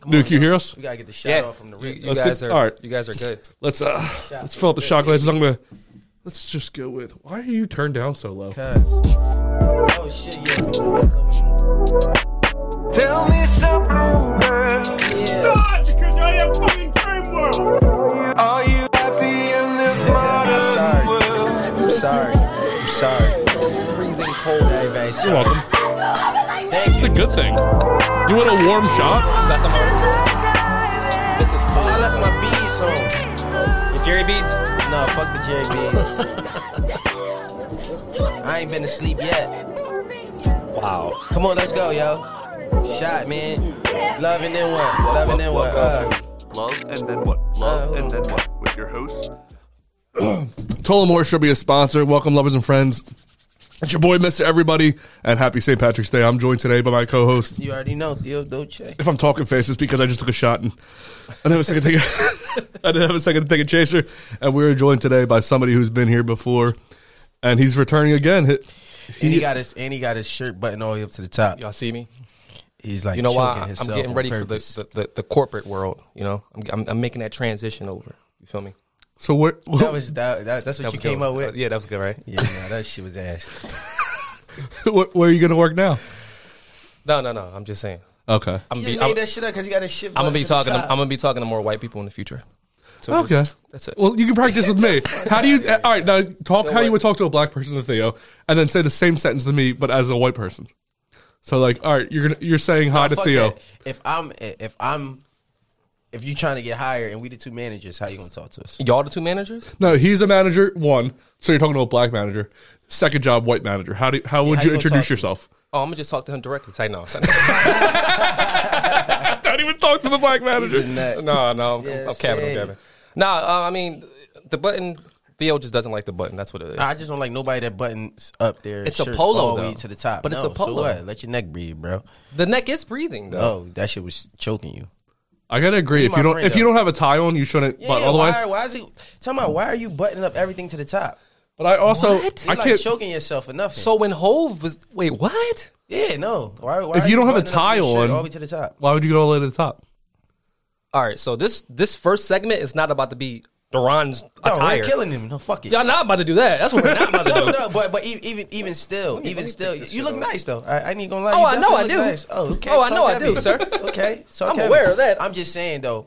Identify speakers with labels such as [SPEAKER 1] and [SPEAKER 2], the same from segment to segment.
[SPEAKER 1] Come
[SPEAKER 2] Duke,
[SPEAKER 1] on,
[SPEAKER 2] you
[SPEAKER 1] bro.
[SPEAKER 2] hear us?
[SPEAKER 1] We gotta get the shout
[SPEAKER 3] Yeah,
[SPEAKER 1] out from the
[SPEAKER 3] you,
[SPEAKER 1] rip.
[SPEAKER 3] you
[SPEAKER 2] Let's
[SPEAKER 3] guys
[SPEAKER 2] get-
[SPEAKER 3] are
[SPEAKER 2] all right.
[SPEAKER 3] You guys are good.
[SPEAKER 2] Let's uh, let's fill out the shot glasses. I'm gonna let's just go with why are you turned down so low?
[SPEAKER 1] Cuz. Oh shit, yeah.
[SPEAKER 4] Tell me something, girl.
[SPEAKER 1] Yeah.
[SPEAKER 4] Are you happy in this modern
[SPEAKER 1] sorry.
[SPEAKER 4] world?
[SPEAKER 1] I'm sorry. I'm sorry. It's freezing cold out here,
[SPEAKER 2] You're welcome.
[SPEAKER 1] Thank
[SPEAKER 2] It's
[SPEAKER 1] you.
[SPEAKER 2] a good thing. You want a warm shot?
[SPEAKER 3] That's all.
[SPEAKER 1] This is oh, I left my bees home.
[SPEAKER 3] The Jerry Beats.
[SPEAKER 1] No, fuck the Jerry bees. I ain't been to sleep yet.
[SPEAKER 3] Wow.
[SPEAKER 1] Come on, let's go, yo. Shot, man. Love and then what? Love and then what? Uh,
[SPEAKER 5] Love and then what? Love and then what? With your host,
[SPEAKER 2] Tullamore should be a sponsor. Welcome, lovers and friends. It's your boy, Mister Everybody, and happy St. Patrick's Day. I'm joined today by my co-host.
[SPEAKER 1] you already know, Theo Doce.
[SPEAKER 2] If I'm talking face, it's because I just took a shot and I didn't have a second to take a, I didn't have a second to take a chaser. And we are joined today by somebody who's been here before, and he's returning again. He-
[SPEAKER 1] And he got his and he got his shirt buttoned all the way up to the top.
[SPEAKER 3] Y'all see me?
[SPEAKER 1] He's like,
[SPEAKER 3] You know
[SPEAKER 1] choking
[SPEAKER 3] why? I'm
[SPEAKER 1] himself
[SPEAKER 3] getting
[SPEAKER 1] on
[SPEAKER 3] ready for the,
[SPEAKER 1] purpose.
[SPEAKER 3] the, the, the corporate world. You know, I'm, I'm, I'm making that transition over. You feel me?
[SPEAKER 2] So where?
[SPEAKER 1] That was that, that, that's what
[SPEAKER 3] That
[SPEAKER 1] you
[SPEAKER 3] was
[SPEAKER 1] came
[SPEAKER 3] good.
[SPEAKER 1] up with.
[SPEAKER 3] Uh, yeah, that was good, right?
[SPEAKER 1] Yeah, nah, that shit was ass.
[SPEAKER 2] where, where are you going to work now?
[SPEAKER 3] No, no, no. I'm just saying.
[SPEAKER 2] Okay.
[SPEAKER 3] I'm
[SPEAKER 1] You
[SPEAKER 3] gonna be,
[SPEAKER 1] just
[SPEAKER 3] I'm,
[SPEAKER 1] made that shit up because you got his shit.
[SPEAKER 3] I'm gonna be
[SPEAKER 1] buttoned to
[SPEAKER 3] talking.
[SPEAKER 1] the
[SPEAKER 3] To,
[SPEAKER 1] top.
[SPEAKER 3] I'm gonna be talking to more white people in the future. So
[SPEAKER 2] Okay.
[SPEAKER 3] just- that's it.
[SPEAKER 2] Well, you can practice with me. How do you? All right, now talk how you
[SPEAKER 3] what?
[SPEAKER 2] would talk to a black person to Theo, and then say the same sentence to me, but as a white person. So, like, all right, you're gonna you're saying hi to
[SPEAKER 1] Oh, Fuck
[SPEAKER 2] Theo.
[SPEAKER 1] that. If I'm if I'm if you trying to get hired and we the two managers, how you gonna talk to us?
[SPEAKER 3] Y'all the two managers?
[SPEAKER 2] No, he's a manager. One, so you're talking to a black manager. Second job, white manager. How do how would
[SPEAKER 1] how
[SPEAKER 2] you
[SPEAKER 1] you gonna
[SPEAKER 2] introduce
[SPEAKER 1] talk to him?
[SPEAKER 2] yourself?
[SPEAKER 3] Oh, I'm gonna just talk to him directly. Say no. Say
[SPEAKER 2] Don't even talk to the black manager.
[SPEAKER 3] no. no, no. I'm,
[SPEAKER 1] Yeah,
[SPEAKER 3] I'm capping. I'm
[SPEAKER 1] say.
[SPEAKER 3] capping. Nah, uh, I mean the button. Theo just doesn't like the button. That's what it is.
[SPEAKER 1] I just don't like nobody that buttons up their
[SPEAKER 3] It's a
[SPEAKER 1] shirts
[SPEAKER 3] polo,
[SPEAKER 1] all the way
[SPEAKER 3] though.
[SPEAKER 1] to the top.
[SPEAKER 3] But it's
[SPEAKER 1] No,
[SPEAKER 3] a polo.
[SPEAKER 1] So what? Let your neck breathe, bro.
[SPEAKER 3] the neck is breathing though.
[SPEAKER 1] Oh, that shit was choking you.
[SPEAKER 2] I gotta agree.
[SPEAKER 1] He's
[SPEAKER 2] If
[SPEAKER 1] my
[SPEAKER 2] you don't
[SPEAKER 1] friend,
[SPEAKER 2] if you
[SPEAKER 1] though.
[SPEAKER 2] don't have a tie on, you shouldn't.
[SPEAKER 1] Yeah,
[SPEAKER 2] but all the
[SPEAKER 1] why,
[SPEAKER 2] way.
[SPEAKER 1] why is he? Tell me, why are you buttoning up everything to the top?
[SPEAKER 2] But I also
[SPEAKER 3] What?
[SPEAKER 2] I
[SPEAKER 1] You're like
[SPEAKER 2] can't.
[SPEAKER 1] choking yourself enough.
[SPEAKER 3] So when Hove was wait, what?
[SPEAKER 1] yeah, no. Why, why
[SPEAKER 2] If
[SPEAKER 1] are
[SPEAKER 2] you don't have a
[SPEAKER 1] buttoning up your
[SPEAKER 2] tie
[SPEAKER 1] shirt
[SPEAKER 2] on-
[SPEAKER 1] all the way to the top.
[SPEAKER 2] Why would you go all the way to the top?
[SPEAKER 3] All right, so this this first segment is not about to be Duran's
[SPEAKER 1] No, we're
[SPEAKER 3] attire.
[SPEAKER 1] killing him. No, fuck it.
[SPEAKER 3] Y'all not about to do that. That's what we're not about to
[SPEAKER 1] No,
[SPEAKER 3] do.
[SPEAKER 1] no, but but e- even even still, even still, you look nice though. I, I ain't gonna lie.
[SPEAKER 3] Oh,
[SPEAKER 1] you
[SPEAKER 3] I know
[SPEAKER 1] definitely
[SPEAKER 3] I
[SPEAKER 1] look
[SPEAKER 3] do.
[SPEAKER 1] nice. Oh, okay.
[SPEAKER 3] Oh, I
[SPEAKER 1] so
[SPEAKER 3] know I
[SPEAKER 1] Kevin.
[SPEAKER 3] do, sir.
[SPEAKER 1] Okay, so
[SPEAKER 3] I'm
[SPEAKER 1] Kevin.
[SPEAKER 3] aware of that.
[SPEAKER 1] I'm just saying though,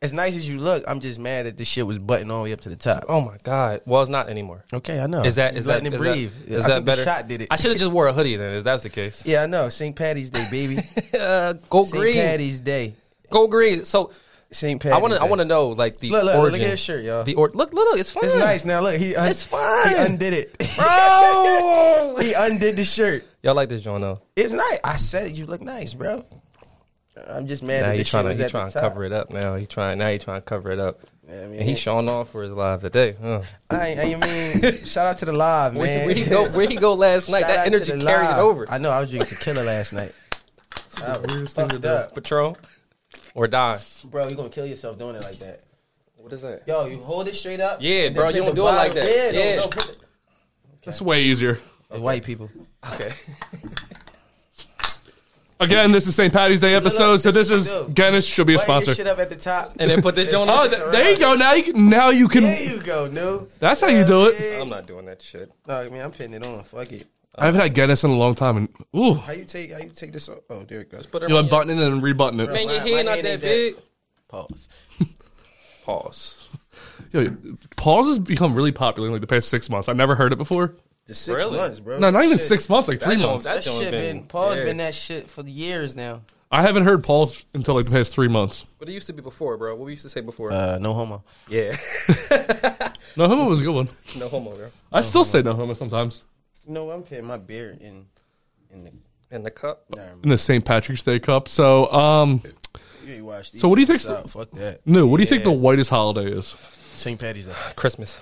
[SPEAKER 1] as nice as you look, I'm just mad that this shit was buttoned all the way up to the top.
[SPEAKER 3] Oh my god. Well, it's not anymore.
[SPEAKER 1] Okay, I know.
[SPEAKER 3] Is that is
[SPEAKER 1] letting
[SPEAKER 3] that,
[SPEAKER 1] it
[SPEAKER 3] is
[SPEAKER 1] breathe?
[SPEAKER 3] that-
[SPEAKER 1] Yeah,
[SPEAKER 3] is
[SPEAKER 1] I
[SPEAKER 3] that
[SPEAKER 1] think The
[SPEAKER 3] better?
[SPEAKER 1] shot did it.
[SPEAKER 3] I should have just wore a hoodie then. If that was the case,
[SPEAKER 1] yeah, I know. St. Patty's Day, baby.
[SPEAKER 3] uh, go
[SPEAKER 1] St.
[SPEAKER 3] green,
[SPEAKER 1] Patty's Day.
[SPEAKER 3] go green. So
[SPEAKER 1] St. Patty's.
[SPEAKER 3] I want to I
[SPEAKER 1] Day.
[SPEAKER 3] want to know like the
[SPEAKER 1] Look, look, look at
[SPEAKER 3] origin.
[SPEAKER 1] his shirt, y'all.
[SPEAKER 3] The or- look, look, look, it's fine.
[SPEAKER 1] It's nice now. Look, he un-
[SPEAKER 3] It's fine.
[SPEAKER 1] He undid it.
[SPEAKER 3] bro.
[SPEAKER 1] he undid the shirt.
[SPEAKER 3] Y'all like this joint though?
[SPEAKER 1] It's nice. I said you look nice, bro. I'm just mad
[SPEAKER 3] Now
[SPEAKER 1] that
[SPEAKER 3] he
[SPEAKER 1] this shit
[SPEAKER 3] trying to
[SPEAKER 1] was
[SPEAKER 3] he
[SPEAKER 1] at
[SPEAKER 3] trying
[SPEAKER 1] the
[SPEAKER 3] to
[SPEAKER 1] top.
[SPEAKER 3] cover it up. Now he trying now he trying to cover it up.
[SPEAKER 1] Yeah, I mean-
[SPEAKER 3] and he's showing off for his live today. Huh.
[SPEAKER 1] I, I mean, shout out to the live,
[SPEAKER 3] Where,
[SPEAKER 1] man.
[SPEAKER 3] where he go? Where he go last night?
[SPEAKER 1] Shout out
[SPEAKER 3] that
[SPEAKER 1] to
[SPEAKER 3] energy
[SPEAKER 1] the
[SPEAKER 3] carried
[SPEAKER 1] live.
[SPEAKER 3] it over.
[SPEAKER 1] I know I was drinking tequila last night. I fucked up.
[SPEAKER 3] Patron or die.
[SPEAKER 1] Bro, you gonna kill yourself doing it like that.
[SPEAKER 3] What is that?
[SPEAKER 1] Yo, you hold it straight up. and
[SPEAKER 3] Yeah,
[SPEAKER 1] then
[SPEAKER 3] bro,
[SPEAKER 1] put
[SPEAKER 3] you
[SPEAKER 1] the
[SPEAKER 3] don't do it like
[SPEAKER 1] bottom-
[SPEAKER 3] that.
[SPEAKER 1] Yeah,
[SPEAKER 3] Yeah.
[SPEAKER 1] No, no, put the-
[SPEAKER 2] That's way easier.
[SPEAKER 1] White people.
[SPEAKER 3] Okay.
[SPEAKER 2] Again, this is St. Patty's Day episode, so this is
[SPEAKER 1] Dude.
[SPEAKER 2] Guinness should be a
[SPEAKER 1] Light this
[SPEAKER 2] sponsor.
[SPEAKER 1] shit up at the top.
[SPEAKER 3] And then put this joint
[SPEAKER 2] Oh,
[SPEAKER 3] on.
[SPEAKER 2] th- there you go. Now you can, now you can.
[SPEAKER 1] there you go, new.
[SPEAKER 2] That's how you do it.
[SPEAKER 3] I'm not doing that shit.
[SPEAKER 1] No, man, I'm putting it on. Fuck it.
[SPEAKER 2] I haven't had Guinness in a long time, and ooh,
[SPEAKER 1] How you take? How you take this? Off? Oh, there it goes.
[SPEAKER 3] Put it
[SPEAKER 2] you
[SPEAKER 3] on your-
[SPEAKER 2] unbutton it and rebutton it.
[SPEAKER 3] man, your
[SPEAKER 1] My-
[SPEAKER 3] hand
[SPEAKER 1] my
[SPEAKER 3] not
[SPEAKER 1] hand
[SPEAKER 3] that
[SPEAKER 1] ain't
[SPEAKER 3] big.
[SPEAKER 1] that- Pause.
[SPEAKER 3] Pause.
[SPEAKER 2] Yo, pause has become really popular in like the past six months. I never heard it before.
[SPEAKER 1] The six
[SPEAKER 3] Really?
[SPEAKER 1] months, bro.
[SPEAKER 2] No, not even
[SPEAKER 1] Shit.
[SPEAKER 2] six months, like three
[SPEAKER 3] don't-
[SPEAKER 2] months.
[SPEAKER 3] that-
[SPEAKER 1] That
[SPEAKER 3] Joint
[SPEAKER 1] shit
[SPEAKER 3] been-
[SPEAKER 1] been Paul's
[SPEAKER 3] yeah.
[SPEAKER 1] been that shit for years now.
[SPEAKER 2] I haven't heard pause until like the past three months.
[SPEAKER 3] What it used to be before, bro. What we used to say before.
[SPEAKER 1] Uh, no homo.
[SPEAKER 3] yeah.
[SPEAKER 2] No homo was a good one.
[SPEAKER 3] no homo, bro.
[SPEAKER 2] I still say no homo sometimes
[SPEAKER 1] You know, I'm putting my beard in in the.
[SPEAKER 3] And the cup.
[SPEAKER 1] Never mind.
[SPEAKER 2] in the St. Patrick's Day cup. So, um,
[SPEAKER 1] You ain't watched.
[SPEAKER 2] So what do you think's
[SPEAKER 1] Out. Fuck that.
[SPEAKER 2] no, what do you think the whitest holiday is?
[SPEAKER 1] St. Patty's Day.
[SPEAKER 3] Christmas.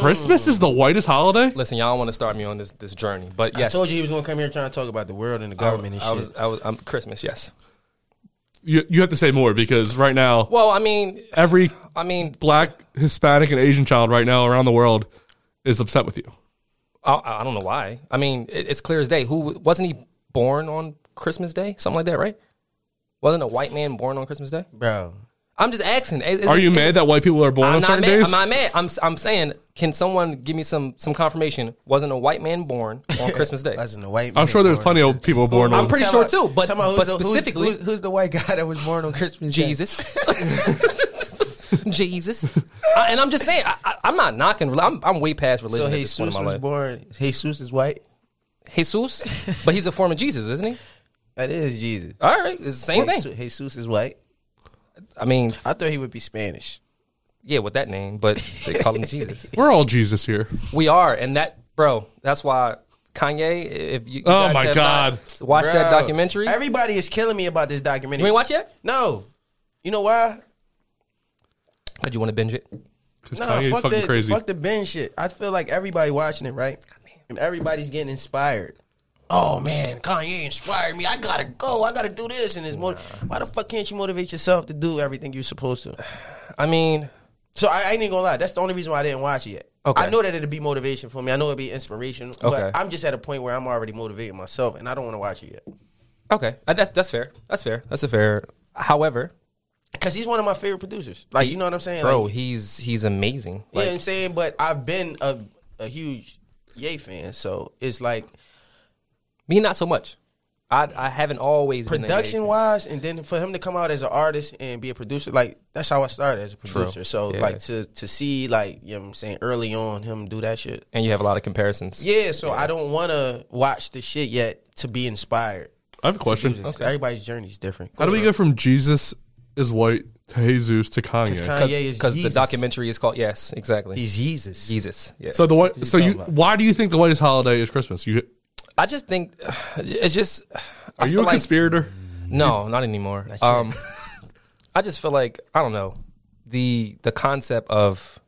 [SPEAKER 2] Christmas is the whitest holiday.
[SPEAKER 3] Listen, y'all want to start me on this this journey, but
[SPEAKER 1] I
[SPEAKER 3] yes,
[SPEAKER 1] told you he was gonna come here trying to talk about the world and the
[SPEAKER 3] I,
[SPEAKER 1] government and shit.
[SPEAKER 3] was, I was, I'm Christmas. Yes.
[SPEAKER 2] You you have to say more because right now
[SPEAKER 3] Well, I mean,
[SPEAKER 2] every
[SPEAKER 3] I mean,
[SPEAKER 2] black, Hispanic, and Asian child right now around the world is upset with you.
[SPEAKER 3] I, I don't know why. I mean, it, it's clear as day. Who wasn't he born on Christmas Day? Something like that, right? Wasn't a white man born on Christmas Day?
[SPEAKER 1] bro.
[SPEAKER 3] I'm just asking. Is- is
[SPEAKER 2] Are
[SPEAKER 3] it-
[SPEAKER 2] you
[SPEAKER 3] is it-
[SPEAKER 2] mad that white people are born
[SPEAKER 3] I'm
[SPEAKER 2] on
[SPEAKER 3] not
[SPEAKER 2] certain
[SPEAKER 3] mad.
[SPEAKER 2] days?
[SPEAKER 3] I'm not mad. I'm, s- I'm saying, can someone give me some some confirmation? Wasn't a white man born on Christmas Day?
[SPEAKER 1] That's in the white.
[SPEAKER 2] I'm sure there's plenty of people born
[SPEAKER 3] I'm
[SPEAKER 2] on.
[SPEAKER 3] pretty sure too, but but specifically
[SPEAKER 1] who's, who's the white guy that was born on Christmas? Day?
[SPEAKER 3] Jesus. Jesus, I, and I'm just saying, I, I, I'm not knocking. reli- I'm, I'm way past religion
[SPEAKER 1] So
[SPEAKER 3] at this
[SPEAKER 1] Jesus
[SPEAKER 3] point in
[SPEAKER 1] was
[SPEAKER 3] my life.
[SPEAKER 1] born. Jesus is white.
[SPEAKER 3] Jesus, but he's a form of Jesus, isn't he?
[SPEAKER 1] That is Jesus.
[SPEAKER 3] All right, it's the same thing.
[SPEAKER 1] Jesus, Jesus is white.
[SPEAKER 3] I mean,
[SPEAKER 1] I thought he would be Spanish.
[SPEAKER 3] yeah, with that name, but they call him Jesus.
[SPEAKER 2] We're all Jesus here.
[SPEAKER 3] We are, and that, bro, that's why Kanye. If you, you
[SPEAKER 2] Oh
[SPEAKER 3] guys
[SPEAKER 2] my
[SPEAKER 3] have
[SPEAKER 2] God.
[SPEAKER 3] not watched that
[SPEAKER 1] Bro,
[SPEAKER 3] documentary.
[SPEAKER 1] Everybody is killing me about this
[SPEAKER 3] you
[SPEAKER 1] documentary.
[SPEAKER 3] ain't watch yet?
[SPEAKER 1] No, you know why?
[SPEAKER 3] Cause you want to binge it.
[SPEAKER 2] Because
[SPEAKER 1] No,
[SPEAKER 2] Kanye's
[SPEAKER 1] fuck
[SPEAKER 2] Oh, fucking
[SPEAKER 1] the
[SPEAKER 2] crazy.
[SPEAKER 1] fuck the Ben shit. I feel like everybody watching it, right? And everybody's getting inspired. Oh man, Kanye inspired me. I gotta go. I gotta do this and this. Mot- Why the fuck can't you motivate yourself to do everything you're supposed to?
[SPEAKER 3] I mean,
[SPEAKER 1] So I, I ain't even gonna lie. That's the only reason why I didn't watch it yet.
[SPEAKER 3] Okay.
[SPEAKER 1] I know that it'll be motivation for me. I know it'll be inspirational.
[SPEAKER 3] Okay.
[SPEAKER 1] But I'm just at a point where I'm already motivating myself, and I don't want to watch it yet.
[SPEAKER 3] okay, uh, that's that's fair. That's fair. That's a fair. However,
[SPEAKER 1] Cause he's one of my favorite producers. Like you know what I'm saying,
[SPEAKER 3] bro,
[SPEAKER 1] Like,
[SPEAKER 3] he's he's amazing.
[SPEAKER 1] you know what
[SPEAKER 3] Like,
[SPEAKER 1] I'm saying. But I've been a, a huge Ye fan, so it's like
[SPEAKER 3] me, not so much. I I haven't always been that
[SPEAKER 1] production
[SPEAKER 3] amazing.
[SPEAKER 1] wise, and then for him to come out as an artist and be a producer, like that's how I started as a producer. So
[SPEAKER 3] Yeah.
[SPEAKER 1] like to to see like you know what I'm saying early on him do that shit.
[SPEAKER 3] and you have a lot of comparisons.
[SPEAKER 1] Yeah, so I don't want to watch the shit yet to be inspired.
[SPEAKER 2] I have a question.
[SPEAKER 1] Okay. Everybody's journey is different.
[SPEAKER 2] How do we go from Jesus is white to Jesus to Kanye?
[SPEAKER 1] Kanye is
[SPEAKER 3] because the
[SPEAKER 1] Jesus.
[SPEAKER 3] documentary is called yes, exactly.
[SPEAKER 1] He's Jesus.
[SPEAKER 3] Jesus. Yeah.
[SPEAKER 2] So the white, so you why do you think the whitest holiday is Christmas? You
[SPEAKER 3] I just think it's just.
[SPEAKER 2] are you a
[SPEAKER 3] like,
[SPEAKER 2] conspirator?
[SPEAKER 3] No, not anymore. Um, I just feel like I don't know the the concept of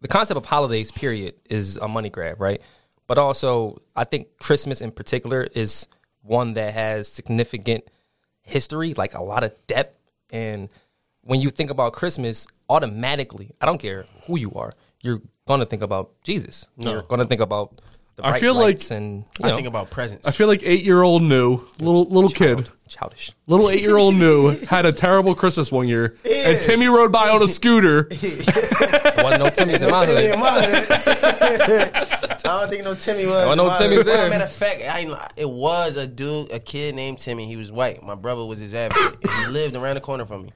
[SPEAKER 3] the concept of holidays. Period is a money grab, right? But also, I think Christmas in particular is one that has significant history, like a lot of depth. And when you think about Christmas, automatically, I don't care who you are, you're gonna think about Jesus. You're gonna think about. The
[SPEAKER 2] I
[SPEAKER 3] bright
[SPEAKER 2] feel like-
[SPEAKER 3] lights and you
[SPEAKER 1] I
[SPEAKER 3] know,
[SPEAKER 1] think about presents.
[SPEAKER 2] I feel like eight year old knew little little kid.
[SPEAKER 3] childish.
[SPEAKER 2] Little eight year old knew had a terrible Christmas one year, and Timmy rode by on a scooter.
[SPEAKER 3] Wasn't no Timmy's in my
[SPEAKER 1] Timmy
[SPEAKER 3] hood.
[SPEAKER 1] in my hood. I don't think no Timmy was.
[SPEAKER 3] I
[SPEAKER 1] in
[SPEAKER 3] know
[SPEAKER 1] my
[SPEAKER 3] Timmy's
[SPEAKER 1] hood.
[SPEAKER 3] there.
[SPEAKER 1] Matter of fact, I ain't li- it was a dude, a kid named Timmy. He was white. My brother was his advocate. and he lived around the corner from me.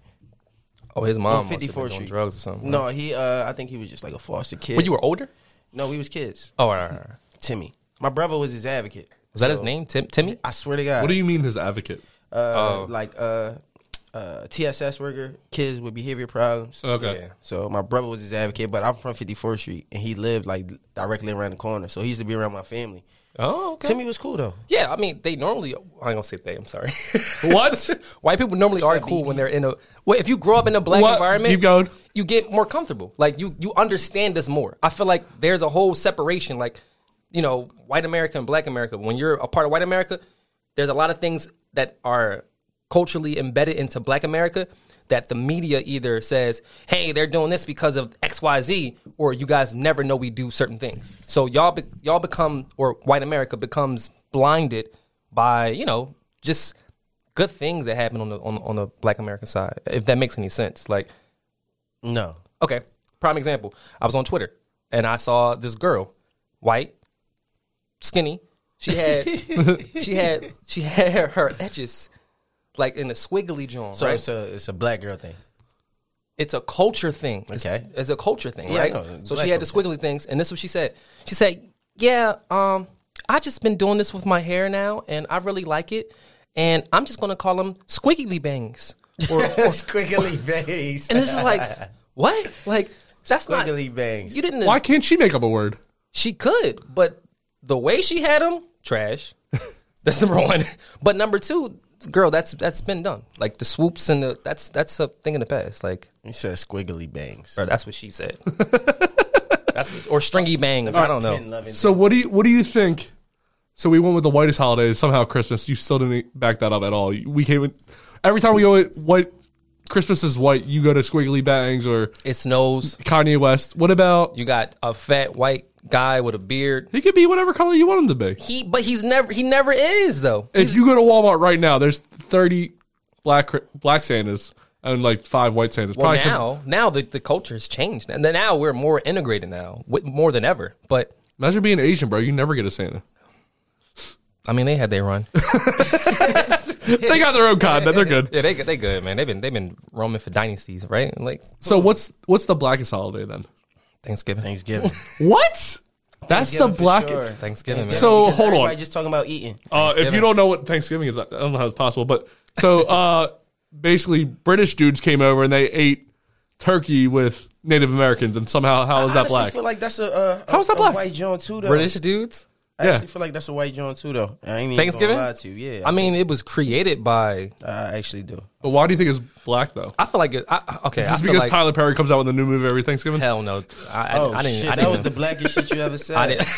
[SPEAKER 3] Oh, his mom must have been
[SPEAKER 1] 54th
[SPEAKER 3] doing
[SPEAKER 1] Street.
[SPEAKER 3] drugs or something.
[SPEAKER 1] No, he. Uh, I think he was just like a foster kid.
[SPEAKER 3] But you were older?
[SPEAKER 1] No, we was kids.
[SPEAKER 3] Oh, all right, all right.
[SPEAKER 1] Timmy. My brother was his advocate.
[SPEAKER 3] Was that his name? Tim, Timmy?
[SPEAKER 1] I swear to God.
[SPEAKER 2] What do you mean, his advocate?
[SPEAKER 3] Oh.
[SPEAKER 1] uh, like uh, uh, TSS worker kids with behavior problems.
[SPEAKER 2] Okay,
[SPEAKER 1] So my brother was his advocate, but I'm from 54th Street, and he lived like directly around the corner. So he used to be around my family.
[SPEAKER 3] Oh, okay.
[SPEAKER 1] Timmy was cool though.
[SPEAKER 3] Yeah, I mean, they normally, I'm going to say they, I'm sorry.
[SPEAKER 2] what?
[SPEAKER 3] White people normally are cool when they're in a, well, if you grow up in a black
[SPEAKER 2] What?
[SPEAKER 3] environment,
[SPEAKER 2] Keep going.
[SPEAKER 3] you get more comfortable. Like, you, you understand this more. I feel like there's a whole separation, like, you know, white America and black America. When you're a part of white America, there's a lot of things that are culturally embedded into black America that the media either says, "Hey, they're doing this because of XYZ," or you guys never know we do certain things. So y'all be- y'all become or white America becomes blinded by, you know, just good things that happen on the on, the- on the black American side. If that makes any sense. Like
[SPEAKER 1] No.
[SPEAKER 3] Okay. Prime example. I was on Twitter and I saw this girl, white, skinny. She had she had she had her, her edges like in a squiggly joint.
[SPEAKER 1] So
[SPEAKER 3] right?
[SPEAKER 1] it's a it's a black girl thing.
[SPEAKER 3] it's a culture thing. It's-
[SPEAKER 1] Okay.
[SPEAKER 3] It's, a culture thing,
[SPEAKER 1] Yeah,
[SPEAKER 3] right?
[SPEAKER 1] I know.
[SPEAKER 3] so
[SPEAKER 1] Black
[SPEAKER 3] she had the
[SPEAKER 1] culture.
[SPEAKER 3] squiggly things, and this is what she said. She said, "Yeah, um, I just been doing this with my hair now, and I really like it, and I'm just gonna call them squiggly bangs." Or, or-
[SPEAKER 1] Squiggly bangs.
[SPEAKER 3] and this is like, what? Like that's
[SPEAKER 1] Squiggly
[SPEAKER 3] not
[SPEAKER 1] bangs.
[SPEAKER 3] you didn't.
[SPEAKER 2] Why can't she make up a word?
[SPEAKER 3] She could, but the way she had them, trash. that's number one. But number two, girl, that's that's been done. Like the swoops and the that's that's a thing in the past. Like
[SPEAKER 1] He said squiggly bangs.
[SPEAKER 3] Or that's what she said. that's what- or stringy bangs. I don't know.
[SPEAKER 2] So what do you what do you think? So we went with the whitest holidays. Somehow Christmas. You still didn't back that up at all. We came in, every time we go with white. Christmas is white. You go to squiggly bangs or
[SPEAKER 3] It snows.
[SPEAKER 2] Kanye West. What about
[SPEAKER 3] You got a fat white guy with a beard.
[SPEAKER 2] He could be whatever color you want him to be.
[SPEAKER 3] He, but he's never. He never is though.
[SPEAKER 2] If you go to Walmart right now, there's 30 black cri- black Santas and like five white Santas.
[SPEAKER 3] Well,
[SPEAKER 2] Probably 'cause-
[SPEAKER 3] now, now the, the culture has changed, and then now we're more integrated now, with, more than ever. But
[SPEAKER 2] imagine being Asian, bro. You never get a Santa.
[SPEAKER 3] I mean, they had their run.
[SPEAKER 2] they got their own content. They're good.
[SPEAKER 3] yeah, they they good, man. They've been they've been roaming for dynasties, right? Like
[SPEAKER 2] So what's what's the blackest holiday then?
[SPEAKER 3] Thanksgiving,
[SPEAKER 1] Thanksgiving.
[SPEAKER 2] What? That's the
[SPEAKER 1] Thanksgiving for
[SPEAKER 2] black.
[SPEAKER 1] sure.
[SPEAKER 3] Thanksgiving, man.
[SPEAKER 2] So
[SPEAKER 1] Because
[SPEAKER 2] hold
[SPEAKER 1] everybody
[SPEAKER 2] on.
[SPEAKER 1] just talking about eating.
[SPEAKER 2] Uh, if you don't know what Thanksgiving is, I don't know how it's possible. But so uh, basically, British dudes came over and they ate turkey with Native Americans, and somehow how is that
[SPEAKER 1] Honestly,
[SPEAKER 2] black?
[SPEAKER 1] feel like that's a, uh, a
[SPEAKER 2] How is that
[SPEAKER 1] a
[SPEAKER 2] black?
[SPEAKER 1] white John too though.
[SPEAKER 3] British dudes.
[SPEAKER 1] I actually
[SPEAKER 2] Yeah.
[SPEAKER 1] feel like that's a white John too though. I ain't even
[SPEAKER 3] Thanksgiving?
[SPEAKER 1] Gonna lie to you. Yeah,
[SPEAKER 3] I mean, it was created by.
[SPEAKER 1] I actually do.
[SPEAKER 2] But why do you think it's black though?
[SPEAKER 3] I feel like it. I, I- okay, I
[SPEAKER 2] Just
[SPEAKER 3] feel
[SPEAKER 2] because
[SPEAKER 3] like,
[SPEAKER 2] Tyler Perry comes out with a new movie every Thanksgiving.
[SPEAKER 3] Hell no, I, I,
[SPEAKER 1] Oh
[SPEAKER 3] I didn't.
[SPEAKER 1] shit,
[SPEAKER 3] I
[SPEAKER 1] that
[SPEAKER 3] didn't
[SPEAKER 1] was the blackest shit you ever said.
[SPEAKER 3] I didn't.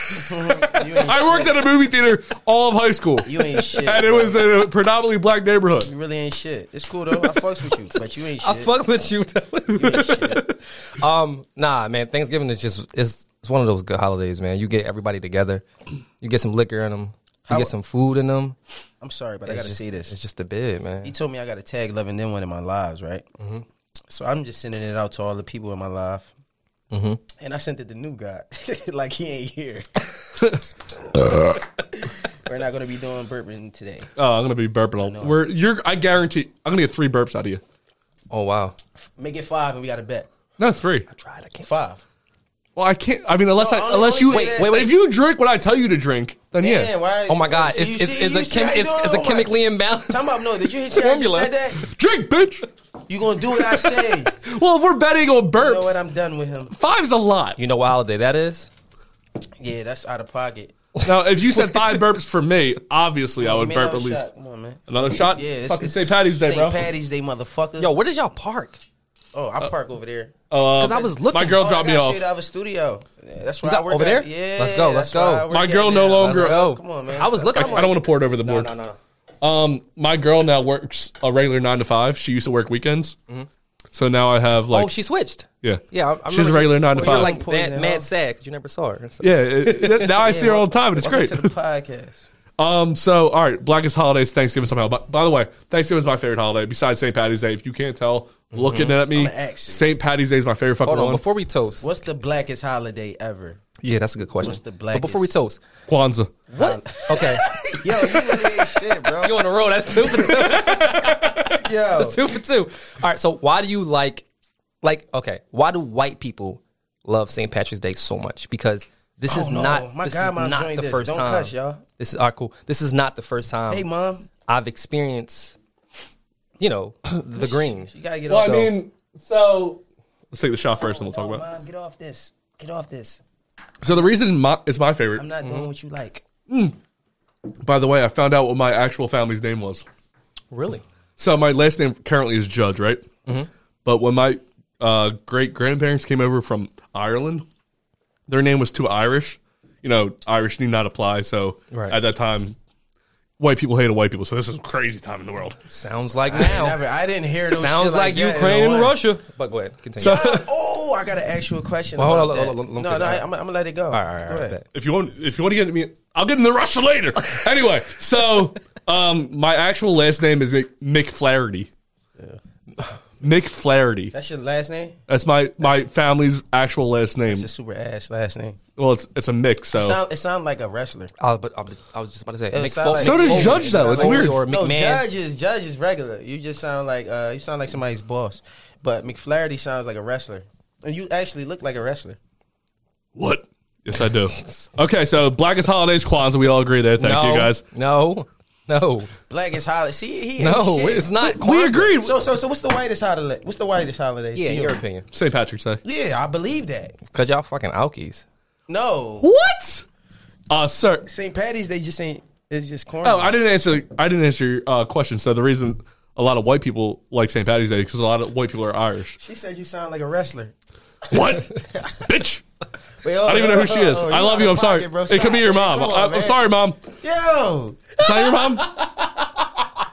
[SPEAKER 1] You ain't,
[SPEAKER 2] I worked at a movie theater all of high school,
[SPEAKER 1] you ain't shit.
[SPEAKER 2] and it
[SPEAKER 1] bro.
[SPEAKER 2] was in a predominantly black neighborhood.
[SPEAKER 1] You really ain't shit. It's cool though. I fucks with you, but you ain't shit.
[SPEAKER 3] I fucked with you.
[SPEAKER 1] You ain't shit.
[SPEAKER 3] um, nah, man. Thanksgiving is just it's, it's one of those good holidays, man. You get everybody together. You get some liquor in them. You get some food in them.
[SPEAKER 1] I'm sorry, but I
[SPEAKER 3] It's
[SPEAKER 1] gotta
[SPEAKER 3] just-
[SPEAKER 1] say this.
[SPEAKER 3] It's just a bid, man.
[SPEAKER 1] He told me I got to tag love and then one in my lives, right?
[SPEAKER 3] Mm-hmm.
[SPEAKER 1] So I'm just sending it out to all the people in my life.
[SPEAKER 3] Mm-hmm.
[SPEAKER 1] And I sent it to new God, like he ain't here. We're not gonna be doing bourbon today.
[SPEAKER 2] Oh, I'm gonna be burping all. We're you're. I guarantee. I'm gonna get three burps out of you.
[SPEAKER 3] Oh wow.
[SPEAKER 1] Make it five, and we got to bet
[SPEAKER 2] No, three.
[SPEAKER 3] Tried. I can't.
[SPEAKER 1] five.
[SPEAKER 2] Well, I can't. I mean, unless
[SPEAKER 1] No,
[SPEAKER 2] I
[SPEAKER 1] only-
[SPEAKER 2] unless
[SPEAKER 1] only
[SPEAKER 2] you
[SPEAKER 1] say
[SPEAKER 2] wait,
[SPEAKER 1] that-
[SPEAKER 2] wait, wait. If you drink what I tell you to drink, then yeah.
[SPEAKER 1] Man, why?
[SPEAKER 3] Oh my god.
[SPEAKER 1] see,
[SPEAKER 3] It's
[SPEAKER 1] you
[SPEAKER 3] it's,
[SPEAKER 1] see,
[SPEAKER 3] it's
[SPEAKER 1] you
[SPEAKER 3] a
[SPEAKER 1] see
[SPEAKER 3] chem-
[SPEAKER 1] how you
[SPEAKER 3] it's,
[SPEAKER 1] doing?
[SPEAKER 3] it's a
[SPEAKER 1] Oh my-
[SPEAKER 3] chemically imbalanced.
[SPEAKER 1] Time out. No, did you hear see how I just
[SPEAKER 3] formula.
[SPEAKER 1] said that?
[SPEAKER 2] Drink, bitch.
[SPEAKER 1] You gonna do what I say? you
[SPEAKER 2] Well, if we're betting on burps,
[SPEAKER 1] know what? I'm done with him.
[SPEAKER 2] five's a lot.
[SPEAKER 3] You know what holiday that is?
[SPEAKER 1] Yeah, that's out of pocket.
[SPEAKER 2] Now, if you said five burps for me, obviously I would
[SPEAKER 1] Man,
[SPEAKER 2] burp
[SPEAKER 1] another
[SPEAKER 2] at least
[SPEAKER 1] shot. Come on, man.
[SPEAKER 2] another shot.
[SPEAKER 1] Yeah, it's,
[SPEAKER 2] fucking
[SPEAKER 1] it's
[SPEAKER 2] St. Patty's Day,
[SPEAKER 1] St.
[SPEAKER 2] bro.
[SPEAKER 1] Patty's Day, motherfucker.
[SPEAKER 3] Yo, where did y'all park?
[SPEAKER 1] oh, I park over there.
[SPEAKER 2] Because
[SPEAKER 3] I was looking.
[SPEAKER 2] Um, My girl
[SPEAKER 1] Oh,
[SPEAKER 2] dropped
[SPEAKER 1] I
[SPEAKER 2] me
[SPEAKER 1] got
[SPEAKER 2] off.
[SPEAKER 1] shit out of a studio. Yeah, That's where
[SPEAKER 3] got-
[SPEAKER 1] I work
[SPEAKER 3] over
[SPEAKER 1] at.
[SPEAKER 3] there?
[SPEAKER 1] Yeah,
[SPEAKER 3] Let's go, let's
[SPEAKER 1] that's where
[SPEAKER 3] go.
[SPEAKER 1] I work
[SPEAKER 2] My
[SPEAKER 1] at
[SPEAKER 2] girl no
[SPEAKER 1] now.
[SPEAKER 2] longer-
[SPEAKER 3] Let's go.
[SPEAKER 1] oh, Come on, man.
[SPEAKER 3] Oh, I was looking.
[SPEAKER 2] I,
[SPEAKER 3] I'm
[SPEAKER 2] I
[SPEAKER 3] like,
[SPEAKER 2] don't want to pour it over the board.
[SPEAKER 3] No, no, no.
[SPEAKER 2] Um, my girl now works a regular nine to five. She used to work weekends,
[SPEAKER 1] Mm-hmm.
[SPEAKER 2] so now I have like
[SPEAKER 3] Oh, she switched.
[SPEAKER 2] yeah,
[SPEAKER 3] Yeah, I- I
[SPEAKER 2] she's a
[SPEAKER 3] remember-
[SPEAKER 2] regular nine to
[SPEAKER 3] You're
[SPEAKER 2] five.
[SPEAKER 3] like
[SPEAKER 1] Poison,
[SPEAKER 3] mad, mad
[SPEAKER 1] huh?
[SPEAKER 3] sad because you never saw her. So-
[SPEAKER 2] yeah, it- it- now I see her all the time, and it's
[SPEAKER 1] Welcome
[SPEAKER 2] great.
[SPEAKER 1] to the podcast.
[SPEAKER 2] Um, so all right, blackest holidays, Thanksgiving somehow. But by the way, Thanksgiving is my favorite holiday besides St. Patty's Day. If you can't tell, looking at me,
[SPEAKER 1] Mm-hmm. ask you.
[SPEAKER 2] St. Patty's Day is my favorite fucking
[SPEAKER 3] Hold on,
[SPEAKER 2] one.
[SPEAKER 3] before we toast.
[SPEAKER 1] What's the blackest holiday ever?
[SPEAKER 3] Yeah, that's a good question.
[SPEAKER 1] What's the
[SPEAKER 3] but before we
[SPEAKER 1] blackest? Um,
[SPEAKER 3] toast,
[SPEAKER 2] Kwanzaa.
[SPEAKER 3] what? Okay,
[SPEAKER 1] Yo, you really ain't shit, bro.
[SPEAKER 3] you on the road. That's two for two.
[SPEAKER 1] Yo,
[SPEAKER 3] two for two. All right. So why do you like, like, okay, why do white people love St. Patrick's Day so much? Because this is
[SPEAKER 1] Oh, no.
[SPEAKER 3] not.
[SPEAKER 1] My
[SPEAKER 3] this
[SPEAKER 1] godmom
[SPEAKER 3] is not
[SPEAKER 1] joined
[SPEAKER 3] the
[SPEAKER 1] this.
[SPEAKER 3] 1st
[SPEAKER 1] Don't
[SPEAKER 3] time.
[SPEAKER 1] cuss, y'all.
[SPEAKER 3] This is all right, cool. This is not the first time
[SPEAKER 1] hey, mom,
[SPEAKER 3] I've experienced, you know, the green.
[SPEAKER 1] you gotta get
[SPEAKER 2] Well,
[SPEAKER 1] off.
[SPEAKER 2] I mean, so let's take the shot first, and we'll talk about. it.
[SPEAKER 1] mom, get off this. Get off this.
[SPEAKER 2] So the reason my, it's my
[SPEAKER 1] I'm
[SPEAKER 2] favorite.
[SPEAKER 1] not
[SPEAKER 3] Mm-hmm.
[SPEAKER 1] doing what you like.
[SPEAKER 2] By the way, I found out what my actual family's name was.
[SPEAKER 3] Really?
[SPEAKER 2] So my last name currently is Judge, right? But when my uh, great grandparents came over from Ireland, their name was too Irish. You know, Irish need not apply. So
[SPEAKER 3] Right.
[SPEAKER 2] at that time, white people hated white people. So this is a crazy time in the world.
[SPEAKER 3] Sounds like now.
[SPEAKER 1] Never. I didn't hear those.
[SPEAKER 3] Sounds
[SPEAKER 1] shit
[SPEAKER 3] like,
[SPEAKER 1] that in
[SPEAKER 3] Ukraine
[SPEAKER 1] a
[SPEAKER 3] and
[SPEAKER 1] while.
[SPEAKER 3] Russia. But go ahead. Continue.
[SPEAKER 1] Oh, I got to ask you a question.
[SPEAKER 3] Well,
[SPEAKER 1] about
[SPEAKER 3] hold on,
[SPEAKER 1] that.
[SPEAKER 3] hold on, hold on,
[SPEAKER 1] no,
[SPEAKER 3] hold
[SPEAKER 1] no,
[SPEAKER 3] on.
[SPEAKER 1] I, am gonna let it go.
[SPEAKER 3] all right, all right,
[SPEAKER 1] Go
[SPEAKER 3] all
[SPEAKER 1] ahead.
[SPEAKER 3] right.
[SPEAKER 2] If you want, if you want to get into me, I'll get into Russia later. anyway, so um, my actual last name is Mick Flaherty. Mick Flaherty.
[SPEAKER 1] That's your last name.
[SPEAKER 2] That's my my family's actual last name.
[SPEAKER 1] It's a super ass last name.
[SPEAKER 2] Well, it's it's a mix. So
[SPEAKER 1] Sound, it sounds like a wrestler.
[SPEAKER 3] I, but I was- I was just about to say. Mick
[SPEAKER 1] sound
[SPEAKER 3] Fo-
[SPEAKER 1] like-
[SPEAKER 2] so
[SPEAKER 3] Mick
[SPEAKER 2] does
[SPEAKER 3] Foley.
[SPEAKER 2] Judge though. It's
[SPEAKER 3] Foley
[SPEAKER 2] weird.
[SPEAKER 3] Or
[SPEAKER 1] No,
[SPEAKER 3] McMahon.
[SPEAKER 1] judge is judge is regular. You just sound like uh, you sound like somebody's boss. But McFlaherty sounds like a wrestler, and you actually look like a wrestler.
[SPEAKER 2] What? Yes, I do. okay, so blackest holidays, Kwanzaa. We all agree there. Thank
[SPEAKER 3] no,
[SPEAKER 2] you, guys.
[SPEAKER 3] No, no,
[SPEAKER 1] Black is holiday. See, he ain't
[SPEAKER 3] no.
[SPEAKER 1] shit.
[SPEAKER 3] It's not.
[SPEAKER 2] We
[SPEAKER 3] Kwanzaa.
[SPEAKER 2] agreed.
[SPEAKER 1] So, so, so, what's the whitest holiday? What's the whitest holiday? to
[SPEAKER 3] Yeah, in
[SPEAKER 1] you?
[SPEAKER 3] your opinion,
[SPEAKER 2] St. Patrick's Day.
[SPEAKER 1] Yeah, I believe that.
[SPEAKER 3] because y'all fucking alkies.
[SPEAKER 1] No,
[SPEAKER 2] What? Uh, sir.
[SPEAKER 1] St. Patty's Day just ain't. It's just corny.
[SPEAKER 2] Oh, I didn't answer. I didn't answer your uh, question. So the reason a lot of white people like St. Patty's Day because a lot of white people are Irish.
[SPEAKER 1] she said you sound like a wrestler.
[SPEAKER 2] What? Bitch.
[SPEAKER 1] Wait, oh,
[SPEAKER 2] I don't even know who she is.
[SPEAKER 1] oh,
[SPEAKER 2] I love
[SPEAKER 1] out
[SPEAKER 2] you.
[SPEAKER 1] of
[SPEAKER 2] I'm sorry.
[SPEAKER 1] pocket, bro.
[SPEAKER 2] It could
[SPEAKER 1] Stop.
[SPEAKER 2] be your
[SPEAKER 1] Come
[SPEAKER 2] mom.
[SPEAKER 1] on,
[SPEAKER 2] I, I'm
[SPEAKER 1] man.
[SPEAKER 2] sorry, mom.
[SPEAKER 1] Yo,
[SPEAKER 2] It's not your mom.
[SPEAKER 1] you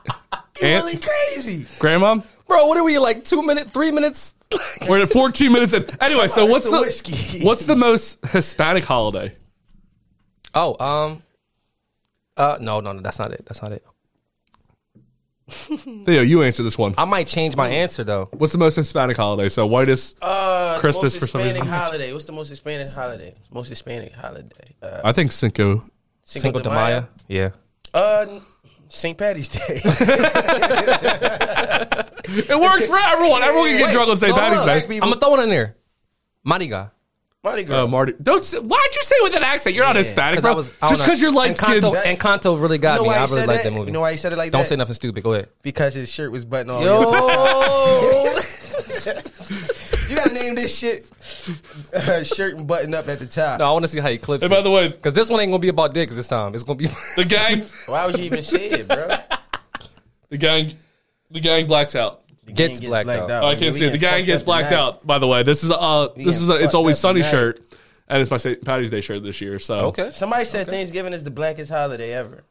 [SPEAKER 2] Aunt-
[SPEAKER 1] really crazy.
[SPEAKER 2] Grandmom.
[SPEAKER 3] Bro, what are we like? Two minutes, three minutes?
[SPEAKER 2] We're at 14 minutes in. Anyway, so
[SPEAKER 1] on,
[SPEAKER 2] what's
[SPEAKER 1] it's the
[SPEAKER 2] the
[SPEAKER 1] whiskey.
[SPEAKER 2] what's the most Hispanic holiday?
[SPEAKER 3] oh, um, uh, no, no, no. That's not it. That's not it.
[SPEAKER 2] Theo, you answer this one.
[SPEAKER 3] I might change my answer though.
[SPEAKER 2] What's the most Hispanic holiday? So whitest.
[SPEAKER 1] Uh, the
[SPEAKER 2] Christmas
[SPEAKER 1] most
[SPEAKER 2] for some
[SPEAKER 1] Hispanic
[SPEAKER 2] reason.
[SPEAKER 1] holiday. What's the most Hispanic holiday? Most Hispanic holiday. Uh,
[SPEAKER 2] I think Cinco.
[SPEAKER 3] Cinco de Mayo. Yeah.
[SPEAKER 1] Uh, St. Patty's Day.
[SPEAKER 2] It works for everyone. Everyone can get drunk on St. Patty's Day.
[SPEAKER 3] I'm gonna throw one in there. Mariga.
[SPEAKER 1] Mardi Gras.
[SPEAKER 2] Uh,
[SPEAKER 3] Oh,
[SPEAKER 2] Marty, don't. say- Why'd you say it with an accent? You're not Hispanic,
[SPEAKER 3] Because I
[SPEAKER 2] bro.
[SPEAKER 3] was I don't
[SPEAKER 2] Just
[SPEAKER 3] know.
[SPEAKER 2] because you're light skinned.
[SPEAKER 3] Encanto, Encanto really got
[SPEAKER 1] you know why
[SPEAKER 3] me. I
[SPEAKER 1] he
[SPEAKER 3] really
[SPEAKER 1] said
[SPEAKER 3] like
[SPEAKER 1] that?
[SPEAKER 3] that movie.
[SPEAKER 1] You know why he said it like
[SPEAKER 3] don't
[SPEAKER 1] that?
[SPEAKER 3] say nothing stupid. Go ahead.
[SPEAKER 1] Because his shirt was buttoned all over.
[SPEAKER 3] Yo.
[SPEAKER 1] You gotta name this shit uh, shirt and button up at the top.
[SPEAKER 3] no, I want to see how he clips.
[SPEAKER 2] And by the way,
[SPEAKER 3] because this one ain't gonna be about dicks this time. It's gonna be.
[SPEAKER 2] the gang,
[SPEAKER 1] Why would you even say it, bro?
[SPEAKER 2] the gang, the gang blacks out.
[SPEAKER 1] gang
[SPEAKER 3] Gets
[SPEAKER 1] gets
[SPEAKER 3] blacked
[SPEAKER 1] blacked
[SPEAKER 3] out.
[SPEAKER 1] out.
[SPEAKER 2] Oh, I
[SPEAKER 1] We
[SPEAKER 2] can't see it. The gang
[SPEAKER 1] getting fucked
[SPEAKER 2] gets
[SPEAKER 1] up
[SPEAKER 2] blacked
[SPEAKER 1] tonight.
[SPEAKER 2] out. By the way, this is uh, this
[SPEAKER 1] Yeah,
[SPEAKER 2] is a it's
[SPEAKER 1] fucked
[SPEAKER 2] always
[SPEAKER 1] up
[SPEAKER 2] sunny
[SPEAKER 1] tonight.
[SPEAKER 2] shirt, and it's my St. Patty's Day shirt this year. So
[SPEAKER 3] Okay.
[SPEAKER 1] Somebody said Thanksgiving is the blackest holiday ever.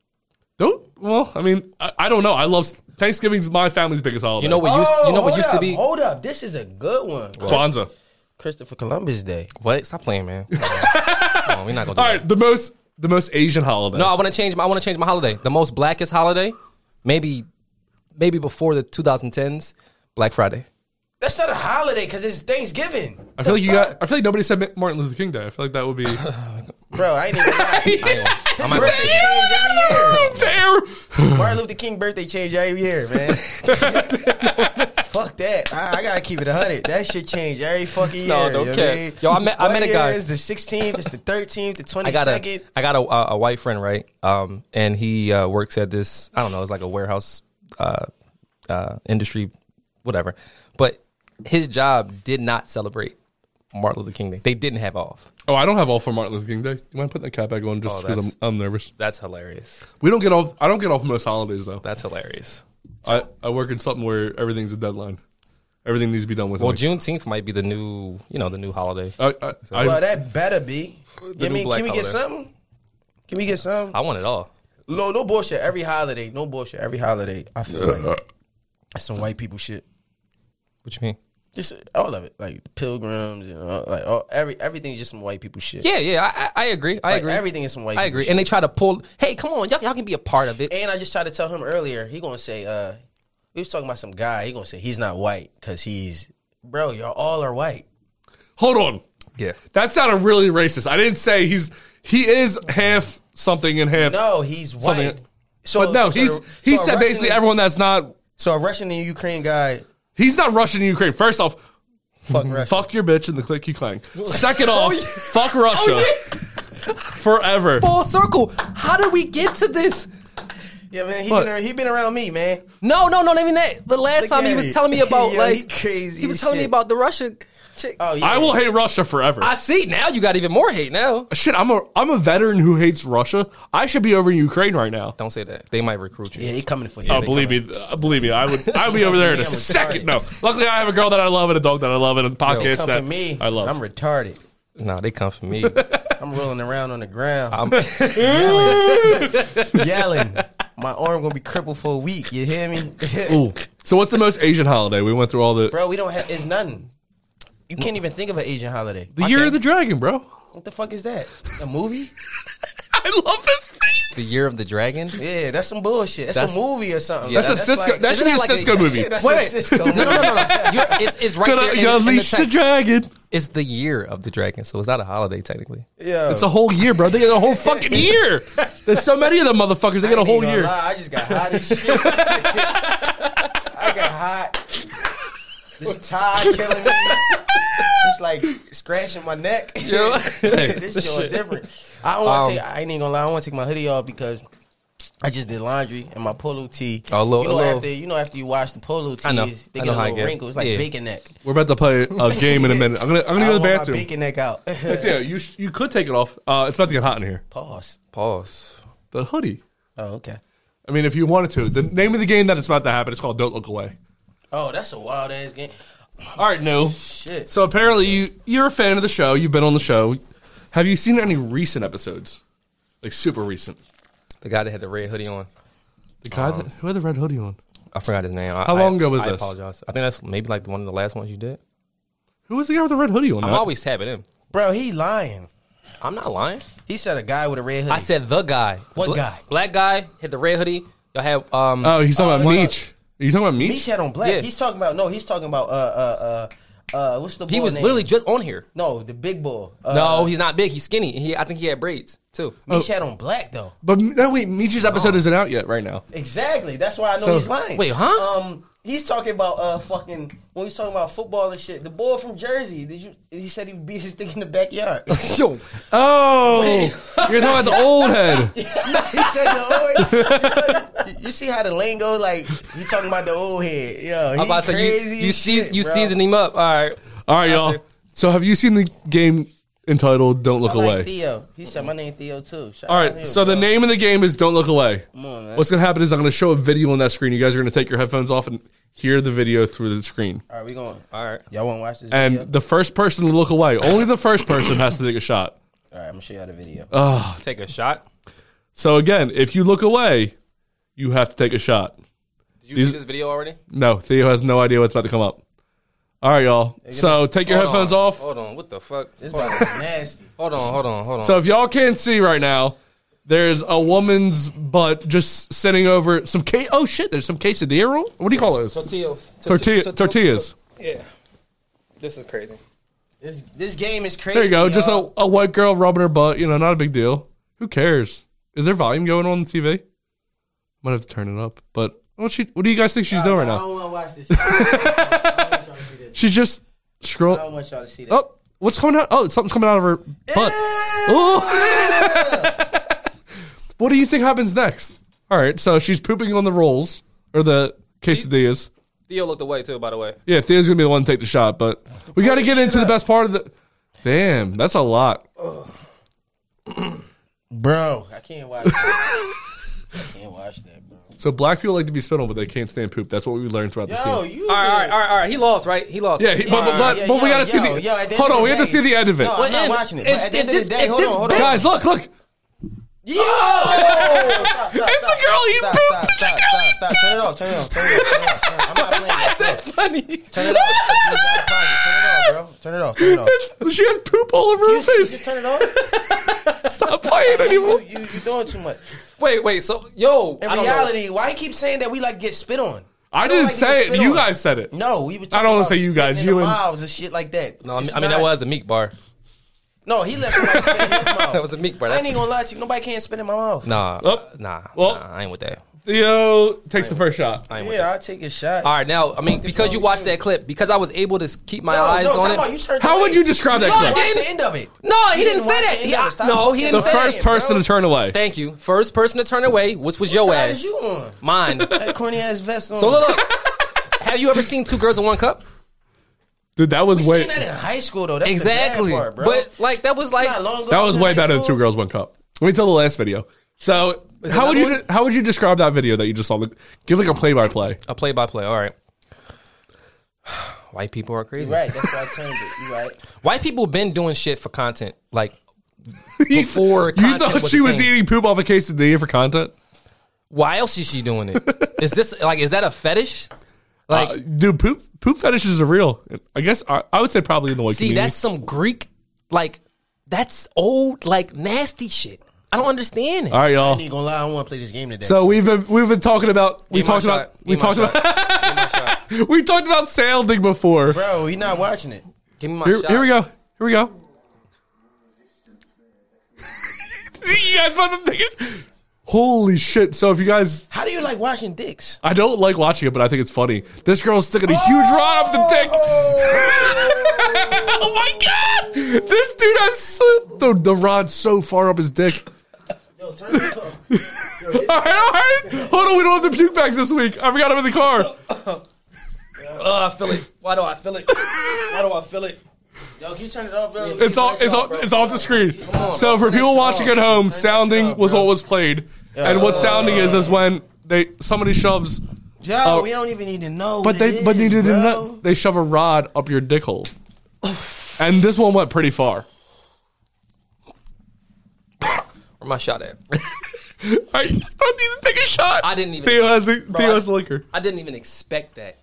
[SPEAKER 2] don't. Well, I mean, I, I don't know. I love Thanksgiving's my family's biggest holiday.
[SPEAKER 3] You know what used.
[SPEAKER 2] oh,
[SPEAKER 3] You know what
[SPEAKER 1] hold
[SPEAKER 3] used
[SPEAKER 1] up,
[SPEAKER 3] to be.
[SPEAKER 1] Hold up, this is a good one.
[SPEAKER 2] Kwanzaa.
[SPEAKER 1] Christopher Columbus Day.
[SPEAKER 3] What? Stop playing, man. Come on, we're not gonna. Do
[SPEAKER 2] All
[SPEAKER 3] that.
[SPEAKER 2] right, the most the most Asian holiday.
[SPEAKER 3] No, I want to change. My, I want to change my holiday. The most blackest holiday, maybe, maybe before the 2010s, Black Friday.
[SPEAKER 1] That's not a holiday because it's Thanksgiving,
[SPEAKER 2] I feel like you
[SPEAKER 3] uh,
[SPEAKER 2] got. I feel like nobody said Martin Luther King Day. I feel like that would be
[SPEAKER 1] bro. I ain't even. Lie.
[SPEAKER 3] I'm
[SPEAKER 1] Birthday
[SPEAKER 3] at,
[SPEAKER 1] change every year.
[SPEAKER 2] fair.
[SPEAKER 1] Martin Luther King birthday change every year, man. Fuck that. I, I gotta keep it a hundred. That shit change every fucking year.
[SPEAKER 3] No, don't
[SPEAKER 1] you know
[SPEAKER 3] care.
[SPEAKER 1] what I mean?
[SPEAKER 3] Yo, I met- I
[SPEAKER 1] One
[SPEAKER 3] met a
[SPEAKER 1] year
[SPEAKER 3] guy.
[SPEAKER 1] It's the 16th. It's the 13th. The 22nd.
[SPEAKER 3] I got a I got a, a, a white friend right, um, and he uh, works at this. I don't know. It's like a warehouse uh, uh, industry, whatever. But his job did not celebrate Martin Luther King Day. They didn't have off.
[SPEAKER 2] Oh, I don't have all for Martin Luther King Day. You mind putting that cap back on just
[SPEAKER 3] Oh,
[SPEAKER 2] because
[SPEAKER 3] that's-
[SPEAKER 2] I'm, I'm nervous?
[SPEAKER 3] That's hilarious.
[SPEAKER 2] We don't get off. I don't get off most holidays though.
[SPEAKER 3] That's hilarious.
[SPEAKER 2] I, I work in something where everything's a deadline. Everything needs to be done with.
[SPEAKER 3] Well,
[SPEAKER 2] like-
[SPEAKER 3] Juneteenth might be the new, you know, the new holiday.
[SPEAKER 2] I, I, I,
[SPEAKER 1] Well, that better be. I
[SPEAKER 3] new
[SPEAKER 1] mean,
[SPEAKER 3] black
[SPEAKER 1] can we get
[SPEAKER 3] holiday.
[SPEAKER 1] something? Can we get something?
[SPEAKER 3] I want it all.
[SPEAKER 1] No, no bullshit. Every holiday, no bullshit. Every holiday, I feel like that's some white people shit.
[SPEAKER 3] What you mean?
[SPEAKER 1] Just all of it, like pilgrims, you know, like all, every everything's just some white people shit.
[SPEAKER 3] Yeah, yeah, I, I I agree. I
[SPEAKER 1] Like,
[SPEAKER 3] agree.
[SPEAKER 1] everything is some white
[SPEAKER 3] I
[SPEAKER 1] people
[SPEAKER 3] agree.
[SPEAKER 1] shit.
[SPEAKER 3] And they try to pull. Hey, come on, y'all, y'all can be a part of it.
[SPEAKER 1] And I just tried to tell him earlier, he gonna say, uh, he was talking about some guy, he gonna say he's not white because he's bro, y'all all are white.
[SPEAKER 2] hold on.
[SPEAKER 3] Yeah.
[SPEAKER 2] That sounded really racist. I didn't say he's he is half something and half.
[SPEAKER 1] No, he's white.
[SPEAKER 2] Something-
[SPEAKER 1] so
[SPEAKER 2] but no,
[SPEAKER 1] so- so
[SPEAKER 2] he's
[SPEAKER 1] the-
[SPEAKER 2] he
[SPEAKER 1] so a
[SPEAKER 2] said
[SPEAKER 1] Russian
[SPEAKER 2] basically
[SPEAKER 1] and-
[SPEAKER 2] everyone that's not
[SPEAKER 1] So a Russian and Ukraine guy
[SPEAKER 2] he's not Russian and Ukraine. First off,
[SPEAKER 1] fuck Russia.
[SPEAKER 2] fuck your bitch and the click you clang.
[SPEAKER 1] Oh,
[SPEAKER 2] Second off, fuck Russia forever.
[SPEAKER 3] Full circle. How did we get to this?
[SPEAKER 1] Yeah, man, he
[SPEAKER 2] Look.
[SPEAKER 1] been, ar- he been around me, man.
[SPEAKER 3] No, no, no. I mean that. The last
[SPEAKER 1] Look
[SPEAKER 3] time he
[SPEAKER 1] at
[SPEAKER 3] was
[SPEAKER 1] it.
[SPEAKER 3] telling me about
[SPEAKER 1] Yo,
[SPEAKER 3] like
[SPEAKER 1] he crazy
[SPEAKER 3] He was
[SPEAKER 1] as
[SPEAKER 3] telling me
[SPEAKER 1] shit.
[SPEAKER 3] about the Russia chick.
[SPEAKER 1] Oh yeah,
[SPEAKER 2] I will hate Russia forever.
[SPEAKER 3] I see. Now you got even more hate. Now
[SPEAKER 2] Shit, I'm a I'm a veteran who hates Russia. I should be over in Ukraine right now.
[SPEAKER 3] don't say that. They might recruit you.
[SPEAKER 1] yeah, they coming for you.
[SPEAKER 2] Oh, believe me, uh, believe me, I would I'd be over there in a
[SPEAKER 1] I'm retarded.
[SPEAKER 2] second. No, luckily I have a girl that I love and a dog that I love and a podcast
[SPEAKER 1] Come
[SPEAKER 2] that
[SPEAKER 1] for me.
[SPEAKER 2] I love.
[SPEAKER 1] I'm retarded.
[SPEAKER 3] No, they come for me.
[SPEAKER 1] I'm rolling around on the ground.
[SPEAKER 3] I'm,
[SPEAKER 1] yelling. My arm gonna be crippled for a week. You hear me?
[SPEAKER 2] Ooh. So what's the most Asian holiday? We went through all the
[SPEAKER 1] Bro, we don't have. It's nothing. You can't even think of an Asian holiday.
[SPEAKER 2] the year of the dragon, bro.
[SPEAKER 1] What the fuck is that? A movie?
[SPEAKER 2] I love his face.
[SPEAKER 3] the year of the dragon.
[SPEAKER 1] Yeah, that's some bullshit. That's,
[SPEAKER 3] That's-
[SPEAKER 1] a movie or something.
[SPEAKER 3] Yeah,
[SPEAKER 2] That's, a Cisco.
[SPEAKER 1] like-
[SPEAKER 2] that should be a
[SPEAKER 3] isn't that like
[SPEAKER 2] Cisco
[SPEAKER 3] a-
[SPEAKER 2] movie.
[SPEAKER 1] that's
[SPEAKER 3] Wait,
[SPEAKER 1] a Cisco.
[SPEAKER 3] No, no,
[SPEAKER 1] movie.
[SPEAKER 3] no, no. no. You're, it's, it's right
[SPEAKER 2] Gonna
[SPEAKER 3] there. in- in the
[SPEAKER 2] unleash the
[SPEAKER 3] text.
[SPEAKER 2] dragon.
[SPEAKER 3] It's the year of the dragon, so it's not a holiday technically.
[SPEAKER 1] Yeah.
[SPEAKER 2] It's a whole year, bro. They get a whole fucking year. There's so many of them motherfuckers. They get a whole year.
[SPEAKER 1] I just got hot as shit. I got hot. This tie killing me. It's like scratching my neck. this shit different. I don't want
[SPEAKER 3] Um,
[SPEAKER 1] to take. I ain't even gonna lie. I want to take my hoodie off because. I just did laundry and my polo tee.
[SPEAKER 3] Oh, a little-
[SPEAKER 1] you
[SPEAKER 3] a
[SPEAKER 1] know,
[SPEAKER 3] little-
[SPEAKER 1] after you know after you wash the polo tees,
[SPEAKER 3] I know.
[SPEAKER 1] they
[SPEAKER 3] I
[SPEAKER 1] get
[SPEAKER 3] know
[SPEAKER 1] a
[SPEAKER 3] how I
[SPEAKER 1] little
[SPEAKER 3] get.
[SPEAKER 1] wrinkle. It's like
[SPEAKER 3] Yeah.
[SPEAKER 1] bacon neck.
[SPEAKER 2] We're about to play a game in a minute. I'm gonna I'm gonna go
[SPEAKER 1] I
[SPEAKER 2] to
[SPEAKER 1] want
[SPEAKER 2] the
[SPEAKER 1] my
[SPEAKER 2] bathroom.
[SPEAKER 1] bacon neck out.
[SPEAKER 2] Yeah, you sh- you could take it off. Uh, it's about to get hot in here.
[SPEAKER 1] Pause.
[SPEAKER 3] Pause.
[SPEAKER 2] The hoodie.
[SPEAKER 1] Oh, okay.
[SPEAKER 2] I mean, if you wanted to, the name of the game that it's about to happen is called "Don't Look Away."
[SPEAKER 1] Oh, that's a wild ass game.
[SPEAKER 2] All right, no.
[SPEAKER 1] Shit.
[SPEAKER 2] So apparently you you're a fan of the show. You've been on the show. Have you seen any recent episodes? Like super recent.
[SPEAKER 3] The guy that had the red hoodie on.
[SPEAKER 2] The guy
[SPEAKER 3] Uh-huh.
[SPEAKER 2] that who had the red hoodie on.
[SPEAKER 3] I forgot his name. I,
[SPEAKER 2] How
[SPEAKER 3] I-
[SPEAKER 2] long ago was
[SPEAKER 3] I
[SPEAKER 2] this?
[SPEAKER 3] apologize. I think that's maybe like one of the last ones you did.
[SPEAKER 2] Who was the guy with the red hoodie on?
[SPEAKER 3] I'm
[SPEAKER 2] Matt?
[SPEAKER 3] always tabbing him.
[SPEAKER 1] Bro, he lying.
[SPEAKER 3] I'm not lying.
[SPEAKER 1] He said a guy with a red hoodie.
[SPEAKER 3] I said the guy.
[SPEAKER 1] What
[SPEAKER 3] Bla-
[SPEAKER 1] guy?
[SPEAKER 3] Black guy had the red hoodie. Y'all have um
[SPEAKER 2] Oh, he's talking
[SPEAKER 1] Oh,
[SPEAKER 2] about
[SPEAKER 1] it's
[SPEAKER 2] Meech. Are you talking about Meech?
[SPEAKER 1] Meech had on black.
[SPEAKER 3] Yeah.
[SPEAKER 1] He's talking about no. He's talking about uh uh uh uh. What's the
[SPEAKER 3] he
[SPEAKER 1] bull
[SPEAKER 3] was
[SPEAKER 1] name?
[SPEAKER 3] literally just on here.
[SPEAKER 1] no the big bull. Uh,
[SPEAKER 3] No, he's not big. He's skinny. He, I think he had braids too.
[SPEAKER 1] Meech had on black though.
[SPEAKER 2] But no, wait, Meech's episode isn't out yet right now.
[SPEAKER 1] Exactly. That's why I know
[SPEAKER 2] So-
[SPEAKER 1] he's lying.
[SPEAKER 3] Wait, huh?
[SPEAKER 1] Um, he's talking about uh fucking when he's talking about football and shit. The boy from Jersey. Did you? He said he beat his dick in the backyard. he
[SPEAKER 3] Yo,
[SPEAKER 2] Oh, you're talking about the old head.
[SPEAKER 1] said the old. you see how the lingo like you talking about the old head? Yeah, he
[SPEAKER 3] I'm about to say
[SPEAKER 1] crazy.
[SPEAKER 3] you
[SPEAKER 1] as
[SPEAKER 3] you, seas-
[SPEAKER 1] shit,
[SPEAKER 3] you
[SPEAKER 1] bro.
[SPEAKER 3] season him up. All right.
[SPEAKER 2] All right, y'all.
[SPEAKER 3] sir.
[SPEAKER 2] So have you seen the game entitled "Don't Look
[SPEAKER 1] I like
[SPEAKER 2] Away"?
[SPEAKER 1] Theo. He said my name Theo too. Shout
[SPEAKER 2] All
[SPEAKER 1] out
[SPEAKER 2] right.
[SPEAKER 1] him,
[SPEAKER 2] So the
[SPEAKER 1] bro.
[SPEAKER 2] name of the game is "Don't Look Away."
[SPEAKER 1] on, man.
[SPEAKER 2] What's gonna happen is I'm gonna show a video on that screen. You guys are gonna take your headphones off and hear the video through the screen.
[SPEAKER 1] All right, we going.
[SPEAKER 3] All right.
[SPEAKER 1] Y'all want to watch this?
[SPEAKER 2] And
[SPEAKER 1] video?
[SPEAKER 2] the first person to look away, only the first person has to take a shot.
[SPEAKER 1] all right, I'm gonna show y'all the video.
[SPEAKER 2] Uh,
[SPEAKER 3] Take a shot.
[SPEAKER 2] So again, if you look away, you have to take a shot.
[SPEAKER 3] Did you
[SPEAKER 2] These-
[SPEAKER 3] see this video already?
[SPEAKER 2] No, Theo has no idea what's about to come up. All right, y'all. So take your
[SPEAKER 3] Hold
[SPEAKER 2] headphones
[SPEAKER 3] on.
[SPEAKER 2] off.
[SPEAKER 3] Hold on. What the fuck?
[SPEAKER 1] this about to be nasty.
[SPEAKER 3] Hold on. Hold on. Hold on.
[SPEAKER 2] So if y'all can't see right now, there's a woman's butt just sitting over some ca- oh shit, there's some quesadilla roll. What do you call those?
[SPEAKER 3] tortillas.
[SPEAKER 2] Tortilla- tortillas.
[SPEAKER 3] Yeah. This is crazy.
[SPEAKER 1] This this game is crazy.
[SPEAKER 2] There you go.
[SPEAKER 1] Y'all.
[SPEAKER 2] Just a, a white girl rubbing her butt. You know, not a big deal. Who cares? Is there volume going on the TV? Might have to turn it up. But what she? What do you guys think she's doing right
[SPEAKER 1] I
[SPEAKER 2] now?
[SPEAKER 1] don't want to watch this. Shit. I don't want y'all to see this.
[SPEAKER 2] She's just
[SPEAKER 1] I don't
[SPEAKER 2] scroll.
[SPEAKER 1] want y'all to see that.
[SPEAKER 2] Oh, what's coming out? Oh, something's coming out of her butt. Ooh. what do you think happens next? All right, so she's pooping on the rolls or the quesadillas.
[SPEAKER 3] Theo looked away too. By the way.
[SPEAKER 2] Yeah, Theo's gonna be the one to take the shot, but we got to get into the best part of the. Damn, that's a lot.
[SPEAKER 1] Bro, I can't watch that. I can't watch that, bro.
[SPEAKER 2] So black people like to be spit on, but they can't stand poop. That's what we learned throughout this
[SPEAKER 1] Yo,
[SPEAKER 2] game.
[SPEAKER 1] you.
[SPEAKER 3] All right. All right. All right. All right. He lost. Right. He lost.
[SPEAKER 2] Yeah, he, but, but, but, but we gotta see the. hold on, we have to see the end of it.
[SPEAKER 1] No, I'm not watching it. But
[SPEAKER 3] if-
[SPEAKER 1] at the
[SPEAKER 3] if
[SPEAKER 1] end of the
[SPEAKER 3] this-
[SPEAKER 1] day,
[SPEAKER 3] if
[SPEAKER 1] hold
[SPEAKER 3] this
[SPEAKER 1] on, hold on.
[SPEAKER 2] Guys, look, look.
[SPEAKER 1] Yo! Stop, stop,
[SPEAKER 2] It's
[SPEAKER 1] stop.
[SPEAKER 2] the girl eating
[SPEAKER 1] Stop,
[SPEAKER 2] poop.
[SPEAKER 1] Stop, stop, stop, stop. Turn it off, turn it off, turn it off. Turn it off. Turn it off. I'm not playing that. Turn it off.
[SPEAKER 3] That's funny.
[SPEAKER 1] Turn it off. Turn it off, bro. Turn it off, turn it off.
[SPEAKER 2] It's- she has poop all over her
[SPEAKER 1] You
[SPEAKER 2] face.
[SPEAKER 1] just turn it off?
[SPEAKER 2] Stop playing
[SPEAKER 1] You,
[SPEAKER 2] anymore.
[SPEAKER 1] you, you doing too much.
[SPEAKER 3] Wait. Wait. So yo.
[SPEAKER 1] In
[SPEAKER 3] I don't know.
[SPEAKER 1] reality, why you keep saying that we like get spit on?
[SPEAKER 2] I
[SPEAKER 1] don't
[SPEAKER 2] didn't
[SPEAKER 1] like to
[SPEAKER 2] say
[SPEAKER 1] spit
[SPEAKER 2] it. You
[SPEAKER 1] on.
[SPEAKER 2] guys said it.
[SPEAKER 1] No, we were talking
[SPEAKER 2] I don't wanna
[SPEAKER 1] about
[SPEAKER 2] say you guys,
[SPEAKER 1] spitting in
[SPEAKER 2] you
[SPEAKER 1] the
[SPEAKER 2] and-
[SPEAKER 1] mouths and shit like that.
[SPEAKER 3] No, I mean,
[SPEAKER 1] It's
[SPEAKER 3] I mean that
[SPEAKER 1] not-
[SPEAKER 3] was a meek bar.
[SPEAKER 1] No, he left somebody spit in his mouth.
[SPEAKER 3] That was a meek bar.
[SPEAKER 1] I ain't even gonna lie to you. Nobody can't spit in my mouth.
[SPEAKER 3] Nah.
[SPEAKER 2] Oh.
[SPEAKER 3] Nah.
[SPEAKER 2] Well.
[SPEAKER 3] nah, I ain't with that.
[SPEAKER 2] Theo takes the first shot.
[SPEAKER 3] I ain't with
[SPEAKER 1] Yeah, I'll take a shot.
[SPEAKER 3] All right, now I mean because you watched that clip, because I was able to s- keep my
[SPEAKER 1] No,
[SPEAKER 3] eyes
[SPEAKER 1] no,
[SPEAKER 3] on
[SPEAKER 1] time out.
[SPEAKER 3] it.
[SPEAKER 1] You turned
[SPEAKER 2] How
[SPEAKER 1] away.
[SPEAKER 2] would you describe that
[SPEAKER 1] You
[SPEAKER 2] clip?
[SPEAKER 1] watched
[SPEAKER 3] I
[SPEAKER 1] the
[SPEAKER 3] didn't-
[SPEAKER 1] end of it.
[SPEAKER 3] No, he,
[SPEAKER 1] You
[SPEAKER 3] didn't, say
[SPEAKER 1] watch
[SPEAKER 3] that.
[SPEAKER 1] the end
[SPEAKER 3] He-
[SPEAKER 1] of it.
[SPEAKER 3] I-
[SPEAKER 1] Stop
[SPEAKER 3] no, he
[SPEAKER 1] fucking
[SPEAKER 3] didn't
[SPEAKER 2] The
[SPEAKER 3] say
[SPEAKER 1] saying
[SPEAKER 2] first
[SPEAKER 1] it,
[SPEAKER 3] that.
[SPEAKER 1] bro.
[SPEAKER 2] person to turn away.
[SPEAKER 3] Thank you. First person to turn away, which was your
[SPEAKER 1] side
[SPEAKER 3] ass.
[SPEAKER 1] is you on?
[SPEAKER 3] Mine.
[SPEAKER 1] That corny ass vest on.
[SPEAKER 3] so look, look. Have you ever seen two girls in one cup?
[SPEAKER 2] Dude, that was
[SPEAKER 1] we
[SPEAKER 2] way
[SPEAKER 1] seen that in high school though. That's
[SPEAKER 3] Exactly.
[SPEAKER 1] The bad part, bro.
[SPEAKER 3] but like that was like
[SPEAKER 1] Not long ago,
[SPEAKER 2] that was
[SPEAKER 1] in
[SPEAKER 2] way
[SPEAKER 1] high
[SPEAKER 2] better than
[SPEAKER 1] school.
[SPEAKER 2] two girls one cup. Let me tell the last video. So how would you
[SPEAKER 3] another
[SPEAKER 2] de- how would you describe that video that you just saw? Give like a play by play.
[SPEAKER 3] a play by play. All right. White people are crazy.
[SPEAKER 1] You Right, that's why I turned it. You right?
[SPEAKER 3] White people been doing shit for content like before
[SPEAKER 2] You
[SPEAKER 3] content
[SPEAKER 2] thought
[SPEAKER 3] was
[SPEAKER 2] she
[SPEAKER 3] a
[SPEAKER 2] was
[SPEAKER 3] thing.
[SPEAKER 2] eating poop off a quesadilla for content?
[SPEAKER 3] Why else is she doing it? Is this like is that a fetish? Like
[SPEAKER 2] Uh, dude, poop poop fetishes are real. I guess I, I would say probably in the white
[SPEAKER 3] See,
[SPEAKER 2] community.
[SPEAKER 3] that's some Greek, like that's old, like nasty shit. I don't understand it.
[SPEAKER 2] All right,
[SPEAKER 1] I
[SPEAKER 2] y'all.
[SPEAKER 1] ain't gonna lie. I don't want to play this game today.
[SPEAKER 2] So we've been we've been talking about we
[SPEAKER 3] Give my
[SPEAKER 2] talked about
[SPEAKER 3] shot.
[SPEAKER 2] we
[SPEAKER 3] Give my
[SPEAKER 2] talked about
[SPEAKER 3] shot. Give my shot.
[SPEAKER 2] we talked about sounding before.
[SPEAKER 1] bro, we not watching it.
[SPEAKER 3] Give me my
[SPEAKER 2] Here,
[SPEAKER 3] shot.
[SPEAKER 2] here we go. Here we go. you guys want to think it? Holy shit! So if you guys,
[SPEAKER 1] How do you like watching dicks?
[SPEAKER 2] I don't like watching it, but I think it's funny. This girl's sticking a huge rod up the dick. oh my god! This dude has so, the, the rod so far up his dick.
[SPEAKER 1] Yo, turn this off.
[SPEAKER 2] All right, all right. Hold on, we don't have the puke bags this week. I forgot I'm in the car.
[SPEAKER 3] Oh, I feel it. Why do I feel it? Why do I feel it?
[SPEAKER 1] Yo, can you turn it off, bro?
[SPEAKER 2] It's all, it's all, it's off the screen.
[SPEAKER 1] on,
[SPEAKER 2] So for people watching at home, sounding
[SPEAKER 1] up,
[SPEAKER 2] was
[SPEAKER 1] bro.
[SPEAKER 2] what was played, and what sounding is is when they somebody shoves,
[SPEAKER 1] Yo,
[SPEAKER 2] Oh.
[SPEAKER 1] we don't even need to know.
[SPEAKER 2] but
[SPEAKER 1] what
[SPEAKER 2] they
[SPEAKER 1] it
[SPEAKER 2] but they
[SPEAKER 1] is,
[SPEAKER 2] didn't
[SPEAKER 1] bro.
[SPEAKER 2] know- they shove a rod up your dick hole, and this one went pretty far.
[SPEAKER 3] Where my shot at?
[SPEAKER 2] I don't need to take a shot.
[SPEAKER 3] I didn't even-
[SPEAKER 2] Theo has the,
[SPEAKER 3] Bro,
[SPEAKER 2] Theo
[SPEAKER 3] I-
[SPEAKER 2] has the liquor
[SPEAKER 3] I didn't even expect that.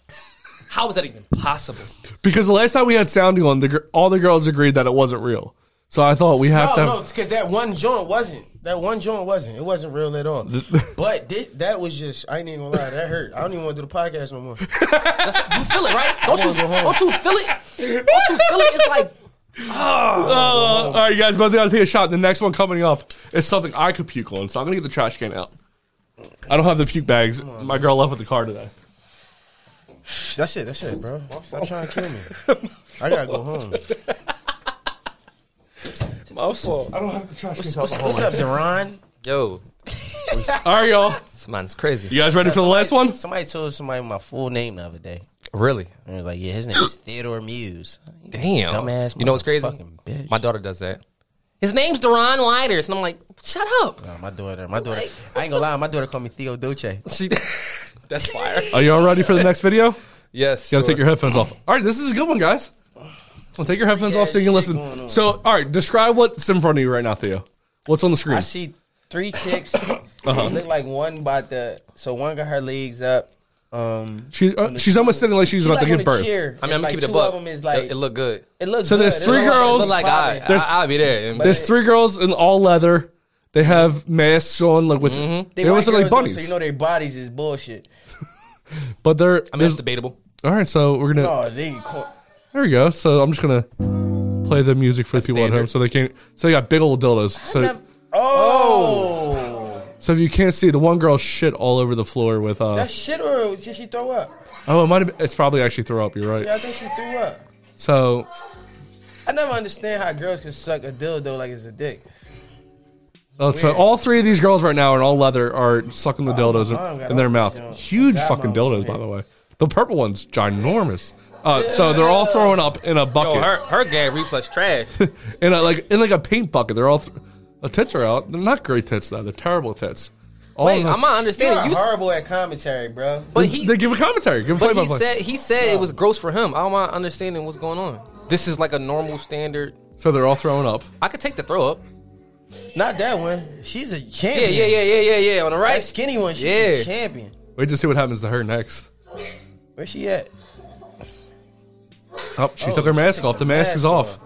[SPEAKER 3] How is that even possible?
[SPEAKER 2] because the last time we had sounding on, the gir- all the girls agreed that it wasn't real. So I thought we have
[SPEAKER 1] No,
[SPEAKER 2] to.
[SPEAKER 1] no, because that one joint wasn't. That one joint wasn't. It wasn't real at all. but thi- that was just. I ain't even gonna lie. That hurt. I don't even want to do the podcast no more.
[SPEAKER 3] You feel it, right? Don't you?
[SPEAKER 1] wanna go home.
[SPEAKER 3] Don't you feel it? Don't you feel it? It's like
[SPEAKER 2] Oh, all right, you guys, about to take a shot. The next one coming up is something I could puke on, so I'm gonna get the trash can out. I don't have the puke bags. My girl left with the car today.
[SPEAKER 1] That's it. That's it, bro. Stop trying to kill me. I gotta go home.
[SPEAKER 3] my fault.
[SPEAKER 2] I don't have the trash can.
[SPEAKER 1] What's, what's up, Deron?
[SPEAKER 3] Yo,
[SPEAKER 2] All right, y'all.
[SPEAKER 3] this man's crazy.
[SPEAKER 2] You guys ready for the last one?
[SPEAKER 1] Somebody told somebody my full name the other day.
[SPEAKER 3] Really?
[SPEAKER 1] And it was like, yeah, his name is Theodore Muse.
[SPEAKER 3] Damn.
[SPEAKER 1] Dumbass
[SPEAKER 3] You know what's crazy?
[SPEAKER 1] motherfucking bitch.
[SPEAKER 3] My daughter does that. His name's Deron Widers, and I'm like, shut up.
[SPEAKER 1] Nah, my daughter, my daughter. I ain't gonna lie, my daughter called me Theo Duce.
[SPEAKER 3] She, that's fire.
[SPEAKER 2] Are y'all ready for the next video?
[SPEAKER 3] Yes.
[SPEAKER 2] You gotta take your headphones off. All right, this is a good one, guys. Well, take your headphones off so you can
[SPEAKER 1] Freaky ass shit going
[SPEAKER 2] listen.
[SPEAKER 1] on.
[SPEAKER 2] So, all right, describe what's in front of you right now, Theo. What's on the
[SPEAKER 1] I
[SPEAKER 2] screen?
[SPEAKER 1] see three chicks. They look like one about the so one got her legs up. Um,
[SPEAKER 2] She, uh, she's almost sitting like she's
[SPEAKER 1] she
[SPEAKER 2] about
[SPEAKER 1] like
[SPEAKER 2] to
[SPEAKER 1] on
[SPEAKER 2] give
[SPEAKER 1] the
[SPEAKER 2] birth.
[SPEAKER 1] chair,
[SPEAKER 3] I mean, I'm
[SPEAKER 1] and,
[SPEAKER 3] gonna
[SPEAKER 1] like,
[SPEAKER 3] keep it a
[SPEAKER 1] two
[SPEAKER 3] buck.
[SPEAKER 1] of them is like
[SPEAKER 3] it, it look good.
[SPEAKER 1] it looks.
[SPEAKER 2] So
[SPEAKER 1] good.
[SPEAKER 2] there's
[SPEAKER 1] It
[SPEAKER 2] three
[SPEAKER 1] look like- it
[SPEAKER 2] girls.
[SPEAKER 1] look
[SPEAKER 3] Like I,
[SPEAKER 1] bobbing.
[SPEAKER 3] I, I'll be there.
[SPEAKER 2] There's three girls in all leather. They have masks on, like with they,
[SPEAKER 1] Mm-hmm. white
[SPEAKER 2] almost look like
[SPEAKER 1] girls, though,
[SPEAKER 2] bunnies.
[SPEAKER 1] So you know their bodies is bullshit.
[SPEAKER 2] but they're
[SPEAKER 3] I mean,
[SPEAKER 2] there's-
[SPEAKER 3] it's debatable.
[SPEAKER 2] all right. So we're gonna
[SPEAKER 1] No, Oh, they. co-
[SPEAKER 2] there we go. So I'm just gonna play the music for the people at home
[SPEAKER 3] standard.
[SPEAKER 2] so they can't. So they got big old dildos. So
[SPEAKER 1] Oh,
[SPEAKER 2] so if you can't see, the one girl shit all over the floor with uh
[SPEAKER 1] that shit or did she throw up?
[SPEAKER 2] oh it might have been, it's probably actually throw up. You're right.
[SPEAKER 1] Yeah, I think she threw up.
[SPEAKER 2] So
[SPEAKER 1] I never understand how girls can suck a dildo like it's a dick.
[SPEAKER 2] Oh, so
[SPEAKER 1] Weird.
[SPEAKER 2] all three of these girls right now in all leather are sucking the dildos
[SPEAKER 1] my mom
[SPEAKER 2] in,
[SPEAKER 1] got
[SPEAKER 2] in their
[SPEAKER 1] all
[SPEAKER 2] mouth.
[SPEAKER 1] these dildos.
[SPEAKER 2] Huge
[SPEAKER 1] God,
[SPEAKER 2] fucking
[SPEAKER 1] my mom's
[SPEAKER 2] dildos, by
[SPEAKER 1] big.
[SPEAKER 2] the way. The purple one's ginormous. Uh, so they're all throwing up in a bucket,
[SPEAKER 3] Yo, her her gag reflex trash.
[SPEAKER 2] in a like in like a paint bucket. They're all th- the tits are out. They're not great tits though. They're terrible tits. All
[SPEAKER 3] Wait,
[SPEAKER 2] in a-
[SPEAKER 3] I'm not
[SPEAKER 1] You're
[SPEAKER 3] understanding.
[SPEAKER 1] you
[SPEAKER 3] You, s-
[SPEAKER 1] horrible at commentary, bro.
[SPEAKER 3] but he
[SPEAKER 2] they give a commentary. Give a play
[SPEAKER 3] but
[SPEAKER 2] by
[SPEAKER 3] he
[SPEAKER 2] play.
[SPEAKER 3] said he said it was gross for him. I'm not understanding what's going on. This is like a normal standard.
[SPEAKER 2] So they're all throwing up.
[SPEAKER 3] I could take the throw up.
[SPEAKER 1] Not that one. She's a
[SPEAKER 3] Yeah,
[SPEAKER 1] champion.
[SPEAKER 3] yeah, yeah, yeah, yeah, yeah. On the
[SPEAKER 1] That
[SPEAKER 3] right.
[SPEAKER 1] skinny one. She's
[SPEAKER 3] Yeah.
[SPEAKER 1] a champion.
[SPEAKER 2] Wait to see what happens to her next.
[SPEAKER 1] Where she at?
[SPEAKER 2] Oh, she took her mask off. The mask is off.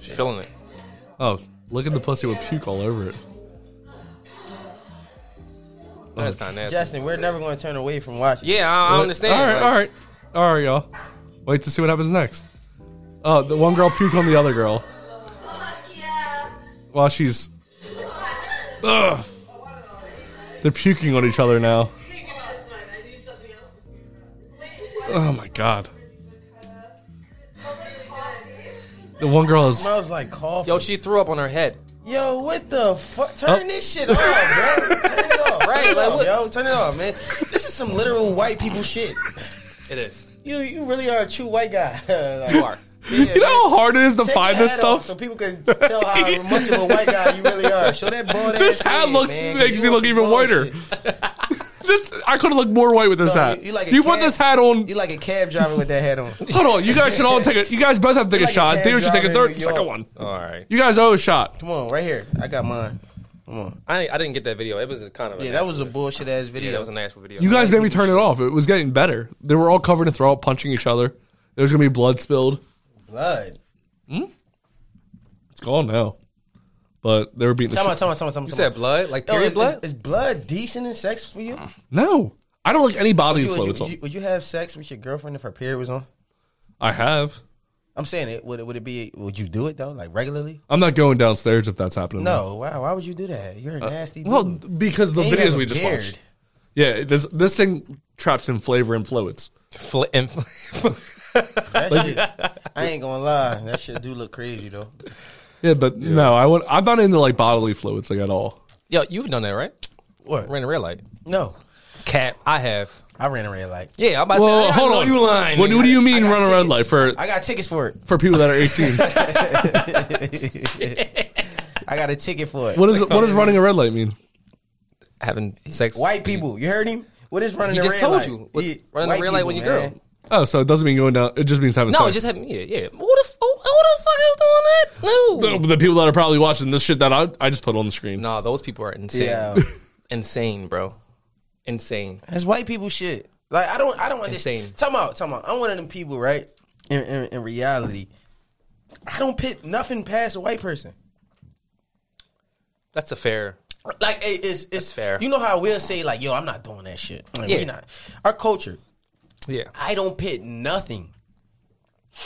[SPEAKER 3] She's feeling it.
[SPEAKER 2] Oh, look at the pussy with puke all over it.
[SPEAKER 3] That's kind of nasty.
[SPEAKER 1] Justin, we're never going to turn away from watching.
[SPEAKER 3] yeah, I, I understand.
[SPEAKER 2] All right,
[SPEAKER 3] Like,
[SPEAKER 2] all right, all right, y'all. Wait to see what happens next. Oh, the one girl puked on the other girl while she's. Ugh. They're puking on each other now. Oh my god. The one girl is.
[SPEAKER 1] Smells like coffee.
[SPEAKER 3] Yo,
[SPEAKER 1] Yo,
[SPEAKER 3] she threw up on her head.
[SPEAKER 1] what the fuck? Turn this shit off, bro. Turn it off.
[SPEAKER 3] Right,
[SPEAKER 1] Turn it
[SPEAKER 3] like
[SPEAKER 1] off,
[SPEAKER 3] what-
[SPEAKER 1] yo. Turn it off, man. This is some literal white people shit.
[SPEAKER 3] It is.
[SPEAKER 1] You you really are a true white guy. Like,
[SPEAKER 3] You are.
[SPEAKER 1] yeah,
[SPEAKER 2] You know how hard it is to
[SPEAKER 1] take
[SPEAKER 2] find
[SPEAKER 1] your
[SPEAKER 2] this
[SPEAKER 1] hat off
[SPEAKER 2] stuff.
[SPEAKER 1] so people can tell how much of a white guy you really are. Show that bald
[SPEAKER 2] This
[SPEAKER 1] ass
[SPEAKER 2] hat
[SPEAKER 1] head,
[SPEAKER 2] looks
[SPEAKER 1] man, 'cause
[SPEAKER 2] makes you
[SPEAKER 1] on
[SPEAKER 2] look
[SPEAKER 1] some
[SPEAKER 2] even whiter.
[SPEAKER 1] bullshit.
[SPEAKER 2] This I could have looked more white with this
[SPEAKER 1] No,
[SPEAKER 2] hat.
[SPEAKER 1] you-
[SPEAKER 2] You,
[SPEAKER 1] you like a
[SPEAKER 2] want
[SPEAKER 1] cat?
[SPEAKER 2] this hat on?
[SPEAKER 1] You like a cab driver with that hat on.
[SPEAKER 2] Hold on, you guys should all take a. You guys both have to take a
[SPEAKER 1] like a
[SPEAKER 2] shot.
[SPEAKER 1] cab
[SPEAKER 2] David should take a
[SPEAKER 1] driver in
[SPEAKER 2] third,
[SPEAKER 1] New
[SPEAKER 2] second
[SPEAKER 1] York.
[SPEAKER 2] one.
[SPEAKER 3] All right.
[SPEAKER 2] You guys owe a shot.
[SPEAKER 1] Come on, right here. I got mine. Come on.
[SPEAKER 3] I, I didn't get that video. It was a kind of a
[SPEAKER 1] Yeah, that was a bullshit ass video.
[SPEAKER 3] yeah, that was an actual video.
[SPEAKER 2] You guys made me turn it off. It was getting better. They were all covered in throat, punching each other. There was gonna be blood spilled.
[SPEAKER 1] blood.
[SPEAKER 2] It's gone now, but they were beating. The
[SPEAKER 1] Tell me,
[SPEAKER 2] shit.
[SPEAKER 1] tell me, tell me, tell me.
[SPEAKER 3] You said blood, like
[SPEAKER 1] Yo,
[SPEAKER 3] period
[SPEAKER 1] is,
[SPEAKER 3] blood.
[SPEAKER 1] blood? Is, is blood decent in sex for you?
[SPEAKER 2] No, I don't like any body
[SPEAKER 1] Would you, would,
[SPEAKER 2] fluids
[SPEAKER 1] you, would
[SPEAKER 2] on.
[SPEAKER 1] you- would you have sex with your girlfriend if her period was on?
[SPEAKER 2] I have.
[SPEAKER 1] I'm saying it. Would it would it be? Would you do it though, like regularly?
[SPEAKER 2] I'm not going downstairs if that's
[SPEAKER 3] Mm-hmm.
[SPEAKER 2] happening.
[SPEAKER 1] No. Why? Why would you do that? You're a
[SPEAKER 3] Uh,
[SPEAKER 1] nasty.
[SPEAKER 2] Well,
[SPEAKER 1] dude.
[SPEAKER 2] because the
[SPEAKER 1] And you have
[SPEAKER 2] videos
[SPEAKER 1] a
[SPEAKER 2] we just
[SPEAKER 1] beard.
[SPEAKER 2] watched. Yeah, this this thing traps in flavor and fluids.
[SPEAKER 3] Fl- and
[SPEAKER 1] That shit, I ain't gonna lie. That shit do look crazy though.
[SPEAKER 2] Yeah, but no, I would, I'm not into like bodily fluids like at all.
[SPEAKER 3] Yo, you've done that right?
[SPEAKER 1] What?
[SPEAKER 3] Ran a red light.
[SPEAKER 1] No,
[SPEAKER 3] Cap, I have.
[SPEAKER 1] I ran a red light.
[SPEAKER 3] Yeah, I'm about to
[SPEAKER 2] Well,
[SPEAKER 3] say. I
[SPEAKER 2] hold
[SPEAKER 3] know
[SPEAKER 2] on.
[SPEAKER 3] You lying?
[SPEAKER 2] What, what do you mean
[SPEAKER 1] I got
[SPEAKER 2] run a red
[SPEAKER 1] tickets.
[SPEAKER 2] light for
[SPEAKER 1] I got tickets for it.
[SPEAKER 2] for people that are 18?
[SPEAKER 1] I got a ticket for it.
[SPEAKER 2] what is what does running a red light mean?
[SPEAKER 3] having sex?
[SPEAKER 1] White people, you heard him. What is running
[SPEAKER 3] He
[SPEAKER 1] a
[SPEAKER 3] just
[SPEAKER 1] red
[SPEAKER 3] told
[SPEAKER 1] light?
[SPEAKER 3] you. What-
[SPEAKER 1] Yeah,
[SPEAKER 3] running a
[SPEAKER 1] white
[SPEAKER 3] red light when
[SPEAKER 1] people,
[SPEAKER 3] you're a
[SPEAKER 1] man.
[SPEAKER 3] girl.
[SPEAKER 2] Oh, so it doesn't mean going down. It just means having
[SPEAKER 3] No,
[SPEAKER 2] sex.
[SPEAKER 3] it just happened. Yeah, yeah. Who the f- who, who the fuck is doing that? No.
[SPEAKER 2] the, the people that are probably watching this shit that I, I just put on the screen.
[SPEAKER 3] Nah, those people are insane.
[SPEAKER 1] Yeah,
[SPEAKER 3] Insane, bro. Insane.
[SPEAKER 1] that's white people shit. Like I don't, I don't
[SPEAKER 3] Insane.
[SPEAKER 1] understand. Time out, time out. I'm one of them people, right? In, in, in reality, I don't pit nothing past a white person.
[SPEAKER 3] That's a fair.
[SPEAKER 1] Like it- it's it's
[SPEAKER 3] fair.
[SPEAKER 1] You know how we'll say like, "Yo, I'm not doing that shit." Like,
[SPEAKER 3] Yeah.
[SPEAKER 1] we not. Our culture,
[SPEAKER 3] Yeah,
[SPEAKER 1] I don't pit nothing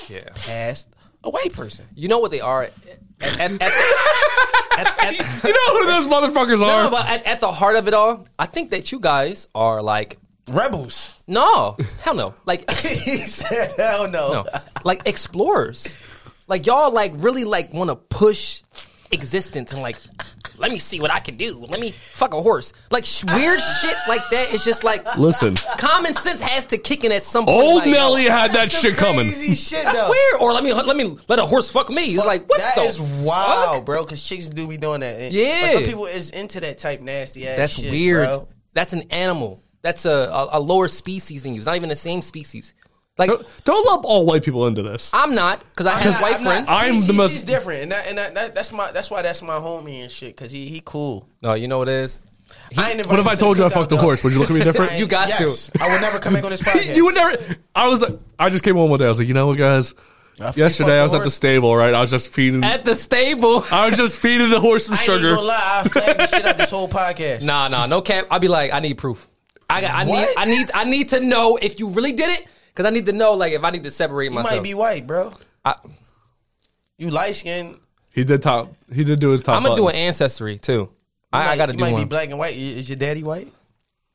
[SPEAKER 3] yeah.
[SPEAKER 1] past a white person.
[SPEAKER 3] You know what they are. At, at, at, at- at-
[SPEAKER 2] You know who those motherfuckers are?
[SPEAKER 3] no, but at, at the heart of it all, I think that you guys are like,
[SPEAKER 1] Rebels.
[SPEAKER 3] no, hell no, like,
[SPEAKER 1] he said, "Hell no."
[SPEAKER 3] no, like explorers. Like y'all like really like want to push existence and like, let me see what I can do. Let me fuck a horse. Like sh- weird shit like that is just like
[SPEAKER 2] Listen,
[SPEAKER 3] common sense has to kick in at some point.
[SPEAKER 2] old
[SPEAKER 3] like,
[SPEAKER 2] Nelly had that
[SPEAKER 1] Some
[SPEAKER 2] shit coming.
[SPEAKER 1] Crazy shit.
[SPEAKER 3] That's
[SPEAKER 1] though.
[SPEAKER 3] weird. Or let me let me let a horse fuck me. He's like, what
[SPEAKER 1] That
[SPEAKER 3] the
[SPEAKER 1] is wild,
[SPEAKER 3] fuck?
[SPEAKER 1] bro. Because chicks do be doing that. And-
[SPEAKER 3] Yeah.
[SPEAKER 1] but some people is into that type nasty ass.
[SPEAKER 3] That's
[SPEAKER 1] shit,
[SPEAKER 3] weird.
[SPEAKER 1] bro.
[SPEAKER 3] That's an animal. That's a, a, a lower species than you. It's not even the same species. Like
[SPEAKER 2] Don't, don't lump all white people into this.
[SPEAKER 3] I'm not because I have
[SPEAKER 1] Nah,
[SPEAKER 3] white
[SPEAKER 1] I'm not-
[SPEAKER 3] friends.
[SPEAKER 2] I- I'm
[SPEAKER 1] he's-
[SPEAKER 2] the
[SPEAKER 1] he's-
[SPEAKER 2] most-
[SPEAKER 1] He's different, and, that, and that, that, that's my that's why that's my homie and shit. Because he he cool.
[SPEAKER 3] no, you know what it is.
[SPEAKER 1] I ain't
[SPEAKER 2] What if I told you I fucked a horse? Would you look at me different?
[SPEAKER 3] You got
[SPEAKER 1] to. I would never come back on this podcast.
[SPEAKER 2] You would never. I was. like- I just came home one day. I was like, you know what, guys.
[SPEAKER 1] fucked
[SPEAKER 2] Yesterday
[SPEAKER 1] the
[SPEAKER 2] I was at the
[SPEAKER 1] horse.
[SPEAKER 2] stable, right? I was just feeding.
[SPEAKER 3] At the stable.
[SPEAKER 2] I was just feeding the horse some
[SPEAKER 1] I ain't even
[SPEAKER 2] sugar.
[SPEAKER 1] gonna lie. I flagged the shit out this whole podcast.
[SPEAKER 3] Nah, nah, no cap. I'll be like, I need proof. I got. I need.
[SPEAKER 1] What?
[SPEAKER 3] I need. I need to know if you really did it because I need to know like if I need to separate
[SPEAKER 1] you
[SPEAKER 3] myself.
[SPEAKER 1] might be white, bro.
[SPEAKER 3] I,
[SPEAKER 1] You light skinned
[SPEAKER 2] He did top. He did do his top.
[SPEAKER 3] I'm gonna do an
[SPEAKER 2] button.
[SPEAKER 3] ancestry too. I, I gotta
[SPEAKER 1] you
[SPEAKER 3] do
[SPEAKER 1] might
[SPEAKER 3] one.
[SPEAKER 1] be black and white. I- Is your daddy white?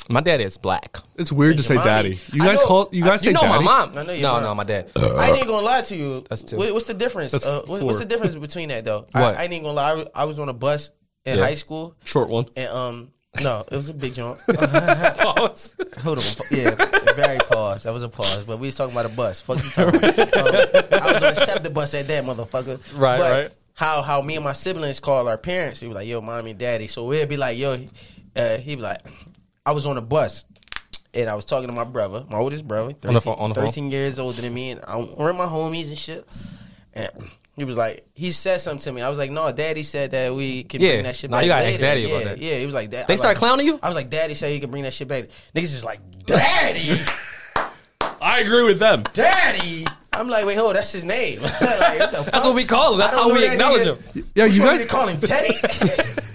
[SPEAKER 3] My dad is black.
[SPEAKER 2] It's weird to say
[SPEAKER 1] mommy.
[SPEAKER 2] daddy. You
[SPEAKER 3] I
[SPEAKER 2] guys
[SPEAKER 3] know-
[SPEAKER 2] call. You guys
[SPEAKER 3] You
[SPEAKER 2] say
[SPEAKER 3] know
[SPEAKER 2] daddy.
[SPEAKER 3] my mom.
[SPEAKER 1] I know your
[SPEAKER 3] no,
[SPEAKER 1] mom.
[SPEAKER 3] no, my dad.
[SPEAKER 1] I ain't gonna lie to you.
[SPEAKER 3] That's two.
[SPEAKER 1] What- what's the difference?
[SPEAKER 2] That's
[SPEAKER 1] Uh, what- what's
[SPEAKER 2] four.
[SPEAKER 1] the difference between that though?
[SPEAKER 3] What?
[SPEAKER 1] I, I ain't gonna lie. I was- I was on a bus in
[SPEAKER 3] Yeah.
[SPEAKER 1] high school,
[SPEAKER 2] Short one.
[SPEAKER 1] and um, no, it was a big jump. Oh,
[SPEAKER 3] Pause.
[SPEAKER 1] Hold on. pa- Yeah, very pause. That was a pause. But we was talking about a bus. Fuck you talking about. Um, I was on a SEPTA bus at that motherfucker.
[SPEAKER 3] Right,
[SPEAKER 1] but
[SPEAKER 3] right.
[SPEAKER 1] How how me and my siblings call our parents. He was like, yo, mommy and daddy. So we'd be like, yo, uh, he'd be like, I was on a bus. And I was talking to my brother, my oldest brother, 13,
[SPEAKER 3] On the phone- on the phone.
[SPEAKER 1] 13 years older than me. And I, we're my homies and shit. And he was like, he said something to me. I was like, no, daddy said that we can
[SPEAKER 3] Yeah.
[SPEAKER 1] bring that shit
[SPEAKER 3] Nah,
[SPEAKER 1] back.
[SPEAKER 3] you gotta ask
[SPEAKER 1] later.
[SPEAKER 3] daddy
[SPEAKER 1] yeah,
[SPEAKER 3] about that.
[SPEAKER 1] Yeah, he was like that.
[SPEAKER 3] They
[SPEAKER 1] I was
[SPEAKER 3] start
[SPEAKER 1] like-
[SPEAKER 3] clowning you?
[SPEAKER 1] I was like, Daddy said you could bring that shit back. Niggas just like, Daddy,
[SPEAKER 2] I agree with them.
[SPEAKER 1] Daddy. I'm like, wait, hold, that's his name.
[SPEAKER 3] That's what we call him. That's how we acknowledge him.
[SPEAKER 2] Yeah,
[SPEAKER 1] you
[SPEAKER 2] you
[SPEAKER 1] guys
[SPEAKER 2] guys.
[SPEAKER 1] call him Teddy.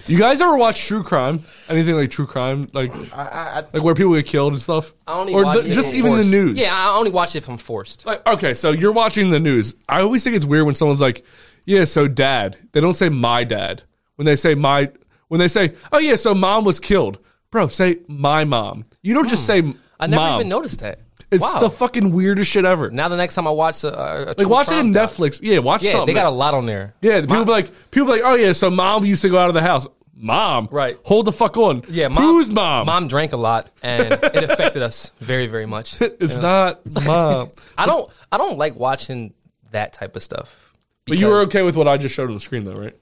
[SPEAKER 2] You guys ever watch true crime? Anything like true crime, like
[SPEAKER 1] I, I, I,
[SPEAKER 2] like where people get killed and stuff,
[SPEAKER 3] I only
[SPEAKER 2] or
[SPEAKER 3] watch
[SPEAKER 2] the-
[SPEAKER 3] it
[SPEAKER 2] just
[SPEAKER 3] if
[SPEAKER 2] even
[SPEAKER 3] forced.
[SPEAKER 2] the news.
[SPEAKER 3] Yeah, I only watch it if I'm forced.
[SPEAKER 2] Like, okay, so you're watching the news. I always think it's weird when someone's like, "Yeah, so dad." They don't say my dad when they say my when they say, "Oh yeah, so mom was killed." Bro, say my mom. You don't just say
[SPEAKER 3] Hmm. I never
[SPEAKER 2] mom.
[SPEAKER 3] even noticed that.
[SPEAKER 2] It's
[SPEAKER 3] wow.
[SPEAKER 2] the fucking weirdest shit ever.
[SPEAKER 3] now the next time I watch a, a, a
[SPEAKER 2] like
[SPEAKER 3] true
[SPEAKER 2] watch it
[SPEAKER 3] crime
[SPEAKER 2] on
[SPEAKER 3] doc-
[SPEAKER 2] Netflix. Yeah, watch
[SPEAKER 3] Yeah,
[SPEAKER 2] something.
[SPEAKER 3] they got a lot on there.
[SPEAKER 2] yeah, people be like people be like, "Oh yeah, so mom used to go out of the house." Mom,
[SPEAKER 3] Right.
[SPEAKER 2] Hold the fuck on.
[SPEAKER 3] Yeah, mom,
[SPEAKER 2] who's mom?
[SPEAKER 3] Mom drank a lot, and it affected us very, very much.
[SPEAKER 2] It's not mom.
[SPEAKER 3] I don't, I don't like watching that type of stuff.
[SPEAKER 2] but you were
[SPEAKER 3] because-
[SPEAKER 2] okay with what I just showed on the screen, though, right?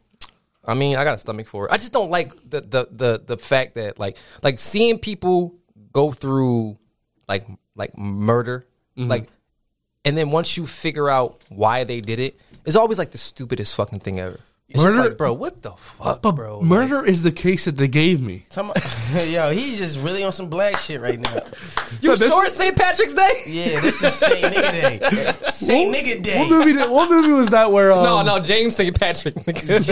[SPEAKER 3] I mean, I got a stomach for it. I just don't like the the the the fact that like like seeing people go through like like murder,
[SPEAKER 1] Mm-hmm.
[SPEAKER 3] like, and then once you figure out why they did it, it's always like the stupidest fucking thing ever. It's just
[SPEAKER 2] Murder-
[SPEAKER 3] like, bro, what the fuck, bro?
[SPEAKER 2] Murder is the case that they gave me.
[SPEAKER 1] tell my- yo, he's just really on some black shit right now.
[SPEAKER 3] You
[SPEAKER 2] No, this-
[SPEAKER 3] sure it's St. Patrick's Day?
[SPEAKER 1] Yeah, this is Saint Nigga Day. Saint Nigga
[SPEAKER 2] What
[SPEAKER 1] Day.
[SPEAKER 2] movie? Did, what movie was that? Where um,
[SPEAKER 3] No, no, James St. Patrick. nigga.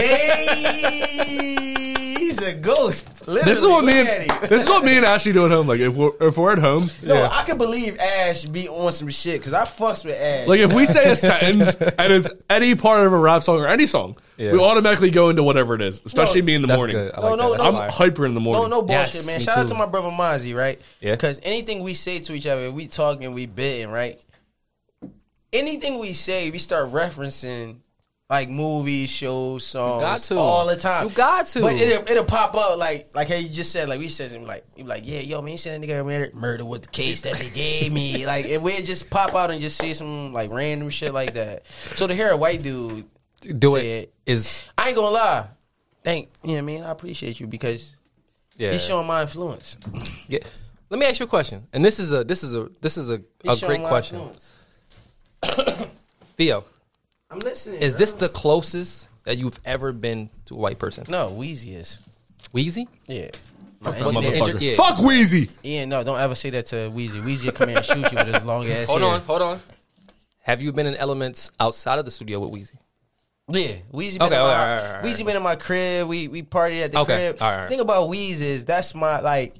[SPEAKER 1] Jay, he's a ghost. Literally,
[SPEAKER 2] This is what me.
[SPEAKER 1] look at
[SPEAKER 2] And,
[SPEAKER 1] him.
[SPEAKER 2] this is what me and Ashley do at home. Like if we're if we're at home,
[SPEAKER 1] No,
[SPEAKER 2] yeah.
[SPEAKER 1] I can believe Ash be on some shit because I fucks with Ash.
[SPEAKER 2] Like if we say a sentence and it's any part of a rap song or any song,
[SPEAKER 3] Yeah.
[SPEAKER 2] we automatically go into whatever it is. Especially
[SPEAKER 1] No,
[SPEAKER 2] me in the
[SPEAKER 3] That's
[SPEAKER 2] morning.
[SPEAKER 3] good. I
[SPEAKER 1] No,
[SPEAKER 3] like
[SPEAKER 1] no,
[SPEAKER 3] that. That's
[SPEAKER 1] no.
[SPEAKER 2] I'm
[SPEAKER 3] fire.
[SPEAKER 2] hyper in the morning.
[SPEAKER 1] No, Oh, no bullshit,
[SPEAKER 3] Yes,
[SPEAKER 1] man.
[SPEAKER 3] me
[SPEAKER 1] Shout out
[SPEAKER 3] too.
[SPEAKER 1] to my brother Mozzie, right?
[SPEAKER 3] Yeah.
[SPEAKER 1] Because anything we say to each other, we talking, we bidding, right? Anything we say, we start referencing like movies, shows, songs,
[SPEAKER 3] got to.
[SPEAKER 1] all the time.
[SPEAKER 3] You got to.
[SPEAKER 1] But it'll, it'll pop up like like hey, you just said like we said something like you like yeah, yo man, you said that nigga murder murder was the case that they gave me. like it would just pop out and just see some like random shit like that. So to hear a white dude
[SPEAKER 3] Do
[SPEAKER 1] say
[SPEAKER 3] it is
[SPEAKER 1] I ain't gonna lie. Thank you know what I mean. I appreciate you because
[SPEAKER 3] yeah.
[SPEAKER 1] he's showing my influence.
[SPEAKER 3] Yeah. Let me ask you a question, and this is a this is a this is a, a
[SPEAKER 1] He's showing
[SPEAKER 3] great
[SPEAKER 1] my
[SPEAKER 3] question,
[SPEAKER 1] influence.
[SPEAKER 3] Theo.
[SPEAKER 1] I'm listening.
[SPEAKER 3] Is
[SPEAKER 1] bro.
[SPEAKER 3] this the closest that you've ever been to a white person?
[SPEAKER 1] no Wheezy is?
[SPEAKER 3] Wheezy?
[SPEAKER 1] Yeah.
[SPEAKER 3] What's the
[SPEAKER 2] Motherfucker.
[SPEAKER 3] inter- yeah.
[SPEAKER 2] Fuck Wheezy.
[SPEAKER 1] Yeah, no, don't ever say that to Wheezy. Wheezy will come here and shoot you with his long ass.
[SPEAKER 3] Hold
[SPEAKER 1] hair.
[SPEAKER 3] on, hold on. Have you been in elements outside of the studio with Wheezy?
[SPEAKER 1] Yeah, Weezy. Been
[SPEAKER 3] Okay,
[SPEAKER 1] in my,
[SPEAKER 3] all right, all right, all right.
[SPEAKER 1] Weezy been in my crib. We we partied at the
[SPEAKER 3] Okay,
[SPEAKER 1] crib.
[SPEAKER 3] all right, all
[SPEAKER 1] The thing about Weez is that's my like.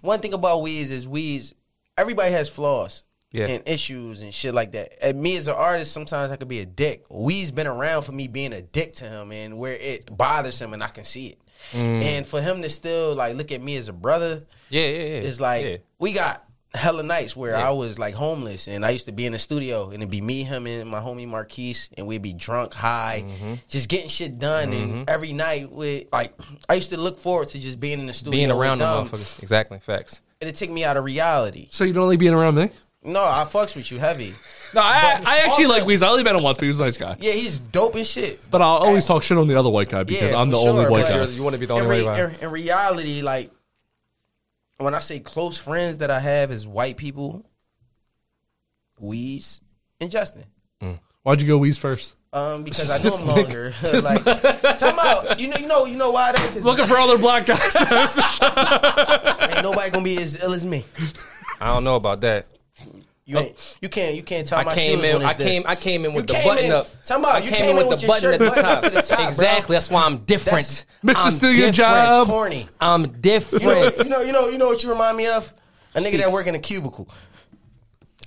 [SPEAKER 1] One thing about Weez is Weez. Everybody has flaws.
[SPEAKER 3] Yeah.
[SPEAKER 1] And issues and shit like that. And me as an artist, sometimes I could be a dick. Wee's been around for me being a dick to him, and where it bothers him, and I can see it.
[SPEAKER 3] Mm.
[SPEAKER 1] And for him to still like look at me as a brother,
[SPEAKER 3] Yeah, yeah, yeah.
[SPEAKER 1] it's like
[SPEAKER 3] Yeah.
[SPEAKER 1] we got hella nights where I was like homeless and I used to be in the studio and it'd be me, him, and my homie Marquise, and we'd be drunk, high,
[SPEAKER 3] Mm-hmm.
[SPEAKER 1] just getting shit done. And every night, with like, I used to look forward to just being in the studio,
[SPEAKER 3] being
[SPEAKER 1] with
[SPEAKER 3] around the
[SPEAKER 1] them,
[SPEAKER 3] motherfuckers. Exactly, facts.
[SPEAKER 1] and it took me out of reality.
[SPEAKER 2] So you don't like being around me?
[SPEAKER 1] No, I fucks with you heavy.
[SPEAKER 2] No, I, I actually like
[SPEAKER 1] also-
[SPEAKER 2] Weezy. I only met him once, but he was a nice guy.
[SPEAKER 1] Yeah, he's dope as shit.
[SPEAKER 2] But I'll always talk shit on the other white guy because
[SPEAKER 1] Yeah,
[SPEAKER 2] I'm
[SPEAKER 1] for
[SPEAKER 2] the only
[SPEAKER 1] sure,
[SPEAKER 2] white
[SPEAKER 1] but-
[SPEAKER 2] guy.
[SPEAKER 3] You want to be the
[SPEAKER 1] in,
[SPEAKER 3] only
[SPEAKER 1] re-
[SPEAKER 3] way around.
[SPEAKER 1] in- in reality, like when I say close friends that I have is white people, Weez, and Justin.
[SPEAKER 2] Why'd you go Weez first?
[SPEAKER 1] Um, because I know him longer. like, time out. You know, you know, you know why? That because
[SPEAKER 2] Looking for other black guys.
[SPEAKER 1] ain't nobody gonna be as ill as me.
[SPEAKER 3] I don't know about that.
[SPEAKER 1] You ain't, you can't, you can't tie
[SPEAKER 3] I
[SPEAKER 1] my
[SPEAKER 3] came
[SPEAKER 1] shoes
[SPEAKER 3] in-
[SPEAKER 1] on. as
[SPEAKER 3] I
[SPEAKER 1] this.
[SPEAKER 3] came- I came in with
[SPEAKER 1] You
[SPEAKER 3] the
[SPEAKER 1] came
[SPEAKER 3] button
[SPEAKER 1] in-
[SPEAKER 3] up.
[SPEAKER 1] Time out.
[SPEAKER 3] I
[SPEAKER 1] you
[SPEAKER 3] came in with the button at the top.
[SPEAKER 1] to the top. bro.
[SPEAKER 3] exactly. That's why I'm different.
[SPEAKER 2] Mr.
[SPEAKER 3] I'm
[SPEAKER 2] Steal Your
[SPEAKER 3] different.
[SPEAKER 2] Job.
[SPEAKER 1] Corny.
[SPEAKER 3] I'm
[SPEAKER 1] You know,
[SPEAKER 3] different.
[SPEAKER 1] you know, you know, you know what you remind me of? A nigga that work in a cubicle.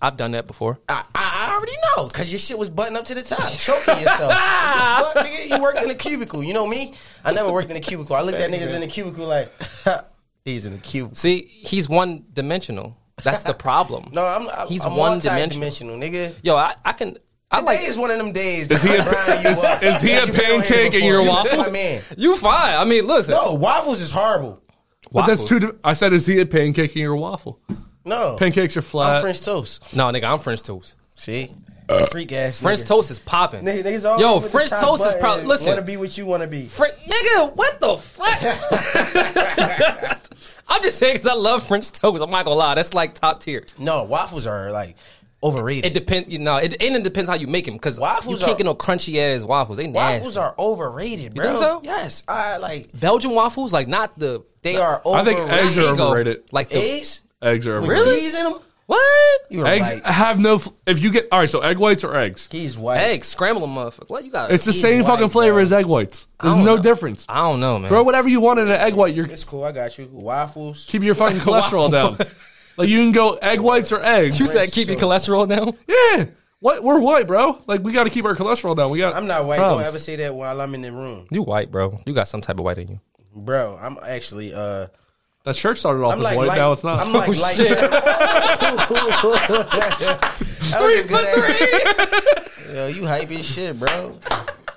[SPEAKER 3] I've done that before.
[SPEAKER 1] I, I I already know because your shit was buttoned up to the top, choking yourself. What the fuck, nigga? You worked in a cubicle. You know me? I never worked in a cubicle. I looked at niggas in a cubicle like, he's in a cubicle.
[SPEAKER 3] See, he's one dimensional. That's the problem.
[SPEAKER 1] No, I'm. I'm
[SPEAKER 3] He's
[SPEAKER 1] I'm
[SPEAKER 3] one-dimensional.
[SPEAKER 1] multi-dimensional, nigga.
[SPEAKER 3] Yo, I, I can. I
[SPEAKER 1] Today
[SPEAKER 3] like
[SPEAKER 1] is one of them days.
[SPEAKER 2] Is
[SPEAKER 1] that
[SPEAKER 2] he a-
[SPEAKER 1] I grind you
[SPEAKER 2] is-
[SPEAKER 1] up.
[SPEAKER 2] is he a
[SPEAKER 1] You've been on here
[SPEAKER 2] pancake and
[SPEAKER 1] before.
[SPEAKER 2] you're a
[SPEAKER 1] That's
[SPEAKER 2] waffle?
[SPEAKER 1] My man.
[SPEAKER 3] you fine. I mean, look.
[SPEAKER 1] No, waffles is horrible.
[SPEAKER 2] but that's
[SPEAKER 3] waffles.
[SPEAKER 2] two. di- I said, is he a pancake or a waffle?
[SPEAKER 1] No,
[SPEAKER 2] Pancakes are
[SPEAKER 1] I'm
[SPEAKER 2] flat.
[SPEAKER 1] French toast.
[SPEAKER 3] No, nigga, I'm French toast.
[SPEAKER 1] See, freak ass.
[SPEAKER 3] French
[SPEAKER 1] niggas.
[SPEAKER 3] toast is popping.
[SPEAKER 1] Niggas, niggas always
[SPEAKER 3] Yo,
[SPEAKER 1] with the
[SPEAKER 3] French
[SPEAKER 1] top
[SPEAKER 3] toast is
[SPEAKER 1] button
[SPEAKER 3] probably.
[SPEAKER 1] and
[SPEAKER 3] Listen,
[SPEAKER 1] Wanna be what you wanna be?
[SPEAKER 3] French nigga, what the fuck? I'm just saying because I love French toast. I'm not gonna lie, that's like top tier.
[SPEAKER 1] No, waffles are like overrated.
[SPEAKER 3] It depends, you know. It and it depends how you make them because you
[SPEAKER 1] Waffles
[SPEAKER 3] can't
[SPEAKER 1] are-
[SPEAKER 3] get no crunchy ass waffles. They nasty.
[SPEAKER 1] waffles are overrated, bro.
[SPEAKER 3] think so?
[SPEAKER 1] Yes, I like.
[SPEAKER 3] Belgian waffles, like not the
[SPEAKER 1] They are.
[SPEAKER 2] I think
[SPEAKER 1] Overrated.
[SPEAKER 2] eggs are overrated.
[SPEAKER 3] Like the
[SPEAKER 1] Eggs?
[SPEAKER 2] Eggs are
[SPEAKER 1] With
[SPEAKER 2] overrated.
[SPEAKER 1] cheese in them?
[SPEAKER 3] what?
[SPEAKER 1] You are
[SPEAKER 2] Eggs
[SPEAKER 1] white.
[SPEAKER 2] have no. Fl- if you get all right, so egg whites are eggs.
[SPEAKER 1] He's white.
[SPEAKER 3] Eggs, scramble them, motherfucker. What you got?
[SPEAKER 2] It's the
[SPEAKER 1] He's
[SPEAKER 2] same
[SPEAKER 1] white,
[SPEAKER 2] fucking flavor
[SPEAKER 1] bro.
[SPEAKER 2] as egg whites. There's
[SPEAKER 3] I don't
[SPEAKER 2] no
[SPEAKER 3] know.
[SPEAKER 2] difference.
[SPEAKER 3] I don't know, man.
[SPEAKER 2] Throw whatever you want in an egg white. You're
[SPEAKER 1] It's cool. I got you. Waffles.
[SPEAKER 2] keep your fucking cholesterol down. Like you can go egg whites or eggs.
[SPEAKER 3] you said keep your cholesterol down.
[SPEAKER 2] yeah. What we're white, bro. Like we got to keep our cholesterol down. We got.
[SPEAKER 1] I'm not white.
[SPEAKER 2] problems.
[SPEAKER 1] Don't ever say that while I'm in the room,
[SPEAKER 3] You white, bro. You got some type of white in you.
[SPEAKER 1] bro. I'm actually. uh
[SPEAKER 2] That shirt started off
[SPEAKER 1] I'm
[SPEAKER 2] as
[SPEAKER 1] like,
[SPEAKER 2] white.
[SPEAKER 1] light-
[SPEAKER 2] now it's not.
[SPEAKER 1] I'm like,
[SPEAKER 3] Oh,
[SPEAKER 1] light-
[SPEAKER 3] shit.
[SPEAKER 1] That was a good ass- Yo, you hype as shit, bro.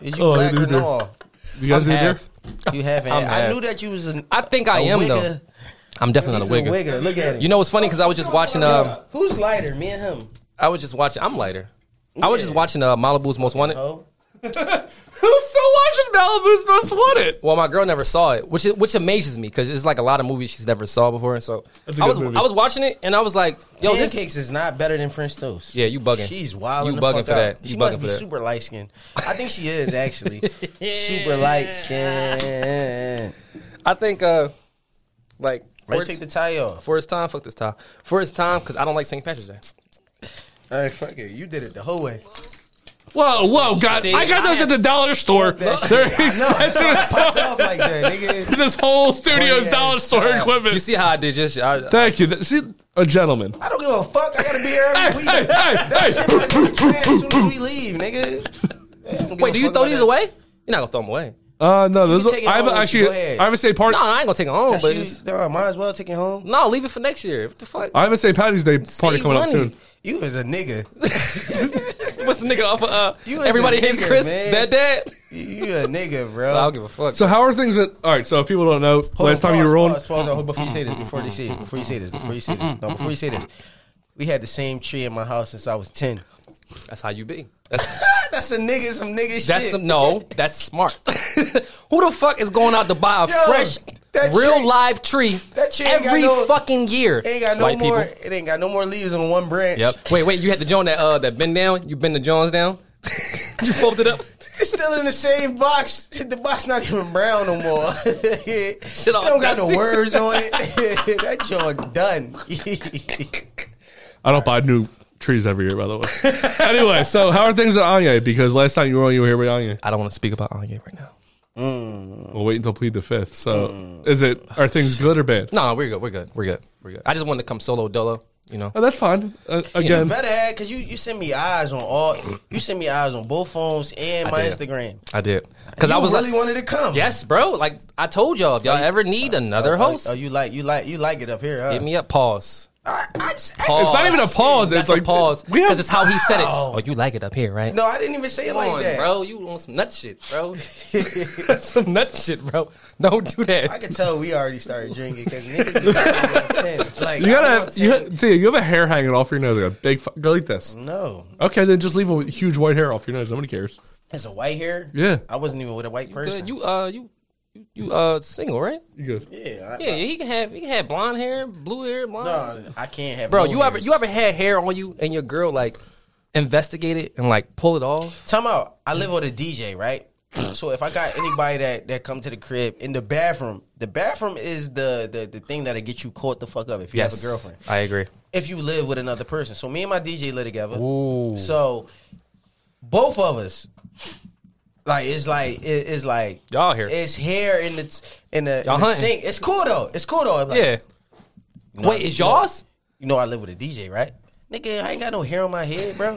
[SPEAKER 1] Is you
[SPEAKER 2] Oh,
[SPEAKER 1] black
[SPEAKER 2] dude,
[SPEAKER 1] or
[SPEAKER 2] dude.
[SPEAKER 1] no?
[SPEAKER 2] you guys
[SPEAKER 3] I'm
[SPEAKER 2] need a beer?
[SPEAKER 3] half.
[SPEAKER 1] You haven't.
[SPEAKER 3] I'm
[SPEAKER 1] I
[SPEAKER 3] half.
[SPEAKER 1] knew that you was an.
[SPEAKER 3] I think I
[SPEAKER 1] a
[SPEAKER 3] am
[SPEAKER 1] wigger.
[SPEAKER 3] though. I'm definitely
[SPEAKER 1] He's
[SPEAKER 3] not a wigger.
[SPEAKER 1] wigger. Look at him.
[SPEAKER 3] You know what's funny? Because I was just watching. Um,
[SPEAKER 1] who's lighter, me and him?
[SPEAKER 3] I was just watching. I'm lighter. I was
[SPEAKER 1] Yeah.
[SPEAKER 3] just watching uh, Malibu's Most Wanted.
[SPEAKER 1] Oh,
[SPEAKER 2] Who still watches Malibu's Most Wanted?
[SPEAKER 3] Well, my girl never saw it, which which amazes me because it's like a lot of movies she's never saw before. So
[SPEAKER 2] That's a
[SPEAKER 3] I
[SPEAKER 2] good
[SPEAKER 3] was
[SPEAKER 2] movie.
[SPEAKER 3] I was watching it and I was like, yo, this
[SPEAKER 1] pancakes is not better than French toast.
[SPEAKER 3] Yeah, you bugging.
[SPEAKER 1] She's wild.
[SPEAKER 3] You
[SPEAKER 1] the
[SPEAKER 3] bugging
[SPEAKER 1] fuck
[SPEAKER 3] for
[SPEAKER 1] out.
[SPEAKER 3] that. You
[SPEAKER 1] she
[SPEAKER 3] bugging
[SPEAKER 1] must be
[SPEAKER 3] for that.
[SPEAKER 1] super light skinned. I think she is actually super light skinned.
[SPEAKER 3] I think uh, like for
[SPEAKER 1] Right, take
[SPEAKER 3] its,
[SPEAKER 1] the tie off.
[SPEAKER 3] for its time, fuck this time. For its time, because I don't like St. Patrick's Day.
[SPEAKER 1] All right, fuck it. You did it the whole way.
[SPEAKER 2] Whoa, whoa, God.
[SPEAKER 3] See,
[SPEAKER 2] I got those
[SPEAKER 3] I-
[SPEAKER 2] at the dollar store.
[SPEAKER 1] That shit.
[SPEAKER 2] They're
[SPEAKER 1] No,
[SPEAKER 2] expensive
[SPEAKER 1] it's
[SPEAKER 2] as
[SPEAKER 1] popped
[SPEAKER 2] fuck.
[SPEAKER 1] off like that, nigga.
[SPEAKER 2] This whole studio's
[SPEAKER 1] Corny-ass
[SPEAKER 2] dollar store
[SPEAKER 1] style.
[SPEAKER 2] equipment.
[SPEAKER 3] You see how I did just I,
[SPEAKER 2] Thank you. That- See, a gentleman.
[SPEAKER 1] I don't give a fuck. I gotta be here every week.
[SPEAKER 2] Hey, hey,
[SPEAKER 1] Shit,
[SPEAKER 2] hey.
[SPEAKER 1] I'm gonna get trashed as soon as we leave, nigga. I don't give
[SPEAKER 3] wait.
[SPEAKER 1] a
[SPEAKER 3] Do you
[SPEAKER 1] fuck
[SPEAKER 3] throw
[SPEAKER 1] about
[SPEAKER 3] these
[SPEAKER 1] that.
[SPEAKER 3] away? You're not gonna throw them away.
[SPEAKER 2] Uh, no, those
[SPEAKER 1] can take it
[SPEAKER 2] I haven't
[SPEAKER 1] home.
[SPEAKER 2] actually.
[SPEAKER 1] Go ahead.
[SPEAKER 2] I haven't say party.
[SPEAKER 3] No, I ain't gonna take them home.
[SPEAKER 1] That's
[SPEAKER 3] But
[SPEAKER 1] you-
[SPEAKER 3] it's-
[SPEAKER 1] dog, uh, might as well take it home.
[SPEAKER 3] no, leave it for next year. What the fuck?
[SPEAKER 2] I haven't say Patty's Day party
[SPEAKER 3] Save
[SPEAKER 2] coming up
[SPEAKER 3] money.
[SPEAKER 2] soon.
[SPEAKER 1] You is a nigga.
[SPEAKER 3] What's the nigga off of? Uh,
[SPEAKER 1] You is a
[SPEAKER 3] everybody hates
[SPEAKER 1] nigga,
[SPEAKER 3] Chris.
[SPEAKER 1] man.
[SPEAKER 3] Bad dad.
[SPEAKER 1] You- You a nigga, bro.
[SPEAKER 3] I don't give a fuck.
[SPEAKER 2] So how are things? With, all right. So if people don't know,
[SPEAKER 1] Hold
[SPEAKER 2] last
[SPEAKER 1] on,
[SPEAKER 2] time you
[SPEAKER 1] pause,
[SPEAKER 2] were on,
[SPEAKER 1] pause, pause, no, before you say this, before you say, before you say this, before you say this, no, before you say this, we had the same tree in my house since I was ten.
[SPEAKER 3] that's how you be. That's
[SPEAKER 1] That's a nigga, some nigga
[SPEAKER 3] that's
[SPEAKER 1] shit.
[SPEAKER 3] some, no. That's smart. Who the fuck is going out to buy a
[SPEAKER 1] Yo,
[SPEAKER 3] fresh,
[SPEAKER 1] that
[SPEAKER 3] real
[SPEAKER 1] tree-
[SPEAKER 3] live tree
[SPEAKER 1] that tree ain't got
[SPEAKER 3] every
[SPEAKER 1] no-
[SPEAKER 3] fucking year?
[SPEAKER 1] It ain't got no
[SPEAKER 3] white
[SPEAKER 1] more.
[SPEAKER 3] people.
[SPEAKER 1] It ain't got no more leaves on one branch.
[SPEAKER 3] Yep. Wait, wait. You had the joint that uh that bend down. You bend the Jones down. you folded up.
[SPEAKER 1] It's still in the same box. The box not even brown no more. it
[SPEAKER 3] all
[SPEAKER 1] don't got no
[SPEAKER 3] dusty.
[SPEAKER 1] words on it. that joint done.
[SPEAKER 2] I don't buy new Trees every year, by the way. anyway, so how are things at Anya? Because last time you were on, you were here with Anya.
[SPEAKER 3] I don't want to speak about Anya right now.
[SPEAKER 2] We'll wait until plead the fifth. So,
[SPEAKER 1] Mm.
[SPEAKER 2] is it are things good or bad?
[SPEAKER 3] No, no, we're good. We're good. We're good. We're good. I just wanted to come solo dolo. You know,
[SPEAKER 2] Oh, that's fine. Uh,
[SPEAKER 1] You
[SPEAKER 2] again,
[SPEAKER 1] better add because you you send me eyes on all. You send me eyes on both phones and my
[SPEAKER 3] did.
[SPEAKER 1] Instagram.
[SPEAKER 3] I did because
[SPEAKER 1] You
[SPEAKER 3] I was
[SPEAKER 1] really
[SPEAKER 3] like,
[SPEAKER 1] wanted to come.
[SPEAKER 3] yes, bro. Like I told y'all, if y'all ever need another
[SPEAKER 1] Oh,
[SPEAKER 3] host,
[SPEAKER 1] oh, you like you like you like it up here. Huh?
[SPEAKER 3] hit me up. Pause.
[SPEAKER 1] I, I just,
[SPEAKER 2] it's not even a pause.
[SPEAKER 3] That's
[SPEAKER 2] it's like
[SPEAKER 3] a pause
[SPEAKER 2] We have
[SPEAKER 3] because it's how he said it. Oh, you like it up here, right?
[SPEAKER 1] no, I didn't even say it
[SPEAKER 3] Come
[SPEAKER 1] like
[SPEAKER 3] on,
[SPEAKER 1] that,
[SPEAKER 3] bro. You want some nut shit, bro? some nut shit, bro. Don't do that.
[SPEAKER 1] I could tell we already started drinking because niggas be like, ten. It's like,
[SPEAKER 2] you
[SPEAKER 1] I
[SPEAKER 2] gotta
[SPEAKER 1] want
[SPEAKER 2] have, you,
[SPEAKER 1] 10.
[SPEAKER 2] ha- Thea, you have a hair hanging off your nose. Like a big fu- go like this.
[SPEAKER 1] no,
[SPEAKER 2] Okay, then just leave a huge white hair off your nose. Nobody cares.
[SPEAKER 1] it's a white hair.
[SPEAKER 2] Yeah.
[SPEAKER 1] I wasn't even with a white person.
[SPEAKER 3] Good. You uh you you- you uh single right?
[SPEAKER 2] You good?
[SPEAKER 1] yeah, I,
[SPEAKER 3] Yeah, he can have he can have blonde hair, blue hair, blonde.
[SPEAKER 1] No, I can't have.
[SPEAKER 3] Bro,
[SPEAKER 1] no
[SPEAKER 3] you ever
[SPEAKER 1] hairs.
[SPEAKER 3] you ever had hair on you and your girl like investigate it and like pull it off?
[SPEAKER 1] Time out. I live with a DJ, right? So if I got anybody that that come to the crib in the bathroom, the bathroom is the the, the thing that'll get you caught the fuck up if you have a girlfriend.
[SPEAKER 3] I agree.
[SPEAKER 1] If you live with another person. So me and my DJ live together. So both of us like it's like it- it's like
[SPEAKER 3] Y'all here.
[SPEAKER 1] It's hair in the t- in the, in
[SPEAKER 3] Y'all
[SPEAKER 1] the
[SPEAKER 3] hunting.
[SPEAKER 1] sink. It's cool though. It's cool though. I'm like,
[SPEAKER 3] Yeah.
[SPEAKER 1] you know-
[SPEAKER 3] Wait, is yours?
[SPEAKER 1] You know I live with a DJ, right? Nigga, I ain't got no hair on my head, bro.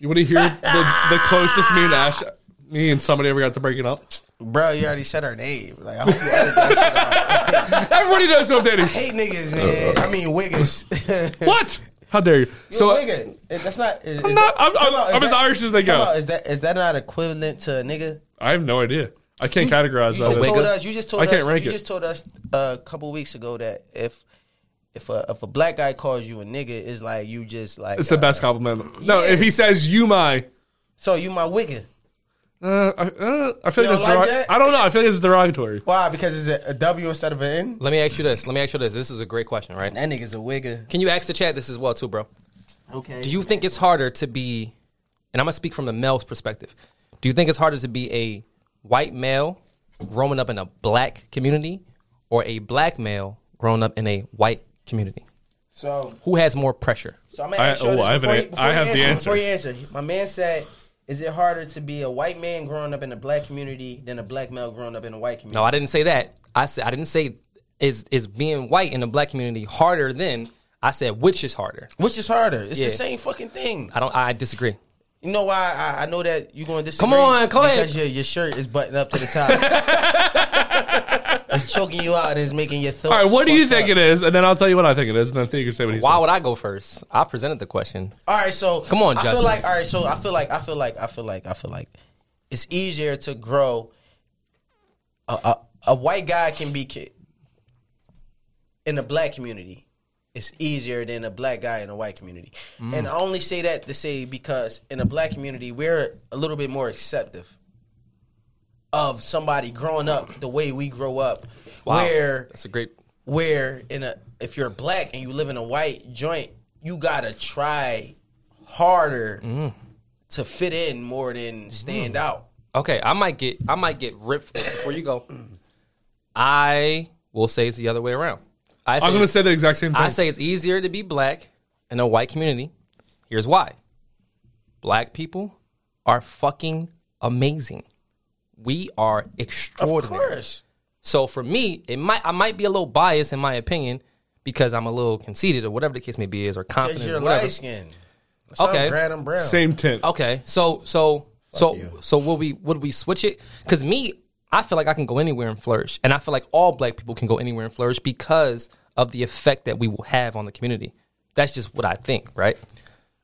[SPEAKER 2] You want to hear the, the closest me and Ash, me and somebody ever got to breaking up?
[SPEAKER 1] Bro, you already said her name. Like I hope you edit that shit out.
[SPEAKER 2] Everybody knows who I'm dating.
[SPEAKER 1] hate niggas, man. I mean wiggers.
[SPEAKER 2] What? How dare you?
[SPEAKER 1] So
[SPEAKER 2] So
[SPEAKER 1] wigger. That's not. Is, is
[SPEAKER 2] not- I'm- I'm-
[SPEAKER 1] time out, is
[SPEAKER 2] I'm as Irish as they
[SPEAKER 1] time
[SPEAKER 2] go.
[SPEAKER 1] out, Is that is that not equivalent to a nigga?
[SPEAKER 2] I have no idea. I can't categorize
[SPEAKER 1] You just
[SPEAKER 2] that.
[SPEAKER 1] told
[SPEAKER 2] as-
[SPEAKER 1] us. You just told
[SPEAKER 2] I can't
[SPEAKER 1] us.
[SPEAKER 2] rank
[SPEAKER 1] you
[SPEAKER 2] it.
[SPEAKER 1] just told us uh, a couple weeks ago that if if a if a black guy calls you a nigga, it's like you just like
[SPEAKER 2] It's the
[SPEAKER 1] uh,
[SPEAKER 2] best compliment. No,
[SPEAKER 1] Yeah.
[SPEAKER 2] if he says you my,
[SPEAKER 1] So you my wigger.
[SPEAKER 2] uh, I, uh, I feel
[SPEAKER 1] You
[SPEAKER 2] like that's
[SPEAKER 1] don't like
[SPEAKER 2] derog-
[SPEAKER 1] that?
[SPEAKER 2] I don't know. I feel like it's derogatory.
[SPEAKER 1] Why? Because it's a, a W instead of an N.
[SPEAKER 3] Let me ask you this. Let me ask you this. This is a great question, right?
[SPEAKER 1] That nigga's a wigger.
[SPEAKER 3] Can you ask the chat this as well too, bro?
[SPEAKER 1] Okay.
[SPEAKER 3] Do you think it's harder to be, and I'm gonna speak from the male's perspective. Do you think it's harder to be a white male growing up in a black community, or a black male growing up in a white community?
[SPEAKER 1] so?
[SPEAKER 3] Who has more pressure?
[SPEAKER 1] So I'm gonna ask
[SPEAKER 2] I-
[SPEAKER 1] you
[SPEAKER 2] oh,
[SPEAKER 1] this
[SPEAKER 2] I have an
[SPEAKER 1] before
[SPEAKER 2] an-
[SPEAKER 1] you- before
[SPEAKER 2] I
[SPEAKER 1] you
[SPEAKER 2] have the
[SPEAKER 1] answer, Before you answer, my man said, "Is it harder to be a white man growing up in a black community than a black male growing up in a white community?"
[SPEAKER 3] No, I didn't say that. I said I didn't say is is being white in the black community harder than I said which is harder.
[SPEAKER 1] Which is harder? It's
[SPEAKER 3] Yeah.
[SPEAKER 1] the same fucking thing.
[SPEAKER 3] I don't. I disagree.
[SPEAKER 1] You know why I, I know that you're going to disagree?
[SPEAKER 3] Come on, go ahead.
[SPEAKER 1] Because your, your shirt is buttoned up to the top. it's choking you out. It's making your thoughts.
[SPEAKER 2] All right, what do you
[SPEAKER 1] fucked
[SPEAKER 2] think
[SPEAKER 1] up.
[SPEAKER 2] it is? And then I'll tell you what I think it is, and then Thea can say what he
[SPEAKER 3] Why
[SPEAKER 2] says.
[SPEAKER 3] would I go first? I presented the question.
[SPEAKER 1] All right, so
[SPEAKER 3] Come on,
[SPEAKER 1] I feel
[SPEAKER 3] judgment.
[SPEAKER 1] like all right, so I feel like I feel like I feel like I feel like it's easier to grow. A, a, a white guy can be ki- in the black community. It's easier than a black guy in a white community,
[SPEAKER 3] Mm.
[SPEAKER 1] and I only say that to say because in a black community we're a little bit more acceptive of somebody growing up the way we grow up, where
[SPEAKER 3] that's a great.
[SPEAKER 1] where in a if you're black and you live in a white joint, you gotta try harder
[SPEAKER 3] Mm.
[SPEAKER 1] to fit in more than stand out.
[SPEAKER 3] Okay, I might get I might get ripped for this before you go. I will say it's the other way around. I say
[SPEAKER 2] I'm going to
[SPEAKER 3] it's-
[SPEAKER 2] say the exact same thing.
[SPEAKER 3] I say it's easier to be black in a white community. Here's why. Black people are fucking amazing. We are
[SPEAKER 1] Of
[SPEAKER 3] extraordinary.
[SPEAKER 1] course.
[SPEAKER 3] So for me, it might I might be a little biased in my opinion because I'm a little conceited or whatever the case may be is or
[SPEAKER 1] Because
[SPEAKER 3] confident
[SPEAKER 1] you're
[SPEAKER 3] or whatever.
[SPEAKER 1] light skinned.
[SPEAKER 3] Okay.
[SPEAKER 1] I'm glad I'm brown.
[SPEAKER 2] same tint.
[SPEAKER 1] oh,
[SPEAKER 3] Okay. So so so
[SPEAKER 1] you.
[SPEAKER 3] so would we would we switch it? Because me, I feel like I can go anywhere and flourish, and I feel like all black people can go anywhere and flourish because of the effect that we will have on the community. That's just what I think, right?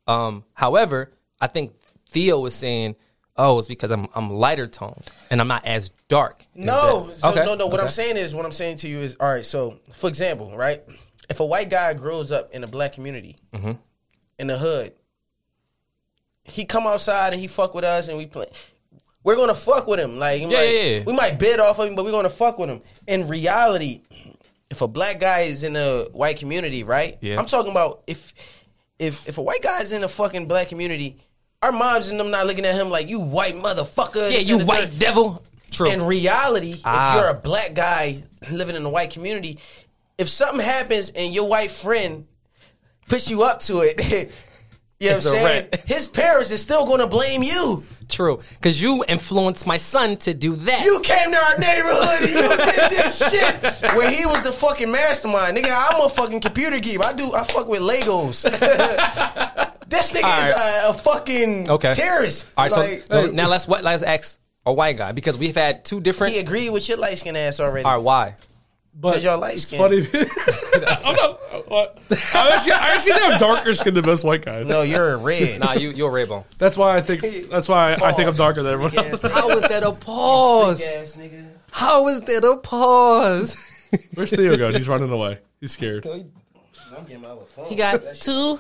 [SPEAKER 3] Um, however, I think Theo is saying, "Oh, it's because I'm I'm lighter toned and I'm not as dark." Is
[SPEAKER 1] No,
[SPEAKER 3] that-
[SPEAKER 1] so,
[SPEAKER 3] okay,
[SPEAKER 1] no, no. What I'm
[SPEAKER 3] okay.
[SPEAKER 1] saying is, what I'm saying to you is, all right. So, for example, right, if a white guy grows up in a black community,
[SPEAKER 3] Mm-hmm.
[SPEAKER 1] in the hood, he come outside and he fuck with us, and we play. We're gonna fuck with him, like, I'm
[SPEAKER 3] Yeah,
[SPEAKER 1] like,
[SPEAKER 3] yeah, yeah.
[SPEAKER 1] we might bid off of him, but we're gonna fuck with him. In reality, if a black guy is in a white community, right?
[SPEAKER 3] Yeah.
[SPEAKER 1] I'm talking about if if if a white guy is in a fucking black community, our moms and them not looking at him like you white motherfucker.
[SPEAKER 3] Yeah,
[SPEAKER 1] this,
[SPEAKER 3] you
[SPEAKER 1] and the
[SPEAKER 3] white
[SPEAKER 1] third."
[SPEAKER 3] devil. True.
[SPEAKER 1] in reality,
[SPEAKER 3] Ah.
[SPEAKER 1] if you're a black guy living in a white community, if something happens and your white friend puts you up to it, You know
[SPEAKER 3] It's
[SPEAKER 1] what I'm
[SPEAKER 3] a
[SPEAKER 1] saying?
[SPEAKER 3] rent.
[SPEAKER 1] His parents is still gonna blame you.
[SPEAKER 3] True, because you influenced my son to do that.
[SPEAKER 1] You came to our neighborhood and you did this shit where he was the fucking mastermind. Nigga, I'm a fucking computer geek. I do I fuck with Legos. this nigga is
[SPEAKER 3] Alright.
[SPEAKER 1] a, a fucking
[SPEAKER 3] okay.
[SPEAKER 1] terrorist.
[SPEAKER 3] All right,
[SPEAKER 1] like,
[SPEAKER 3] so now let's what let's ask a white guy because we've had two different.
[SPEAKER 1] he agreed with your light skin ass already.
[SPEAKER 3] All right, why?
[SPEAKER 2] But
[SPEAKER 1] 'Cause y'all light
[SPEAKER 2] it's
[SPEAKER 1] skin.
[SPEAKER 2] funny. I'm not. I actually, I actually have darker skin than most white guys.
[SPEAKER 1] No, you're a red.
[SPEAKER 3] Nah, you you're a rainbow.
[SPEAKER 2] That's why I think. That's why I, I think I'm darker than everyone
[SPEAKER 1] Yes,
[SPEAKER 2] else.
[SPEAKER 3] How is that a pause?
[SPEAKER 1] ass nigga.
[SPEAKER 3] How is that a pause?
[SPEAKER 2] Where's Theo going? He's running away. He's scared.
[SPEAKER 1] I'm getting my other phone.
[SPEAKER 3] He got two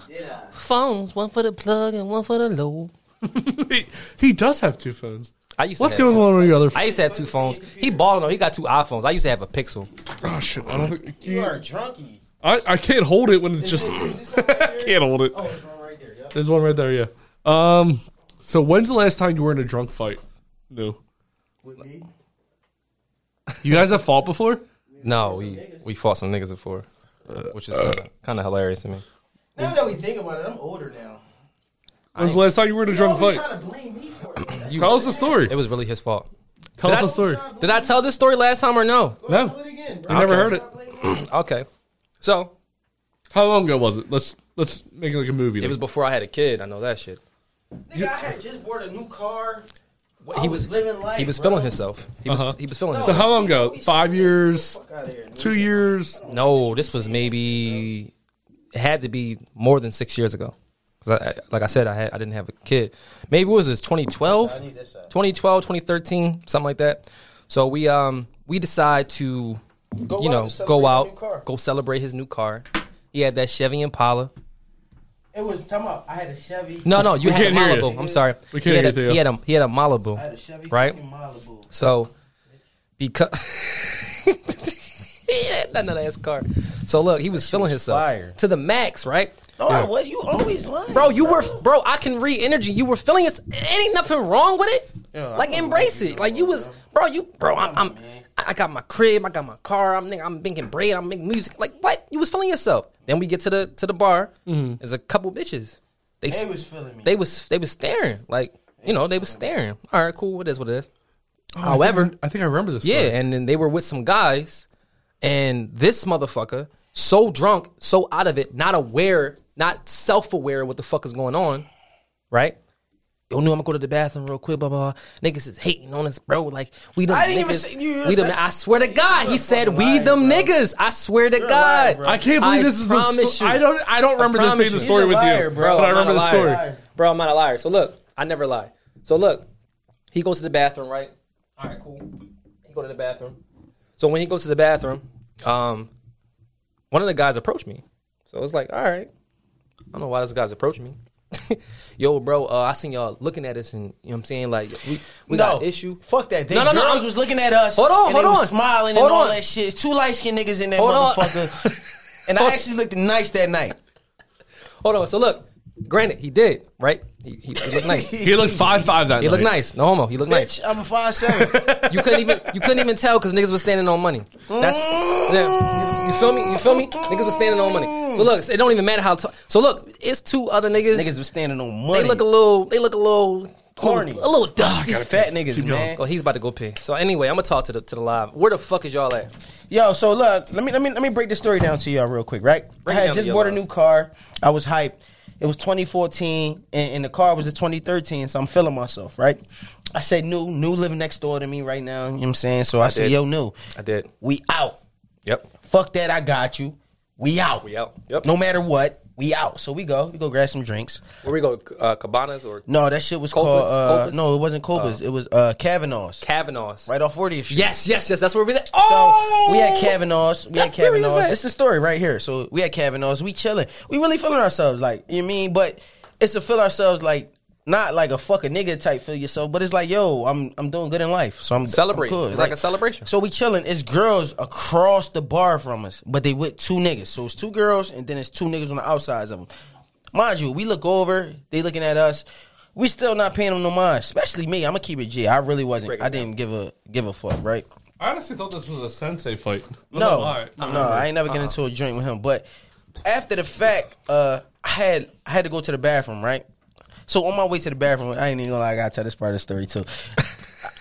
[SPEAKER 3] phones, one for the plug and one for the low.
[SPEAKER 2] he, he does have two phones.
[SPEAKER 3] I used to
[SPEAKER 2] What's
[SPEAKER 3] have
[SPEAKER 2] going
[SPEAKER 3] two.
[SPEAKER 2] on with your other?
[SPEAKER 3] I used to have two phones. He balling though. He got two iPhones. I used to have a Pixel.
[SPEAKER 2] oh shit! I don't think
[SPEAKER 1] You are a drunkie.
[SPEAKER 2] I, I can't hold it when it's just. I can't hold it.
[SPEAKER 1] Oh, it's one right there. yeah.
[SPEAKER 2] There's one right there. Yeah. Um. So when's the last time you were in a drunk fight? No.
[SPEAKER 1] With me.
[SPEAKER 2] You guys have fought before?
[SPEAKER 3] No, we we fought some niggas before, which is kind of hilarious to me.
[SPEAKER 1] Now that we think about it, I'm older now.
[SPEAKER 2] When's the last time you were in a drunk
[SPEAKER 1] Always
[SPEAKER 2] fight?
[SPEAKER 1] trying to blame me for it.
[SPEAKER 3] You-
[SPEAKER 2] Tell us the story.
[SPEAKER 3] It was really his fault.
[SPEAKER 2] Tell us
[SPEAKER 3] I-
[SPEAKER 2] the story.
[SPEAKER 3] Did I tell this story last time or no?
[SPEAKER 2] No,
[SPEAKER 1] Do it
[SPEAKER 2] you
[SPEAKER 1] again, bro.
[SPEAKER 2] never heard it.
[SPEAKER 3] Okay, so
[SPEAKER 2] How long ago was it? Let's let's make it like a movie.
[SPEAKER 3] it was before I had a kid. I know that shit.
[SPEAKER 1] Nigga, I had just bought a new car.
[SPEAKER 3] He
[SPEAKER 1] I was living life,
[SPEAKER 3] He was
[SPEAKER 1] bro.
[SPEAKER 3] feeling himself. He was
[SPEAKER 2] Uh-huh.
[SPEAKER 3] he was feeling
[SPEAKER 2] so
[SPEAKER 3] himself.
[SPEAKER 2] how long ago? Five years,
[SPEAKER 1] Fuck outta here, nigga.
[SPEAKER 2] two years.
[SPEAKER 3] No, this was maybe it had to be more than six years ago. 'Cause I, I- like I said, I had I didn't have a kid. Maybe what was this 2012,
[SPEAKER 1] I need this side.
[SPEAKER 3] 2012, 2013, something like that. So we um we decide to
[SPEAKER 1] Go
[SPEAKER 3] you
[SPEAKER 1] out
[SPEAKER 3] know
[SPEAKER 1] and celebrate
[SPEAKER 3] go
[SPEAKER 1] the new car.
[SPEAKER 3] out go celebrate his new car. He had that Chevy Impala.
[SPEAKER 1] It was time out. I had a Chevy.
[SPEAKER 3] No, no, you
[SPEAKER 2] We
[SPEAKER 3] had a
[SPEAKER 2] can't hear you.
[SPEAKER 3] Malibu. I'm sorry.
[SPEAKER 2] We can't
[SPEAKER 3] he had
[SPEAKER 2] hear
[SPEAKER 3] a,
[SPEAKER 2] you.
[SPEAKER 3] He had a he had
[SPEAKER 1] I had
[SPEAKER 3] a
[SPEAKER 1] a
[SPEAKER 3] Malibu,
[SPEAKER 1] Chevy
[SPEAKER 3] right?
[SPEAKER 1] fucking Malibu.
[SPEAKER 3] So because he had that nut ass car. So look, he was feeling himself
[SPEAKER 1] fire.
[SPEAKER 3] to the max, right?
[SPEAKER 1] No, I was. Oh, You always lying,
[SPEAKER 3] Bro, you were bro. I can read energy. You were feeling it. Ain't nothing wrong with it.
[SPEAKER 1] Yeah,
[SPEAKER 3] like
[SPEAKER 1] I don't
[SPEAKER 3] embrace
[SPEAKER 1] know.
[SPEAKER 3] it. Like you was bro. You bro. I'm.
[SPEAKER 1] Come on,
[SPEAKER 3] I'm
[SPEAKER 1] man.
[SPEAKER 3] I got my crib. I got my car. I'm. nigga, I'm making bread. I'm making music. Like what? You was feeling yourself. Then we get to the to the bar. There's a couple bitches. They
[SPEAKER 1] They
[SPEAKER 3] s-
[SPEAKER 1] was feeling me.
[SPEAKER 3] they was they was staring. Like you know they was staring. All right, cool. It is what it is. However,
[SPEAKER 2] I think I remember this.
[SPEAKER 3] yeah,
[SPEAKER 2] story.
[SPEAKER 3] and then they were with some guys, and this motherfucker, so drunk, so out of it, not aware, not self aware of what the fuck is going on, right? Yo, knew I'm gonna go to the bathroom real quick, blah blah. blah. Niggas is hating on us, bro. Like we them
[SPEAKER 1] I
[SPEAKER 3] niggas.
[SPEAKER 1] didn't even say- you-
[SPEAKER 3] we them.
[SPEAKER 1] that's-
[SPEAKER 3] I swear to God,
[SPEAKER 1] You're
[SPEAKER 3] he
[SPEAKER 1] a
[SPEAKER 3] said
[SPEAKER 1] fucking
[SPEAKER 3] we
[SPEAKER 1] liar,
[SPEAKER 3] them
[SPEAKER 1] bro.
[SPEAKER 3] niggas. I swear to
[SPEAKER 1] You're a liar,
[SPEAKER 3] God,
[SPEAKER 1] bro.
[SPEAKER 2] I can't believe
[SPEAKER 3] I
[SPEAKER 2] this is the
[SPEAKER 3] promise
[SPEAKER 2] sto-
[SPEAKER 3] you.
[SPEAKER 2] I don't. I don't remember this
[SPEAKER 3] promise
[SPEAKER 2] being the
[SPEAKER 3] you.
[SPEAKER 2] story
[SPEAKER 1] He's
[SPEAKER 2] with
[SPEAKER 1] a liar,
[SPEAKER 2] you,
[SPEAKER 1] bro.
[SPEAKER 2] but I
[SPEAKER 1] I'm
[SPEAKER 3] not
[SPEAKER 2] remember
[SPEAKER 3] a
[SPEAKER 2] the
[SPEAKER 3] liar.
[SPEAKER 2] story.
[SPEAKER 3] Bro, I'm not a liar. So look, I never lie. So look, he goes to the bathroom, right? All right, cool. He go to the bathroom. So when he goes to the bathroom, um, one of the guys approached me. So it's like, all right, I don't know why this guy's approaching me. Yo, bro, uh, I seen y'all looking at us, and you know what I'm saying, like we we got an issue.
[SPEAKER 1] Fuck that. They
[SPEAKER 3] No,
[SPEAKER 1] no,
[SPEAKER 3] no, no,
[SPEAKER 1] girls
[SPEAKER 3] I'm-
[SPEAKER 1] was looking at us.
[SPEAKER 3] Hold on,
[SPEAKER 1] and
[SPEAKER 3] hold
[SPEAKER 1] they was
[SPEAKER 3] on.
[SPEAKER 1] smiling
[SPEAKER 3] Hold
[SPEAKER 1] and all
[SPEAKER 3] on.
[SPEAKER 1] that shit. It's two light skinned niggas in that
[SPEAKER 3] Hold on.
[SPEAKER 1] motherfucker. and I actually looked nice that night.
[SPEAKER 3] Hold on. So look, granted, he did right. He, he, he looked nice. He
[SPEAKER 2] He looked five five that night.
[SPEAKER 3] looked nice. No homo. He looked nice.
[SPEAKER 1] Bitch, I'm a five seven.
[SPEAKER 3] You couldn't even you couldn't even tell because niggas was standing on money. That's yeah. You, you feel me? You feel me? Niggas was standing on money. So look, it don't even matter how. T- so look, it's two other niggas.
[SPEAKER 1] niggas was standing on money.
[SPEAKER 3] they look a little. They look a little
[SPEAKER 1] Corny. Ah,
[SPEAKER 3] a little dusty.
[SPEAKER 1] fat niggas, man.
[SPEAKER 3] Oh, he's about to go pee. So anyway, I'm gonna talk to the to the live. Where the fuck is y'all at?
[SPEAKER 1] Yo, so look, let me let me let me break this story down to y'all real quick, right?
[SPEAKER 3] Break it
[SPEAKER 1] I
[SPEAKER 3] down
[SPEAKER 1] had
[SPEAKER 3] to
[SPEAKER 1] just
[SPEAKER 3] your
[SPEAKER 1] bought a
[SPEAKER 3] life.
[SPEAKER 1] new car. I was hyped. It was 2014, and, and the car was a 2013, so I'm feeling myself, right? I said, "New, new living next door to me right now." You know what I'm saying? So I, said,
[SPEAKER 3] did.
[SPEAKER 1] "Yo, new,
[SPEAKER 3] I did.
[SPEAKER 1] we out.
[SPEAKER 3] Yep.
[SPEAKER 1] Fuck that, I got you. We out.
[SPEAKER 3] We out. Yep.
[SPEAKER 1] No matter what, we out." So we go, we go grab some drinks.
[SPEAKER 3] Where we go? Uh, Cabanas or
[SPEAKER 1] No, that shit was
[SPEAKER 3] Copas?
[SPEAKER 1] called. Uh,
[SPEAKER 3] Copas?
[SPEAKER 1] No, it wasn't Copas. it was uh, Kavanaugh's,
[SPEAKER 3] Kavanaugh's?
[SPEAKER 1] right off 40th Street.
[SPEAKER 3] Yes, yes, yes. That's where we at.
[SPEAKER 1] So
[SPEAKER 3] Oh,
[SPEAKER 1] we had Kavanaugh's. We had
[SPEAKER 3] That's where we was
[SPEAKER 1] Kavanaugh's.
[SPEAKER 3] at.
[SPEAKER 1] This is the story right here. So we had Kavanaugh's. We chilling. We really feeling ourselves. Like, you mean? But it's to feel ourselves like, not like a fuck a nigga type feel yourself, but it's like, yo, I'm I'm doing good in life. So I'm
[SPEAKER 3] Celebrate.
[SPEAKER 1] I'm good,
[SPEAKER 3] It's like a celebration.
[SPEAKER 1] So we chilling. It's girls across the bar from us, but they with two niggas. So it's two girls and then it's two niggas on the outsides of them. Mind you, we look over, they looking at us. We still not paying them no mind, especially me. I'm gonna keep it G. I really wasn't.
[SPEAKER 3] Break it
[SPEAKER 1] I
[SPEAKER 3] down.
[SPEAKER 1] didn't give a give a fuck, right?
[SPEAKER 2] I honestly thought this was a sensei fight.
[SPEAKER 1] No, no, I ain't never get into a joint with him. But after the fact, uh, I had I had to go to the bathroom, right? So on my way to the bathroom, I ain't even gonna lie, I gotta tell this part of the story too.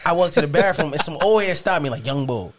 [SPEAKER 1] I walked to the bathroom and some old head stopped me like, "Young bull,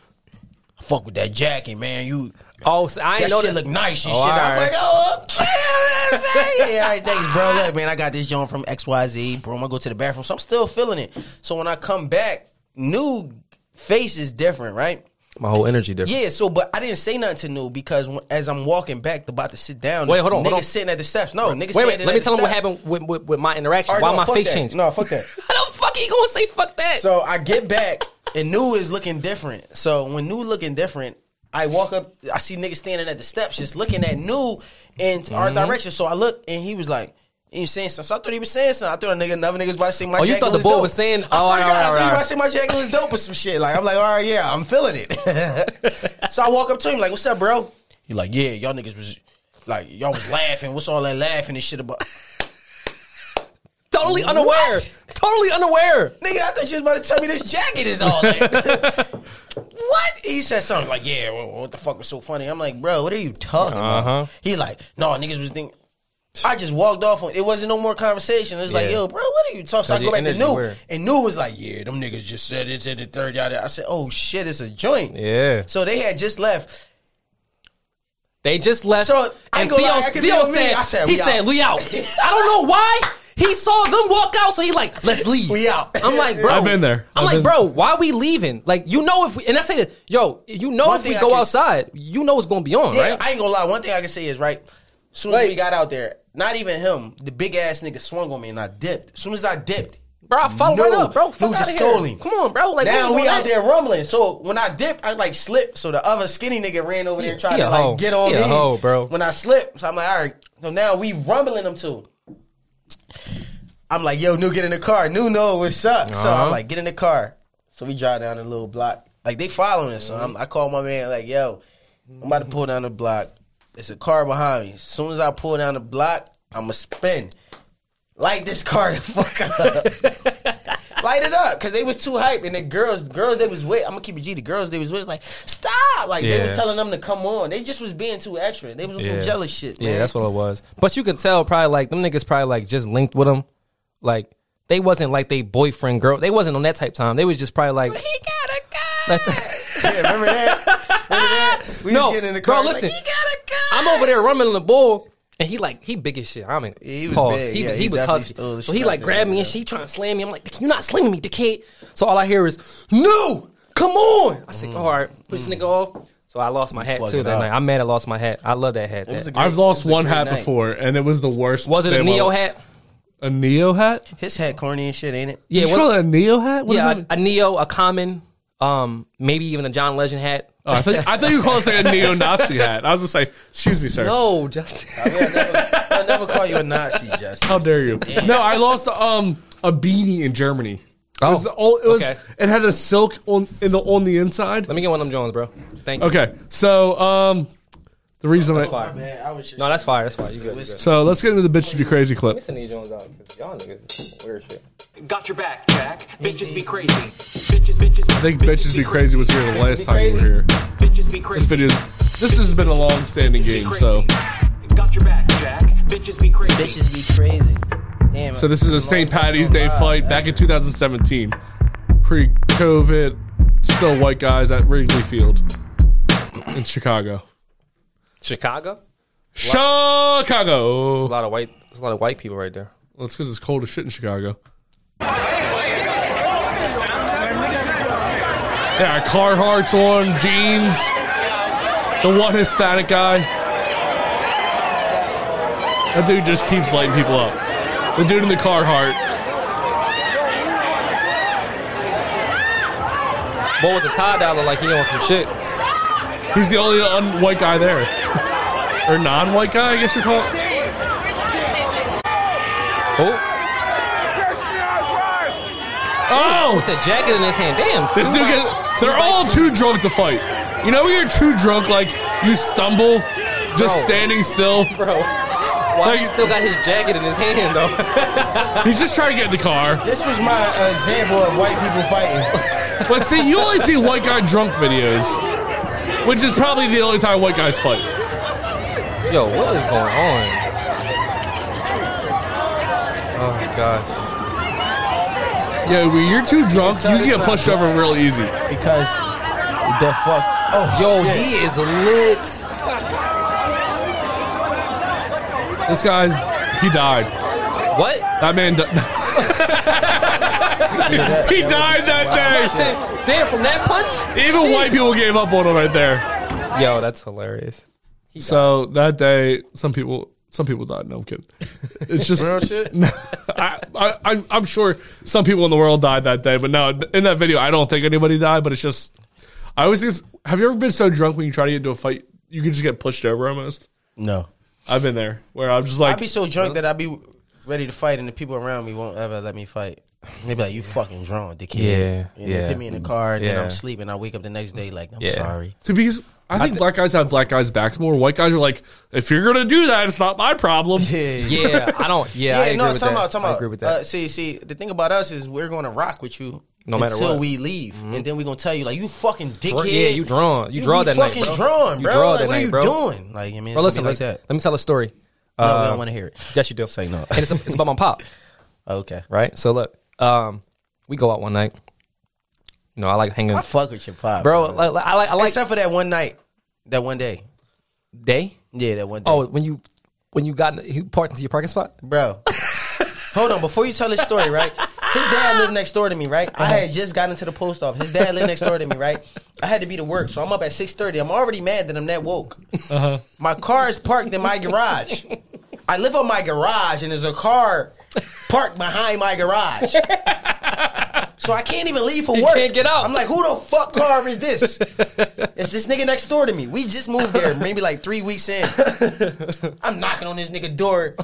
[SPEAKER 1] fuck with that jacket, man. You
[SPEAKER 3] Oh, so I
[SPEAKER 1] that
[SPEAKER 3] ain't know
[SPEAKER 1] shit
[SPEAKER 3] that.
[SPEAKER 1] look nice and
[SPEAKER 3] Oh,
[SPEAKER 1] shit." I'm
[SPEAKER 3] alright.
[SPEAKER 1] like, "Oh, okay, you know what I'm saying? yeah, all right, thanks, bro. Look, man, I got this joint from X Y Z, bro. I'm gonna go to the bathroom, so I'm still feeling it. So when I come back, new face is different, right?
[SPEAKER 3] My whole energy different.
[SPEAKER 1] Yeah, so but I didn't say nothing to new because when, as I'm walking back, to about to sit down.
[SPEAKER 3] Wait,
[SPEAKER 1] this
[SPEAKER 3] hold on,
[SPEAKER 1] nigga
[SPEAKER 3] hold on.
[SPEAKER 1] sitting at the steps. No, nigga.
[SPEAKER 3] Wait, wait.
[SPEAKER 1] standing
[SPEAKER 3] Let me
[SPEAKER 1] at
[SPEAKER 3] tell
[SPEAKER 1] the
[SPEAKER 3] him what
[SPEAKER 1] step.
[SPEAKER 3] happened with, with, with my interaction.
[SPEAKER 1] All right,
[SPEAKER 3] Why
[SPEAKER 1] no,
[SPEAKER 3] my
[SPEAKER 1] fuck
[SPEAKER 3] face
[SPEAKER 1] that.
[SPEAKER 3] changed?
[SPEAKER 1] No, fuck that.
[SPEAKER 3] How the fuck you gonna say fuck that?
[SPEAKER 1] So I get back, and new is looking different. So when new looking different, I walk up. I see niggas standing at the steps, just looking at new in
[SPEAKER 3] Mm-hmm.
[SPEAKER 1] our direction. So I look, and he was like. He was saying something. So I thought he was saying something. I thought a nigga, another nigga was about to say my
[SPEAKER 3] Oh, you
[SPEAKER 1] jacket
[SPEAKER 3] thought the
[SPEAKER 1] was
[SPEAKER 3] boy
[SPEAKER 1] dope.
[SPEAKER 3] was saying-
[SPEAKER 1] I
[SPEAKER 3] oh,
[SPEAKER 1] swear to
[SPEAKER 3] alright,
[SPEAKER 1] God, I thought
[SPEAKER 3] alright,
[SPEAKER 1] he was about
[SPEAKER 3] alright.
[SPEAKER 1] to say my jacket was dope or some shit. Like, I'm like, all right, yeah, I'm feeling it. so I walk up to him, like, what's up, bro? He like, yeah, y'all niggas was, like, y'all was laughing. What's all that laughing and shit about?
[SPEAKER 3] totally
[SPEAKER 1] What?
[SPEAKER 3] unaware. Totally unaware.
[SPEAKER 1] Nigga, I thought you was about to tell me this jacket is all that. what? He said something like, yeah, well, what the fuck was so funny? I'm like, bro, what are you talking
[SPEAKER 3] Uh-huh.
[SPEAKER 1] about? He like, no, niggas was thinking. I just walked off. On, it wasn't no more conversation. It was like,
[SPEAKER 3] Yeah.
[SPEAKER 1] yo, bro, what are you talking? So I
[SPEAKER 3] Cause
[SPEAKER 1] go
[SPEAKER 3] your
[SPEAKER 1] back to
[SPEAKER 3] energy
[SPEAKER 1] New,
[SPEAKER 3] weird.
[SPEAKER 1] and New was like, yeah, them niggas just said it to the third. Yada. I said, oh shit, it's a joint.
[SPEAKER 3] Yeah.
[SPEAKER 1] So they had just left.
[SPEAKER 3] They just left.
[SPEAKER 1] So, I ain't
[SPEAKER 3] and
[SPEAKER 1] gonna
[SPEAKER 3] Theo,
[SPEAKER 1] lie, I can
[SPEAKER 3] Theo
[SPEAKER 1] feel me.
[SPEAKER 3] said,
[SPEAKER 1] I said,
[SPEAKER 3] he
[SPEAKER 1] "We
[SPEAKER 3] said,
[SPEAKER 1] out."
[SPEAKER 3] we out. I don't know why. He saw them walk out, so he like, let's leave.
[SPEAKER 1] We out.
[SPEAKER 3] I'm like, bro.
[SPEAKER 2] I've been there.
[SPEAKER 3] I'm
[SPEAKER 2] I've
[SPEAKER 3] like,
[SPEAKER 2] been-
[SPEAKER 3] bro, why we leaving? Like, you know if we and I say this, yo, you know
[SPEAKER 1] One
[SPEAKER 3] if we
[SPEAKER 1] thing I
[SPEAKER 3] go
[SPEAKER 1] can-
[SPEAKER 3] outside, you know what's gonna be on,
[SPEAKER 1] Yeah,
[SPEAKER 3] right?
[SPEAKER 1] I ain't gonna lie. One thing I can say is right. Soon as
[SPEAKER 3] Like-
[SPEAKER 1] we got out there, not even him, the big ass nigga swung on me and I dipped. Soon as I dipped,
[SPEAKER 3] bro, I followed right up, bro. Fuck
[SPEAKER 1] dude just
[SPEAKER 3] outta here.
[SPEAKER 1] stole him.
[SPEAKER 3] Come on, bro. Like,
[SPEAKER 1] now
[SPEAKER 3] ain't
[SPEAKER 1] we
[SPEAKER 3] doing
[SPEAKER 1] out
[SPEAKER 3] that.
[SPEAKER 1] there rumbling. So when I dipped, I like slipped. So the other skinny nigga ran over there and tried
[SPEAKER 3] he a
[SPEAKER 1] to like
[SPEAKER 3] hoe.
[SPEAKER 1] get on
[SPEAKER 3] He a
[SPEAKER 1] me.
[SPEAKER 3] hoe, bro.
[SPEAKER 1] When I slipped, so I'm like, all right. So now we rumbling them too. I'm like, yo, new get in the car. New know what's up. So I'm
[SPEAKER 3] Uh-huh.
[SPEAKER 1] like, get in the car. So we drive down a little block. Like they following us. So I'm, I call my man like, yo, I'm about to pull down the block. It's a car behind me. As soon as I pull down the block, I'ma spin. Light this car the fuck up. Light it up. Cause they was too hype. And the girls, girls they was with, I'm gonna keep it G, the girls they was with like, stop. Like they
[SPEAKER 3] Yeah.
[SPEAKER 1] was telling them to come on. They just was being too extra. They was on some jealous shit.
[SPEAKER 3] Yeah,
[SPEAKER 1] man.
[SPEAKER 3] that's what it was. But you could tell probably like them niggas probably like just linked with them. Like they wasn't like they boyfriend girl. They wasn't on that type time. They was just probably like
[SPEAKER 1] he got a car.
[SPEAKER 3] let's
[SPEAKER 1] Yeah, remember that? Remember that? We
[SPEAKER 3] No,
[SPEAKER 1] was getting in the
[SPEAKER 3] bro,
[SPEAKER 1] car. like,
[SPEAKER 3] listen.
[SPEAKER 1] he got a car.
[SPEAKER 3] I'm over there rumbling the bull. And he like he big as shit. I mean,
[SPEAKER 1] He was
[SPEAKER 3] pause.
[SPEAKER 1] big,
[SPEAKER 3] He,
[SPEAKER 1] yeah,
[SPEAKER 3] he,
[SPEAKER 1] he
[SPEAKER 3] was
[SPEAKER 1] definitely
[SPEAKER 3] husky.
[SPEAKER 1] stole the
[SPEAKER 3] So
[SPEAKER 1] shit
[SPEAKER 3] he
[SPEAKER 1] out
[SPEAKER 3] like
[SPEAKER 1] there,
[SPEAKER 3] grabbed me
[SPEAKER 1] yeah.
[SPEAKER 3] and she trying to slam me. I'm like, you're not slamming me, dickhead. So all I hear is, no, come on. I said, all right, push this nigga off. So I lost my hat
[SPEAKER 1] Mm-hmm. fuck
[SPEAKER 3] too
[SPEAKER 1] it
[SPEAKER 3] that
[SPEAKER 1] up.
[SPEAKER 3] night. I'm mad I lost my hat. I love that hat. That-
[SPEAKER 1] was
[SPEAKER 3] was,
[SPEAKER 1] a great-
[SPEAKER 2] I've lost
[SPEAKER 1] it was a
[SPEAKER 2] one
[SPEAKER 1] great
[SPEAKER 2] hat
[SPEAKER 1] night.
[SPEAKER 2] before, and it was the worst.
[SPEAKER 3] it
[SPEAKER 2] day
[SPEAKER 3] a
[SPEAKER 2] of my
[SPEAKER 3] Neo
[SPEAKER 2] life.
[SPEAKER 3] hat?
[SPEAKER 2] A Neo hat?
[SPEAKER 1] His hat corny and shit, ain't it?
[SPEAKER 3] Yeah,
[SPEAKER 2] you
[SPEAKER 3] what-
[SPEAKER 2] call it a Neo hat? What is
[SPEAKER 3] yeah,
[SPEAKER 2] that?
[SPEAKER 3] a, a Neo, a Common, um, maybe even a John Legend hat.
[SPEAKER 2] Oh, I think I think you call it like a neo-Nazi hat. I was just like, excuse me, sir.
[SPEAKER 3] No, Justin.
[SPEAKER 1] I'll never, I'll never call you a Nazi, Justin.
[SPEAKER 2] How dare you? No, I lost um a beanie in Germany. it was,
[SPEAKER 3] Oh,
[SPEAKER 2] the old, it, was
[SPEAKER 3] okay.
[SPEAKER 2] it had a silk on in the on the inside.
[SPEAKER 3] Let me get one of them Jones, bro. Thank you.
[SPEAKER 2] Okay, so um the reason I
[SPEAKER 3] Fire.
[SPEAKER 1] Man, I was just
[SPEAKER 3] No, that's fire. That's fire. You good. You good.
[SPEAKER 2] so let's get into the bitch to be crazy clip.
[SPEAKER 3] Send these Jones out because y'all niggas weird shit.
[SPEAKER 6] Got your back, Jack. Bitches be crazy. Bitches, bitches.
[SPEAKER 2] I think bitches be crazy was here the last time you were here.
[SPEAKER 6] Bitches be
[SPEAKER 2] This
[SPEAKER 6] crazy.
[SPEAKER 2] video, this has been a long-standing game. So
[SPEAKER 6] Got your back, Jack. Bitches be crazy.
[SPEAKER 1] bitches be crazy. Damn.
[SPEAKER 2] so this is a St. Patty's Day flight back in 2017, pre-COVID, still white guys at Wrigley Field in Chicago.
[SPEAKER 3] Chicago.
[SPEAKER 2] Chicago.
[SPEAKER 3] There's a lot of white. There's a lot of white people right there.
[SPEAKER 2] Well, it's because it's cold as shit in Chicago. Yeah, Carhartt's on, jeans. The one Hispanic guy. That dude just keeps lighting people up. The dude in the Carhartt.
[SPEAKER 3] Boy with the tie down look like he on some shit.
[SPEAKER 2] He's the only un- white guy there. or non-white guy, I guess you call it.
[SPEAKER 3] Oh,
[SPEAKER 2] Oh!
[SPEAKER 3] with the jacket in his hand. Damn.
[SPEAKER 2] This
[SPEAKER 3] two
[SPEAKER 2] dude
[SPEAKER 3] white-
[SPEAKER 2] gets,
[SPEAKER 3] two
[SPEAKER 2] they're
[SPEAKER 3] white
[SPEAKER 2] all
[SPEAKER 3] people.
[SPEAKER 2] too drunk to fight. You know when you're too drunk, like, you stumble, just
[SPEAKER 3] Bro.
[SPEAKER 2] standing still.
[SPEAKER 3] Bro, why he
[SPEAKER 2] Like-
[SPEAKER 3] still got his jacket in his hand though?
[SPEAKER 2] He's just trying to get in the car.
[SPEAKER 1] This was my uh, example of white people fighting.
[SPEAKER 2] But see, you only see white guy drunk videos, which is probably the only time white guys fight.
[SPEAKER 3] Yo, what is going on? Oh my gosh.
[SPEAKER 2] Yeah, when you're too drunk,
[SPEAKER 1] tell
[SPEAKER 2] you
[SPEAKER 1] this
[SPEAKER 2] get
[SPEAKER 1] not
[SPEAKER 2] pushed
[SPEAKER 1] drunk.
[SPEAKER 2] over real easy.
[SPEAKER 1] because the fuck. Oh,
[SPEAKER 3] Yo,
[SPEAKER 1] shit.
[SPEAKER 3] he is lit.
[SPEAKER 2] This guy's he died.
[SPEAKER 3] What?
[SPEAKER 2] That man di- he died that
[SPEAKER 3] Damn, from that punch?
[SPEAKER 2] day. Even white people gave up on him right there.
[SPEAKER 3] Yo, that's hilarious.
[SPEAKER 2] So that day, some people some people died. No, I'm kidding. It's just
[SPEAKER 1] Real shit.
[SPEAKER 2] I, I, I'm- I'm sure some people in the world died that day, but no, in that video, I don't think anybody died. But it's just, I always think. it's- Have you ever been so drunk when you try to get into a fight, you can just get pushed over almost?
[SPEAKER 1] No.
[SPEAKER 2] I've been there where I'm just like,
[SPEAKER 1] I'd be so drunk that I'd be ready to fight, and the people around me won't ever let me fight. Maybe like you fucking drunk, dickhead.
[SPEAKER 3] Yeah,
[SPEAKER 1] And they
[SPEAKER 3] yeah.
[SPEAKER 1] Put me in the car, and then
[SPEAKER 3] Yeah.
[SPEAKER 1] I'm sleeping. I wake up the next day like I'm
[SPEAKER 3] Yeah.
[SPEAKER 1] sorry.
[SPEAKER 2] see, because I think black guys have black guys' backs more. White guys are like, if you're gonna do that, it's not my problem.
[SPEAKER 3] Yeah, I don't. Yeah, I agree
[SPEAKER 1] no,
[SPEAKER 3] with
[SPEAKER 1] talking
[SPEAKER 3] that.
[SPEAKER 1] about, talking
[SPEAKER 3] I
[SPEAKER 1] about.
[SPEAKER 3] agree with that.
[SPEAKER 1] Uh, see, see, the thing about us is we're going to rock with you
[SPEAKER 3] No matter
[SPEAKER 1] until
[SPEAKER 3] what.
[SPEAKER 1] we leave, and then we're gonna tell you like you fucking
[SPEAKER 3] Dra-
[SPEAKER 1] dickhead.
[SPEAKER 3] yeah, you drawn. You draw
[SPEAKER 1] be
[SPEAKER 3] that night,
[SPEAKER 1] fucking
[SPEAKER 3] bro.
[SPEAKER 1] drawn,
[SPEAKER 3] You
[SPEAKER 1] bro.
[SPEAKER 3] draw
[SPEAKER 1] Like,
[SPEAKER 3] that
[SPEAKER 1] what are
[SPEAKER 3] night,
[SPEAKER 1] you
[SPEAKER 3] bro.
[SPEAKER 1] doing? Like, I mean,
[SPEAKER 3] Bro, listen,
[SPEAKER 1] like
[SPEAKER 3] let-
[SPEAKER 1] that.
[SPEAKER 3] Let me tell a story.
[SPEAKER 1] No,
[SPEAKER 3] Uh,
[SPEAKER 1] we don't want to hear it.
[SPEAKER 3] Yes, you do.
[SPEAKER 1] Say no.
[SPEAKER 3] And it's, it's about my pop,
[SPEAKER 1] Okay,
[SPEAKER 3] right? So look, um, we go out one night. You know, I like hanging,
[SPEAKER 1] I fuck with your pop,
[SPEAKER 3] bro. Like, like, I like, I like
[SPEAKER 1] Except for that one night, that one day.
[SPEAKER 3] day.
[SPEAKER 1] Yeah, that one day.
[SPEAKER 3] Oh, when you when you got you parked into your parking spot.
[SPEAKER 1] Bro. Hold on, before you tell his story, right? His dad lived next door to me, right? I had just gotten to the post office. His dad lived next door to me, right? I had to be to work, so I'm up at 6:30. I'm already mad that I'm that woke. My car is parked in my garage. I live on my garage, and there's a car parked behind my garage. So I can't even leave for
[SPEAKER 3] You
[SPEAKER 1] work.
[SPEAKER 3] can't get out.
[SPEAKER 1] I'm like, who the fuck car is this? It's this nigga next door to me. We just moved there, maybe like three weeks in. I'm knocking on this nigga door,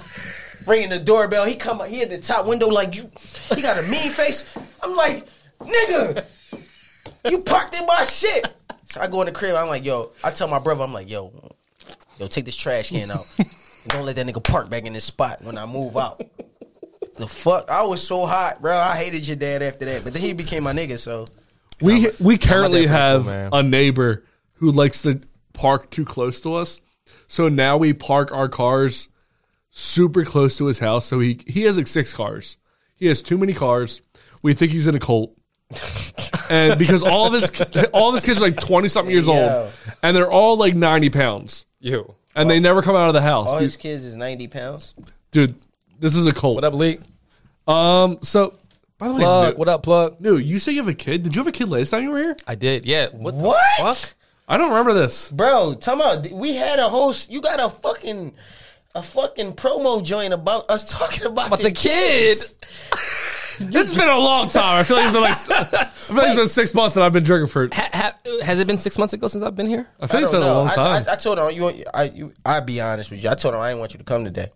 [SPEAKER 1] ringing the doorbell. He come, he at the top window like you. He got a mean face. I'm like, nigga, you parked in my shit. So I go in the crib. I'm like, yo. I tell my brother, I'm like, yo, yo, take this trash can out. And don't let that nigga park back in this spot when I move out. The fuck? I was so hot, bro. I hated your dad after that, but then he became my nigga. So
[SPEAKER 2] We we currently
[SPEAKER 3] definitely
[SPEAKER 2] have
[SPEAKER 3] cool, man.
[SPEAKER 2] a neighbor who likes to park too close to us. So now we park our cars super close to his house. So he he has like six cars. He has too many cars. We think he's in a cult. and because all of his all of his kids are like twenty something years
[SPEAKER 1] Yo.
[SPEAKER 2] old, and they're all like ninety pounds,
[SPEAKER 3] You.
[SPEAKER 2] and they never come out of the house,
[SPEAKER 1] all his kids is 90 pounds.
[SPEAKER 2] dude. This is a cult.
[SPEAKER 3] What up, Leak?
[SPEAKER 2] Um. So, by the way,
[SPEAKER 3] Plug.
[SPEAKER 2] Nu-
[SPEAKER 3] What up, plug?
[SPEAKER 2] Nu, you say you have a kid. Did you have a kid last time you were here?
[SPEAKER 3] I did. Yeah. What? the
[SPEAKER 1] What?
[SPEAKER 3] fuck?
[SPEAKER 2] I don't remember this.
[SPEAKER 1] Bro, tell me, we had a host. You got a fucking, a fucking promo joint about us talking about,
[SPEAKER 3] But the kid.
[SPEAKER 1] kids.
[SPEAKER 2] This has been a long time. I feel like it's been like I feel like it's been six months, and I've been drinking for.
[SPEAKER 3] Ha, ha, has it been six months ago since I've been here?
[SPEAKER 2] I feel
[SPEAKER 1] I
[SPEAKER 2] like it's
[SPEAKER 1] don't
[SPEAKER 2] been a
[SPEAKER 1] know.
[SPEAKER 2] long
[SPEAKER 1] I,
[SPEAKER 2] time.
[SPEAKER 1] I, I told him you. I you, I be honest with you. I told him I didn't want you to come today.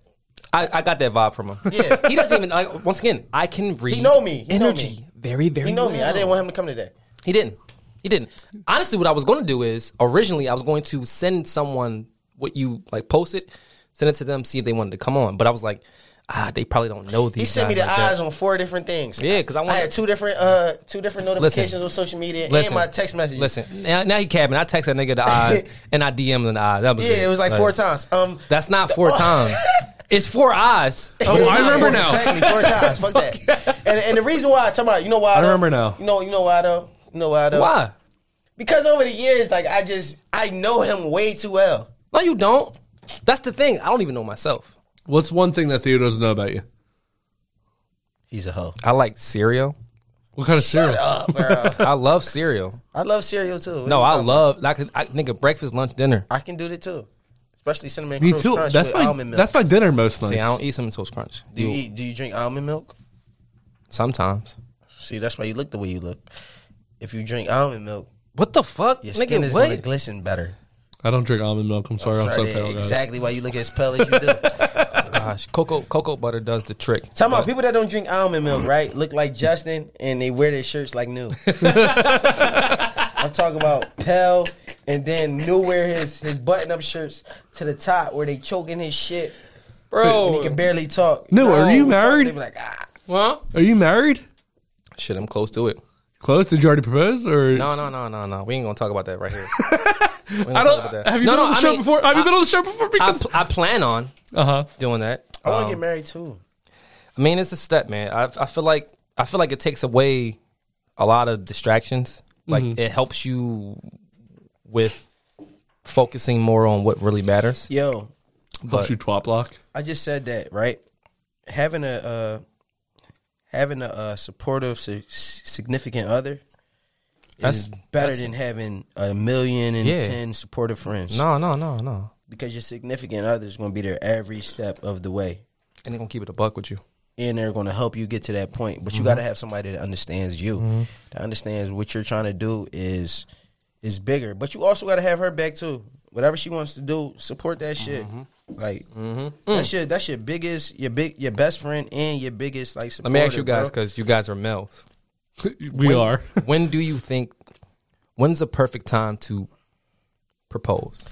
[SPEAKER 3] I, I got that vibe from him.
[SPEAKER 1] Yeah.
[SPEAKER 3] he doesn't even. Like, once again, I can read.
[SPEAKER 1] know me. He know
[SPEAKER 3] energy
[SPEAKER 1] me.
[SPEAKER 3] very, very.
[SPEAKER 1] You know me. I
[SPEAKER 3] well.
[SPEAKER 1] didn't want him to come today.
[SPEAKER 3] He didn't. He didn't. Honestly, what I was going to do is originally I was going to send someone what you like posted, send it to them, see if they wanted to come on. But I was like, ah, they probably don't know
[SPEAKER 1] He
[SPEAKER 3] these.
[SPEAKER 1] sent me the
[SPEAKER 3] guys like that.
[SPEAKER 1] eyes on four different things.
[SPEAKER 3] Yeah, 'cause I
[SPEAKER 1] I
[SPEAKER 3] wanted-
[SPEAKER 1] had two different uh two different notifications on social media and my text messages.
[SPEAKER 3] Listen, now, now he capping. I text that nigga the eyes and I DM him the eyes. That was
[SPEAKER 1] yeah, it was like four times. Um,
[SPEAKER 3] That's not four times. It's four eyes.
[SPEAKER 1] It was
[SPEAKER 2] Oh, I
[SPEAKER 1] Oh, not
[SPEAKER 2] remember
[SPEAKER 1] four-
[SPEAKER 2] now.
[SPEAKER 1] Exactly, four times. Fuck that. And, and the reason why I talking about you know why I
[SPEAKER 2] remember now.
[SPEAKER 1] You know you know why though. You know why though?
[SPEAKER 3] Why?
[SPEAKER 1] Because over the years, like I just I know him way too well.
[SPEAKER 3] No, you don't. That's the thing. I don't even know myself.
[SPEAKER 2] What's one thing that Theo doesn't know about you?
[SPEAKER 1] He's a hoe.
[SPEAKER 3] I like cereal.
[SPEAKER 2] What kind of cereal?
[SPEAKER 1] Up, bro.
[SPEAKER 3] I love cereal.
[SPEAKER 1] I love cereal too.
[SPEAKER 3] No, I love like I, nigga breakfast, lunch, dinner.
[SPEAKER 1] I can do that too. Especially cinnamon
[SPEAKER 2] Me
[SPEAKER 1] Crunch
[SPEAKER 2] too.
[SPEAKER 1] Crunch
[SPEAKER 2] That's
[SPEAKER 1] with
[SPEAKER 2] my
[SPEAKER 1] almond milk.
[SPEAKER 2] that's my dinner most
[SPEAKER 3] See, I
[SPEAKER 2] nights.
[SPEAKER 3] don't eat cinnamon toast crunch.
[SPEAKER 1] do you eat? Do you drink almond milk?
[SPEAKER 3] Sometimes.
[SPEAKER 1] See, that's why you look the way you look. If you drink almond milk,
[SPEAKER 3] What the fuck,
[SPEAKER 1] your skin
[SPEAKER 3] nigga?
[SPEAKER 1] is
[SPEAKER 3] What?
[SPEAKER 1] gonna glisten better.
[SPEAKER 2] I don't drink almond milk. I'm sorry. I'm, so
[SPEAKER 1] Sorry,
[SPEAKER 2] pale, guys.
[SPEAKER 1] exactly why you look as pale as you do.
[SPEAKER 3] Gosh, cocoa cocoa butter does the trick.
[SPEAKER 1] Talking about people that don't drink almond milk, right? Look like Justin, and they wear their shirts like new. I'm talking about Pell, and then new wear his his button up shirts to the top where they choking his shit, and he can barely talk.
[SPEAKER 2] No, are you
[SPEAKER 1] we talk,
[SPEAKER 2] married?
[SPEAKER 1] They be like, ah.
[SPEAKER 3] Huh?
[SPEAKER 2] Are you married?
[SPEAKER 3] Shit, I'm close to it.
[SPEAKER 2] Close? Did you already propose? Or
[SPEAKER 3] No, no, no, no, no. We ain't gonna talk about that right here.
[SPEAKER 2] I don't. Have you been on the show before? Have you been on the show before?
[SPEAKER 3] I,
[SPEAKER 2] Because
[SPEAKER 3] I plan on
[SPEAKER 2] uh huh.
[SPEAKER 3] doing that.
[SPEAKER 1] I want
[SPEAKER 3] Um,
[SPEAKER 1] to get married too.
[SPEAKER 3] I mean, it's a step, man. I, I feel like I feel like it takes away a lot of distractions. Like
[SPEAKER 1] Mm-hmm.
[SPEAKER 3] it helps you with focusing more on what really matters.
[SPEAKER 1] Yo,
[SPEAKER 2] Helps you twat block.
[SPEAKER 1] I just said that right. Having a uh, having a uh, supportive, si- significant other
[SPEAKER 3] That's-
[SPEAKER 1] is better than having a million and
[SPEAKER 3] Yeah.
[SPEAKER 1] ten supportive friends.
[SPEAKER 3] No, no, no, no.
[SPEAKER 1] because your significant other is going to be there every step of the way,
[SPEAKER 3] And they're gonna keep it a buck with you.
[SPEAKER 1] and they're going to help you get to that point.
[SPEAKER 3] Mm-hmm.
[SPEAKER 1] But you got to have somebody that understands you, that understands what you're trying to do is is bigger. But you also got to have her back too. Whatever she wants to do, support that shit.
[SPEAKER 3] Mm-hmm.
[SPEAKER 1] Like
[SPEAKER 3] Mm.
[SPEAKER 1] that's your that's your biggest, your big, your best friend, and your biggest like.
[SPEAKER 3] Let me ask you
[SPEAKER 1] supporter, bro.
[SPEAKER 3] guys, because you guys are males.
[SPEAKER 2] We are.
[SPEAKER 3] when do you think? When's the perfect time to propose?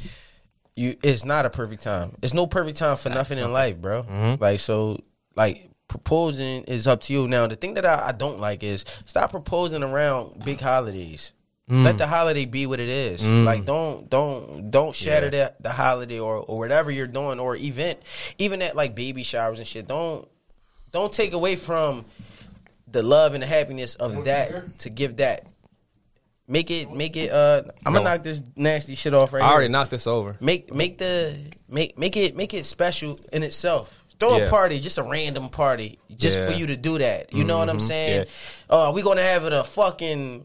[SPEAKER 1] you it's not a perfect time. It's no perfect time for nothing in life, bro.
[SPEAKER 3] Mm-hmm.
[SPEAKER 1] Like so like proposing is up to you. Now the thing that I, I don't like is stop proposing around big holidays.
[SPEAKER 3] Mm.
[SPEAKER 1] Let the holiday be what it is. Like don't don't don't shatter that the holiday or, or whatever you're doing or event. Even at like baby showers and shit. Don't don't take away from the love and the happiness of that to give that. Make it make it uh I'm gonna knock this nasty shit off right
[SPEAKER 3] I
[SPEAKER 1] here
[SPEAKER 3] already knocked this over.
[SPEAKER 1] make make the make make it make it special in itself. Throw
[SPEAKER 3] Yeah.
[SPEAKER 1] a party, just a random party, just for
[SPEAKER 3] Yeah. Mm-hmm.
[SPEAKER 1] you to do that. You know what I'm saying?
[SPEAKER 3] Yeah.
[SPEAKER 1] Oh, we gonna have it a fucking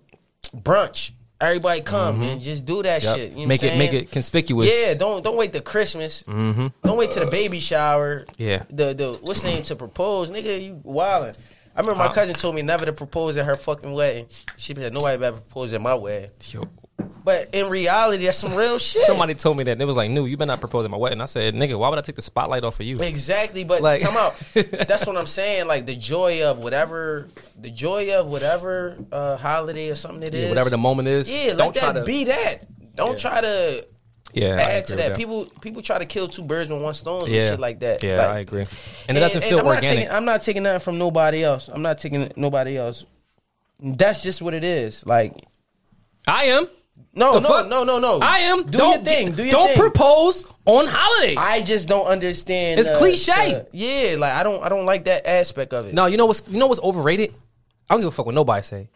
[SPEAKER 1] brunch. Everybody come and just do that
[SPEAKER 3] Yep.
[SPEAKER 1] shit. You know
[SPEAKER 3] Mm-hmm. make
[SPEAKER 1] what
[SPEAKER 3] it
[SPEAKER 1] I'm
[SPEAKER 3] make
[SPEAKER 1] saying?
[SPEAKER 3] it conspicuous.
[SPEAKER 1] Yeah, don't don't wait to Christmas. Mm-hmm. Don't wait to the baby shower.
[SPEAKER 3] Yeah.
[SPEAKER 1] The the what's the name to propose, nigga? You wildin'. I remember my cousin told me never to propose at her fucking wedding. She said nobody ever proposed at my wedding.
[SPEAKER 3] Yo,
[SPEAKER 1] But in reality, that's some real shit.
[SPEAKER 3] somebody told me that they was like, "No, you better not propose at my wedding." I said, "Nigga, why would I take the spotlight off of you?"
[SPEAKER 1] Exactly, but
[SPEAKER 3] Like-
[SPEAKER 1] come out. That's what I'm saying. Like the joy of whatever, the joy of whatever uh, holiday or something it is.
[SPEAKER 3] Yeah, whatever the moment is.
[SPEAKER 1] Yeah,
[SPEAKER 3] don't
[SPEAKER 1] let
[SPEAKER 3] try
[SPEAKER 1] that
[SPEAKER 3] to
[SPEAKER 1] be that. Don't try to
[SPEAKER 3] yeah, I
[SPEAKER 1] add to
[SPEAKER 3] agree with
[SPEAKER 1] that. People people try to kill two birds with one stone and
[SPEAKER 3] yeah,
[SPEAKER 1] shit like that.
[SPEAKER 3] Yeah,
[SPEAKER 1] Like-
[SPEAKER 3] I agree. And it doesn't feel
[SPEAKER 1] I'm Not
[SPEAKER 3] organic.
[SPEAKER 1] taking, I'm not taking that from nobody else. I'm not taking nobody else. That's just what it is. Like
[SPEAKER 3] I am.
[SPEAKER 1] no,
[SPEAKER 3] The
[SPEAKER 1] no,
[SPEAKER 3] fuck?
[SPEAKER 1] no, no, no.
[SPEAKER 3] I am.
[SPEAKER 1] Oh. Do
[SPEAKER 3] don't
[SPEAKER 1] your thing.
[SPEAKER 3] get-
[SPEAKER 1] do your
[SPEAKER 3] don't
[SPEAKER 1] thing.
[SPEAKER 3] propose on holidays.
[SPEAKER 1] I just don't understand.
[SPEAKER 3] It's cliche.
[SPEAKER 1] the- yeah, like I don't. I don't like that aspect of it.
[SPEAKER 3] no, you know what's you know what's overrated? I don't give a fuck what nobody say.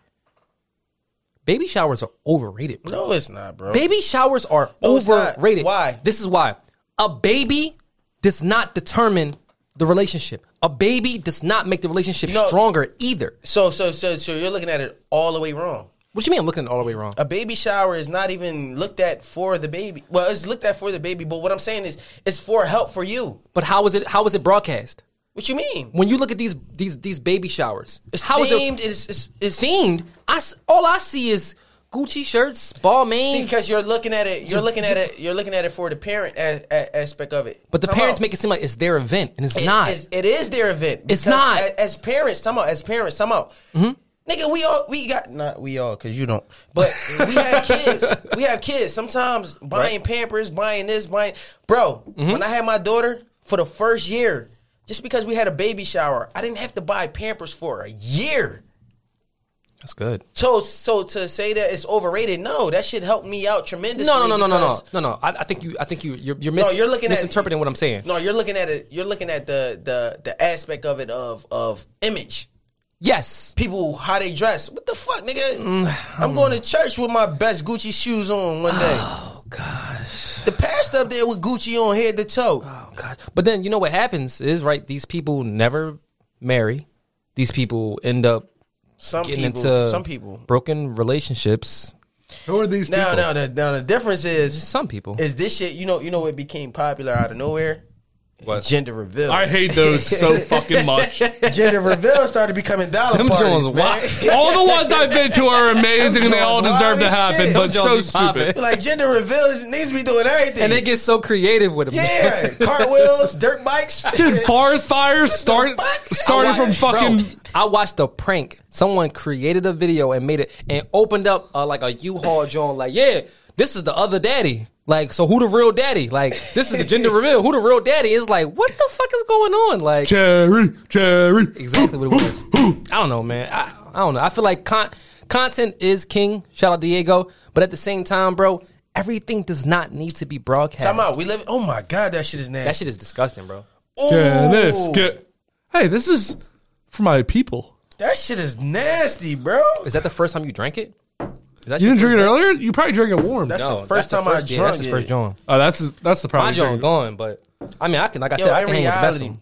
[SPEAKER 3] Baby showers are overrated. bro.
[SPEAKER 1] No, it's not, bro.
[SPEAKER 3] Baby showers are
[SPEAKER 1] No, it's not.
[SPEAKER 3] overrated.
[SPEAKER 1] Why?
[SPEAKER 3] This is why. A baby does not determine the relationship. A baby does not make the relationship
[SPEAKER 1] know-
[SPEAKER 3] stronger either.
[SPEAKER 1] So so so so you're looking at it all the way wrong.
[SPEAKER 3] What do you mean I'm looking all the way wrong?
[SPEAKER 1] A baby shower is not even looked at for the baby. Well, it's looked at for the baby, but what I'm saying is it's for help for you.
[SPEAKER 3] But how is it how is it broadcast?
[SPEAKER 1] What you mean?
[SPEAKER 3] When you look at these these these baby showers,
[SPEAKER 1] It's
[SPEAKER 3] how is
[SPEAKER 1] themed.
[SPEAKER 3] it
[SPEAKER 1] It's it's, it's
[SPEAKER 3] themed? I s- all I see is Gucci shirts, ball mane.
[SPEAKER 1] because you're looking at it. You're looking at it. You're looking at it for the parent a, a, aspect of it.
[SPEAKER 3] but the
[SPEAKER 1] Come
[SPEAKER 3] parents
[SPEAKER 1] on.
[SPEAKER 3] make it seem like it's their event, and it's
[SPEAKER 1] It-
[SPEAKER 3] not.
[SPEAKER 1] It's, it is their event.
[SPEAKER 3] It's
[SPEAKER 1] because
[SPEAKER 3] not. Mm-hmm.
[SPEAKER 1] a- As, parents, somehow. As parents, somehow. Nigga, we all we got not we all because you don't, but we have kids. We have kids. Sometimes buying Pampers, buying this, buying. Bro,
[SPEAKER 3] Mm-hmm.
[SPEAKER 1] when I had my daughter for the first year, just because we had a baby shower, I didn't have to buy Pampers for a year.
[SPEAKER 3] That's good.
[SPEAKER 1] So, so to say that it's overrated, no, that should help me out tremendously.
[SPEAKER 3] No, no, no, no, no, no,
[SPEAKER 1] because-
[SPEAKER 3] no, no. I, I think you, I think you, you're, you're, mis-
[SPEAKER 1] No, you're looking at-
[SPEAKER 3] misinterpreting what I'm saying.
[SPEAKER 1] No, you're looking at it. You're looking at the the the aspect of it of of image.
[SPEAKER 3] Yes,
[SPEAKER 1] people how they dress. What the fuck,
[SPEAKER 3] Mm,
[SPEAKER 1] nigga? I'm going to church with my best Gucci shoes on one day. Oh gosh. The pastor up there with Gucci on head to toe.
[SPEAKER 3] Oh God! But then you know what happens is right. These people never marry. These people end up
[SPEAKER 1] Some
[SPEAKER 3] getting
[SPEAKER 1] people
[SPEAKER 3] into
[SPEAKER 1] some people.
[SPEAKER 3] broken relationships.
[SPEAKER 2] Who are these
[SPEAKER 1] Now
[SPEAKER 2] people?
[SPEAKER 1] now the now the difference is
[SPEAKER 3] Some people.
[SPEAKER 1] is this shit, you know, you know what became popular out of nowhere?
[SPEAKER 3] What?
[SPEAKER 1] Gender reveal.
[SPEAKER 2] I hate those so fucking much.
[SPEAKER 1] Gender reveal started becoming dollar
[SPEAKER 3] Them
[SPEAKER 1] parties,
[SPEAKER 3] Jones
[SPEAKER 1] man.
[SPEAKER 3] wild.
[SPEAKER 2] All the ones I've been to are amazing and they all
[SPEAKER 1] Jones
[SPEAKER 2] deserve to
[SPEAKER 1] wild as
[SPEAKER 2] happen,
[SPEAKER 1] shit.
[SPEAKER 2] but
[SPEAKER 1] Them
[SPEAKER 2] so
[SPEAKER 3] Jones be popping.
[SPEAKER 2] stupid.
[SPEAKER 1] Like gender reveals niggas be doing everything.
[SPEAKER 3] and they get so creative with them.
[SPEAKER 1] yeah, cartwheels, dirt bikes.
[SPEAKER 2] Dude, forest fires start,
[SPEAKER 1] fuck?
[SPEAKER 2] started
[SPEAKER 1] I
[SPEAKER 2] from
[SPEAKER 1] watched-
[SPEAKER 2] fucking.
[SPEAKER 3] I watched a prank. Someone created a video and made it and opened up uh, like a U-Haul joint. Like, yeah, this is the other daddy. Like, so who the real daddy? Like, this is the gender reveal. Who the real daddy is? Like, what the fuck is going on? Like,
[SPEAKER 2] Cherry, cherry.
[SPEAKER 3] exactly what it was. I don't know, man. I, I don't know. I feel like con- content is king. Shout out Diego. But at the same time, bro, everything does not need to be broadcast.
[SPEAKER 1] Time out. We live. Oh my god, that shit is nasty.
[SPEAKER 3] that shit is disgusting, bro.
[SPEAKER 1] Ooh.
[SPEAKER 2] Get this. Get. Hey, this is for my people.
[SPEAKER 1] That shit is nasty, bro.
[SPEAKER 3] Is that the first time you drank it? Is that
[SPEAKER 2] You
[SPEAKER 3] your
[SPEAKER 2] didn't drink it
[SPEAKER 3] first-
[SPEAKER 2] earlier. You probably drank it warm.
[SPEAKER 1] That's
[SPEAKER 3] No,
[SPEAKER 1] the first
[SPEAKER 3] that's
[SPEAKER 1] time I
[SPEAKER 3] yeah,
[SPEAKER 1] drunk
[SPEAKER 3] That's his
[SPEAKER 1] it.
[SPEAKER 3] first joint.
[SPEAKER 2] Oh, that's that's the
[SPEAKER 3] My
[SPEAKER 2] problem.
[SPEAKER 3] joint gone, but I mean, I can like I
[SPEAKER 1] Yo,
[SPEAKER 3] said, I
[SPEAKER 1] in
[SPEAKER 3] can hang with the best
[SPEAKER 1] reality-
[SPEAKER 3] one.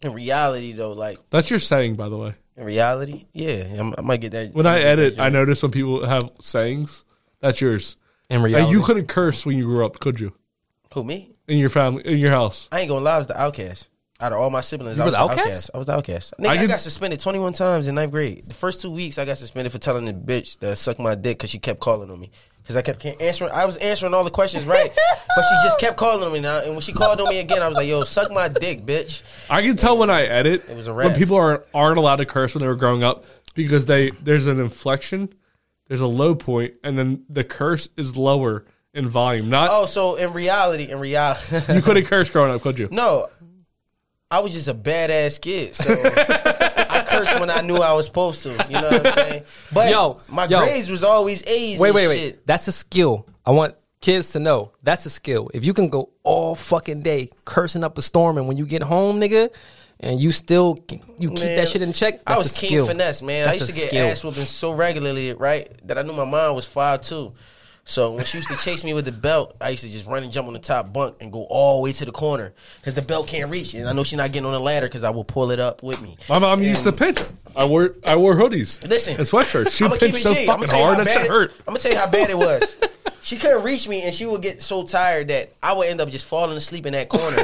[SPEAKER 1] In reality, though, like
[SPEAKER 2] That's your saying, by the way.
[SPEAKER 1] in reality, yeah, I'm, I might get that.
[SPEAKER 2] When I edit, I notice when people have sayings. That's yours.
[SPEAKER 3] In
[SPEAKER 2] Like,
[SPEAKER 3] reality,
[SPEAKER 2] you couldn't curse when you grew up, could you?
[SPEAKER 1] who me?
[SPEAKER 2] In your family, in your house.
[SPEAKER 1] I ain't gonna lie, I was the outcast. Out of all my siblings,
[SPEAKER 3] You
[SPEAKER 1] I
[SPEAKER 3] were
[SPEAKER 1] was
[SPEAKER 3] the
[SPEAKER 1] the
[SPEAKER 3] outcast?
[SPEAKER 1] outcast? I was the outcast. Nigga, I,
[SPEAKER 2] could-
[SPEAKER 1] got suspended 21 times in ninth grade. The first two weeks, I got suspended for telling the bitch to suck my dick because she kept calling on me. Because I kept can't- answering, I was answering all the questions right, but she just kept calling on me now. And when she called on me again, I was like, "Yo, suck my dick, bitch."
[SPEAKER 2] I can tell when I edit
[SPEAKER 1] was a
[SPEAKER 2] when
[SPEAKER 1] rest.
[SPEAKER 2] people aren't aren't allowed to curse when they were growing up because they there's an inflection, there's a low point, and then the curse is lower in volume. Not
[SPEAKER 1] Oh, so in reality, in reality,
[SPEAKER 2] you couldn't curse growing up, could you?
[SPEAKER 1] No, I was just a badass kid, so I cursed when I knew I was supposed to. You know what I'm saying? But
[SPEAKER 3] Yo,
[SPEAKER 1] my
[SPEAKER 3] yo.
[SPEAKER 1] grades was always A's.
[SPEAKER 3] wait,
[SPEAKER 1] and
[SPEAKER 3] wait, wait.
[SPEAKER 1] shit.
[SPEAKER 3] That's a skill. I want kids to know that's a skill. If you can go all fucking day cursing up a storm, and when you get home, nigga, and you still ke- you keep
[SPEAKER 1] Man,
[SPEAKER 3] that shit in check, that's
[SPEAKER 1] I was
[SPEAKER 3] a
[SPEAKER 1] king
[SPEAKER 3] skill.
[SPEAKER 1] finesse, man.
[SPEAKER 3] That's
[SPEAKER 1] I
[SPEAKER 3] a
[SPEAKER 1] used to get
[SPEAKER 3] skill.
[SPEAKER 1] ass whooping so regularly, right, that I knew my mom was five two. So when she used to chase me with the belt, I used to just run and jump on the top bunk and go all the way to the corner because the belt can't reach, and I know she's not getting on the ladder because I will pull it up with me.
[SPEAKER 2] My mom used to pinch. I wore I wore hoodies
[SPEAKER 1] Listen,
[SPEAKER 2] and sweatshirts. She
[SPEAKER 1] I'ma keep
[SPEAKER 2] pinched
[SPEAKER 1] it
[SPEAKER 2] so
[SPEAKER 1] G. I'ma
[SPEAKER 2] fucking
[SPEAKER 1] tell you
[SPEAKER 2] hard
[SPEAKER 1] how
[SPEAKER 2] that
[SPEAKER 1] bad
[SPEAKER 2] shit
[SPEAKER 1] it-
[SPEAKER 2] hurt.
[SPEAKER 1] I'm gonna tell you how bad it was. she couldn't reach me, and she would get so tired that I would end up just falling asleep in that corner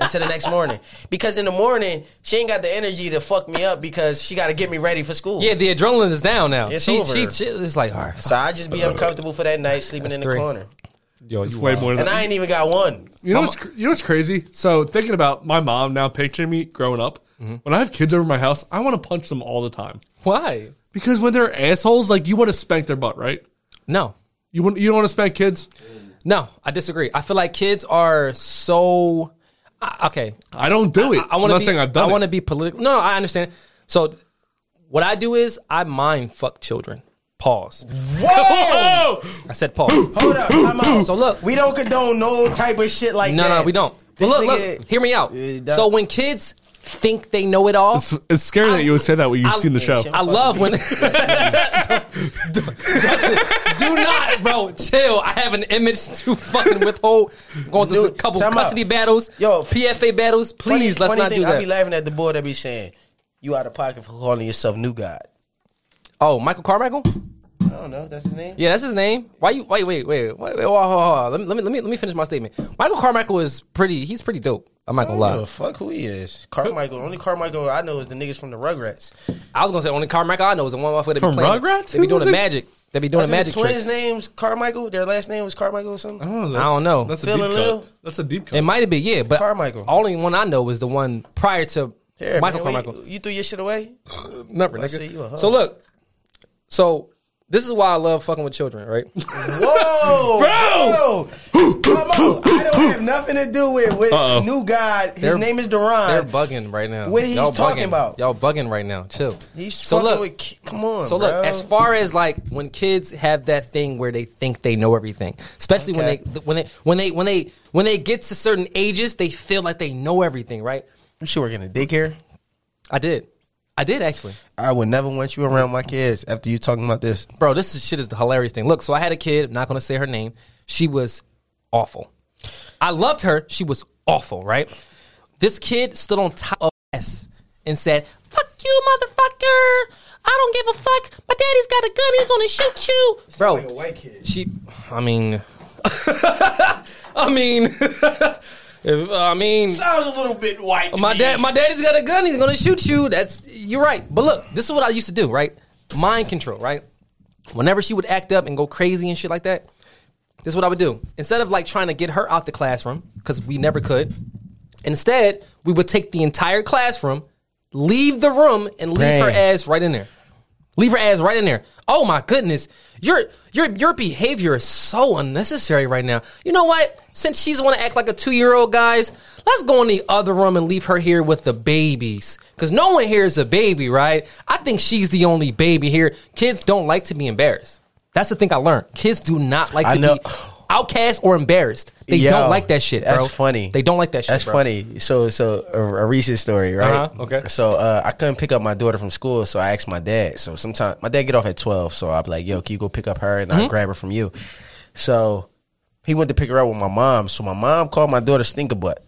[SPEAKER 1] until the next morning. Because in the morning, she ain't got the energy to fuck me up because she got to get me ready for school.
[SPEAKER 3] Yeah, the adrenaline is down now.
[SPEAKER 1] It's
[SPEAKER 3] she,
[SPEAKER 1] over.
[SPEAKER 3] she, she, it's like, all right,
[SPEAKER 1] So I just be uncomfortable for that night sleeping
[SPEAKER 3] That's
[SPEAKER 1] in the
[SPEAKER 3] three.
[SPEAKER 1] corner,
[SPEAKER 3] yo, you
[SPEAKER 2] Way
[SPEAKER 3] wild.
[SPEAKER 2] more than
[SPEAKER 1] and I ain't even got one.
[SPEAKER 2] You know what's cr- you know what's crazy? So thinking about my mom now picturing me growing up.
[SPEAKER 1] Mm-hmm.
[SPEAKER 2] When I have kids over my house, I want to punch them all the time
[SPEAKER 3] Why?
[SPEAKER 2] because when they're assholes, like you want to spank their butt, right?
[SPEAKER 3] No,
[SPEAKER 2] You want you don't want to spank kids.
[SPEAKER 3] no, I disagree. I feel like kids are so I- okay.
[SPEAKER 2] I don't do it.
[SPEAKER 3] I, I want
[SPEAKER 2] I'm
[SPEAKER 3] to
[SPEAKER 2] not
[SPEAKER 3] be.
[SPEAKER 2] saying I've done
[SPEAKER 3] I want to
[SPEAKER 2] it.
[SPEAKER 3] be political. No, I understand. So, what I do is I mind fuck children. Pause.
[SPEAKER 1] Whoa!
[SPEAKER 2] Oh,
[SPEAKER 3] I said pause.
[SPEAKER 1] Hold up, time out.
[SPEAKER 3] So look,
[SPEAKER 1] we don't condone no type of shit like
[SPEAKER 3] no,
[SPEAKER 1] that.
[SPEAKER 3] no, we don't. But
[SPEAKER 1] This
[SPEAKER 3] look,
[SPEAKER 1] nigga-
[SPEAKER 3] look, hear me out.
[SPEAKER 1] Yeah, that-
[SPEAKER 3] So when kids think they know it all,
[SPEAKER 2] it's, it's scary that you would say that when you've
[SPEAKER 3] I-
[SPEAKER 2] seen the show.
[SPEAKER 3] I love when. Justin, do not, bro. Chill. I have an image to fucking withhold. I'm going through
[SPEAKER 1] Dude,
[SPEAKER 3] a couple
[SPEAKER 1] time out.
[SPEAKER 3] custody battles,
[SPEAKER 1] Yo,
[SPEAKER 3] PFA battles. Please,
[SPEAKER 1] Funny-
[SPEAKER 3] let's
[SPEAKER 1] funny
[SPEAKER 3] not
[SPEAKER 1] thing,
[SPEAKER 3] do
[SPEAKER 1] I be
[SPEAKER 3] that.
[SPEAKER 1] laughing at the boy that be saying, "You out of pocket for calling yourself new God."
[SPEAKER 3] Oh, Michael Carmichael.
[SPEAKER 1] I don't know. That's his name.
[SPEAKER 3] Yeah, that's his name. Why you? Wait, wait, wait, wait. wait, wait hold on, hold on. Let me, let me, let me, let me finish my statement. Michael Carmichael is pretty. He's pretty dope. I'm not gonna
[SPEAKER 1] I don't give
[SPEAKER 3] lie.
[SPEAKER 1] a fuck who he is. Carmichael. Only Carmichael I know is the niggas from the Rugrats.
[SPEAKER 3] I was gonna say only Carmichael I know is the one motherfucker that
[SPEAKER 2] From
[SPEAKER 3] be playing.
[SPEAKER 2] Rugrats?
[SPEAKER 3] They be
[SPEAKER 2] Who
[SPEAKER 3] doing
[SPEAKER 2] was
[SPEAKER 3] the
[SPEAKER 2] it?
[SPEAKER 3] magic. They be doing the
[SPEAKER 1] Wasn't
[SPEAKER 3] magic
[SPEAKER 1] the twins'
[SPEAKER 3] tricks.
[SPEAKER 1] names Carmichael. Their last name was Carmichael or something.
[SPEAKER 2] Oh,
[SPEAKER 3] I don't know.
[SPEAKER 2] That's
[SPEAKER 1] Phil
[SPEAKER 2] a deep
[SPEAKER 1] and Lil?
[SPEAKER 2] cut. That's a deep cut.
[SPEAKER 3] It might have been, yeah, but
[SPEAKER 1] Carmichael.
[SPEAKER 3] Only one I know is the one prior to
[SPEAKER 1] Here,
[SPEAKER 3] Michael
[SPEAKER 1] man,
[SPEAKER 3] Carmichael.
[SPEAKER 1] You, you threw your shit away.
[SPEAKER 3] Never,
[SPEAKER 1] I see you a
[SPEAKER 3] nigga.
[SPEAKER 1] hoe.
[SPEAKER 3] So look, so this is why I love fucking with children, right?
[SPEAKER 1] Whoa,
[SPEAKER 2] Bro!
[SPEAKER 1] bro. Come on. I don't have nothing to do with with
[SPEAKER 2] Uh-oh.
[SPEAKER 1] new God. His
[SPEAKER 3] They're-
[SPEAKER 1] name is Duran.
[SPEAKER 3] They're bugging right now.
[SPEAKER 1] What he's
[SPEAKER 3] Y'all
[SPEAKER 1] talking
[SPEAKER 3] bugging.
[SPEAKER 1] about.
[SPEAKER 3] Y'all bugging right now. Chill.
[SPEAKER 1] He's
[SPEAKER 3] so
[SPEAKER 1] fucking
[SPEAKER 3] look,
[SPEAKER 1] with ki- Come on.
[SPEAKER 3] So look,
[SPEAKER 1] bro.
[SPEAKER 3] as far as like when kids have that thing where they think they know everything, especially
[SPEAKER 1] Okay.
[SPEAKER 3] when they when they when they when they when they get to certain ages, they feel like they know everything, right?
[SPEAKER 1] you should work in a daycare.
[SPEAKER 3] I did, I did actually,
[SPEAKER 1] I would never want you around my kids after you talking about this.
[SPEAKER 3] bro. This is, shit is the hilarious thing. Look, so I had a kid. I'm not gonna say her name. She was awful. I loved her. She was awful, right? This kid stood on top of us and said, "Fuck you, motherfucker! I don't give a fuck. My daddy's got a gun. He's gonna shoot you, bro."
[SPEAKER 1] white kid.
[SPEAKER 3] She, I mean, I mean, if, I mean,
[SPEAKER 1] Sounds a little bit white. to
[SPEAKER 3] my
[SPEAKER 1] me.
[SPEAKER 3] dad, my daddy's got a gun. He's gonna shoot you. That's you're right. But look, this is what I used to do, right? Mind control, right? Whenever she would act up and go crazy and shit like that, this is what I would do. Instead of like trying to get her out the classroom because we never could, instead we would take the entire classroom, leave the room, and leave her
[SPEAKER 1] Dang.
[SPEAKER 3] ass right in there. Leave her ass right in there. Oh my goodness. Your your your behavior is so unnecessary right now. You know what? Since she's wanna act like a two year old, guys, let's go in the other room and leave her here with the babies. Cause no one here is a baby, right? I think she's the only baby here. Kids don't like to be embarrassed. That's the thing I learned. Kids do not like to
[SPEAKER 1] I know.
[SPEAKER 3] be outcast or embarrassed. They
[SPEAKER 1] Yo,
[SPEAKER 3] don't like that shit, bro.
[SPEAKER 1] That's funny.
[SPEAKER 3] They don't like that shit.
[SPEAKER 1] That's
[SPEAKER 3] bro.
[SPEAKER 1] funny. So, so a, a recent story, right?
[SPEAKER 3] Uh-huh, okay.
[SPEAKER 1] So, uh, I couldn't pick up my daughter from school, so I asked my dad. So, sometimes my dad get off at twelve, so I'm like, "Yo, can you go pick up her and
[SPEAKER 3] Mm-hmm.
[SPEAKER 1] I grab her from you?" So, he went to pick her up with my mom. So, my mom called my daughter stinker butt,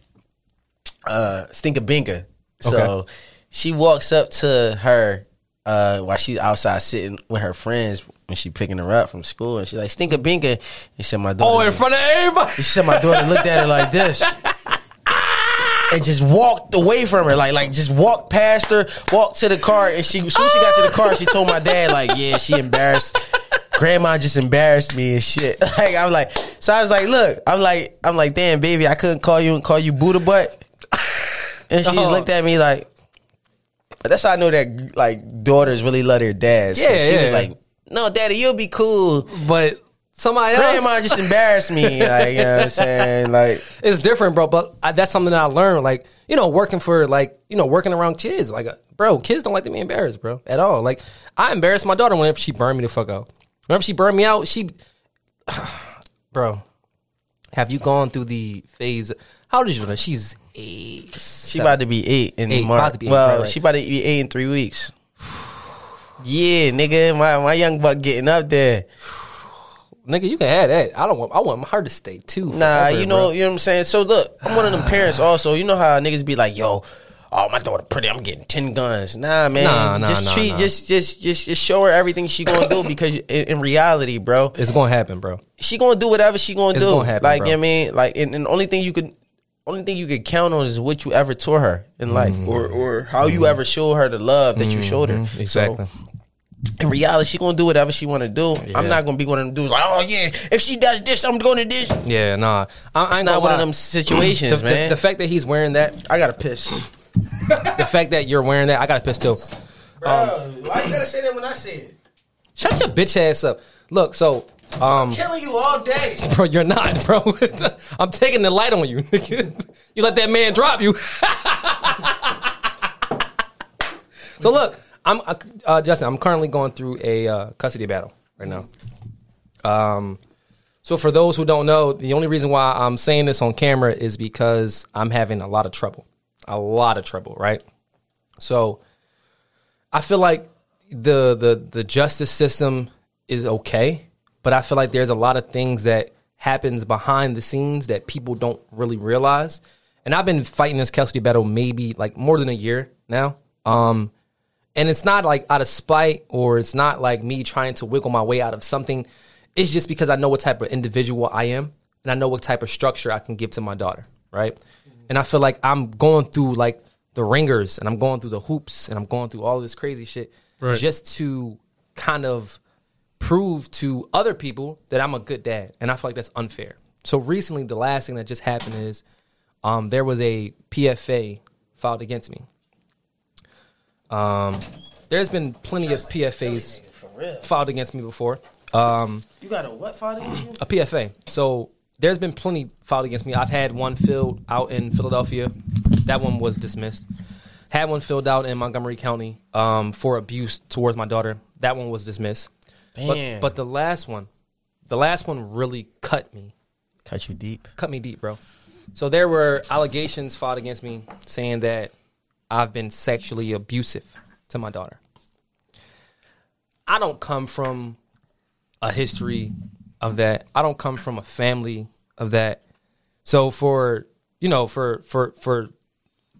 [SPEAKER 1] uh, stinker binker. So,
[SPEAKER 3] Okay.
[SPEAKER 1] she walks up to her uh, while she's outside sitting with her friends when she picking her up from school, and she's like, "Stinker binker," and said, "My daughter."
[SPEAKER 3] Oh, in front of everybody.
[SPEAKER 1] She said my daughter looked at her like this. And just walked away from her, like like just walked past her, walked to the car, and she as soon as she got to the car, she told my dad, like, yeah, she embarrassed. Grandma just embarrassed me and shit. Like I was like, so I was like, look, I'm like, I'm like, damn, baby, I couldn't call you and call you Buddha butt. And she
[SPEAKER 3] Oh.
[SPEAKER 1] looked at me like, but that's how I know that like daughters really love their dads. 'Cause
[SPEAKER 3] Yeah,
[SPEAKER 1] she
[SPEAKER 3] yeah.
[SPEAKER 1] was like, no, daddy, you'll be cool.
[SPEAKER 3] But somebody
[SPEAKER 1] Grandma
[SPEAKER 3] else
[SPEAKER 1] just embarrassed me. Like, you know what I'm saying? Like.
[SPEAKER 3] it's different, bro. But I, that's something that I learned. Like you know, working for like you know, working around kids. Like, uh, bro, kids don't like to be embarrassed, bro, at all. Like I embarrassed my daughter whenever she burned me the fuck out. Whenever she burned me out, she, bro, have you gone through the phase? How old is your daughter? She's eight.
[SPEAKER 1] She about to be eight in
[SPEAKER 3] Eight,
[SPEAKER 1] March.
[SPEAKER 3] about to be eight,
[SPEAKER 1] well,
[SPEAKER 3] right, right.
[SPEAKER 1] she about to be eight in three weeks. yeah, nigga, my, my young buck getting up there.
[SPEAKER 3] nigga, you can have that. I don't want. I want her to stay too.
[SPEAKER 1] Nah,
[SPEAKER 3] forever,
[SPEAKER 1] you know,
[SPEAKER 3] bro.
[SPEAKER 1] you know what I'm saying. So look, I'm one of them parents also. You know how niggas be like, yo. Oh, my daughter pretty. I'm getting ten guns. Nah, man.
[SPEAKER 3] Nah, nah,
[SPEAKER 1] just
[SPEAKER 3] nah,
[SPEAKER 1] treat,
[SPEAKER 3] nah.
[SPEAKER 1] just, just, just, just show her everything she gonna do because in, in reality, bro,
[SPEAKER 3] it's gonna happen, bro.
[SPEAKER 1] she gonna do whatever she gonna
[SPEAKER 3] It's
[SPEAKER 1] do.
[SPEAKER 3] gonna happen,
[SPEAKER 1] like
[SPEAKER 3] bro.
[SPEAKER 1] you know what I mean, like, and, and the only thing you could, only thing you could count on is what you ever taught her in life,
[SPEAKER 3] Mm-hmm.
[SPEAKER 1] or or how you ever showed her the love that you showed her. So,
[SPEAKER 3] Exactly.
[SPEAKER 1] in reality, she gonna do whatever she wanna do. I'm not gonna be one of them dudes like, oh yeah, if she does this, I'm going to this. It's
[SPEAKER 3] yeah, nah. I, I ain't
[SPEAKER 1] not
[SPEAKER 3] gonna
[SPEAKER 1] one
[SPEAKER 3] lie.
[SPEAKER 1] of them
[SPEAKER 3] The-
[SPEAKER 1] situations,
[SPEAKER 3] the-
[SPEAKER 1] man.
[SPEAKER 3] the Um, fact that he's wearing that
[SPEAKER 1] I gotta piss.
[SPEAKER 3] the fact that you're wearing that, I got a piss too.
[SPEAKER 1] why you gotta say that when I say it?
[SPEAKER 3] Shut your bitch ass up. Look, so um,
[SPEAKER 1] Killing you all day.
[SPEAKER 3] bro, you're not, bro. I'm taking the light on you. nigga. you let that man drop you. so look, I'm uh, uh, Justin. I'm currently going through a uh, custody battle right now. Um, so for those who don't know, the only reason why I'm saying this on camera is because I'm having a lot of trouble, a lot of trouble, right? So I feel like the the the justice system is okay, but I feel like there's a lot of things that happens behind the scenes that people don't really realize. And I've been fighting this custody battle maybe like more than a year now. Um and it's not like out of spite or it's not like me trying to wiggle my way out of something. It's just because I know what type of individual I am and I know what type of structure I can give to my daughter, right? And I feel like I'm going through like the ringers and I'm going through the hoops and I'm going through all this crazy shit
[SPEAKER 2] Right.
[SPEAKER 3] just to kind of prove to other people that I'm a good dad. And I feel like that's unfair. So recently, the last thing that just happened is um, there was a PFA filed against me. Um, there's been plenty of PFAs filed against me before. Um,
[SPEAKER 1] You got a what father?
[SPEAKER 3] a PFA. So there's been plenty filed against me. I've had one filled out in Philadelphia. That one was dismissed. Had one filled out in Montgomery County um, for abuse towards my daughter. That one was dismissed. But,
[SPEAKER 1] Damn.
[SPEAKER 3] but the last one, the last one really cut me
[SPEAKER 1] Cut you deep.
[SPEAKER 3] cut me deep, bro. So there were allegations filed against me saying that I've been sexually abusive to my daughter. I don't come from a history of that. I don't come from a family of that. So for you know, for for for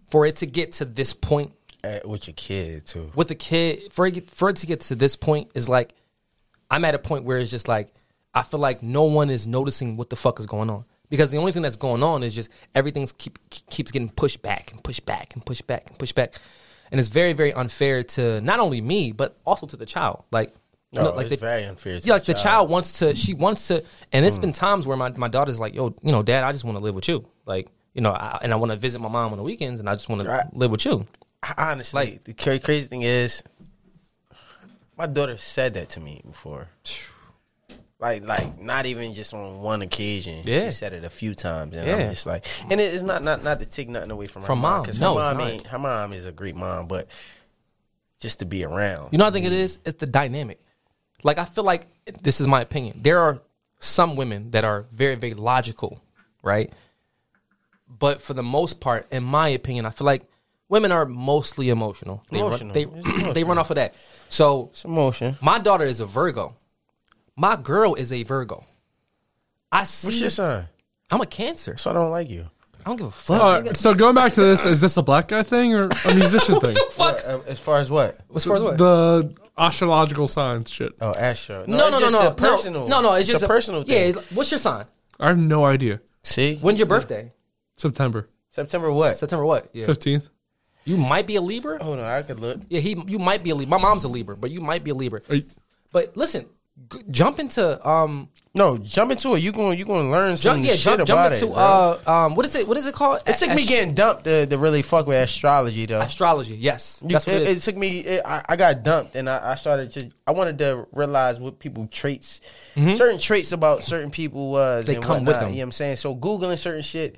[SPEAKER 3] for it to get to this point
[SPEAKER 1] Eh, with your kid too.
[SPEAKER 3] with a kid for it, for it to get to this point is like I'm at a point where it's just like I feel like no one is noticing what the fuck is going on because the only thing that's going on is just everything's keep keeps getting pushed back and pushed back and pushed back and pushed back and it's very very unfair to not only me but also to the child like
[SPEAKER 1] No,
[SPEAKER 3] look, like
[SPEAKER 1] it's
[SPEAKER 3] the-
[SPEAKER 1] very unfair. to
[SPEAKER 3] yeah, like the child wants to, she wants to, and
[SPEAKER 1] Mm.
[SPEAKER 3] it's been times where my, my daughter's like, yo, you know, dad, I just want to live with you. Like, you know, I, and I want to visit my mom on the weekends and I just want
[SPEAKER 1] Right.
[SPEAKER 3] to live with you.
[SPEAKER 1] Honestly,
[SPEAKER 3] Like-
[SPEAKER 1] the cra- crazy thing is, my daughter said that to me before. Like, like not even just on one occasion.
[SPEAKER 3] Yeah.
[SPEAKER 1] She said it a few times, and
[SPEAKER 3] Yeah.
[SPEAKER 1] I'm just like, and it's not not not to take nothing away from her
[SPEAKER 3] From mom,
[SPEAKER 1] because
[SPEAKER 3] no,
[SPEAKER 1] her mom
[SPEAKER 3] it's not.
[SPEAKER 1] ain't, her mom is a great mom, but just to be around, Mm.
[SPEAKER 3] You know what I think it is? It's the dynamic. Like I feel like this is my opinion. There are some women that are very, very logical, right? But for the most part, in my opinion, I feel like women are mostly emotional. They
[SPEAKER 1] Emotional.
[SPEAKER 3] Run, they, they run off of that. So
[SPEAKER 1] It's emotion.
[SPEAKER 3] my daughter is a Virgo. My girl is a Virgo. I see.
[SPEAKER 1] What's your sign?
[SPEAKER 3] I'm a Cancer.
[SPEAKER 1] So I don't like you.
[SPEAKER 3] I don't give a fuck.
[SPEAKER 2] All right, so going back to this, is this a black guy thing or a musician thing?
[SPEAKER 3] fuck.
[SPEAKER 1] Uh, as far as what?
[SPEAKER 3] What's far as what?
[SPEAKER 2] The astrological signs shit.
[SPEAKER 1] Oh, Astro.
[SPEAKER 3] No,
[SPEAKER 1] it's
[SPEAKER 3] no, no,
[SPEAKER 1] just
[SPEAKER 3] no,
[SPEAKER 1] a
[SPEAKER 3] no.
[SPEAKER 1] Personal.
[SPEAKER 3] No, no, it's just
[SPEAKER 1] a, personal
[SPEAKER 3] Yeah.
[SPEAKER 1] thing.
[SPEAKER 3] it's- What's your sign?
[SPEAKER 2] I have no idea.
[SPEAKER 1] See,
[SPEAKER 3] When's your birthday?
[SPEAKER 2] September
[SPEAKER 1] September what?
[SPEAKER 3] September what? Yeah.
[SPEAKER 2] fifteenth.
[SPEAKER 3] You might be a Libra.
[SPEAKER 1] Hold on, I could look.
[SPEAKER 3] Yeah, he. You might be a Libra. My mom's a Libra, but you might be a Libra.
[SPEAKER 2] Are you-
[SPEAKER 3] But listen, g- jump into um.
[SPEAKER 1] No, jump into it. You going? You going to learn some
[SPEAKER 3] Jump, yeah,
[SPEAKER 1] shit
[SPEAKER 3] jump,
[SPEAKER 1] about it.
[SPEAKER 3] jump into
[SPEAKER 1] bro.
[SPEAKER 3] uh um. What is it? What is it called?
[SPEAKER 1] it took me getting dumped to, to really fuck with astrology though.
[SPEAKER 3] astrology. Yes,
[SPEAKER 1] You-
[SPEAKER 3] that's what
[SPEAKER 1] it,
[SPEAKER 3] it
[SPEAKER 1] it
[SPEAKER 3] is.
[SPEAKER 1] took me. It, I, I got dumped, and I, I started to. I wanted to realize what people traits, certain traits about certain people was.
[SPEAKER 3] Mm-hmm. They
[SPEAKER 1] and
[SPEAKER 3] come with
[SPEAKER 1] whatnot,
[SPEAKER 3] them.
[SPEAKER 1] You know what I'm saying? So googling certain shit,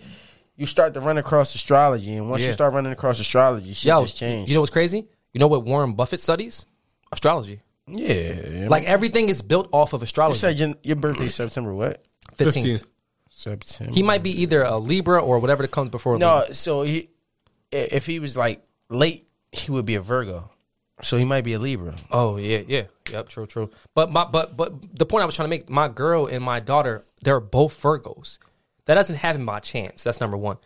[SPEAKER 1] you start to run across astrology, and once
[SPEAKER 3] Yeah.
[SPEAKER 1] you start running across astrology, shit
[SPEAKER 3] Yo,
[SPEAKER 1] just changed.
[SPEAKER 3] you know what's crazy? You know what Warren Buffett studies? Astrology.
[SPEAKER 1] yeah. Like
[SPEAKER 3] Like everything is built off of
[SPEAKER 1] you
[SPEAKER 3] astrology.
[SPEAKER 1] said, your, your birthday September what?
[SPEAKER 3] 15th.
[SPEAKER 1] September.
[SPEAKER 3] He might be either a Libra or whatever that comes before.
[SPEAKER 1] no.
[SPEAKER 3] Libra.
[SPEAKER 1] So he, i- if he was like late, he would be a Virgo. So he might be a Libra.
[SPEAKER 3] Oh yeah, yeah, yep, true, true. But my, but, but the point I was trying to make: my girl and my daughter, they're both Virgos. That doesn't happen by chance. That's number one.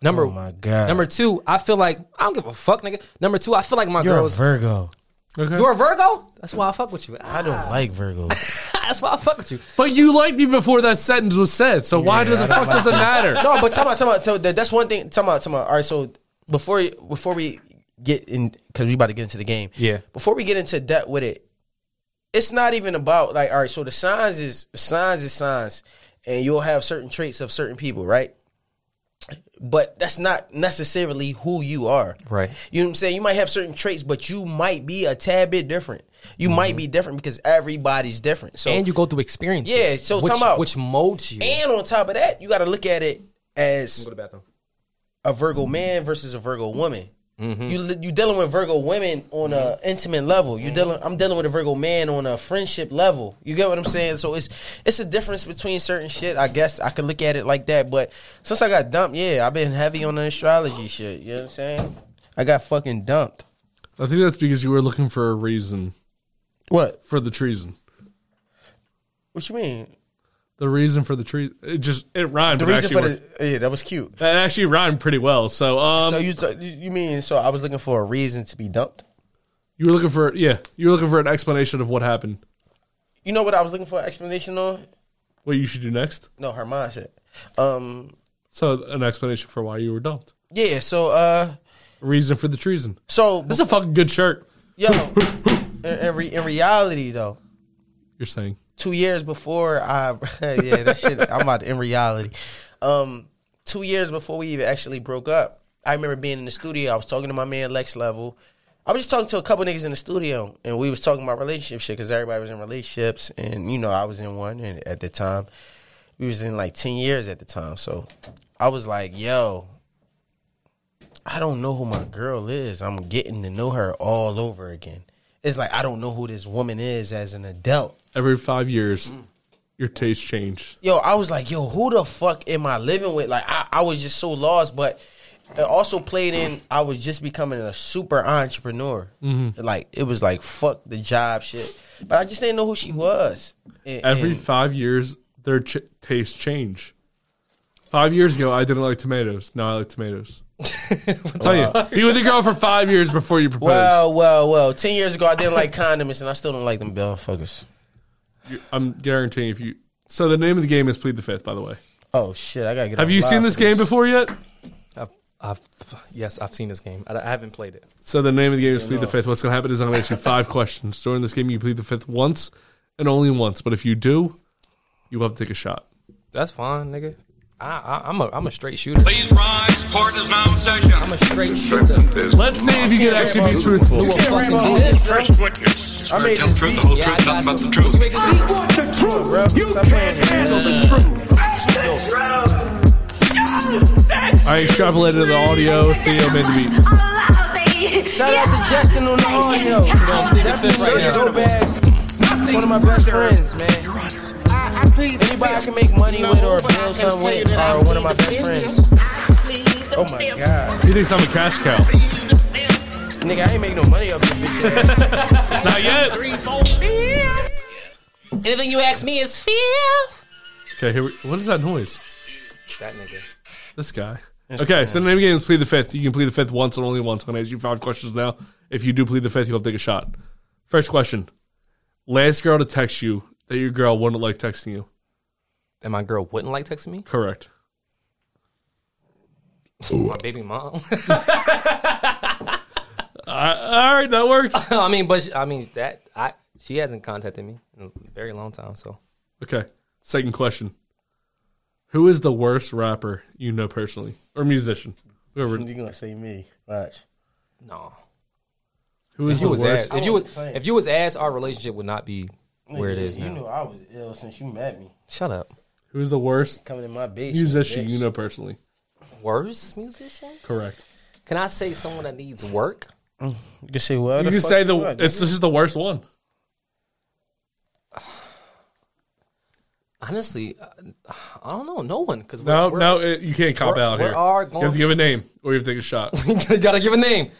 [SPEAKER 3] Number
[SPEAKER 1] Oh my God.
[SPEAKER 3] Number two, I feel like I don't give a fuck, nigga. Number two, I feel like my
[SPEAKER 1] You're
[SPEAKER 3] girl is.
[SPEAKER 1] a Virgo.
[SPEAKER 2] Okay.
[SPEAKER 3] you're a Virgo. That's why I fuck with you.
[SPEAKER 1] I don't like Virgo.
[SPEAKER 3] That's why I fuck with you.
[SPEAKER 2] but you liked me before that sentence was said, so why the fuck does it matter?
[SPEAKER 1] No, but talk about, talk about, talk about, that's one thing. Talk about, talk about. All right, so before before we get in, because we about to get into the game.
[SPEAKER 3] Yeah.
[SPEAKER 1] Before we get into depth with it, it's not even about like all right. So the signs is signs is signs, and you'll have certain traits of certain people, right? But that's not necessarily who you are,
[SPEAKER 3] Right.
[SPEAKER 1] You know what I'm saying? You might have certain traits, but you might be a tad bit different. You might be different because everybody's different. So
[SPEAKER 3] Mm-hmm. And you go through experiences.
[SPEAKER 1] Yeah, so
[SPEAKER 3] which,
[SPEAKER 1] time out.
[SPEAKER 3] which molds you.
[SPEAKER 1] and on top of that, you got to look at it as
[SPEAKER 3] go to the bathroom.
[SPEAKER 1] a Virgo man versus a Virgo woman.
[SPEAKER 2] Mm-hmm.
[SPEAKER 1] You li- you dealing with Virgo women on a intimate level.
[SPEAKER 2] Mm-hmm.
[SPEAKER 1] You dealing I'm dealing with a Virgo man on a friendship level. You get what I'm saying? So it's it's a difference between certain shit. I guess I could look at it like that. But since I got dumped, yeah, I've been heavy on the astrology shit. You know what I'm saying? I got fucking dumped.
[SPEAKER 2] I think that's because you were looking for a reason
[SPEAKER 1] What?
[SPEAKER 2] for the treason.
[SPEAKER 1] What you mean?
[SPEAKER 2] The reason for the treason. It just it rhymed.
[SPEAKER 1] The
[SPEAKER 2] It
[SPEAKER 1] reason
[SPEAKER 2] actually
[SPEAKER 1] for
[SPEAKER 2] worked.
[SPEAKER 1] the yeah, that was cute.
[SPEAKER 2] That actually rhymed pretty well. So um,
[SPEAKER 1] so you t- you mean so I was looking for a reason to be dumped?
[SPEAKER 2] you were looking for yeah, you were looking for an explanation of what happened.
[SPEAKER 1] You know what I was looking for an explanation on?
[SPEAKER 2] What you should do next.
[SPEAKER 1] No, her mindset. Um,
[SPEAKER 2] So an explanation for why you were dumped.
[SPEAKER 1] yeah. So uh.
[SPEAKER 2] Reason for the treason.
[SPEAKER 1] So
[SPEAKER 2] That's a fucking good shirt.
[SPEAKER 1] yo, in, in, re, in reality though,
[SPEAKER 2] You're saying.
[SPEAKER 1] two years before I yeah that shit I'm about to, in reality, um, two years before we even actually broke up, I remember being in the studio. I was talking to my man Lex Level. I was just talking to a couple niggas in the studio, and we was talking about relationship shit because everybody was in relationships, and you know I was in one and at the time. We was in like ten years at the time, so I was like, yo. I don't know who my girl is. I'm getting to know her all over again. It's like I don't know who this woman is as an adult.
[SPEAKER 2] Every five years your taste change.
[SPEAKER 1] Yo, I was like, yo, who the fuck am I living with? Like, I, I was just so lost, but it also played in. I was just becoming a super entrepreneur.
[SPEAKER 2] Mm-hmm.
[SPEAKER 1] Like, it was like fuck the job shit, but I just didn't know who she was. And-
[SPEAKER 2] Every
[SPEAKER 1] and-
[SPEAKER 2] five years their ch- tastes change. Five years ago, I didn't like tomatoes. Now I like tomatoes. I'll tell you, be with a girl for five years before you propose.
[SPEAKER 1] well, well, well. Ten years ago, I didn't like condoms, and I still don't like them motherfuckers.
[SPEAKER 2] You- I'm guaranteeing if you. So the name of the game is plead the fifth. By the way,
[SPEAKER 1] Oh shit, I gotta get.
[SPEAKER 2] have
[SPEAKER 1] off
[SPEAKER 2] you
[SPEAKER 1] live
[SPEAKER 2] seen
[SPEAKER 1] for
[SPEAKER 2] this game before yet?
[SPEAKER 3] I've, I've, yes, I've seen this game. I, I haven't played it.
[SPEAKER 2] So the name of the game is plead the fifth. What's going to happen is I'm going to ask you five questions during this game. You plead the fifth once and only once, but if you do, you will have to take a shot.
[SPEAKER 3] That's fine, nigga. I, I, I'm a I'm a straight shooter.
[SPEAKER 7] Please rise. Court is now in session.
[SPEAKER 3] I'm a straight shooter.
[SPEAKER 2] Let's see if you can actually be truthful.
[SPEAKER 3] Knew a fucking
[SPEAKER 1] Rambo.
[SPEAKER 3] beat.
[SPEAKER 7] First witness. Swear to tell the truth, the whole
[SPEAKER 3] Yeah, I
[SPEAKER 7] truth,
[SPEAKER 3] got
[SPEAKER 7] nothing but the
[SPEAKER 3] you.
[SPEAKER 7] truth.
[SPEAKER 3] Make this beat.
[SPEAKER 1] Bro, stop playing with me.
[SPEAKER 2] I extrapolated the audio. Theo made the beat.
[SPEAKER 1] Shout out to Justin on the audio.
[SPEAKER 3] Steve, it's
[SPEAKER 1] That's
[SPEAKER 3] this right here.
[SPEAKER 1] dope ass. One of my best friends, man. Anybody I can make money with or build something with are one of my best friends. Oh my god.
[SPEAKER 2] He thinks I'm a cash cow.
[SPEAKER 1] Nigga, I ain't making no money off this bitch ass.
[SPEAKER 2] Not yet.
[SPEAKER 3] Anything you ask me is fear.
[SPEAKER 2] Okay, here. We, what is that noise?
[SPEAKER 3] That nigga.
[SPEAKER 2] This guy. Okay, so the name of the game is plead the fifth. You can plead the fifth once and only once. I'm going to ask you five questions now. If you do plead the fifth, you'll take a shot. First question: Last girl to text you that your girl wouldn't like texting you.
[SPEAKER 3] And my girl wouldn't like texting me.
[SPEAKER 2] Correct.
[SPEAKER 3] My baby mom.
[SPEAKER 2] All right, that works.
[SPEAKER 3] I mean, but she- I mean that I she hasn't contacted me in a very long time. So
[SPEAKER 2] Okay. Second question: Who is the worst rapper you know personally or musician? Whoever.
[SPEAKER 1] You gonna say me? Watch.
[SPEAKER 3] no.
[SPEAKER 2] Who is
[SPEAKER 3] If you
[SPEAKER 2] the
[SPEAKER 3] was
[SPEAKER 2] worst?
[SPEAKER 3] asked, if you was if you was asked, our relationship would not be where it is
[SPEAKER 1] You
[SPEAKER 3] now.
[SPEAKER 1] knew I was ill since you met me.
[SPEAKER 3] Shut up.
[SPEAKER 2] Who is the worst
[SPEAKER 1] Coming in my basement.
[SPEAKER 2] musician
[SPEAKER 1] bitch.
[SPEAKER 2] you know personally?
[SPEAKER 3] Worst musician?
[SPEAKER 2] Correct.
[SPEAKER 3] Can I say someone that needs work?
[SPEAKER 1] You can say well.
[SPEAKER 2] You can say the it's just the worst one.
[SPEAKER 3] Honestly, uh, I don't know. No one. Because
[SPEAKER 2] No, no, it, you can't cop
[SPEAKER 3] we're-
[SPEAKER 2] out
[SPEAKER 3] we
[SPEAKER 2] here.
[SPEAKER 3] are
[SPEAKER 2] you have
[SPEAKER 3] going-
[SPEAKER 2] to give a name or you have to take a shot.
[SPEAKER 3] you gotta give a name.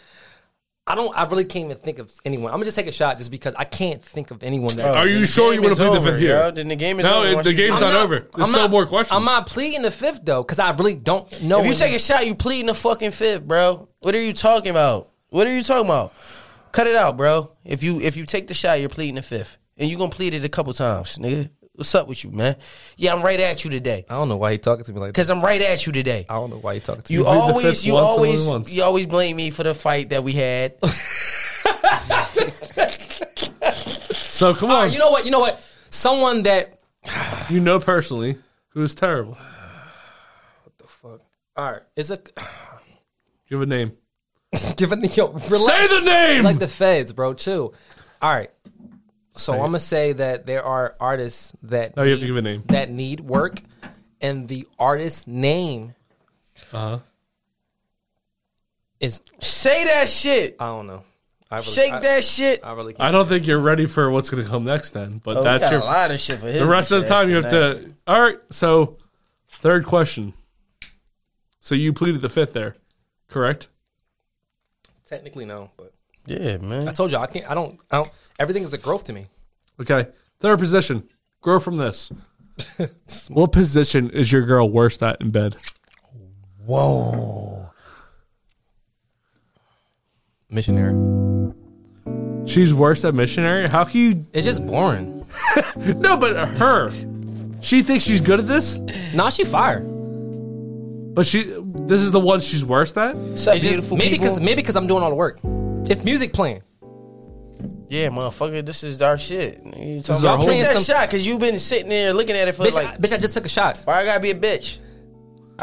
[SPEAKER 3] I don't. I really can't even think of anyone. I'm gonna just take a shot just because I can't think of anyone that.
[SPEAKER 2] Are you sure you want to play the fifth here?
[SPEAKER 1] Then the game is
[SPEAKER 2] No,
[SPEAKER 1] over.
[SPEAKER 2] it,
[SPEAKER 1] once
[SPEAKER 2] the
[SPEAKER 1] you-
[SPEAKER 2] game's
[SPEAKER 3] I'm
[SPEAKER 2] Oh, not, over. There's
[SPEAKER 3] I'm
[SPEAKER 2] still
[SPEAKER 3] not-
[SPEAKER 2] more questions.
[SPEAKER 3] I'm not pleading the fifth though, because I really don't know.
[SPEAKER 1] If you
[SPEAKER 3] any-
[SPEAKER 1] take a shot, you pleading the fucking fifth, bro. What are you talking about? What are you talking about? Cut it out, bro. If you if you take the shot, you're pleading the fifth, and you gonna plead it a couple times, nigga. What's up with you, man? Yeah, I'm right at you today,
[SPEAKER 3] I don't know why he talking to me like that.
[SPEAKER 1] cause I'm right at you today.
[SPEAKER 3] I don't know why he talking to
[SPEAKER 1] You
[SPEAKER 3] me.
[SPEAKER 2] plead the
[SPEAKER 1] always,
[SPEAKER 2] fifth
[SPEAKER 1] you
[SPEAKER 2] once and
[SPEAKER 1] always,
[SPEAKER 2] only once.
[SPEAKER 1] you always blame me for the fight that we had.
[SPEAKER 2] so come on,
[SPEAKER 3] Oh, You know what? You know what? Someone that.
[SPEAKER 2] you know personally who is terrible.
[SPEAKER 3] Fuck. All right. It's a.
[SPEAKER 2] Give a name.
[SPEAKER 3] Give it. Yo, relax.
[SPEAKER 2] Say the name.
[SPEAKER 3] like the feds, bro. Too. All right. So I'm gonna say that there are artists that
[SPEAKER 2] no, you have to give a name.
[SPEAKER 3] that need work, and the artist's name
[SPEAKER 2] Uh-huh.
[SPEAKER 3] is
[SPEAKER 1] Say that shit.
[SPEAKER 3] I don't know. I really,
[SPEAKER 1] Shake
[SPEAKER 3] I,
[SPEAKER 1] that shit.
[SPEAKER 3] I really
[SPEAKER 2] I
[SPEAKER 3] can't.
[SPEAKER 2] don't think you're ready for what's going to come next. Then, but
[SPEAKER 1] Oh, we
[SPEAKER 2] that's
[SPEAKER 1] got
[SPEAKER 2] your
[SPEAKER 1] a lot of shit for his
[SPEAKER 2] the rest of the
[SPEAKER 1] bitch
[SPEAKER 2] time
[SPEAKER 1] ass
[SPEAKER 2] you have
[SPEAKER 1] tonight.
[SPEAKER 2] to. All right. So, third question. So you pleaded the fifth there, correct?
[SPEAKER 3] Technically, no, but
[SPEAKER 1] Yeah, man.
[SPEAKER 3] I told you I can't. I don't. I don't. Everything is a growth to me.
[SPEAKER 2] Okay. Third position. Grow from this. what position is your girl worst at in bed?
[SPEAKER 3] Missionary.
[SPEAKER 2] She's worse at missionary. How can you?
[SPEAKER 3] It's just boring.
[SPEAKER 2] No, but her. She thinks she's good at this,
[SPEAKER 3] Nah, she fire.
[SPEAKER 2] but she. This is the one she's worst at.
[SPEAKER 1] What's up,
[SPEAKER 3] It's just
[SPEAKER 1] beautiful
[SPEAKER 3] maybe
[SPEAKER 1] people?
[SPEAKER 3] because maybe because I'm doing all the work. It's music playing.
[SPEAKER 1] Yeah, motherfucker, this is our shit. You talking
[SPEAKER 2] our
[SPEAKER 1] about
[SPEAKER 2] whole-
[SPEAKER 1] take that
[SPEAKER 3] Some-
[SPEAKER 1] shot because you've been sitting there looking at it for
[SPEAKER 3] Bitch,
[SPEAKER 1] like,
[SPEAKER 3] I, bitch, I just took a shot.
[SPEAKER 1] why I gotta be a bitch?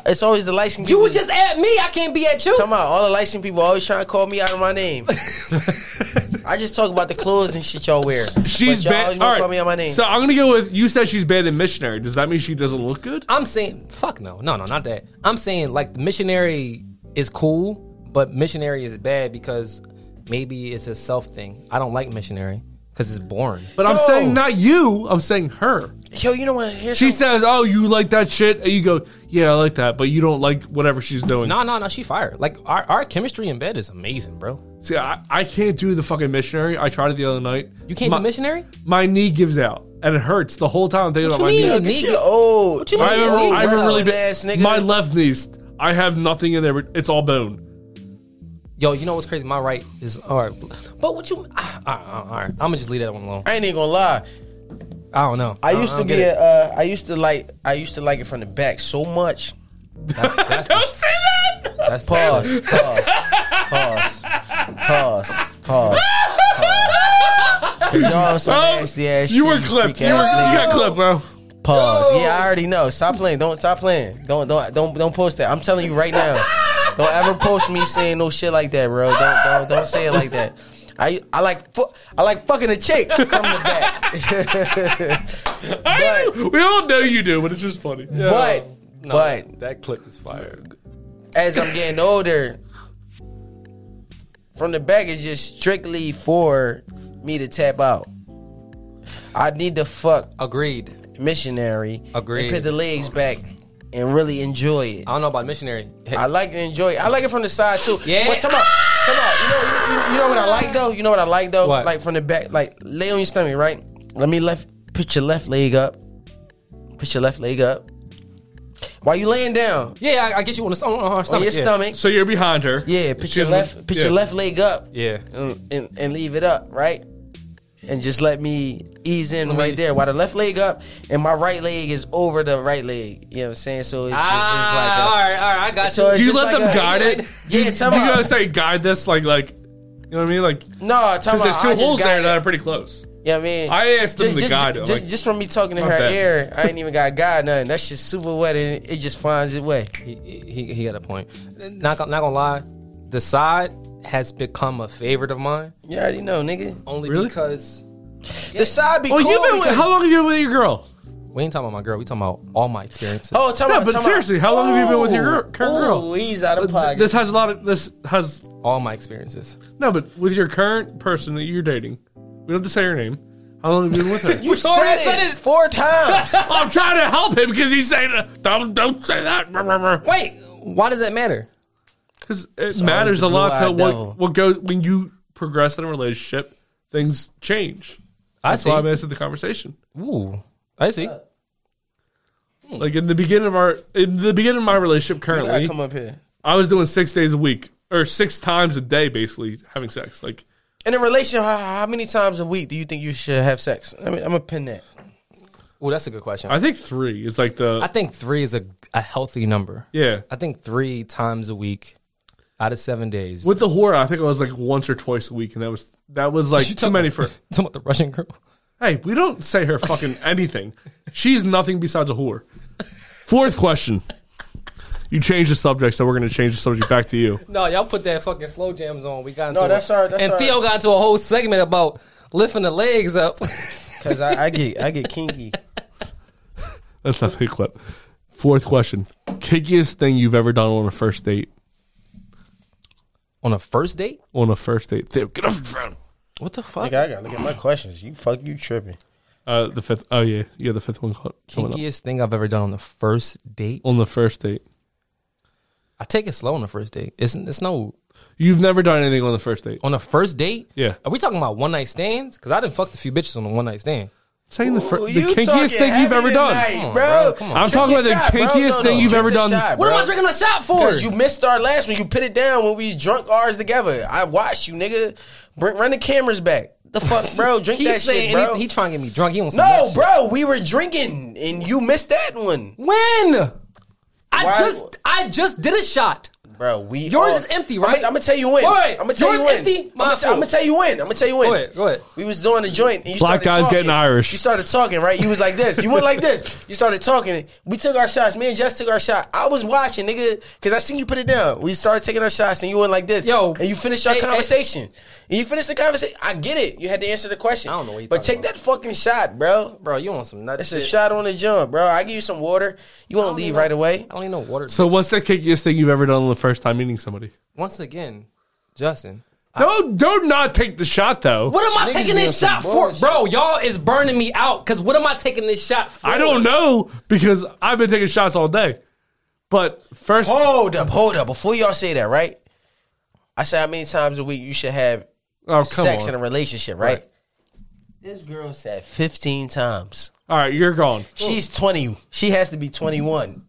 [SPEAKER 1] It's always the light skinned
[SPEAKER 3] You
[SPEAKER 1] people.
[SPEAKER 3] were just at me. I can't be at you.
[SPEAKER 1] talking about all the light skinned people always trying to call me out of my name. I just talk about the clothes and shit y'all wear.
[SPEAKER 2] She's
[SPEAKER 1] but y'all
[SPEAKER 2] bad.
[SPEAKER 1] always
[SPEAKER 2] All
[SPEAKER 1] wanna
[SPEAKER 2] right.
[SPEAKER 1] call me out my name.
[SPEAKER 2] So I'm gonna go with you said she's bad in missionary. Does that mean she doesn't look good?
[SPEAKER 3] I'm saying fuck no, no, no, not that. I'm saying like the missionary is cool, but missionary is bad because maybe it's a self thing. I don't like missionary because it's boring.
[SPEAKER 2] But I'm
[SPEAKER 1] No.
[SPEAKER 2] saying not you. I'm saying her.
[SPEAKER 1] Yo, you know what? Here's
[SPEAKER 2] She
[SPEAKER 1] some-
[SPEAKER 2] says, "Oh, you like that shit," and you go, "Yeah, I like that," but you don't like whatever she's doing.
[SPEAKER 3] No, no, no, she fired. Like our, our chemistry in bed is amazing, bro.
[SPEAKER 2] See, I, I can't do the fucking missionary. I tried it the other night.
[SPEAKER 3] You can't
[SPEAKER 2] my,
[SPEAKER 3] be missionary.
[SPEAKER 2] My knee gives out, and it hurts the whole time. I'm thinking about
[SPEAKER 3] you
[SPEAKER 2] my
[SPEAKER 3] mean?
[SPEAKER 2] knee.
[SPEAKER 1] Look at
[SPEAKER 3] Nigga.
[SPEAKER 1] you, old.
[SPEAKER 3] What you mean?
[SPEAKER 2] I haven't,
[SPEAKER 3] Knee
[SPEAKER 2] I haven't
[SPEAKER 1] hurts?
[SPEAKER 2] really been.
[SPEAKER 1] Ass nigga.
[SPEAKER 2] My left knee's. I have nothing in there. But it's all bone.
[SPEAKER 3] Yo, you know what's crazy? My right is all right, but what you? ah, ah, ah, all right, I'm gonna just leave that one alone.
[SPEAKER 1] I ain't even gonna lie.
[SPEAKER 3] I don't know.
[SPEAKER 1] I
[SPEAKER 3] don't-
[SPEAKER 1] used to
[SPEAKER 3] don't get
[SPEAKER 1] be.
[SPEAKER 3] it.
[SPEAKER 1] A, uh, I used to like. I used to like it from the back so much.
[SPEAKER 3] That's, that's
[SPEAKER 2] Don't
[SPEAKER 3] the,
[SPEAKER 2] say that.
[SPEAKER 3] that's the-
[SPEAKER 1] Pause. Pause. Pause. Pause. Pause. Pause. Y'all some nasty ass
[SPEAKER 2] you
[SPEAKER 1] shit,
[SPEAKER 2] were clipped.
[SPEAKER 1] freak
[SPEAKER 2] You, were, you
[SPEAKER 1] ass niggas.
[SPEAKER 2] got clipped, bro.
[SPEAKER 1] Pause. Yeah, I already know. Stop playing. Don't stop playing. Don't don't don't don't post that. I'm telling you right now. Don't ever post me saying no shit like that, bro. Don't don't don't say it like that. I I like fu- I like fucking a chick from the back.
[SPEAKER 2] I
[SPEAKER 1] But-
[SPEAKER 2] know. we all know you do, but it's just funny. Yeah.
[SPEAKER 1] but
[SPEAKER 3] No,
[SPEAKER 1] but
[SPEAKER 3] that clip is fire.
[SPEAKER 1] as I'm getting older, from the back is just strictly for me to tap out. I need to fuck
[SPEAKER 3] Agreed.
[SPEAKER 1] missionary.
[SPEAKER 3] Agreed.
[SPEAKER 1] And put the legs back and really enjoy it.
[SPEAKER 3] I don't know about missionary.
[SPEAKER 1] I like to enjoy it. I like it from the side too.
[SPEAKER 3] Yeah.
[SPEAKER 1] But come on, come on. You know, you, you know what I like though. You know what I like though.
[SPEAKER 3] What?
[SPEAKER 1] Like from the back, like lay on your stomach, right? Let me left. Put your left leg up. Put your left leg up. While you laying down
[SPEAKER 3] Yeah, I, I get you on the stomach. On her
[SPEAKER 1] on
[SPEAKER 3] stomach.
[SPEAKER 1] your
[SPEAKER 3] yeah.
[SPEAKER 1] stomach,
[SPEAKER 2] So you're behind her.
[SPEAKER 1] yeah. Put your
[SPEAKER 2] She's-
[SPEAKER 1] left. Put your
[SPEAKER 2] yeah.
[SPEAKER 1] left leg up.
[SPEAKER 3] Yeah.
[SPEAKER 1] And, and, and leave it up, right? And just let me ease in
[SPEAKER 3] Let me-
[SPEAKER 1] right there. While the left leg up and my right leg is over the right leg. You know what I'm saying? So it's, it's just
[SPEAKER 2] Ah,
[SPEAKER 1] like a,
[SPEAKER 3] Ah, all right, all right, I got
[SPEAKER 1] So
[SPEAKER 3] you.
[SPEAKER 1] it's
[SPEAKER 2] Do you
[SPEAKER 1] just
[SPEAKER 2] let
[SPEAKER 1] like
[SPEAKER 2] them
[SPEAKER 1] a-
[SPEAKER 2] guide it?
[SPEAKER 1] Yeah,
[SPEAKER 2] you,
[SPEAKER 1] tell
[SPEAKER 2] you
[SPEAKER 1] me.
[SPEAKER 2] gotta say guide this like like you know what I mean? Like
[SPEAKER 1] no,
[SPEAKER 2] because
[SPEAKER 1] tell me.
[SPEAKER 2] there's
[SPEAKER 1] I
[SPEAKER 2] two
[SPEAKER 1] just
[SPEAKER 2] holes
[SPEAKER 1] got
[SPEAKER 2] there
[SPEAKER 1] it.
[SPEAKER 2] that are pretty close.
[SPEAKER 1] Yeah, I mean,
[SPEAKER 2] I asked them
[SPEAKER 1] ju-
[SPEAKER 2] to
[SPEAKER 1] just,
[SPEAKER 2] guide
[SPEAKER 1] ju-
[SPEAKER 2] her,
[SPEAKER 1] ju-
[SPEAKER 2] like-
[SPEAKER 1] just from me talking to
[SPEAKER 2] Fuck
[SPEAKER 1] her
[SPEAKER 2] that.
[SPEAKER 1] ear, I ain't even got God nothing. That shit's super wet and it just finds its way.
[SPEAKER 3] He, he, he got a point. Not, gonna- not gonna lie, the side has become a favorite of mine
[SPEAKER 1] You already know, nigga.
[SPEAKER 3] only
[SPEAKER 2] Really?
[SPEAKER 3] because
[SPEAKER 1] The side be
[SPEAKER 2] Well,
[SPEAKER 1] cool.
[SPEAKER 2] you've been with,
[SPEAKER 1] because,
[SPEAKER 2] how long have you been with your girl?
[SPEAKER 3] we ain't talking about my girl. We talking about all my experiences.
[SPEAKER 1] oh, tell
[SPEAKER 2] Yeah,
[SPEAKER 1] me,
[SPEAKER 2] but
[SPEAKER 1] tell me.
[SPEAKER 2] seriously, how long have you been with your girl- current
[SPEAKER 1] Ooh,
[SPEAKER 2] girl?
[SPEAKER 1] Ooh, he's out of pocket.
[SPEAKER 2] This has a lot of this has
[SPEAKER 3] all my experiences.
[SPEAKER 2] no, but with your current person that you're dating, we don't have to say her name. How long have you been with her?
[SPEAKER 1] you said
[SPEAKER 3] already
[SPEAKER 1] it,
[SPEAKER 3] said it.
[SPEAKER 1] four times.
[SPEAKER 2] I'm trying to help him because he's saying uh, don't don't say that.
[SPEAKER 3] Wait, why does that matter?
[SPEAKER 2] Because it matters
[SPEAKER 1] the
[SPEAKER 2] a lot to
[SPEAKER 1] blue-eyed devil.
[SPEAKER 2] what, what goes when you progress in a relationship, things change.
[SPEAKER 3] I
[SPEAKER 2] That's
[SPEAKER 3] see.
[SPEAKER 2] why I'm asking the conversation.
[SPEAKER 3] Ooh, I see.
[SPEAKER 2] Like in the beginning of our in the beginning of my relationship
[SPEAKER 1] I
[SPEAKER 2] currently,
[SPEAKER 1] come up here
[SPEAKER 2] I was doing six days a week or six times a day basically having sex. Like
[SPEAKER 1] in a relationship. How, how many times a week do you think you should have sex? I mean, I'm gonna pin that.
[SPEAKER 3] Ooh, that's a good question.
[SPEAKER 2] I think three is like the
[SPEAKER 3] I think three is a, a healthy number.
[SPEAKER 2] yeah.
[SPEAKER 3] I think three times a week out of seven days.
[SPEAKER 2] With the horror, I think it was like once or twice a week, and that was that was like too many for.
[SPEAKER 3] talking about the Russian girl?
[SPEAKER 2] Hey, we don't say her fucking anything. She's nothing besides a whore. Fourth question. You changed the subject, so we're going to change the subject back to you.
[SPEAKER 3] No, y'all put that fucking slow jams on. We got into
[SPEAKER 1] No, that's
[SPEAKER 3] a,
[SPEAKER 1] all right, that's
[SPEAKER 3] And
[SPEAKER 1] all right.
[SPEAKER 3] Theo got into a whole segment about lifting the legs up.
[SPEAKER 1] Cause I, I get, I get kinky.
[SPEAKER 2] That's not a clip. Fourth question. Kickiest thing you've ever done on a first date?
[SPEAKER 3] on a first date?
[SPEAKER 2] On a first date. Theo, get off the phone.
[SPEAKER 3] What the
[SPEAKER 1] Nigga,
[SPEAKER 3] fuck?
[SPEAKER 1] I gotta look at my questions. You fuck, you tripping.
[SPEAKER 2] Uh, the fifth. Oh yeah, yeah. The fifth one co- coming up.
[SPEAKER 3] Kinkiest thing I've ever done on the first date.
[SPEAKER 2] on the first date.
[SPEAKER 3] I take it slow on the first date. It's, it's no
[SPEAKER 2] You've never done anything on the first date.
[SPEAKER 3] on the first date.
[SPEAKER 2] Yeah.
[SPEAKER 3] Are we talking about one night stands? Because I didn't fuck a few bitches on a one night stand.
[SPEAKER 2] saying the, fir-
[SPEAKER 1] Ooh,
[SPEAKER 2] the
[SPEAKER 1] you
[SPEAKER 2] kinkiest
[SPEAKER 1] talking
[SPEAKER 2] thing you've
[SPEAKER 1] heavy
[SPEAKER 2] ever done.
[SPEAKER 1] tonight,
[SPEAKER 3] Come on, bro,
[SPEAKER 1] bro.
[SPEAKER 3] come on.
[SPEAKER 2] I'm
[SPEAKER 1] Drink
[SPEAKER 2] talking
[SPEAKER 1] your
[SPEAKER 2] about the
[SPEAKER 1] shot, bro.
[SPEAKER 2] kinkiest thing you've
[SPEAKER 1] drink
[SPEAKER 2] ever
[SPEAKER 1] the
[SPEAKER 2] done.
[SPEAKER 1] shot,
[SPEAKER 3] What
[SPEAKER 1] bro.
[SPEAKER 3] am I drinking a shot for?
[SPEAKER 1] Because you missed our last one. You put it down when we drunk ours together. I watched you, nigga. Bring, run the cameras back. The fuck, bro? Drink
[SPEAKER 3] He's
[SPEAKER 1] that
[SPEAKER 3] saying
[SPEAKER 1] shit, bro.
[SPEAKER 3] anything. He trying to get me drunk. He on some
[SPEAKER 1] no,
[SPEAKER 3] nut shit.
[SPEAKER 1] bro. We were drinking and you missed that one,
[SPEAKER 3] When? I
[SPEAKER 1] Why-
[SPEAKER 3] just I just did a shot.
[SPEAKER 1] bro. We
[SPEAKER 3] Yours is empty, right?
[SPEAKER 1] I'm gonna tell you when.
[SPEAKER 3] Wait, wait.
[SPEAKER 1] I'm gonna tell
[SPEAKER 3] Yours
[SPEAKER 1] you when.
[SPEAKER 3] empty?
[SPEAKER 1] I'm
[SPEAKER 3] Mine
[SPEAKER 1] gonna
[SPEAKER 3] full.
[SPEAKER 1] tell you when. I'm gonna tell you when.
[SPEAKER 3] Go ahead, go ahead.
[SPEAKER 1] We was doing a joint. And you
[SPEAKER 2] Black
[SPEAKER 1] started
[SPEAKER 2] guys
[SPEAKER 1] talking.
[SPEAKER 2] getting Irish.
[SPEAKER 1] You started talking, right? You was like this. You went like this. You started talking. We took our shots. Me and Jess took our shot. I was watching, nigga, because I seen you put it down. We started taking our shots, and you went like this.
[SPEAKER 3] Yo.
[SPEAKER 1] and you finished your
[SPEAKER 3] Hey, hey.
[SPEAKER 1] conversation. and you finished the conversation. I get it. You had to answer the question.
[SPEAKER 3] I don't know what you
[SPEAKER 1] But
[SPEAKER 3] talking
[SPEAKER 1] take that fucking shot, bro.
[SPEAKER 3] Bro, you on some nut
[SPEAKER 1] It's
[SPEAKER 3] shit.
[SPEAKER 1] a shot on the jump, bro. I give you some water. You won't
[SPEAKER 3] don't
[SPEAKER 1] leave
[SPEAKER 3] even-
[SPEAKER 1] right away.
[SPEAKER 3] I don't even know water.
[SPEAKER 2] So what's the kinkiest thing you've ever done on the first time meeting somebody?
[SPEAKER 3] once again, Justin.
[SPEAKER 2] Don't don't not take the shot though.
[SPEAKER 3] What am I
[SPEAKER 1] Niggas
[SPEAKER 3] taking
[SPEAKER 1] be
[SPEAKER 3] this
[SPEAKER 1] on
[SPEAKER 3] shot
[SPEAKER 1] some
[SPEAKER 3] for?
[SPEAKER 1] bullshit.
[SPEAKER 3] Bro, y'all is burning me out. Cause what am I taking this shot for?
[SPEAKER 2] I don't know because I've been taking shots all day. But first,
[SPEAKER 1] Hold up, hold up. Before y'all say that, right? I said how many times a week you should have
[SPEAKER 2] oh come
[SPEAKER 1] sex
[SPEAKER 2] on!
[SPEAKER 1] in a relationship, right? This girl said 15 times.
[SPEAKER 2] all right, you're gone.
[SPEAKER 1] She's 20. She has to be 21.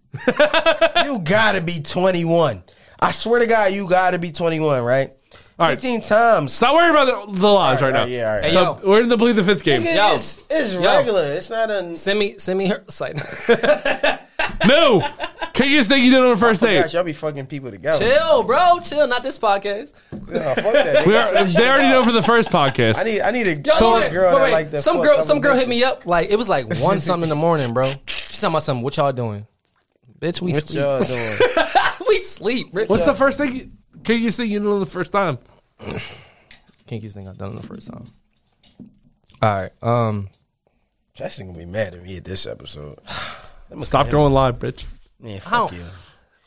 [SPEAKER 1] you gotta be 21. I swear to God, you gotta be 21, right?
[SPEAKER 2] All right.
[SPEAKER 1] 15 times.
[SPEAKER 2] Stop worrying about the, the lies right,
[SPEAKER 1] All
[SPEAKER 2] now.
[SPEAKER 1] right, yeah, all right.
[SPEAKER 3] Hey,
[SPEAKER 2] So
[SPEAKER 3] yo,
[SPEAKER 2] we're in the believe the fifth game.
[SPEAKER 1] Nigga, it's, it's regular. It's not a.
[SPEAKER 3] send me send me her site.
[SPEAKER 2] No, kinkiest thing you did on the first date.
[SPEAKER 1] oh Gosh, y'all be fucking people together.
[SPEAKER 3] chill, bro, chill. Not this podcast.
[SPEAKER 1] Nah, fuck that.
[SPEAKER 2] We
[SPEAKER 1] nigga.
[SPEAKER 2] are, they already know for the first podcast.
[SPEAKER 1] I need, I need a
[SPEAKER 3] Y'all know
[SPEAKER 1] some
[SPEAKER 3] that-
[SPEAKER 1] girl
[SPEAKER 3] wait,
[SPEAKER 1] that
[SPEAKER 3] wait.
[SPEAKER 1] like that.
[SPEAKER 3] Some
[SPEAKER 1] fuck
[SPEAKER 3] girl,
[SPEAKER 1] other
[SPEAKER 3] some girl hit
[SPEAKER 1] bitches.
[SPEAKER 3] me up. Like it was like one something in the morning, bro. She's talking about something. What y'all doing? Bitch, we
[SPEAKER 1] What
[SPEAKER 3] sleep.
[SPEAKER 1] y'all doing?
[SPEAKER 3] we sleep. Bitch.
[SPEAKER 2] What's the first thing? you- Kinkiest thing you did on the first time?
[SPEAKER 3] kinkiest thing I've done the first time. All right. Um.
[SPEAKER 1] Justin gonna be mad at me at this episode.
[SPEAKER 2] Stop going live, bitch.
[SPEAKER 1] Man,
[SPEAKER 3] How-
[SPEAKER 1] fuck you.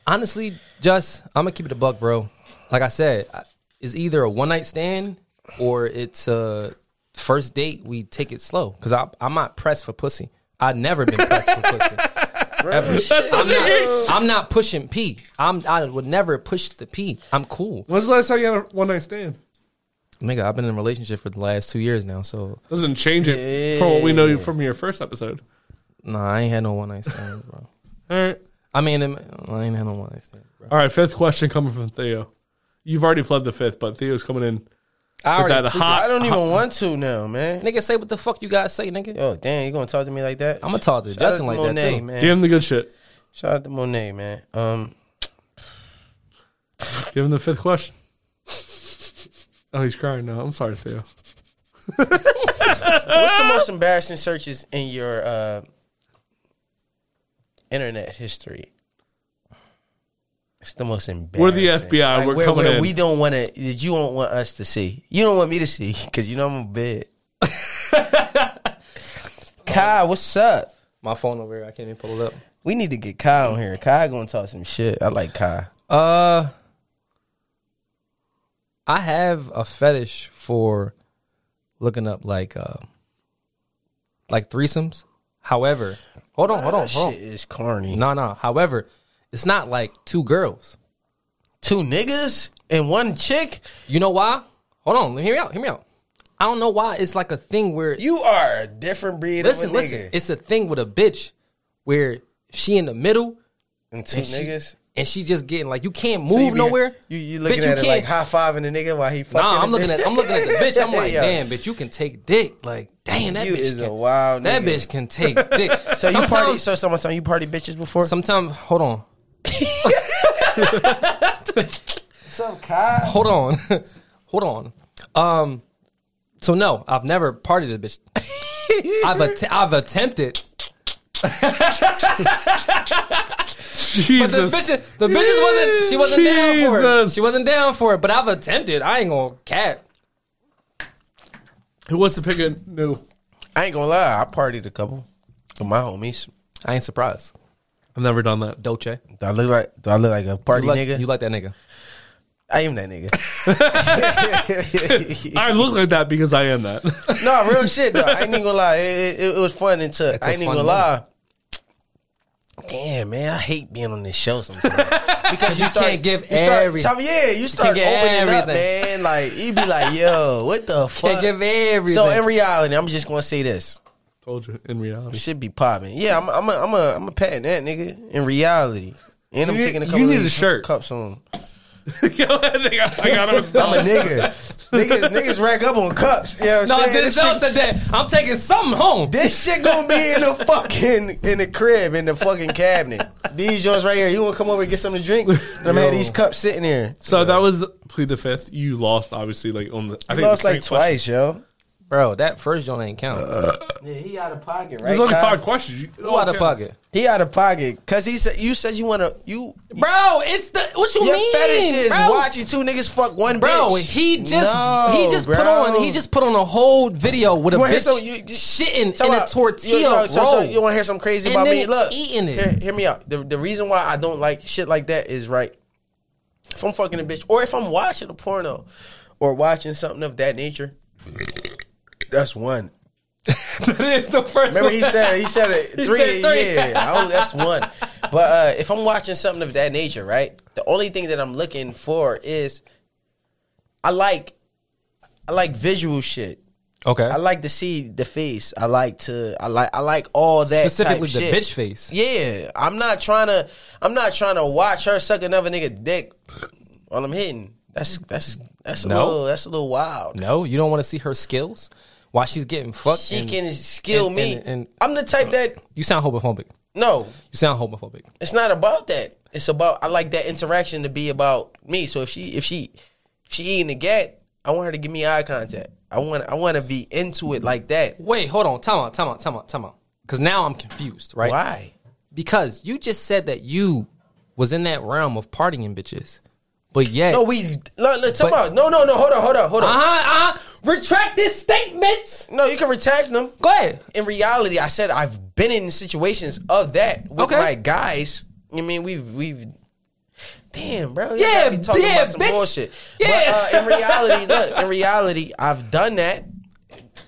[SPEAKER 3] Honestly, just I'm gonna keep it a buck, bro. Like I said, I- it's either a one night stand or it's a first date. We take it slow because I'm I'm not pressed for pussy. I've never been pressed for pussy. Ever.
[SPEAKER 2] That's such a
[SPEAKER 3] I'm,
[SPEAKER 2] case.
[SPEAKER 3] not, I'm not pushing P. I'm I would never push the P. I'm cool.
[SPEAKER 2] When's the last time you had a one night stand?
[SPEAKER 3] Nigga, I've been in a relationship for the last two years now, so
[SPEAKER 2] Doesn't change it from what we know from your first episode.
[SPEAKER 3] nah, I ain't had no one night stand, bro.
[SPEAKER 2] All right.
[SPEAKER 3] I mean, I ain't had no one night stand, bro.
[SPEAKER 2] All right. Fifth question coming from Theo. You've already pled the fifth, but Theo's coming in
[SPEAKER 3] I
[SPEAKER 2] with that
[SPEAKER 3] already,
[SPEAKER 1] I
[SPEAKER 2] hot.
[SPEAKER 1] don't even want to now, man.
[SPEAKER 3] nigga, say what the fuck you guys say, nigga.
[SPEAKER 1] Yo, damn, you gonna talk to me like that?
[SPEAKER 3] I'm gonna talk to
[SPEAKER 1] Shout out
[SPEAKER 3] Justin like
[SPEAKER 1] to
[SPEAKER 3] that
[SPEAKER 1] Monet,
[SPEAKER 3] too.
[SPEAKER 1] man.
[SPEAKER 2] Give him the good shit.
[SPEAKER 1] Shout out to Monet, man. Um,
[SPEAKER 2] Give him the fifth question. Oh, he's crying now. I'm sorry, Theo. Ah.
[SPEAKER 1] what's the most embarrassing searches in your uh, internet history? It's the most embarrassing.
[SPEAKER 2] We're the FBI. We're
[SPEAKER 1] where,
[SPEAKER 2] coming
[SPEAKER 1] where
[SPEAKER 2] in.
[SPEAKER 1] We don't want to. That you don't want us to see. You don't want me to see because you know I'm a bed. Kyle, what's up?
[SPEAKER 3] My phone over here, I can't even pull it up.
[SPEAKER 1] We need to get Kyle on here. Kyle gonna talk some shit. I like Kyle.
[SPEAKER 3] Uh, I have a fetish for looking up like uh, like threesomes. However, hold on, hold on, hold
[SPEAKER 1] Shit
[SPEAKER 3] on.
[SPEAKER 1] is corny.
[SPEAKER 3] No, no. However, it's not like two girls.
[SPEAKER 1] Two niggas and one chick.
[SPEAKER 3] You know why? Hold on, hear me out. Hear me out. I don't know why it's like a thing where
[SPEAKER 1] You are a different breed
[SPEAKER 3] listen,
[SPEAKER 1] of a
[SPEAKER 3] listen.
[SPEAKER 1] nigga.
[SPEAKER 3] It's a thing with a bitch where she in the middle
[SPEAKER 1] and two
[SPEAKER 3] and she-
[SPEAKER 1] niggas.
[SPEAKER 3] and she just getting like you can't move
[SPEAKER 1] So you be-
[SPEAKER 3] nowhere.
[SPEAKER 1] You you
[SPEAKER 3] Bitch,
[SPEAKER 1] looking at it
[SPEAKER 3] can't-
[SPEAKER 1] like high fiving the nigga while he fucking.
[SPEAKER 3] Nah, I'm
[SPEAKER 1] the
[SPEAKER 3] looking at I'm looking at the bitch. I'm like,
[SPEAKER 1] Yeah.
[SPEAKER 3] damn, bitch, you can take dick. Like, damn, that
[SPEAKER 1] You
[SPEAKER 3] bitch
[SPEAKER 1] is
[SPEAKER 3] can,
[SPEAKER 1] a wild
[SPEAKER 3] That
[SPEAKER 1] nigga.
[SPEAKER 3] bitch can take dick.
[SPEAKER 1] So you
[SPEAKER 3] sometimes,
[SPEAKER 1] party? So someone you party bitches before?
[SPEAKER 3] sometimes, hold on,
[SPEAKER 1] Some kind.
[SPEAKER 3] hold on, hold on. Um, so no, I've never partied a bitch. I've att- I've attempted. But the
[SPEAKER 2] Jesus.
[SPEAKER 3] bitch, the bitches wasn't. She wasn't down for it.
[SPEAKER 2] Jesus.
[SPEAKER 3] She wasn't down for it. But I've attempted. I ain't gonna cap.
[SPEAKER 2] Who wants to pick a new?
[SPEAKER 1] I ain't gonna lie, I partied a couple with my homies.
[SPEAKER 3] I ain't surprised.
[SPEAKER 2] I've never done that.
[SPEAKER 3] Dolce, you
[SPEAKER 1] Do I look like? Do I look like a party
[SPEAKER 3] like,
[SPEAKER 1] nigga?
[SPEAKER 3] you like that nigga?
[SPEAKER 1] I am that nigga.
[SPEAKER 2] I look like that because I am that.
[SPEAKER 1] no, real shit though. I ain't even gonna lie. It, it, it was fun until
[SPEAKER 3] It's a
[SPEAKER 1] I ain't even
[SPEAKER 3] fun
[SPEAKER 1] gonna lie. Damn man, I hate being on this show sometimes because you, start,
[SPEAKER 3] can't give
[SPEAKER 1] you start,
[SPEAKER 3] every-
[SPEAKER 1] some- yeah, you start
[SPEAKER 3] give
[SPEAKER 1] opening up, man.
[SPEAKER 3] everything.
[SPEAKER 1] Like you be like, yo, what the fuck?
[SPEAKER 3] Can't give everything.
[SPEAKER 1] So in reality, I'm just gonna say this:
[SPEAKER 2] Told you in reality.
[SPEAKER 1] should be popping. Yeah, I'm I'm a, I'm a, I'm a patent that nigga in reality, and I'm
[SPEAKER 2] You need-
[SPEAKER 1] taking a
[SPEAKER 2] you
[SPEAKER 1] couple. of
[SPEAKER 2] need a
[SPEAKER 1] these
[SPEAKER 2] shirt.
[SPEAKER 1] Cups on.
[SPEAKER 2] Go ahead, I got, I got him.
[SPEAKER 1] I'm a nigga. niggas niggas rack up on cups. You know what
[SPEAKER 3] No,
[SPEAKER 1] I'm saying? This
[SPEAKER 3] Denzel
[SPEAKER 1] shit-
[SPEAKER 3] said that. I'm taking something home.
[SPEAKER 1] This shit gonna be in the fucking in the crib in the fucking cabinet. These joints right here. You wanna come over and get something to drink? And I'm gonna have these cups sitting there.
[SPEAKER 2] So that was the, plead the fifth. You lost, obviously, like on the. I
[SPEAKER 1] I
[SPEAKER 2] think
[SPEAKER 1] lost
[SPEAKER 2] the
[SPEAKER 1] like
[SPEAKER 2] second question.
[SPEAKER 1] twice, yo.
[SPEAKER 3] Bro, that first joint ain't count.
[SPEAKER 1] Uh, Yeah, he out of pocket, right?
[SPEAKER 2] There's only
[SPEAKER 1] Kyle?
[SPEAKER 2] five questions. You, oh,
[SPEAKER 3] Who out of pocket?
[SPEAKER 1] He out of pocket because he said you said you wanna you
[SPEAKER 3] Bro, it's the what you
[SPEAKER 1] your
[SPEAKER 3] mean?
[SPEAKER 1] fetish is
[SPEAKER 3] bro?
[SPEAKER 1] watching two niggas fuck one
[SPEAKER 3] Bro,
[SPEAKER 1] bitch.
[SPEAKER 3] he just
[SPEAKER 1] No,
[SPEAKER 3] he just put
[SPEAKER 1] bro.
[SPEAKER 3] on he just put on a whole video with a
[SPEAKER 1] You wanna hear
[SPEAKER 3] bitch
[SPEAKER 1] some- you- you-
[SPEAKER 3] shitting
[SPEAKER 1] Talk
[SPEAKER 3] in a
[SPEAKER 1] about-
[SPEAKER 3] tortilla
[SPEAKER 1] you,
[SPEAKER 3] roll.
[SPEAKER 1] you- so- so you want to hear something crazy
[SPEAKER 3] And
[SPEAKER 1] about
[SPEAKER 3] then
[SPEAKER 1] me? Look,
[SPEAKER 3] eating it.
[SPEAKER 1] Hear, hear me out. The, the reason why I don't like shit like that is right. If I'm fucking a bitch, or if I'm watching a porno, or watching something of that nature, that's one.
[SPEAKER 3] that is the first
[SPEAKER 1] Remember he said he said it three.
[SPEAKER 3] said three.
[SPEAKER 1] Yeah, I don't- that's one. But uh, if I'm watching something of that nature, right? The only thing that I'm looking for is I like I like visual shit.
[SPEAKER 3] Okay.
[SPEAKER 1] I like to see the face. I like to. I like. I like all that.
[SPEAKER 3] Specifically
[SPEAKER 1] type
[SPEAKER 3] the
[SPEAKER 1] shit.
[SPEAKER 3] bitch face.
[SPEAKER 1] Yeah, I'm not trying to. I'm not trying to watch her suck another nigga dick while I'm hitting. That's that's that's a
[SPEAKER 3] No.
[SPEAKER 1] little that's a little wild.
[SPEAKER 3] No, you don't want to see her skills while she's getting fucked.
[SPEAKER 1] She
[SPEAKER 3] and-
[SPEAKER 1] can skill
[SPEAKER 3] and-
[SPEAKER 1] me.
[SPEAKER 3] and- and-
[SPEAKER 1] I'm the type that
[SPEAKER 3] you sound homophobic.
[SPEAKER 1] no.
[SPEAKER 3] You sound homophobic.
[SPEAKER 1] It's not about that. It's about I like that interaction to be about me. So if she if she if she eating a gat, I want her to give me eye contact. I want I want to be into it like that.
[SPEAKER 3] Wait, hold on. Time out. Time out. Time out. Time out. Because now I'm confused, right?
[SPEAKER 1] Why?
[SPEAKER 3] Because you just said that you was in that realm of partying bitches, but yet
[SPEAKER 1] No, we no, let's talk
[SPEAKER 3] But-
[SPEAKER 1] about no no no. Hold on hold on hold on.
[SPEAKER 3] Uh-huh, uh-huh. Retract this statement.
[SPEAKER 1] No, you can retract them.
[SPEAKER 3] Go ahead.
[SPEAKER 1] in reality, I said I've been in situations of that with
[SPEAKER 3] Okay.
[SPEAKER 1] my guys. I mean, we've we've. Damn, bro. you
[SPEAKER 3] Yeah,
[SPEAKER 1] gotta be talking
[SPEAKER 3] yeah,
[SPEAKER 1] about some
[SPEAKER 3] bitch.
[SPEAKER 1] bullshit.
[SPEAKER 3] Yeah.
[SPEAKER 1] But uh, in reality, look, in reality, I've done that.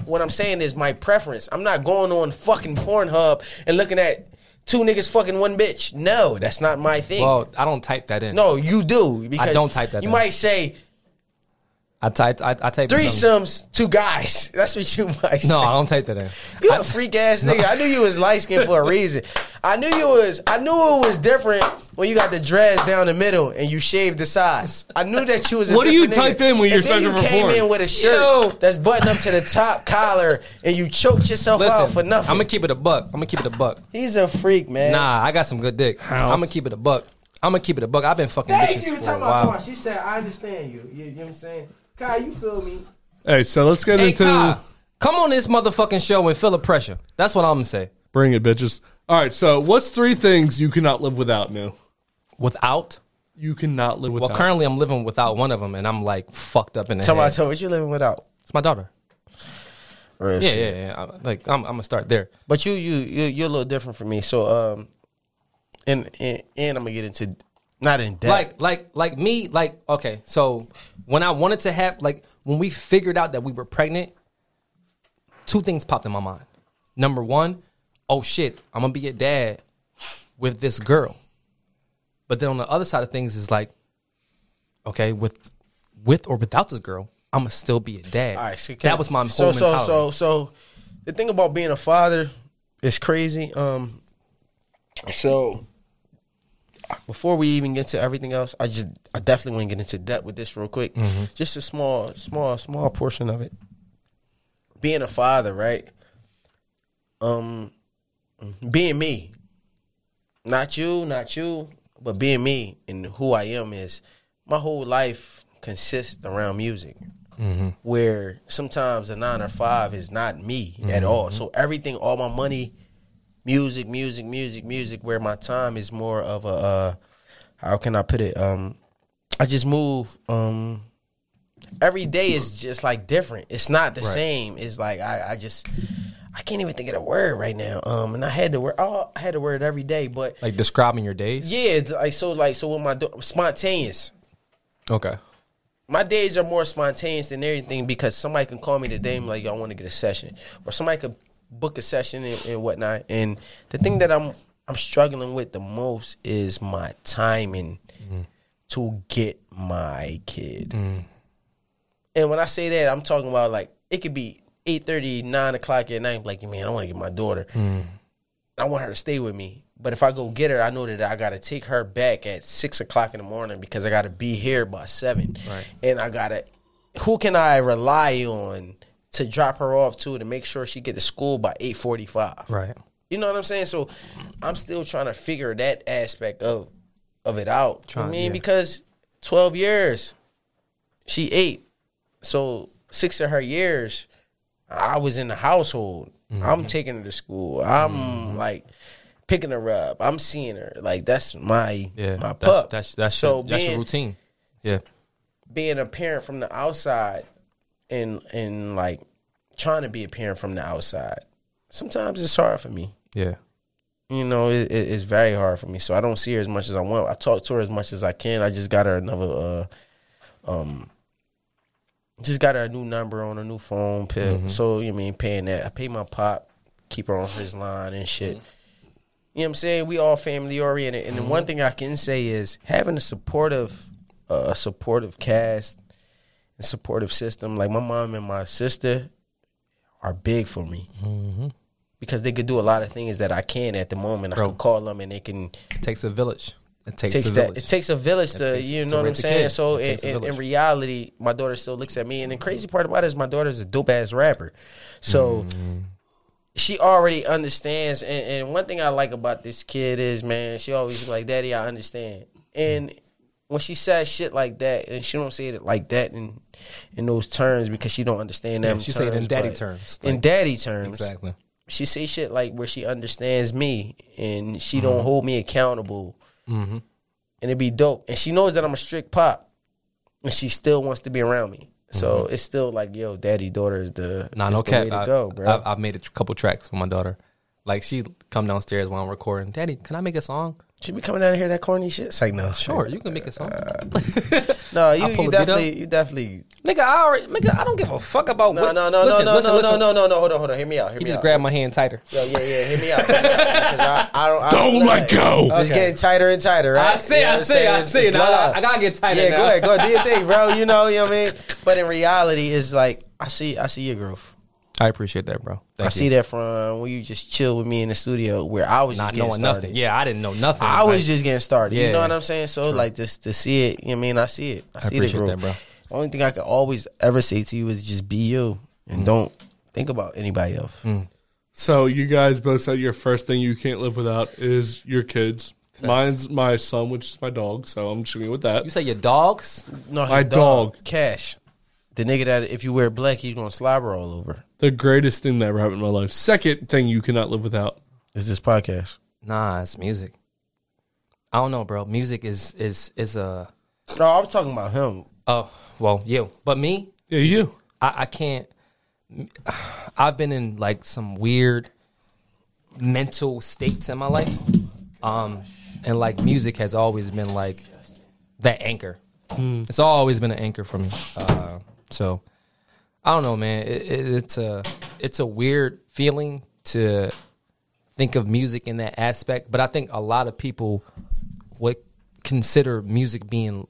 [SPEAKER 1] what I'm saying is my preference. I'm not going on fucking Pornhub and looking at two niggas fucking one bitch. No, that's not my thing.
[SPEAKER 3] Well, I don't type that in.
[SPEAKER 1] no, you do because
[SPEAKER 3] don't type that
[SPEAKER 1] You
[SPEAKER 3] in.
[SPEAKER 1] might say
[SPEAKER 3] I type. I, I type in something.
[SPEAKER 1] threesomes, two guys. That's what you might say.
[SPEAKER 3] No, I don't type that in.
[SPEAKER 1] You
[SPEAKER 3] I-
[SPEAKER 1] a freak ass nigga. I knew you was light skinned for a reason. I knew you was. I knew it was different when you got the dreads down the middle and you shaved the sides. I knew that you was. A
[SPEAKER 2] What do you type
[SPEAKER 1] different nigga.
[SPEAKER 2] in when you're
[SPEAKER 1] And then
[SPEAKER 2] searching
[SPEAKER 1] you
[SPEAKER 2] for
[SPEAKER 1] came
[SPEAKER 2] porn?
[SPEAKER 1] in with a shirt
[SPEAKER 3] Yo.
[SPEAKER 1] that's buttoned up to the top collar and you choked yourself out for
[SPEAKER 3] Listen, I'm
[SPEAKER 1] nothing.
[SPEAKER 3] gonna keep it a buck. I'm gonna keep it a buck.
[SPEAKER 1] He's a freak, man.
[SPEAKER 3] Nah, I got some good dick.
[SPEAKER 2] House.
[SPEAKER 3] I'm gonna keep it a buck. I'm gonna keep it a buck. I've been fucking
[SPEAKER 1] Thank
[SPEAKER 3] bitches
[SPEAKER 1] you.
[SPEAKER 3] for a
[SPEAKER 1] Talking about
[SPEAKER 3] while.
[SPEAKER 1] Twan. She said, "I understand you." You, you know what I'm saying? Kai, you feel me?
[SPEAKER 2] Hey, so let's get
[SPEAKER 3] Hey,
[SPEAKER 2] into
[SPEAKER 3] Kai, come on this motherfucking show and feel the pressure. That's what I'm gonna say.
[SPEAKER 2] bring it, bitches. All right, so what's three things you cannot live without? Now
[SPEAKER 3] Without,
[SPEAKER 2] you cannot live without.
[SPEAKER 3] well, currently I'm living without one of them, and I'm like fucked up in the
[SPEAKER 1] Talking
[SPEAKER 3] head.
[SPEAKER 1] about Twan, what you living without?
[SPEAKER 3] it's my daughter.
[SPEAKER 1] Real
[SPEAKER 3] Yeah,
[SPEAKER 1] shit.
[SPEAKER 3] yeah, yeah. I, like I'm, I'm gonna start there.
[SPEAKER 1] But you, you, you, you're a little different from me. So, um, and and, and I'm gonna get into not in depth.
[SPEAKER 3] Like, like, like me. Like, okay. So when I wanted to have, like, when we figured out that we were pregnant, two things popped in my mind. Number one, oh shit, I'm gonna be a dad with this girl. But then on the other side of things is like, okay, with with or without this girl, I'm gonna still be a dad.
[SPEAKER 1] All right, so can-
[SPEAKER 3] that was my whole
[SPEAKER 1] so so
[SPEAKER 3] mentality.
[SPEAKER 1] so so. The thing about being a father is crazy. Um, so before we even get to everything else, I just I definitely want to get into depth with this real quick.
[SPEAKER 3] Mm-hmm.
[SPEAKER 1] Just a small, small, small portion of it. Being a father, right? Um, being me, not you, not you, but being me and who I am is my whole life consists around music. Where sometimes a nine or five is not me at all. So everything, all my money, music, music, music, music. Where my time is more of a, uh, how can I put it? Um, I just move. Um, every day is just like different. It's not the same. It's like I, I just, I can't even think of the word right now. Um, and I had the word. Oh, I had the word every day, but
[SPEAKER 3] like describing your days.
[SPEAKER 1] yeah, it's like so, like so. With my do- spontaneous,
[SPEAKER 3] Okay.
[SPEAKER 1] my days are more spontaneous than anything because somebody can call me today and be like, "Yo, I want to get a session," or somebody could book a session and, and whatnot. And the thing that I'm I'm struggling with the most is my timing to get my kid. And when I say that, I'm talking about like it could be 8.30, 9 o'clock at night. Like, man, I want to get my daughter. I want her to stay with me. But if I go get her, I know that I gotta take her back at six o'clock in the morning because I gotta be here by seven. Right. And I gotta who can I rely on to drop her off to to make sure she get to school by eight forty five.
[SPEAKER 3] Right.
[SPEAKER 1] You know what I'm saying? So I'm still trying to figure that aspect of of it out. I
[SPEAKER 3] Trying,
[SPEAKER 1] mean,
[SPEAKER 3] yeah.
[SPEAKER 1] because twelve years, she eight. So six of her years, I was in the household.
[SPEAKER 3] Mm-hmm.
[SPEAKER 1] I'm taking her to school. I'm like picking her up. I'm seeing her. Like that's my
[SPEAKER 3] Yeah.
[SPEAKER 1] my pup.
[SPEAKER 3] that's, that's that's your, that's
[SPEAKER 1] being,
[SPEAKER 3] your routine. Yeah.
[SPEAKER 1] being a parent from the outside and and like trying to be a parent from the outside. Sometimes it's hard for me
[SPEAKER 3] Yeah.
[SPEAKER 1] you know, it, it, it's very hard for me. So I don't see her as much as I want. I talk to her as much as I can. I just got her another, uh, um, just got her a new number on a new phone pill. So you mean paying that? I pay my pop, keep her on his line and shit. You know what I'm saying? We all family oriented, and the one thing I can say is having a supportive, uh, a supportive cast, and supportive system. Like my mom and my sister are big for me because they could do a lot of things that I can at the moment. I
[SPEAKER 3] Bro.
[SPEAKER 1] can call them and they can
[SPEAKER 3] It takes a village. It takes,
[SPEAKER 1] takes
[SPEAKER 3] a
[SPEAKER 1] that.
[SPEAKER 3] village.
[SPEAKER 1] It takes a village to
[SPEAKER 3] takes-
[SPEAKER 1] you
[SPEAKER 3] to
[SPEAKER 1] know what I'm
[SPEAKER 3] raise a
[SPEAKER 1] saying.
[SPEAKER 3] kid.
[SPEAKER 1] So
[SPEAKER 3] It
[SPEAKER 1] in,
[SPEAKER 3] takes a
[SPEAKER 1] in, in
[SPEAKER 3] village.
[SPEAKER 1] reality, my daughter still looks at me, and the crazy part about it is my daughter's a dope ass rapper. So.
[SPEAKER 3] Mm-hmm.
[SPEAKER 1] She already understands, and, and one thing I like about this kid is, man, she always like, "Daddy, I understand." And when she says shit like that, and she don't say it like that in in those terms because she don't understand that.
[SPEAKER 3] she say it in daddy terms,
[SPEAKER 1] In
[SPEAKER 3] like-
[SPEAKER 1] daddy terms,
[SPEAKER 3] exactly.
[SPEAKER 1] she say shit like where she understands me and she
[SPEAKER 3] Mm-hmm.
[SPEAKER 1] don't hold me accountable, and it'd be dope. And she knows that I'm a strict pop, and she still wants to be around me. So it's still like, yo, daddy daughter is the
[SPEAKER 3] Mm-hmm. Nah,
[SPEAKER 1] is
[SPEAKER 3] no
[SPEAKER 1] the
[SPEAKER 3] cap.
[SPEAKER 1] way to
[SPEAKER 3] I,
[SPEAKER 1] go, bro.
[SPEAKER 3] I've, I've made a couple tracks with my daughter. Like she come downstairs while I'm recording. Daddy, can I make a song?
[SPEAKER 1] Should be coming down here that corny shit. It's like no,
[SPEAKER 3] Sure, you can make a song.
[SPEAKER 1] no, you, you
[SPEAKER 3] pull a beat up.
[SPEAKER 1] definitely, you definitely.
[SPEAKER 3] nigga, I already, nigga, I don't give a fuck about
[SPEAKER 1] No,
[SPEAKER 3] what.
[SPEAKER 1] no, no,
[SPEAKER 3] listen,
[SPEAKER 1] no, no,
[SPEAKER 3] listen,
[SPEAKER 1] no,
[SPEAKER 3] listen.
[SPEAKER 1] no, no, no, no. Hold on, hold on. Hear me out. Hear
[SPEAKER 3] He
[SPEAKER 1] me
[SPEAKER 3] just
[SPEAKER 1] out.
[SPEAKER 3] grabbed my hand tighter.
[SPEAKER 1] Yo, yeah, yeah. Hear me out. Hear me out, because I, I don't. I
[SPEAKER 2] Don't let go.
[SPEAKER 1] It's
[SPEAKER 3] Okay.
[SPEAKER 1] getting tighter and tighter, right?
[SPEAKER 3] I see,
[SPEAKER 1] You know
[SPEAKER 3] I
[SPEAKER 1] what I'm
[SPEAKER 3] see,
[SPEAKER 1] saying?
[SPEAKER 3] I
[SPEAKER 1] It's-
[SPEAKER 3] see.
[SPEAKER 1] it's
[SPEAKER 3] Now I,
[SPEAKER 1] love.
[SPEAKER 3] I gotta get tighter.
[SPEAKER 1] Yeah,
[SPEAKER 3] now.
[SPEAKER 1] go ahead, go ahead. Do your thing, bro. You know, you know what I mean. But in reality, it's like I see, I see your growth.
[SPEAKER 3] I appreciate that, bro.
[SPEAKER 1] I see that from when you just chill with me in the studio where I was
[SPEAKER 3] Not
[SPEAKER 1] just getting
[SPEAKER 3] knowing
[SPEAKER 1] started.
[SPEAKER 3] nothing. Yeah, I didn't know nothing.
[SPEAKER 1] I
[SPEAKER 3] Like,
[SPEAKER 1] was just getting started.
[SPEAKER 3] Yeah.
[SPEAKER 1] You know what I'm saying? So like just to see it, you know what I mean I see it. I, see
[SPEAKER 3] appreciate
[SPEAKER 1] the growth.
[SPEAKER 3] that, bro.
[SPEAKER 1] Only thing I could always ever say to you is just be you
[SPEAKER 3] Mm.
[SPEAKER 1] and don't think about anybody else.
[SPEAKER 2] So you guys both said your first thing you can't live without is your kids. Mine's my son, which is my dog. So I'm shooting with that.
[SPEAKER 3] You say your dogs?
[SPEAKER 1] No, his
[SPEAKER 2] My dog.
[SPEAKER 1] Cash, the nigga that if you wear black, he's gonna slobber all over.
[SPEAKER 2] The greatest thing that ever happened in my life. Second thing you cannot live without.
[SPEAKER 1] Is this podcast?
[SPEAKER 3] Nah, it's music. I don't know, bro. Music is is is a
[SPEAKER 1] No, I'm talking about him.
[SPEAKER 3] oh well you, but me,
[SPEAKER 2] Yeah, you.
[SPEAKER 3] I, I can't. I've been in like some weird mental states in my life, um, and like music has always been like that anchor. It's always been an anchor for me. Uh, so I don't know, man. It, it, it's a it's a weird feeling to think of music in that aspect, but I think a lot of people would consider music being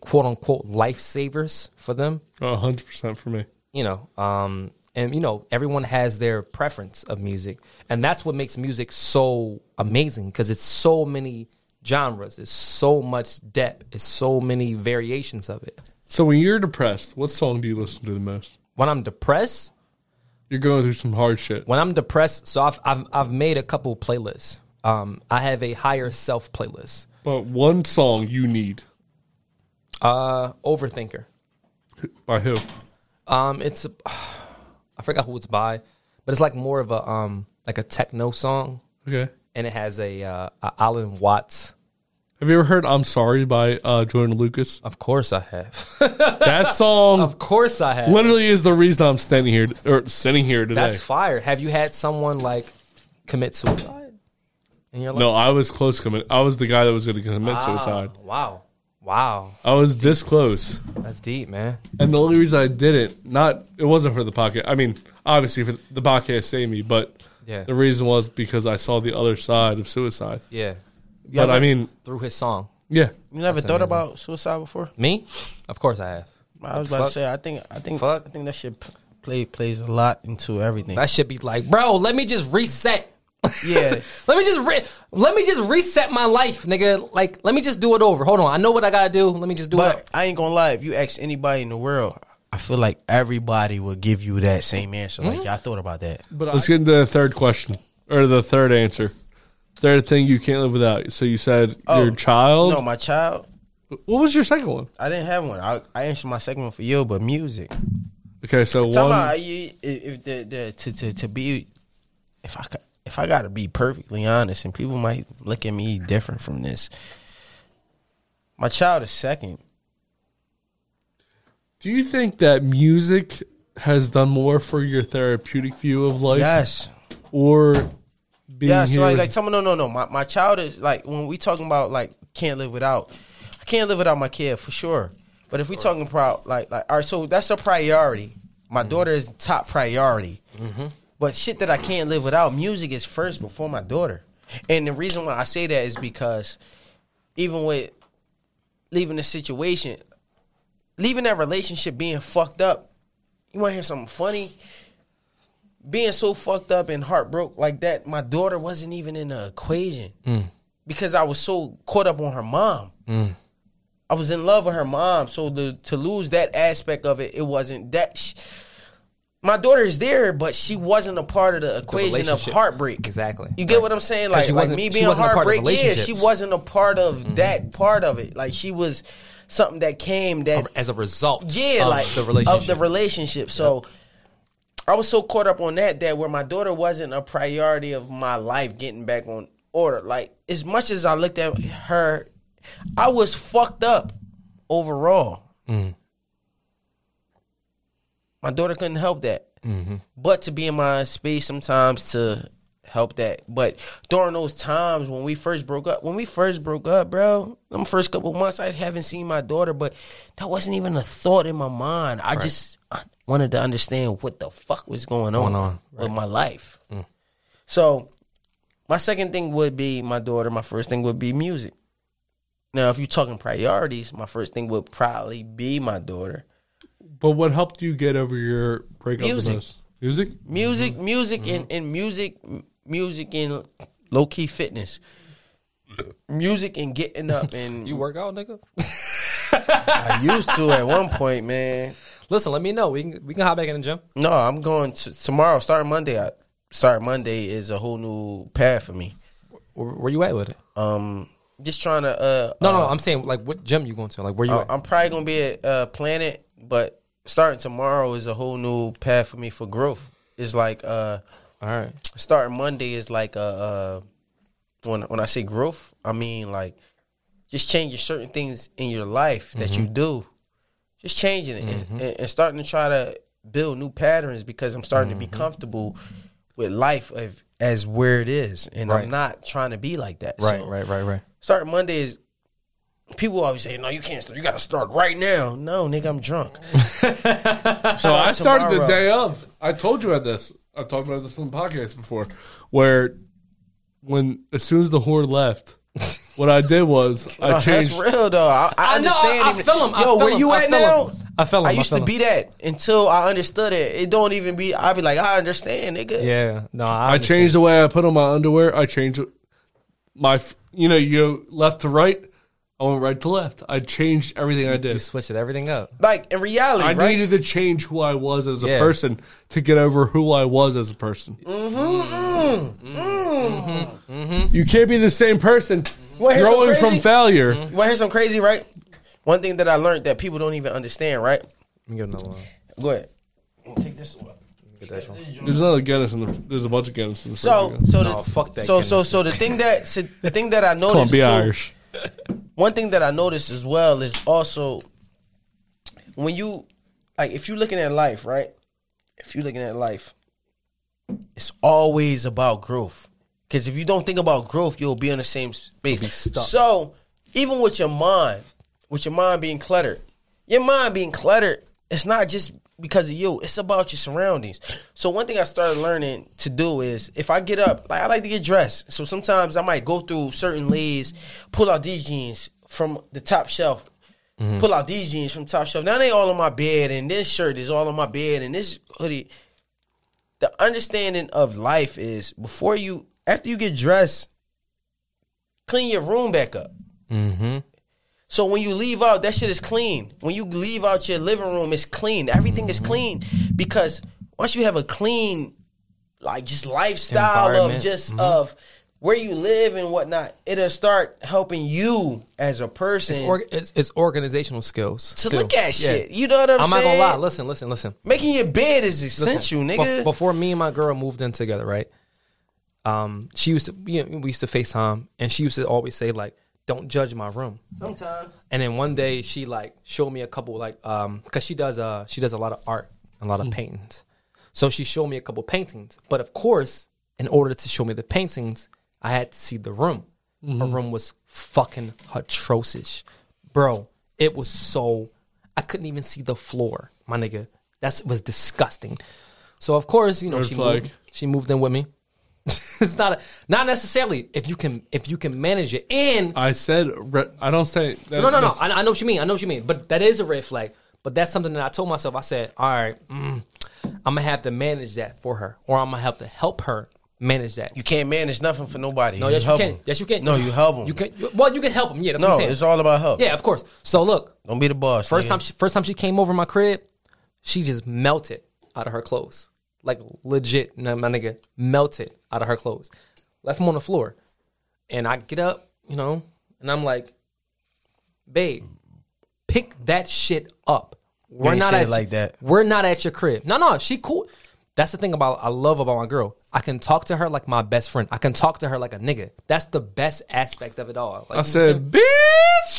[SPEAKER 3] quote unquote lifesavers for them
[SPEAKER 2] A hundred percent for me.
[SPEAKER 3] you know um and you know everyone has their preference of music and that's what makes music so amazing because it's so many genres it's so much depth it's so many variations of it
[SPEAKER 2] So when you're depressed, what song do you listen to the most?
[SPEAKER 3] when i'm depressed
[SPEAKER 2] You're going through some hard shit.
[SPEAKER 3] when i'm depressed so i've i've, I've made a couple playlists um i have a higher self playlist
[SPEAKER 2] But one song you need.
[SPEAKER 3] uh overthinker
[SPEAKER 2] By who?
[SPEAKER 3] um it's a- I forgot who it's by but it's like more of a um like a techno song
[SPEAKER 2] Okay.
[SPEAKER 3] and it has a uh a alan watts
[SPEAKER 2] Have you ever heard I'm Sorry by uh, Jordan Lucas?
[SPEAKER 3] of course i have
[SPEAKER 2] That song
[SPEAKER 3] Of course I have.
[SPEAKER 2] literally is the reason I'm standing here or sitting here today.
[SPEAKER 3] That's fire. Have you had someone like commit suicide? And you're like, "Ah,
[SPEAKER 2] no, I was close to commit. I was the guy that was going to commit suicide.
[SPEAKER 3] wow, wow,
[SPEAKER 2] I was this close.
[SPEAKER 3] that's deep, man.
[SPEAKER 2] And the only reason I did it, not it wasn't for the pocket. I mean, obviously for the podcast saved me, but
[SPEAKER 3] Yeah.
[SPEAKER 2] the reason was because I saw the other side of suicide.
[SPEAKER 3] Yeah,
[SPEAKER 2] but I mean,
[SPEAKER 3] through his song.
[SPEAKER 2] yeah,
[SPEAKER 1] You never thought about suicide before?
[SPEAKER 3] Me? Of course I have.
[SPEAKER 1] I was about
[SPEAKER 3] fuck?
[SPEAKER 1] to say. I think. I think.
[SPEAKER 3] Fuck.
[SPEAKER 1] I think that shit p- play plays a lot into everything.
[SPEAKER 3] That should be like, bro. Let me just reset.
[SPEAKER 1] yeah.
[SPEAKER 3] Let me just re- let me just reset my life, nigga. Like, let me just do it over. Hold on, I know what I gotta do. Let me just do
[SPEAKER 1] But
[SPEAKER 3] it.
[SPEAKER 1] I ain't gonna lie, if you ask anybody in the world, I feel like everybody would give you that same answer. Like, yeah, I thought about that.
[SPEAKER 2] But let's get into the third question or the third answer. Third thing you can't live without. So you said
[SPEAKER 1] Oh,
[SPEAKER 2] your child.
[SPEAKER 1] No, my child,
[SPEAKER 2] what was your second one?
[SPEAKER 1] I didn't have one. I, I answered my second one for you, but music.
[SPEAKER 2] Okay, so
[SPEAKER 1] Talking
[SPEAKER 2] one.
[SPEAKER 1] about you, if if the, the, to, to, to be, if I, ca- if I gotta be perfectly honest, and people might look at me different from this, my child is second.
[SPEAKER 2] do you think that music has done more for your therapeutic view of life,
[SPEAKER 1] Yes.
[SPEAKER 2] or being
[SPEAKER 1] Yeah, so
[SPEAKER 2] here?
[SPEAKER 1] like,
[SPEAKER 2] with-
[SPEAKER 1] like tell me, no, no, no. My my child is like when we talking about like can't live without, I can't live without my kid for sure. But if we talking about like like all right, so that's a priority. My daughter is top priority. But shit that I can't live without, music is first before my daughter. And the reason why I say that is because even with leaving the situation, leaving that relationship being fucked up, you want to hear something funny? being so fucked up and heartbroken like that, my daughter wasn't even in the equation
[SPEAKER 3] Mm.
[SPEAKER 1] because I was so caught up on her mom. I was in love with her mom, so the, to lose that aspect of it, it wasn't that. Sh- my daughter is there, but she wasn't a part of the equation of
[SPEAKER 3] relationship.
[SPEAKER 1] heartbreak.
[SPEAKER 3] Exactly.
[SPEAKER 1] You get what I'm saying? Like,
[SPEAKER 3] she
[SPEAKER 1] like
[SPEAKER 3] wasn't-
[SPEAKER 1] me
[SPEAKER 3] she
[SPEAKER 1] being
[SPEAKER 3] wasn't a part of
[SPEAKER 1] heartbreak. Yeah, she
[SPEAKER 3] relationships. Mm-hmm.
[SPEAKER 1] wasn't a part of that part of it. Like she was something that came that
[SPEAKER 3] As a result,
[SPEAKER 1] yeah,
[SPEAKER 3] of
[SPEAKER 1] like
[SPEAKER 3] the relationship.
[SPEAKER 1] of the relationship. So I was so caught up on that that where my daughter wasn't a priority of my life getting back on order. Like as much as I looked at her, I was fucked up overall.
[SPEAKER 3] Mm.
[SPEAKER 1] My daughter couldn't help that, but to be in my space sometimes to helped that. But during those times when we first broke up, when we first broke up, bro, them first couple months, I haven't seen my daughter, but that wasn't even a thought in my mind. I just uh, wanted to understand what the fuck was going on,
[SPEAKER 3] on,
[SPEAKER 1] with my life. So my second thing would be my daughter. My first thing would be music. Now, if you're talking priorities, my first thing would probably be my daughter.
[SPEAKER 2] But what helped you get over your breakup
[SPEAKER 1] Music.
[SPEAKER 2] the most? Music?
[SPEAKER 1] Music,
[SPEAKER 3] Mm-hmm.
[SPEAKER 1] music, and, and music, m- music, and low key fitness. Music and getting up, and
[SPEAKER 3] You work out, nigga.
[SPEAKER 1] I used to at one point, man.
[SPEAKER 3] Listen, let me know. We can we can hop back in the gym.
[SPEAKER 1] No, I'm going to, tomorrow. Starting Monday, I, start Monday is a whole new path for me.
[SPEAKER 3] Where, where you at with it?
[SPEAKER 1] Um, just trying to. Uh,
[SPEAKER 3] No, no, I'm saying like what gym you going to? Like where you
[SPEAKER 1] uh,
[SPEAKER 3] at?
[SPEAKER 1] I'm probably gonna be at uh, Planet, but starting tomorrow is a whole new path for me for growth. It's like uh,
[SPEAKER 3] All right.
[SPEAKER 1] starting Monday is like uh, uh when when I say growth, I mean like just changing certain things in your life that
[SPEAKER 2] Mm-hmm.
[SPEAKER 1] you do. Just changing it and- and, and starting to try to build new patterns because I'm starting
[SPEAKER 2] Mm-hmm.
[SPEAKER 1] to be comfortable with life of, as where it is, and
[SPEAKER 3] Right.
[SPEAKER 1] I'm not trying to be like that.
[SPEAKER 3] Right,
[SPEAKER 1] So
[SPEAKER 3] right, right, right.
[SPEAKER 1] Starting Monday is. People always say, "No, you can't start. You got to start right now." No, nigga, I'm drunk.
[SPEAKER 2] So I started the
[SPEAKER 1] tomorrow.
[SPEAKER 2] day of. I told you about this. I've talked about this on the podcast before. Where when as soon as the whore left, what I did was I
[SPEAKER 1] No,
[SPEAKER 2] changed.
[SPEAKER 1] That's real though. I, I
[SPEAKER 3] I know,
[SPEAKER 1] understand.
[SPEAKER 3] I- I
[SPEAKER 1] him.
[SPEAKER 3] feel him, I
[SPEAKER 1] Yo,
[SPEAKER 3] feel
[SPEAKER 1] where
[SPEAKER 3] him,
[SPEAKER 1] you
[SPEAKER 3] I
[SPEAKER 1] at
[SPEAKER 3] feel
[SPEAKER 1] now?
[SPEAKER 3] him. I feel him,
[SPEAKER 1] I
[SPEAKER 3] I
[SPEAKER 1] used
[SPEAKER 3] feel
[SPEAKER 1] to
[SPEAKER 3] him.
[SPEAKER 1] be that until I understood it. It don't even be. I'd be like, I understand, nigga.
[SPEAKER 3] Yeah. No, I,
[SPEAKER 2] I
[SPEAKER 3] understand.
[SPEAKER 2] changed the way I put on my underwear. I changed my, f- you know, you go left to right. I went right to left. I changed everything I
[SPEAKER 3] You
[SPEAKER 2] did.
[SPEAKER 3] switched it everything up.
[SPEAKER 1] Like in reality,
[SPEAKER 2] I
[SPEAKER 1] right?
[SPEAKER 2] needed to change who I was as a
[SPEAKER 3] Yeah.
[SPEAKER 2] person to get over who I was as a person. Mm-hmm. You can't be the same person
[SPEAKER 1] Well, here's
[SPEAKER 2] growing
[SPEAKER 1] so crazy. Mm-hmm.
[SPEAKER 2] from failure.
[SPEAKER 1] You want to hear something crazy, right? One thing that I learned that people don't even understand, right?
[SPEAKER 3] Let me get another one.
[SPEAKER 1] Go ahead. Take this one.
[SPEAKER 2] There's another Guinness in the. There's a bunch of Guinness in the.
[SPEAKER 1] So,
[SPEAKER 2] fridge.
[SPEAKER 1] so
[SPEAKER 3] No,
[SPEAKER 1] the,
[SPEAKER 3] fuck that
[SPEAKER 1] So, so,
[SPEAKER 3] Guinness.
[SPEAKER 1] so the thing that so the thing that I
[SPEAKER 2] come on,
[SPEAKER 1] noticed
[SPEAKER 2] be
[SPEAKER 1] too,
[SPEAKER 2] Irish.
[SPEAKER 1] one thing that I noticed as well is also when you like if you're looking at life, right? If you're looking at life, it's always about growth. Because if you don't think about growth, you'll be in the same space. So even with your mind, with your mind being cluttered, your mind being cluttered, it's not just because of you. It's about your surroundings. So one thing I started learning to do is if I get up, like I like to get dressed. So sometimes I might go through certain lays, pull out these jeans from the top shelf, pull out these jeans from top shelf. Now they all on my bed, and this shirt is all on my bed, and this hoodie the understanding of life is before you after you get dressed clean your room back up
[SPEAKER 3] Mm-hmm.
[SPEAKER 1] so when you leave out that shit is clean when you leave out your living room it's clean everything is clean because once you have a clean like just lifestyle of
[SPEAKER 3] Environment. Mm-hmm.
[SPEAKER 1] just of where you live and whatnot it'll start helping you as a person
[SPEAKER 3] It's, org- it's, it's organizational skills.
[SPEAKER 1] to
[SPEAKER 3] too.
[SPEAKER 1] look at
[SPEAKER 3] Yeah.
[SPEAKER 1] shit you know what i'm,
[SPEAKER 3] I'm not
[SPEAKER 1] saying
[SPEAKER 3] gonna lie. Listen, listen, listen.
[SPEAKER 1] making your bed is
[SPEAKER 3] Listen,
[SPEAKER 1] essential
[SPEAKER 3] bef-
[SPEAKER 1] nigga
[SPEAKER 3] before me and my girl moved in together, right? Um, she used to you know, we used to FaceTime, and she used to always say like, "Don't judge my room."
[SPEAKER 1] sometimes
[SPEAKER 3] And then one day she like showed me a couple like um, cause she does uh she does a lot of art, a lot of
[SPEAKER 2] Mm.
[SPEAKER 3] paintings. So she showed me a couple paintings, but of course, in order to show me the paintings, I had to see the room. Her
[SPEAKER 2] Mm-hmm.
[SPEAKER 3] room was fucking atrocious, bro. It was so I couldn't even see the floor, my nigga. That was disgusting. So of course, you know
[SPEAKER 2] Red
[SPEAKER 3] she
[SPEAKER 2] flag.
[SPEAKER 3] moved, she moved in with me. it's not a, not necessarily if you can if you can manage it and
[SPEAKER 2] I said re- I don't say. That,
[SPEAKER 3] no, no, no.
[SPEAKER 2] that's-
[SPEAKER 3] I, I know what you mean. I know what you mean. But that is a red flag. But that's something that I told myself. I said, all right, mm, I'm gonna have to manage that for her, or I'm gonna have to help her manage that.
[SPEAKER 1] You can't manage nothing for nobody.
[SPEAKER 3] no, yes, you
[SPEAKER 1] help
[SPEAKER 3] can.
[SPEAKER 1] 'em.
[SPEAKER 3] Yes, you can.
[SPEAKER 1] No, you help them.
[SPEAKER 3] You can. you- Well, you can help them. Yeah, that's what
[SPEAKER 1] No,
[SPEAKER 3] I'm saying.
[SPEAKER 1] it's all about help.
[SPEAKER 3] yeah, of course. So look,
[SPEAKER 1] Don't be the boss.
[SPEAKER 3] first
[SPEAKER 1] nigga.
[SPEAKER 3] time, she, first time she came over my crib, she just melted out of her clothes, like legit, nah, my nigga, melted out of her clothes. Left them on the floor, and I get up, you know, and I'm like, babe, pick that shit up. We're
[SPEAKER 1] ain't
[SPEAKER 3] not
[SPEAKER 1] say
[SPEAKER 3] at
[SPEAKER 1] it like that.
[SPEAKER 3] We're not at your crib. No, no, she cool. That's the thing about I love about my girl. I can talk to her like my best friend. I can talk to her like a nigga. That's the best aspect of it all. Like, you know
[SPEAKER 2] I
[SPEAKER 3] what I'm
[SPEAKER 2] said,
[SPEAKER 3] saying?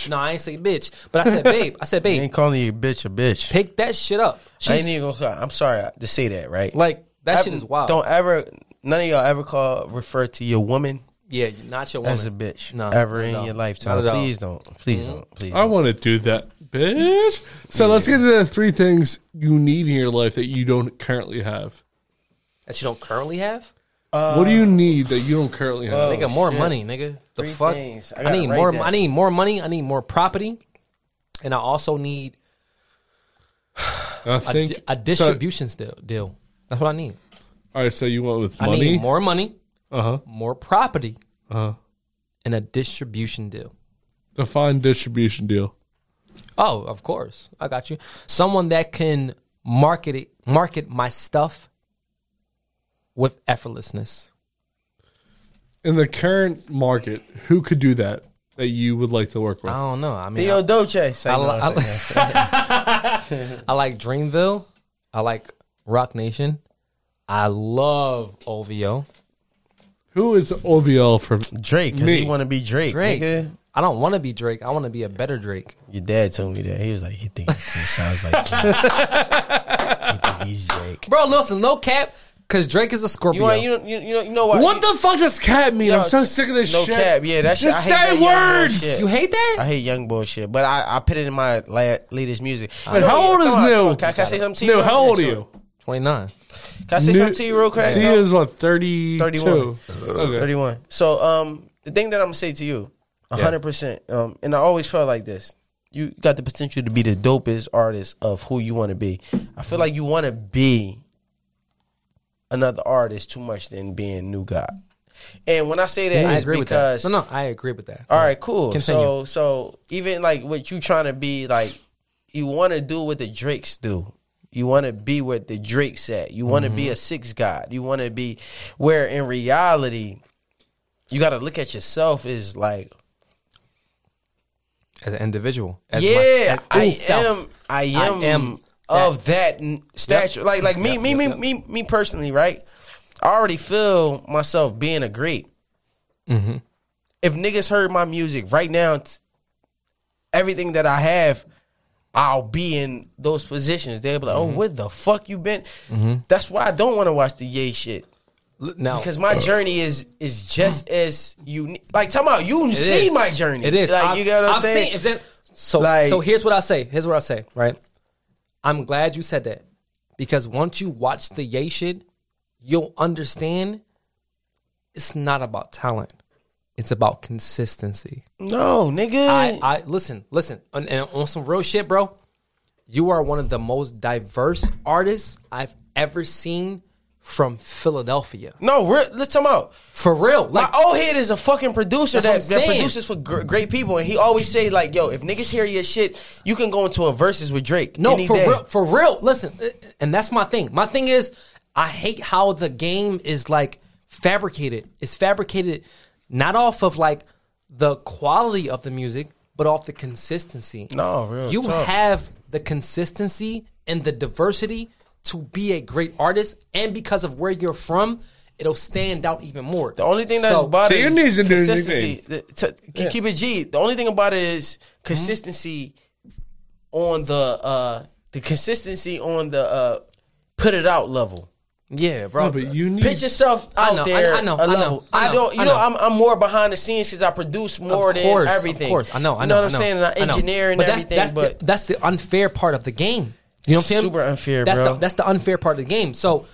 [SPEAKER 2] bitch.
[SPEAKER 3] no, I ain't say bitch, but I said babe. I said
[SPEAKER 1] I
[SPEAKER 3] babe
[SPEAKER 1] ain't calling you a bitch a bitch.
[SPEAKER 3] pick that shit up.
[SPEAKER 1] I
[SPEAKER 3] She's
[SPEAKER 1] ain't even gonna. I'm sorry to say that, right?
[SPEAKER 3] like that
[SPEAKER 1] I-
[SPEAKER 3] shit is wild.
[SPEAKER 1] Don't ever None of y'all ever call refer to your woman
[SPEAKER 3] Yeah, you're not your woman.
[SPEAKER 1] as a bitch
[SPEAKER 3] No,
[SPEAKER 1] ever
[SPEAKER 3] not
[SPEAKER 1] in
[SPEAKER 3] at all.
[SPEAKER 1] your lifetime.
[SPEAKER 3] Not at all. Mm-hmm.
[SPEAKER 1] Please don't. Please don't. Please.
[SPEAKER 2] I want to do that, bitch. So let's get into the three things you need in your life that you don't currently have.
[SPEAKER 3] that you don't currently have.
[SPEAKER 2] what do you need that you don't currently have?
[SPEAKER 1] Uh, well,
[SPEAKER 3] Nigga, more
[SPEAKER 1] Oh, shit.
[SPEAKER 3] money, nigga. The
[SPEAKER 1] Three
[SPEAKER 3] fuck?
[SPEAKER 1] things. I
[SPEAKER 3] I,
[SPEAKER 1] gotta
[SPEAKER 3] need
[SPEAKER 1] write
[SPEAKER 3] more.
[SPEAKER 1] that.
[SPEAKER 3] I need more money. I need more property, and I also need
[SPEAKER 2] I
[SPEAKER 3] a,
[SPEAKER 2] think
[SPEAKER 3] di- a distribution deal, deal. That's what I need.
[SPEAKER 2] So, all right, so you went with
[SPEAKER 3] I
[SPEAKER 2] money.
[SPEAKER 3] need more money,
[SPEAKER 2] Uh-huh.
[SPEAKER 3] more property,
[SPEAKER 2] Uh-huh.
[SPEAKER 3] and a distribution deal.
[SPEAKER 2] Define distribution deal.
[SPEAKER 3] Oh, of course, I got you. Someone that can market it, market my stuff with effortlessness.
[SPEAKER 2] In the current market, who could do that that you would like to work with?
[SPEAKER 3] I don't know. I mean,
[SPEAKER 1] Theo Dolce. Say
[SPEAKER 3] I,
[SPEAKER 1] no,
[SPEAKER 3] li- I,
[SPEAKER 1] say
[SPEAKER 3] li-
[SPEAKER 1] no.
[SPEAKER 3] I like Dreamville. I like Rock Nation. I love OVO.
[SPEAKER 2] Who is OVL from?
[SPEAKER 1] Drake, because
[SPEAKER 2] Me.
[SPEAKER 1] he want to be Drake.
[SPEAKER 3] Drake.
[SPEAKER 1] nigga.
[SPEAKER 3] I don't want to be Drake. I want to be a better Drake.
[SPEAKER 1] Your dad told me that. He was like, he thinks it sounds like Drake. he think he's Drake.
[SPEAKER 3] Bro, listen, no cap, because Drake is a
[SPEAKER 1] You
[SPEAKER 3] Scorpio.
[SPEAKER 1] want you know, you, you know you know why?
[SPEAKER 2] What the fuck does cat mean?
[SPEAKER 1] Yo,
[SPEAKER 2] I'm so sick of this
[SPEAKER 1] no
[SPEAKER 2] shit.
[SPEAKER 1] cap. Yeah, that shit- I
[SPEAKER 2] Just
[SPEAKER 1] hate that
[SPEAKER 2] say
[SPEAKER 1] young
[SPEAKER 2] words.
[SPEAKER 1] bullshit.
[SPEAKER 3] You hate that?
[SPEAKER 1] I hate young bullshit, but I, I put it in my la- latest music.
[SPEAKER 2] Wait, how old is Neil?
[SPEAKER 1] Can, I- can I say something to you?
[SPEAKER 2] No,
[SPEAKER 1] real
[SPEAKER 2] how
[SPEAKER 1] quick?
[SPEAKER 2] old are you?
[SPEAKER 3] 29.
[SPEAKER 1] Can I say something to you real quick?
[SPEAKER 2] He is what 32?
[SPEAKER 1] 31.
[SPEAKER 2] Okay.
[SPEAKER 1] 31. So um the thing that I'm gonna say to you, a hundred percent. Um and I always felt like this. You got the potential to be the dopest artist of who you wanna be. I feel like you wanna be another artist too much than being new God. And when I say that,
[SPEAKER 3] I
[SPEAKER 1] it's
[SPEAKER 3] agree with
[SPEAKER 1] because
[SPEAKER 3] that. No, no, I agree with that.
[SPEAKER 1] all right, cool. So
[SPEAKER 3] Continue.
[SPEAKER 1] so even like what you trying to be like you want to do what the Drakes do. You want to be what the Drakes at. You want to be a six god. You want to be where in reality you got to look at yourself as like
[SPEAKER 3] As an individual. As
[SPEAKER 1] yeah,
[SPEAKER 3] my,
[SPEAKER 1] I
[SPEAKER 3] as myself.
[SPEAKER 1] am I am
[SPEAKER 3] I am
[SPEAKER 1] of that, n stature. Like like me me me me me personally, right? I already feel myself being a great.
[SPEAKER 3] Mm-hmm.
[SPEAKER 1] If niggas heard my music right now, t- everything that I have, I'll be in those positions. They'll be like,
[SPEAKER 3] Mm-hmm.
[SPEAKER 1] "Oh, where the fuck you been?" That's why I don't want to watch the yay shit
[SPEAKER 3] L- Now,
[SPEAKER 1] because my journey is is just as unique. Like, talking about you
[SPEAKER 3] Mm. it
[SPEAKER 1] see
[SPEAKER 3] is.
[SPEAKER 1] my journey.
[SPEAKER 3] It is.
[SPEAKER 1] like
[SPEAKER 3] I've-
[SPEAKER 1] you got what I'm
[SPEAKER 3] I've
[SPEAKER 1] saying.
[SPEAKER 3] seen- it's in- so,
[SPEAKER 1] Like-
[SPEAKER 3] so here's what I say. Here's what I say, right? I'm glad you said that because once you watch the Ye shit, you'll understand it's not about talent, it's about consistency.
[SPEAKER 1] no, nigga.
[SPEAKER 3] I, I listen, listen, and, and on some real shit, bro. You are one of the most diverse artists I've ever seen from Philadelphia.
[SPEAKER 1] No, re- let's talk about
[SPEAKER 3] For real,
[SPEAKER 1] my
[SPEAKER 3] like
[SPEAKER 1] old head is a fucking producer
[SPEAKER 3] That's what I'm
[SPEAKER 1] that, that
[SPEAKER 3] saying.
[SPEAKER 1] produces for gr- great people, and he always say like, "Yo, if niggas hear your shit, you can go into a verses with Drake."
[SPEAKER 3] no,
[SPEAKER 1] any
[SPEAKER 3] for
[SPEAKER 1] day.
[SPEAKER 3] real, for real. Listen, uh, and that's my thing. My thing is, I hate how the game is like fabricated. It's fabricated not off of like the quality of the music, but off the consistency.
[SPEAKER 1] No, real
[SPEAKER 3] You
[SPEAKER 1] talk.
[SPEAKER 3] have the consistency and the diversity to be a great artist, and because of where you're from, it'll stand out even more.
[SPEAKER 1] The only thing that's
[SPEAKER 3] So,
[SPEAKER 1] about it
[SPEAKER 2] Theo
[SPEAKER 1] is
[SPEAKER 2] needs to do his
[SPEAKER 1] consistency. The- to- k- Keep it G. The only thing about it is
[SPEAKER 3] Mm-hmm.
[SPEAKER 1] consistency on the uh the consistency on the uh put it out level.
[SPEAKER 3] yeah, bro.
[SPEAKER 2] No, but you need
[SPEAKER 1] Pitch yourself out
[SPEAKER 3] know, I-
[SPEAKER 1] there.
[SPEAKER 3] I know,
[SPEAKER 1] a
[SPEAKER 3] I know,
[SPEAKER 1] level.
[SPEAKER 3] I know,
[SPEAKER 1] don't. You
[SPEAKER 3] I
[SPEAKER 1] know,
[SPEAKER 3] know.
[SPEAKER 1] I'm, I'm more behind the scenes because I produce more
[SPEAKER 3] of course,
[SPEAKER 1] than everything.
[SPEAKER 3] Of course, I know. I know.
[SPEAKER 1] You know what
[SPEAKER 3] I
[SPEAKER 1] I'm saying? And I
[SPEAKER 3] know.
[SPEAKER 1] engineer and
[SPEAKER 3] but that's,
[SPEAKER 1] everything,
[SPEAKER 3] that's
[SPEAKER 1] but
[SPEAKER 3] the, that's the unfair part of the game. You know what I'm saying?
[SPEAKER 1] Super unfair,
[SPEAKER 3] that's
[SPEAKER 1] bro.
[SPEAKER 3] The, that's the unfair part of the game. So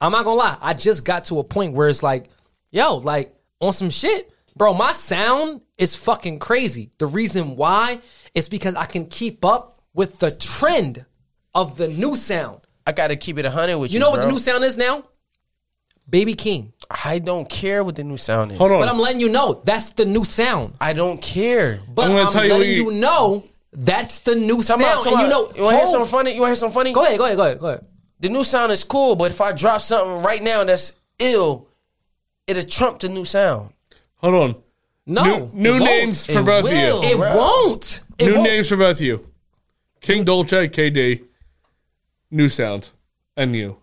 [SPEAKER 3] I'm not gonna lie. I just got to a point where it's like, yo, like on some shit, bro. My sound is fucking crazy. The reason why is because I can keep up with the trend of the new sound.
[SPEAKER 1] I gotta keep it hundred with you.
[SPEAKER 3] You know what
[SPEAKER 1] bro.
[SPEAKER 3] the new sound is now? Baby King.
[SPEAKER 1] I don't care what the new sound is.
[SPEAKER 2] Hold on.
[SPEAKER 3] But I'm letting you know that's the new sound.
[SPEAKER 1] I don't care.
[SPEAKER 3] But
[SPEAKER 2] I'm
[SPEAKER 3] I'm,
[SPEAKER 2] gonna tell you
[SPEAKER 3] letting you,
[SPEAKER 2] what you-
[SPEAKER 3] know that's the new
[SPEAKER 1] Come
[SPEAKER 3] sound.
[SPEAKER 1] on, come
[SPEAKER 3] and
[SPEAKER 1] on.
[SPEAKER 3] you know,
[SPEAKER 1] you wanna hear
[SPEAKER 3] Hov-
[SPEAKER 1] something funny? You wanna hear something funny?
[SPEAKER 3] go ahead, go ahead, go ahead, go ahead.
[SPEAKER 1] The new sound is cool, but if I drop something right now that's ill, it'll trump the new sound.
[SPEAKER 2] Hold on.
[SPEAKER 3] No,
[SPEAKER 2] New,
[SPEAKER 3] it
[SPEAKER 2] new
[SPEAKER 3] won't.
[SPEAKER 2] names for
[SPEAKER 1] Oh. It
[SPEAKER 2] both
[SPEAKER 1] will.
[SPEAKER 2] of you.
[SPEAKER 3] It won't. It
[SPEAKER 2] new
[SPEAKER 3] won't.
[SPEAKER 2] names for both of you. King Dolce, KD, New Sound, and you.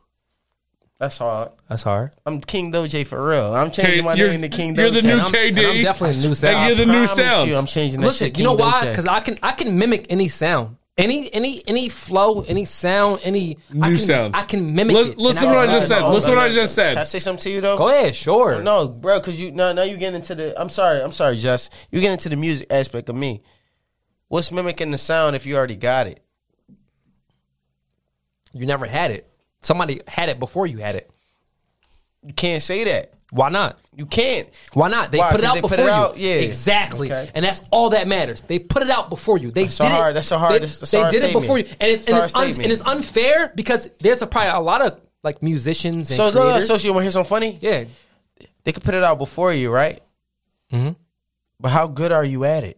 [SPEAKER 1] That's hard.
[SPEAKER 3] That's hard.
[SPEAKER 1] I'm King Doje for real. I'm changing
[SPEAKER 2] K-
[SPEAKER 1] my
[SPEAKER 2] you're-
[SPEAKER 1] name to King Doje.
[SPEAKER 2] you're the new
[SPEAKER 3] I'm-
[SPEAKER 2] KD.
[SPEAKER 3] and I'm definitely a new
[SPEAKER 2] And
[SPEAKER 3] sound.
[SPEAKER 2] you're the
[SPEAKER 1] I
[SPEAKER 2] new
[SPEAKER 1] promise
[SPEAKER 2] sound.
[SPEAKER 1] You, I'm changing that
[SPEAKER 3] Listen,
[SPEAKER 1] shit.
[SPEAKER 3] you know
[SPEAKER 1] King
[SPEAKER 3] why?
[SPEAKER 1] Doce.
[SPEAKER 3] Because I can I can mimic any sound. Any any any flow, any sound, any I
[SPEAKER 2] New
[SPEAKER 3] can,
[SPEAKER 2] sound.
[SPEAKER 3] I can mimic
[SPEAKER 2] Lis-
[SPEAKER 3] it.
[SPEAKER 2] listen
[SPEAKER 3] And
[SPEAKER 2] to
[SPEAKER 3] I-
[SPEAKER 2] what I just said. Listen to what I just said.
[SPEAKER 1] Can I say something to you though?
[SPEAKER 3] Go ahead, sure.
[SPEAKER 1] No, bro, because you no, now you get into the. I'm sorry, I'm sorry, Just you get into the music aspect of me. What's mimicking the sound if you already got it?
[SPEAKER 3] You never had it. Somebody had it before you had it.
[SPEAKER 1] You can't say that.
[SPEAKER 3] Why not?
[SPEAKER 1] You can't.
[SPEAKER 3] Why not? They
[SPEAKER 1] Why?
[SPEAKER 3] put it
[SPEAKER 1] 'Cause
[SPEAKER 3] out
[SPEAKER 1] they put
[SPEAKER 3] before
[SPEAKER 1] it out?
[SPEAKER 3] you.
[SPEAKER 1] Yeah.
[SPEAKER 3] Exactly.
[SPEAKER 1] Okay.
[SPEAKER 3] And that's all that matters. They put it out before you. They
[SPEAKER 1] That's a
[SPEAKER 3] did
[SPEAKER 1] hard-
[SPEAKER 3] it.
[SPEAKER 1] that's a hard-
[SPEAKER 3] They,
[SPEAKER 1] that's a
[SPEAKER 3] they
[SPEAKER 1] hard
[SPEAKER 3] did it
[SPEAKER 1] statement.
[SPEAKER 3] before you. And it's,
[SPEAKER 1] It's a
[SPEAKER 3] and
[SPEAKER 1] hard
[SPEAKER 3] it's, un,
[SPEAKER 1] statement.
[SPEAKER 3] and it's unfair because there's a, probably a lot of like musicians and
[SPEAKER 1] So, no, no,
[SPEAKER 3] creators.
[SPEAKER 1] so you want to hear something funny?
[SPEAKER 3] yeah.
[SPEAKER 1] They could put it out before you, right? Mm-hmm. But how good are you at it?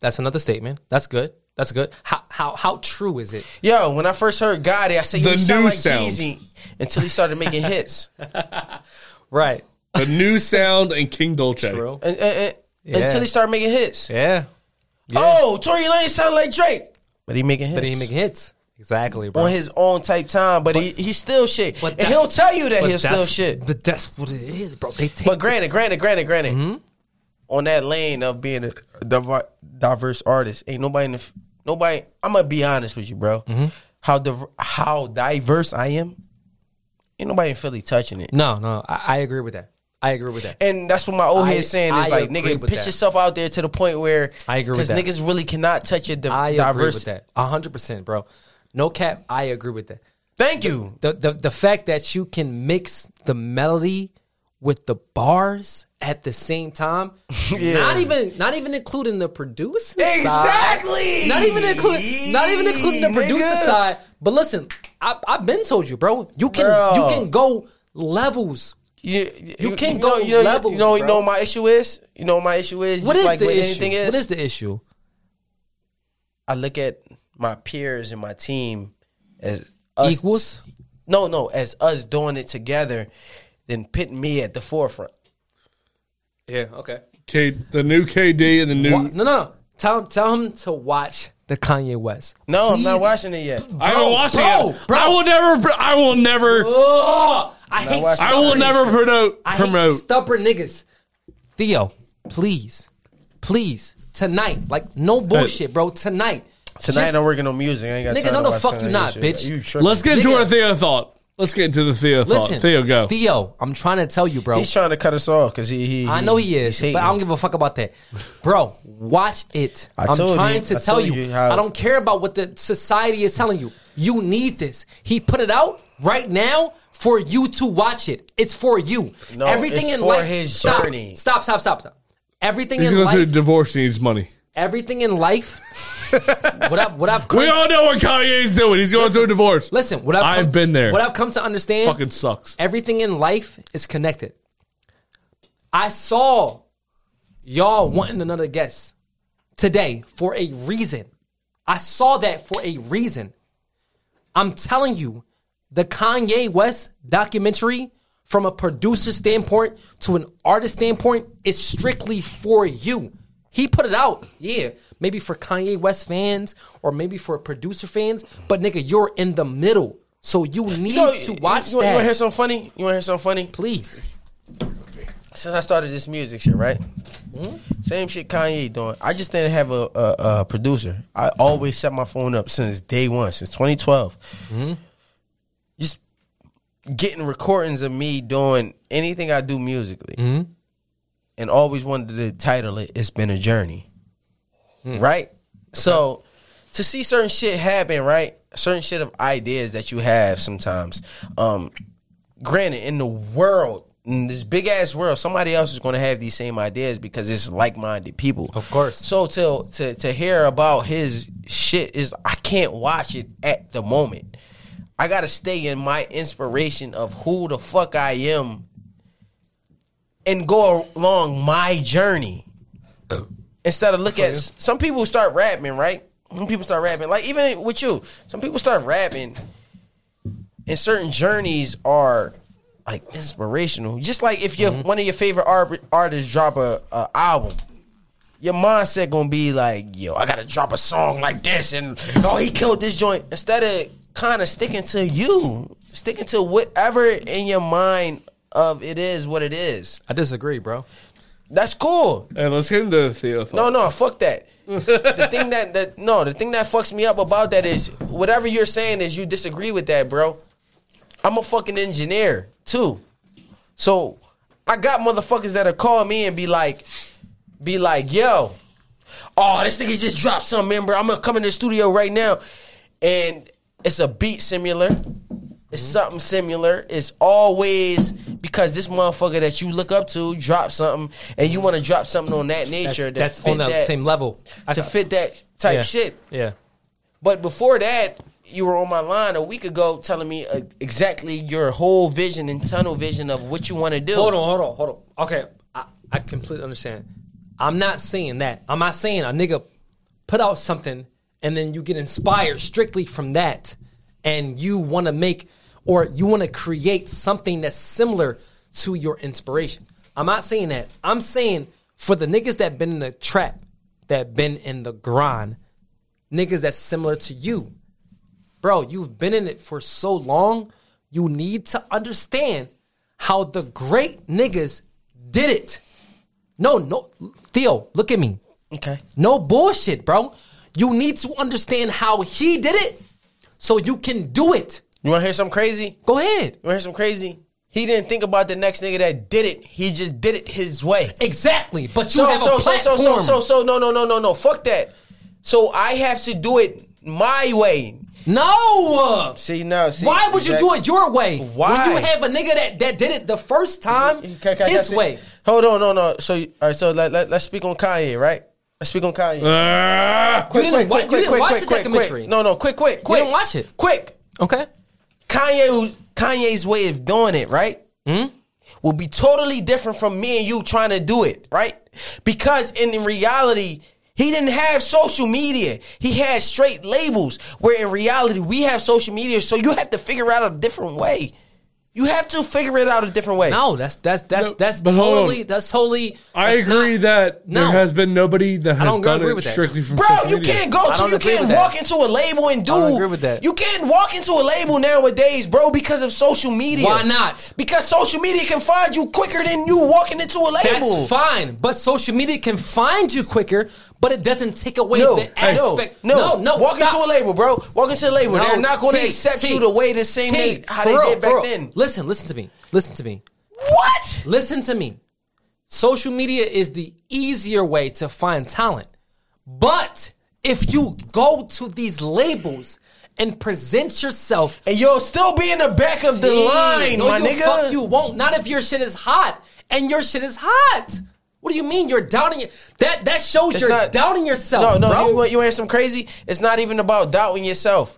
[SPEAKER 3] That's another statement. That's good. That's good. How how how true is it?
[SPEAKER 1] Yo, when I first heard God, I said, Yo,
[SPEAKER 2] The
[SPEAKER 1] you sound
[SPEAKER 2] new
[SPEAKER 1] like
[SPEAKER 2] sound.
[SPEAKER 1] Jeezy until he started making hits.
[SPEAKER 3] Right.
[SPEAKER 2] The new sound and King Dolce.
[SPEAKER 3] True.
[SPEAKER 1] And- and- and- Until he started making hits.
[SPEAKER 3] Yeah.
[SPEAKER 1] Oh, Tory Lanez sound like Drake. But he making hits.
[SPEAKER 3] But he make hits. Exactly, bro.
[SPEAKER 1] on his own type time, but, he, he's still shit.
[SPEAKER 3] But
[SPEAKER 1] And
[SPEAKER 3] that's-
[SPEAKER 1] he'll tell you that
[SPEAKER 3] but
[SPEAKER 1] he'll still
[SPEAKER 3] that's-
[SPEAKER 1] shit.
[SPEAKER 3] But that's what it is, bro. They take
[SPEAKER 1] But granted, granted, granted, granted,
[SPEAKER 3] Mm-hmm.
[SPEAKER 1] on that lane of being a divi- diverse artist, ain't nobody in the f- nobody. I'm gonna be honest with you, bro.
[SPEAKER 3] Mm-hmm.
[SPEAKER 1] How div- how diverse I am, ain't nobody in Philly touching it.
[SPEAKER 3] No, no. I, I agree with that. I agree with that.
[SPEAKER 1] And that's what my old
[SPEAKER 3] I-
[SPEAKER 1] head saying is
[SPEAKER 3] I
[SPEAKER 1] like,
[SPEAKER 3] agree
[SPEAKER 1] nigga,
[SPEAKER 3] with
[SPEAKER 1] pitch
[SPEAKER 3] that.
[SPEAKER 1] yourself out there to the point where
[SPEAKER 3] I agree with that.
[SPEAKER 1] niggas really cannot touch your di-
[SPEAKER 3] I agree
[SPEAKER 1] diverse.
[SPEAKER 3] with that. A hundred percent, bro. No cap, I agree with that.
[SPEAKER 1] Thank you.
[SPEAKER 3] The, the the fact that you can mix the melody with the bars at the same time, not even not even including the producing side.
[SPEAKER 1] Exactly.
[SPEAKER 3] Not even including not even including the producer
[SPEAKER 1] Nigga.
[SPEAKER 3] side. But listen, I I've been told you, bro. You can
[SPEAKER 1] Bro.
[SPEAKER 3] you can go levels.
[SPEAKER 1] You,
[SPEAKER 3] You can go
[SPEAKER 1] you know,
[SPEAKER 3] levels,
[SPEAKER 1] You know, you
[SPEAKER 3] bro.
[SPEAKER 1] know what my issue is. You know what my issue is.
[SPEAKER 3] What
[SPEAKER 1] Just
[SPEAKER 3] is
[SPEAKER 1] like
[SPEAKER 3] the
[SPEAKER 1] with
[SPEAKER 3] issue?
[SPEAKER 1] anything
[SPEAKER 3] What is the issue?
[SPEAKER 1] I look at my peers and my team as us,
[SPEAKER 3] Equals?
[SPEAKER 1] No, no, as us doing it together, then putting me at the forefront.
[SPEAKER 3] Yeah. Okay.
[SPEAKER 2] K, the new KD and the new.
[SPEAKER 3] Wa- No, no, no. Tell him, tell him to watch the Kanye West.
[SPEAKER 1] No, I'm not watching it yet.
[SPEAKER 2] I haven't watched it
[SPEAKER 3] bro,
[SPEAKER 2] yet. I will never. I will never.
[SPEAKER 3] Ugh, I hate.
[SPEAKER 1] watch
[SPEAKER 2] I will
[SPEAKER 3] stubborn
[SPEAKER 2] never
[SPEAKER 3] niggas.
[SPEAKER 2] promote.
[SPEAKER 3] I hate
[SPEAKER 2] promote.
[SPEAKER 3] stubborn niggas. Theo, please, please, tonight, like no bullshit, bro. Tonight,
[SPEAKER 1] Tonight
[SPEAKER 3] Just-
[SPEAKER 1] I'm working on music. I ain't got
[SPEAKER 3] Nigga,
[SPEAKER 1] time
[SPEAKER 3] no,
[SPEAKER 1] to
[SPEAKER 3] the
[SPEAKER 1] watch
[SPEAKER 3] fuck
[SPEAKER 1] none
[SPEAKER 3] you
[SPEAKER 1] of
[SPEAKER 3] not,
[SPEAKER 1] that shit.
[SPEAKER 3] bitch.
[SPEAKER 1] You tripping.
[SPEAKER 2] Let's get into
[SPEAKER 3] Nigga.
[SPEAKER 2] our Theo thought. Let's get into the Theo thought.
[SPEAKER 3] listen,
[SPEAKER 2] Theo, go.
[SPEAKER 3] Theo, I'm trying to tell you, bro.
[SPEAKER 1] He's trying to cut us off because he, he.
[SPEAKER 3] I know he is,
[SPEAKER 1] he's
[SPEAKER 3] but I don't
[SPEAKER 1] hating.
[SPEAKER 3] give a fuck about that, bro. Watch it.
[SPEAKER 1] I
[SPEAKER 3] I am
[SPEAKER 1] told
[SPEAKER 3] trying
[SPEAKER 1] you-
[SPEAKER 3] to
[SPEAKER 1] I
[SPEAKER 3] tell
[SPEAKER 1] told
[SPEAKER 3] you.
[SPEAKER 1] you how-
[SPEAKER 3] I don't care about what the society is telling you. You need this. He put it out right now for you to watch it. It's for you.
[SPEAKER 1] No,
[SPEAKER 3] Everything
[SPEAKER 1] it's
[SPEAKER 3] in
[SPEAKER 1] for
[SPEAKER 3] life.
[SPEAKER 1] his
[SPEAKER 3] stop,
[SPEAKER 1] journey.
[SPEAKER 3] Stop. Stop. Stop. Stop. Everything
[SPEAKER 2] He's
[SPEAKER 3] in
[SPEAKER 2] going through a
[SPEAKER 3] life.
[SPEAKER 2] divorce. He needs money.
[SPEAKER 3] everything in life. what I've what I've come,
[SPEAKER 2] We all know what Kanye's doing. He's going through a divorce.
[SPEAKER 3] listen. What I've
[SPEAKER 2] I've
[SPEAKER 3] come-
[SPEAKER 2] been there.
[SPEAKER 3] What I've come to understand.
[SPEAKER 2] fucking sucks.
[SPEAKER 3] everything in life is connected. I saw y'all wanting another guest today for a reason. I saw that for a reason. I'm telling you, the Kanye West documentary, from a producer standpoint to an artist standpoint, is strictly for you. He put it out, yeah, maybe for Kanye West fans or maybe for producer fans, but nigga, you're in the middle. So you need
[SPEAKER 1] Yo,
[SPEAKER 3] to watch
[SPEAKER 1] you, you,
[SPEAKER 3] that.
[SPEAKER 1] You want to hear something funny? You want to hear something funny?
[SPEAKER 3] Please.
[SPEAKER 1] since I started this music shit, right? Same shit Kanye doing. I just didn't have a, a, a producer. I always set my phone up since day one, since 2012. Just getting recordings of me doing anything I do musically, and always wanted to title it "It's Been a Journey," right? So to see certain shit happen, right? Certain shit of ideas that you have sometimes. Um, granted, in the world, in this big ass world, somebody else is going to have these same ideas because it's like minded people. Of
[SPEAKER 3] course.
[SPEAKER 1] So to to to hear about his shit is I can't watch it at the moment. I gotta stay in my inspiration of who the fuck I am and go along my journey. Instead of look at some people start rapping, right? When people start rapping, like even with you, some people start rapping and certain journeys are like inspirational. Just like if your one of your favorite ar- artists drop a, a album, your mindset gonna be like, yo, I gotta drop a song like this, and oh, he killed this joint. Instead of kind of sticking to you, sticking to whatever in your mind of it is what it is.
[SPEAKER 3] I disagree, bro.
[SPEAKER 1] That's cool.
[SPEAKER 2] Hey, let's get into the Theo thought.
[SPEAKER 1] No, no, fuck that. the thing that, that no, the thing that fucks me up about that is whatever you're saying is you disagree with that, bro. I'm a fucking engineer too. So I got motherfuckers that'll call me and be like, be like, yo, oh, this nigga just dropped something, man, bro. I'm gonna come in the studio right now. And it's a beat similar.
[SPEAKER 3] Mm-hmm.
[SPEAKER 1] It's something similar. It's always because this motherfucker that you look up to drop something and you want to drop something on that
[SPEAKER 3] That's,
[SPEAKER 1] nature. to
[SPEAKER 3] that's
[SPEAKER 1] fit
[SPEAKER 3] on the
[SPEAKER 1] that-
[SPEAKER 3] same level. I
[SPEAKER 1] to
[SPEAKER 3] thought-
[SPEAKER 1] fit that type
[SPEAKER 3] yeah.
[SPEAKER 1] shit.
[SPEAKER 3] Yeah.
[SPEAKER 1] But before that, you were on my line a week ago telling me uh, exactly your whole vision and tunnel vision of what you want to do.
[SPEAKER 3] Hold on, hold on, hold on. Okay, I, I completely understand. I'm not saying that. I'm not saying a nigga put out something and then you get inspired strictly from that and you want to make or you want to create something that's similar to your inspiration. I'm not saying that. I'm saying for the niggas that been in the trap, that been in the grind, niggas that's similar to you. Bro, you've been in it for so long, you need to understand how the great niggas did it. No, no, Theo, look at me.
[SPEAKER 1] Okay.
[SPEAKER 3] No bullshit, bro. You need to understand how he did it so you can do it.
[SPEAKER 1] You want to hear something crazy?
[SPEAKER 3] Go ahead.
[SPEAKER 1] You want to hear something crazy? He didn't think about the next nigga that did it. He just did it his way.
[SPEAKER 3] Exactly. But you have a
[SPEAKER 1] so, so,
[SPEAKER 3] platform.
[SPEAKER 1] so, so, so, no, no, no, no, no. Fuck that. So I have to do it my way.
[SPEAKER 3] No.
[SPEAKER 1] See, now, see,
[SPEAKER 3] Why would you do it your way?
[SPEAKER 1] Why?
[SPEAKER 3] When you have a nigga that, that did it the first time
[SPEAKER 1] Okay, okay,
[SPEAKER 3] his
[SPEAKER 1] that's it.
[SPEAKER 3] way.
[SPEAKER 1] Hold on, no, no. So, all right, so let, let, let's speak on Kanye, right? Let's speak on Kanye.
[SPEAKER 2] Ah!
[SPEAKER 3] You didn't wa- you didn't watch the documentary.
[SPEAKER 1] Quick. No, no, quick, quick, quick.
[SPEAKER 3] didn't watch it.
[SPEAKER 1] Quick.
[SPEAKER 3] Okay.
[SPEAKER 1] Kanye, Kanye's way of doing it, right?
[SPEAKER 3] Hmm?
[SPEAKER 1] Will be totally different from me and you trying to do it, right? Because in reality, he didn't have social media. He had straight labels. Where in reality, we have social media, so you have to figure out a different way. You have to figure it out a different way.
[SPEAKER 3] No, that's that's that's
[SPEAKER 2] No,
[SPEAKER 3] that's
[SPEAKER 2] but hold on.
[SPEAKER 3] totally that's totally.
[SPEAKER 2] I
[SPEAKER 3] that's
[SPEAKER 2] agree
[SPEAKER 3] not-
[SPEAKER 2] that
[SPEAKER 3] no.
[SPEAKER 2] there has been nobody that has
[SPEAKER 3] don't
[SPEAKER 2] done
[SPEAKER 3] agree
[SPEAKER 2] it
[SPEAKER 3] with that.
[SPEAKER 2] strictly from
[SPEAKER 1] Bro,
[SPEAKER 2] social
[SPEAKER 1] you
[SPEAKER 2] media.
[SPEAKER 1] can't go
[SPEAKER 3] I
[SPEAKER 1] to
[SPEAKER 3] don't
[SPEAKER 1] you
[SPEAKER 3] agree
[SPEAKER 1] can't
[SPEAKER 3] with that.
[SPEAKER 1] walk into a label and do.
[SPEAKER 3] I don't agree with that.
[SPEAKER 1] You can't walk into a label nowadays, bro, because of social media.
[SPEAKER 3] Why not?
[SPEAKER 1] Because social media can find you quicker than you walking into a
[SPEAKER 3] That's
[SPEAKER 1] label.
[SPEAKER 3] fine, but social media can find you quicker, but it doesn't take away
[SPEAKER 1] No,
[SPEAKER 3] the aspect.
[SPEAKER 1] no, no,
[SPEAKER 3] no, no.
[SPEAKER 1] Walk
[SPEAKER 3] stop.
[SPEAKER 1] into a label, bro. Walk into a label.
[SPEAKER 3] No,
[SPEAKER 1] They're not going to
[SPEAKER 3] T,
[SPEAKER 1] accept
[SPEAKER 3] T,
[SPEAKER 1] you the way the same
[SPEAKER 3] T,
[SPEAKER 1] they, how
[SPEAKER 3] for
[SPEAKER 1] they
[SPEAKER 3] real,
[SPEAKER 1] did
[SPEAKER 3] for
[SPEAKER 1] back
[SPEAKER 3] real.
[SPEAKER 1] then.
[SPEAKER 3] Listen, listen to me. Listen to me.
[SPEAKER 1] What?
[SPEAKER 3] Listen to me. Social media is the easier way to find talent. But if you go to these labels and present yourself
[SPEAKER 1] And you'll still be in the back of the line,
[SPEAKER 3] no,
[SPEAKER 1] my
[SPEAKER 3] you
[SPEAKER 1] nigga.
[SPEAKER 3] Fuck you won't. Not if your shit is hot and your shit is hot. What do you mean you're doubting it? That that shows
[SPEAKER 1] It's
[SPEAKER 3] you're
[SPEAKER 1] not-
[SPEAKER 3] doubting yourself.
[SPEAKER 1] No, no,
[SPEAKER 3] bro.
[SPEAKER 1] you want you want some crazy? It's not even about doubting yourself.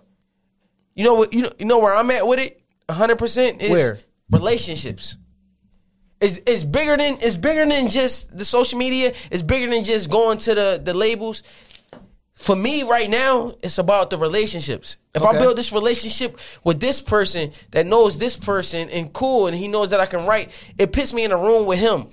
[SPEAKER 1] You know what? You know, you know where I'm at with it. 100 percent is
[SPEAKER 3] Where?
[SPEAKER 1] relationships. It's, it's bigger than it's bigger than just the social media. It's bigger than just going to the the labels. For me right now, it's about the relationships. If I
[SPEAKER 3] Okay.
[SPEAKER 1] build this relationship with this person that knows this person and cool, and he knows that I can write, it puts me in a room with him.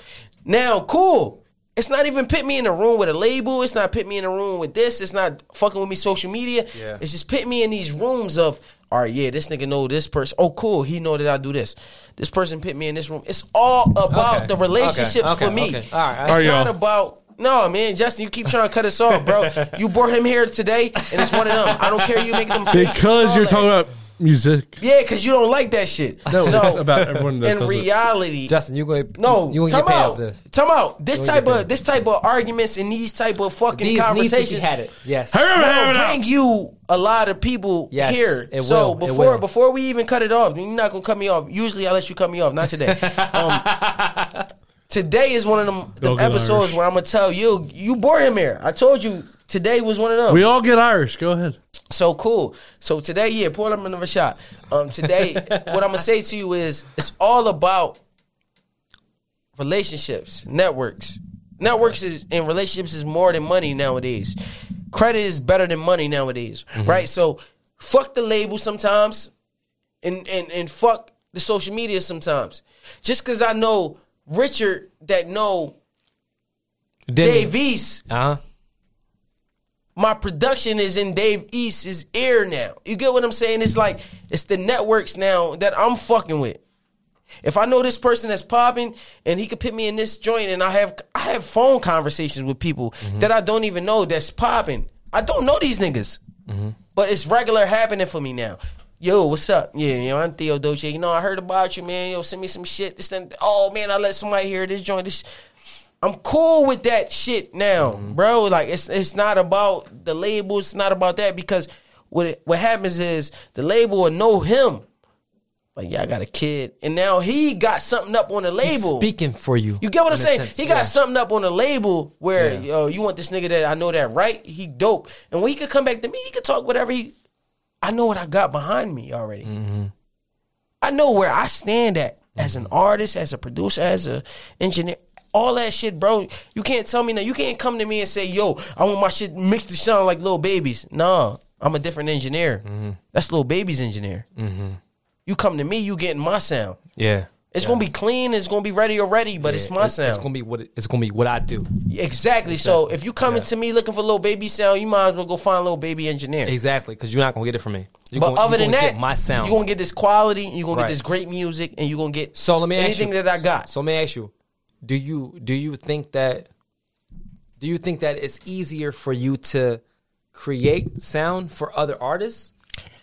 [SPEAKER 1] Now, cool. It's not even put me in a room with a label. It's not put me in a room with this. It's not fucking with me social media.
[SPEAKER 3] Yeah.
[SPEAKER 1] It's just put me in these rooms of, all right, yeah, this nigga know this person. Oh, cool. He know that I do this. This person put me in this room. It's all about
[SPEAKER 3] Okay.
[SPEAKER 1] the relationships
[SPEAKER 3] Okay.
[SPEAKER 1] for me.
[SPEAKER 3] Okay. All right.
[SPEAKER 1] It's
[SPEAKER 2] All right,
[SPEAKER 1] not
[SPEAKER 2] y'all.
[SPEAKER 1] about no man, Justin. You keep trying to cut us off, bro. You brought him here today, and it's one of them. I don't care. You make them faces and
[SPEAKER 2] Because
[SPEAKER 1] all
[SPEAKER 2] you're
[SPEAKER 1] that.
[SPEAKER 2] talking about music.
[SPEAKER 1] yeah, because you don't like that shit.
[SPEAKER 2] No,
[SPEAKER 1] so,
[SPEAKER 2] it's about everyone that
[SPEAKER 1] in
[SPEAKER 2] does it.
[SPEAKER 1] reality,
[SPEAKER 3] Justin, you gonna
[SPEAKER 1] no,
[SPEAKER 3] you gonna
[SPEAKER 1] time
[SPEAKER 3] get paid
[SPEAKER 1] out.
[SPEAKER 3] off this.
[SPEAKER 1] Time out. This
[SPEAKER 3] gonna
[SPEAKER 1] type
[SPEAKER 3] get
[SPEAKER 1] of
[SPEAKER 3] paid.
[SPEAKER 1] this type of arguments and these type of fucking
[SPEAKER 3] These needs to be
[SPEAKER 1] conversations
[SPEAKER 3] had it. Yes.
[SPEAKER 2] Hey, hey,
[SPEAKER 1] will
[SPEAKER 2] hey, hey,
[SPEAKER 1] bring you a lot of people
[SPEAKER 3] Yes,
[SPEAKER 1] here.
[SPEAKER 3] it
[SPEAKER 1] so
[SPEAKER 3] will, it
[SPEAKER 1] before
[SPEAKER 3] will.
[SPEAKER 1] before we even cut it off, you're not gonna cut me off. Usually I let you cut me off, not today. Um, today is one of them, them
[SPEAKER 2] Don't get
[SPEAKER 1] episodes
[SPEAKER 2] Irish.
[SPEAKER 1] where I'm gonna tell you you bore him here. I told you today was one of them.
[SPEAKER 2] We all get Irish. Go ahead.
[SPEAKER 1] So cool. So today, yeah, pour them another shot. Um, today, what I'm gonna say to you is, it's all about relationships, networks. Networks is and relationships is more than money nowadays. Credit is better than money nowadays, right? So, fuck the label sometimes, and and and fuck the social media sometimes. Just because I know Richard that know Dave East,
[SPEAKER 3] Uh huh.
[SPEAKER 1] my production is in Dave East's ear now. You get what I'm saying? It's like it's the networks now that I'm fucking with. If I know this person that's popping and he could put me in this joint and I have I have phone conversations with people that I don't even know that's popping. I don't know these niggas. But it's regular happening for me now. Yo, what's up? Yeah, yo, I'm Theo Doce. You know, I heard about you, man. Yo, send me some shit. This thing. Oh man, I let somebody hear this joint. This I'm cool with that shit now, bro. Like it's it's not about the label. It's not about that because what it, what happens is the label will know him. Like yeah, I got a kid, and now he got something up on the label.
[SPEAKER 3] Speaking for you.
[SPEAKER 1] You get what I'm
[SPEAKER 3] in a
[SPEAKER 1] saying?
[SPEAKER 3] sense,
[SPEAKER 1] he got
[SPEAKER 3] yeah.
[SPEAKER 1] something up on the label where
[SPEAKER 3] Yeah.
[SPEAKER 1] yo, you want this nigga that I know that right? He dope, and when he could come back to me, he could talk whatever he. I know what I got behind me already.
[SPEAKER 3] Mm-hmm.
[SPEAKER 1] I know where I stand at as an artist, as a producer, as a engineer. All that shit, bro. You can't tell me now. You can't come to me and say, "Yo, I want my shit mixed to sound like little babies." Nah, I'm a different engineer.
[SPEAKER 3] Mm-hmm.
[SPEAKER 1] That's little baby's engineer. You come to me, you getting my sound.
[SPEAKER 3] Yeah.
[SPEAKER 1] It's gonna be clean. It's gonna be ready already, but it's my sound.
[SPEAKER 3] It's gonna be what it- it's gonna be what I do.
[SPEAKER 1] exactly. So if you coming to me looking for little baby sound, you might as well go find little baby engineer.
[SPEAKER 3] Exactly, because you're not gonna get it from me. You're
[SPEAKER 1] But
[SPEAKER 3] gonna,
[SPEAKER 1] other
[SPEAKER 3] you're
[SPEAKER 1] than
[SPEAKER 3] gonna
[SPEAKER 1] that,
[SPEAKER 3] get my sound.
[SPEAKER 1] You're gonna get this quality. You're gonna
[SPEAKER 3] Right.
[SPEAKER 1] get this great music, and you're gonna get
[SPEAKER 3] so let me ask
[SPEAKER 1] anything
[SPEAKER 3] you,
[SPEAKER 1] that I got.
[SPEAKER 3] So let me ask you, do you do you think that do you think that it's easier for you to create sound for other artists,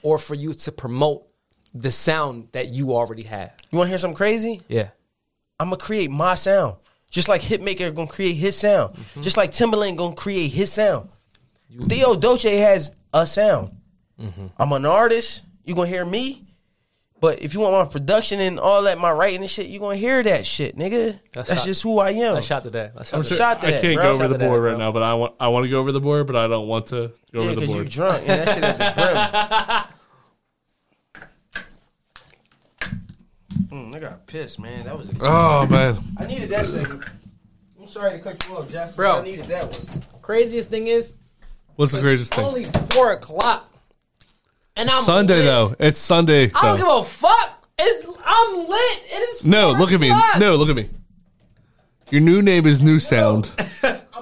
[SPEAKER 3] or for you to promote the sound that you already have?
[SPEAKER 1] you want to hear something crazy?
[SPEAKER 3] Yeah,
[SPEAKER 1] I'm gonna create my sound. Just like Hitmaker gonna create his sound. Just like Timbaland gonna create his sound. Theo Doce has a sound. I'm an artist. You gonna hear me. But if you want my production and all that, my writing and shit, you gonna hear that shit, nigga. That's,
[SPEAKER 3] shot-
[SPEAKER 1] just who I am.
[SPEAKER 3] I shot to that. I shot
[SPEAKER 1] sure-
[SPEAKER 3] to that.
[SPEAKER 1] Shout to
[SPEAKER 2] I
[SPEAKER 1] that,
[SPEAKER 2] can't go
[SPEAKER 1] bro. Shout
[SPEAKER 2] over the
[SPEAKER 3] to that,
[SPEAKER 2] board right
[SPEAKER 3] bro.
[SPEAKER 2] now, but I want I want to go over the board, but I don't want to go
[SPEAKER 1] yeah,
[SPEAKER 2] over the
[SPEAKER 1] because you
[SPEAKER 2] board.
[SPEAKER 1] drunk and that shit is the brim. Mm, I got pissed, man. That was a
[SPEAKER 8] Uh-huh.
[SPEAKER 2] oh man,
[SPEAKER 1] I needed that segment. I'm sorry to cut you off, Jasper.
[SPEAKER 3] Bro.
[SPEAKER 1] I needed that one.
[SPEAKER 3] Craziest thing is
[SPEAKER 2] what's the craziest thing?
[SPEAKER 3] only four o'clock, and I'm
[SPEAKER 2] Sunday
[SPEAKER 3] lit.
[SPEAKER 2] though. It's Sunday.
[SPEAKER 3] I don't
[SPEAKER 2] though.
[SPEAKER 3] give a fuck. It's I'm lit. It is
[SPEAKER 2] no,
[SPEAKER 3] four
[SPEAKER 2] look at me.
[SPEAKER 3] o'clock.
[SPEAKER 2] No, look at me. Your new name is New Sound.
[SPEAKER 1] I'm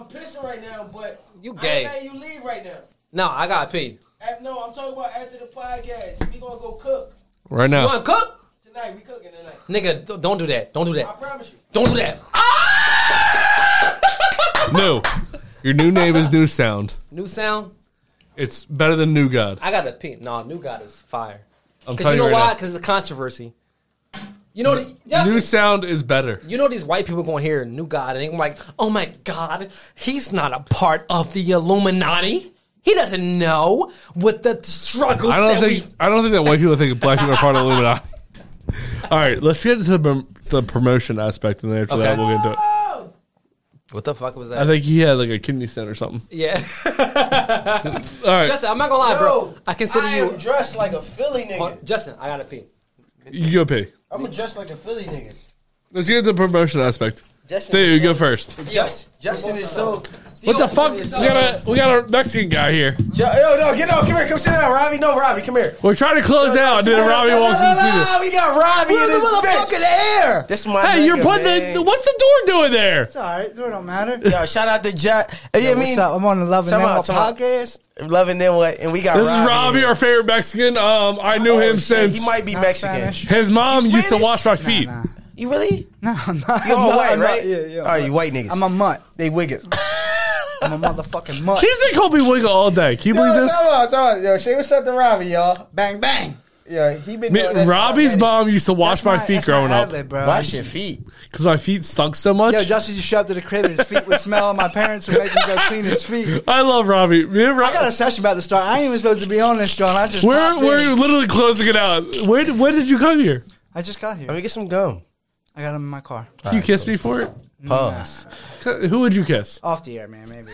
[SPEAKER 1] pissing right now, but
[SPEAKER 3] You gay.
[SPEAKER 1] I ain't letting you leave right now.
[SPEAKER 3] no, I got to pee.
[SPEAKER 1] Af- No, I'm talking about after the podcast. We gonna go cook
[SPEAKER 2] Right
[SPEAKER 3] You
[SPEAKER 2] now,
[SPEAKER 3] want to cook?
[SPEAKER 1] tonight. We cooking tonight.
[SPEAKER 3] Nigga, th- don't do that. Don't do
[SPEAKER 1] I
[SPEAKER 3] that.
[SPEAKER 1] promise you.
[SPEAKER 3] Don't do that. Ah!
[SPEAKER 2] no. Your new name is New Sound.
[SPEAKER 3] New sound.
[SPEAKER 2] It's better than New God.
[SPEAKER 3] I got to pee. No, new God is fire.
[SPEAKER 2] I'm
[SPEAKER 3] Because
[SPEAKER 2] telling
[SPEAKER 3] you
[SPEAKER 2] you,
[SPEAKER 3] know why?
[SPEAKER 2] right
[SPEAKER 3] Because it's a controversy. You know, the- just-
[SPEAKER 2] now. New Sound is better.
[SPEAKER 3] you know these white people gonna hear new God and they're like, oh my God, he's not a part of the Illuminati. He doesn't know what the struggles.
[SPEAKER 2] I don't
[SPEAKER 3] that
[SPEAKER 2] think
[SPEAKER 3] we-
[SPEAKER 2] I don't think that white people think black people are part of Illuminati. All right, let's get into the, prom- the promotion aspect, and then after that
[SPEAKER 3] Okay.
[SPEAKER 2] we'll get into it.
[SPEAKER 3] What the fuck was
[SPEAKER 2] I
[SPEAKER 3] that?
[SPEAKER 2] think he had like a kidney stone or something.
[SPEAKER 3] yeah,
[SPEAKER 2] All right,
[SPEAKER 3] Justin, I'm not gonna lie, bro.
[SPEAKER 1] Yo,
[SPEAKER 3] I consider
[SPEAKER 1] I
[SPEAKER 3] you.
[SPEAKER 1] am dressed like a Philly
[SPEAKER 3] Hold
[SPEAKER 1] nigga.
[SPEAKER 3] on, Justin, I gotta pee.
[SPEAKER 2] you go pee.
[SPEAKER 1] I'm dressed like a Philly nigga.
[SPEAKER 2] Let's get into the promotion aspect.
[SPEAKER 1] Justin
[SPEAKER 2] Dude,
[SPEAKER 1] is
[SPEAKER 2] you
[SPEAKER 1] so-
[SPEAKER 2] go first.
[SPEAKER 1] Just, Justin is so.
[SPEAKER 2] What the fuck? We got a we got a Mexican guy here.
[SPEAKER 1] Ju- Yo, no, get on. Come here. Come sit down, Robbie. No, Robbie, come here.
[SPEAKER 2] We're trying to close out, and then Robbie walks in the studio.
[SPEAKER 1] We got Robbie in this bitch.
[SPEAKER 9] air.
[SPEAKER 1] This my
[SPEAKER 2] Hey, you're
[SPEAKER 1] nigga,
[SPEAKER 2] putting
[SPEAKER 1] man.
[SPEAKER 2] the what's the door doing there?
[SPEAKER 9] It's all right. It don't matter.
[SPEAKER 1] Yo, shout out to Jack. You know what I mean?
[SPEAKER 9] What's up? I'm on the Love and
[SPEAKER 1] Time
[SPEAKER 9] Now
[SPEAKER 1] out, time out.
[SPEAKER 9] podcast.
[SPEAKER 1] Loving them what? And we got
[SPEAKER 2] This
[SPEAKER 1] Robbie.
[SPEAKER 2] is Robbie, our favorite Mexican. Um, I knew
[SPEAKER 1] Oh,
[SPEAKER 2] him
[SPEAKER 1] shit,
[SPEAKER 2] since
[SPEAKER 1] he might be
[SPEAKER 9] Not
[SPEAKER 1] Mexican.
[SPEAKER 9] Spanish.
[SPEAKER 2] his mom
[SPEAKER 1] He's
[SPEAKER 2] used to
[SPEAKER 1] Spanish?
[SPEAKER 2] wash my feet.
[SPEAKER 9] Nah,
[SPEAKER 1] You really?
[SPEAKER 9] nah. No, I'm not.
[SPEAKER 1] You all
[SPEAKER 9] I'm not-
[SPEAKER 1] white,
[SPEAKER 9] I'm not-
[SPEAKER 1] right?
[SPEAKER 9] Yeah, yeah. I'm
[SPEAKER 1] Oh,
[SPEAKER 9] not.
[SPEAKER 1] you white niggas.
[SPEAKER 9] I'm a mutt.
[SPEAKER 1] They wiggers.
[SPEAKER 9] I'm a motherfucking mutt.
[SPEAKER 2] He's been calling me Wiggle all day. Can you believe
[SPEAKER 1] Yo,
[SPEAKER 2] this?
[SPEAKER 1] time out, time out. Yo, say what's up to Robbie, y'all.
[SPEAKER 9] Bang bang.
[SPEAKER 1] Yo, he been
[SPEAKER 2] Me-
[SPEAKER 1] doing that
[SPEAKER 2] Robbie's
[SPEAKER 1] shit already.
[SPEAKER 2] mom used to wash
[SPEAKER 9] That's
[SPEAKER 2] my, feet
[SPEAKER 9] that's
[SPEAKER 2] growing up
[SPEAKER 9] ad-lib, bro.
[SPEAKER 1] Wash your feet.
[SPEAKER 2] because my feet stunk so much.
[SPEAKER 9] Yo, just as you showed up to the crib, his feet would smell. and My parents would make him go clean his feet.
[SPEAKER 2] I love Robbie. Me and
[SPEAKER 9] I got a
[SPEAKER 2] Rob-
[SPEAKER 9] session about to start. I ain't even supposed to be on this, John. I just
[SPEAKER 2] we're
[SPEAKER 9] popped in.
[SPEAKER 2] we're literally closing it out. Where did- when did you come here?
[SPEAKER 9] I just got here.
[SPEAKER 1] Let me get some gum.
[SPEAKER 9] I got him in my car.
[SPEAKER 2] Can you kiss me for it?
[SPEAKER 1] Pause.
[SPEAKER 2] Who would you kiss?
[SPEAKER 9] Off the air, man. Maybe.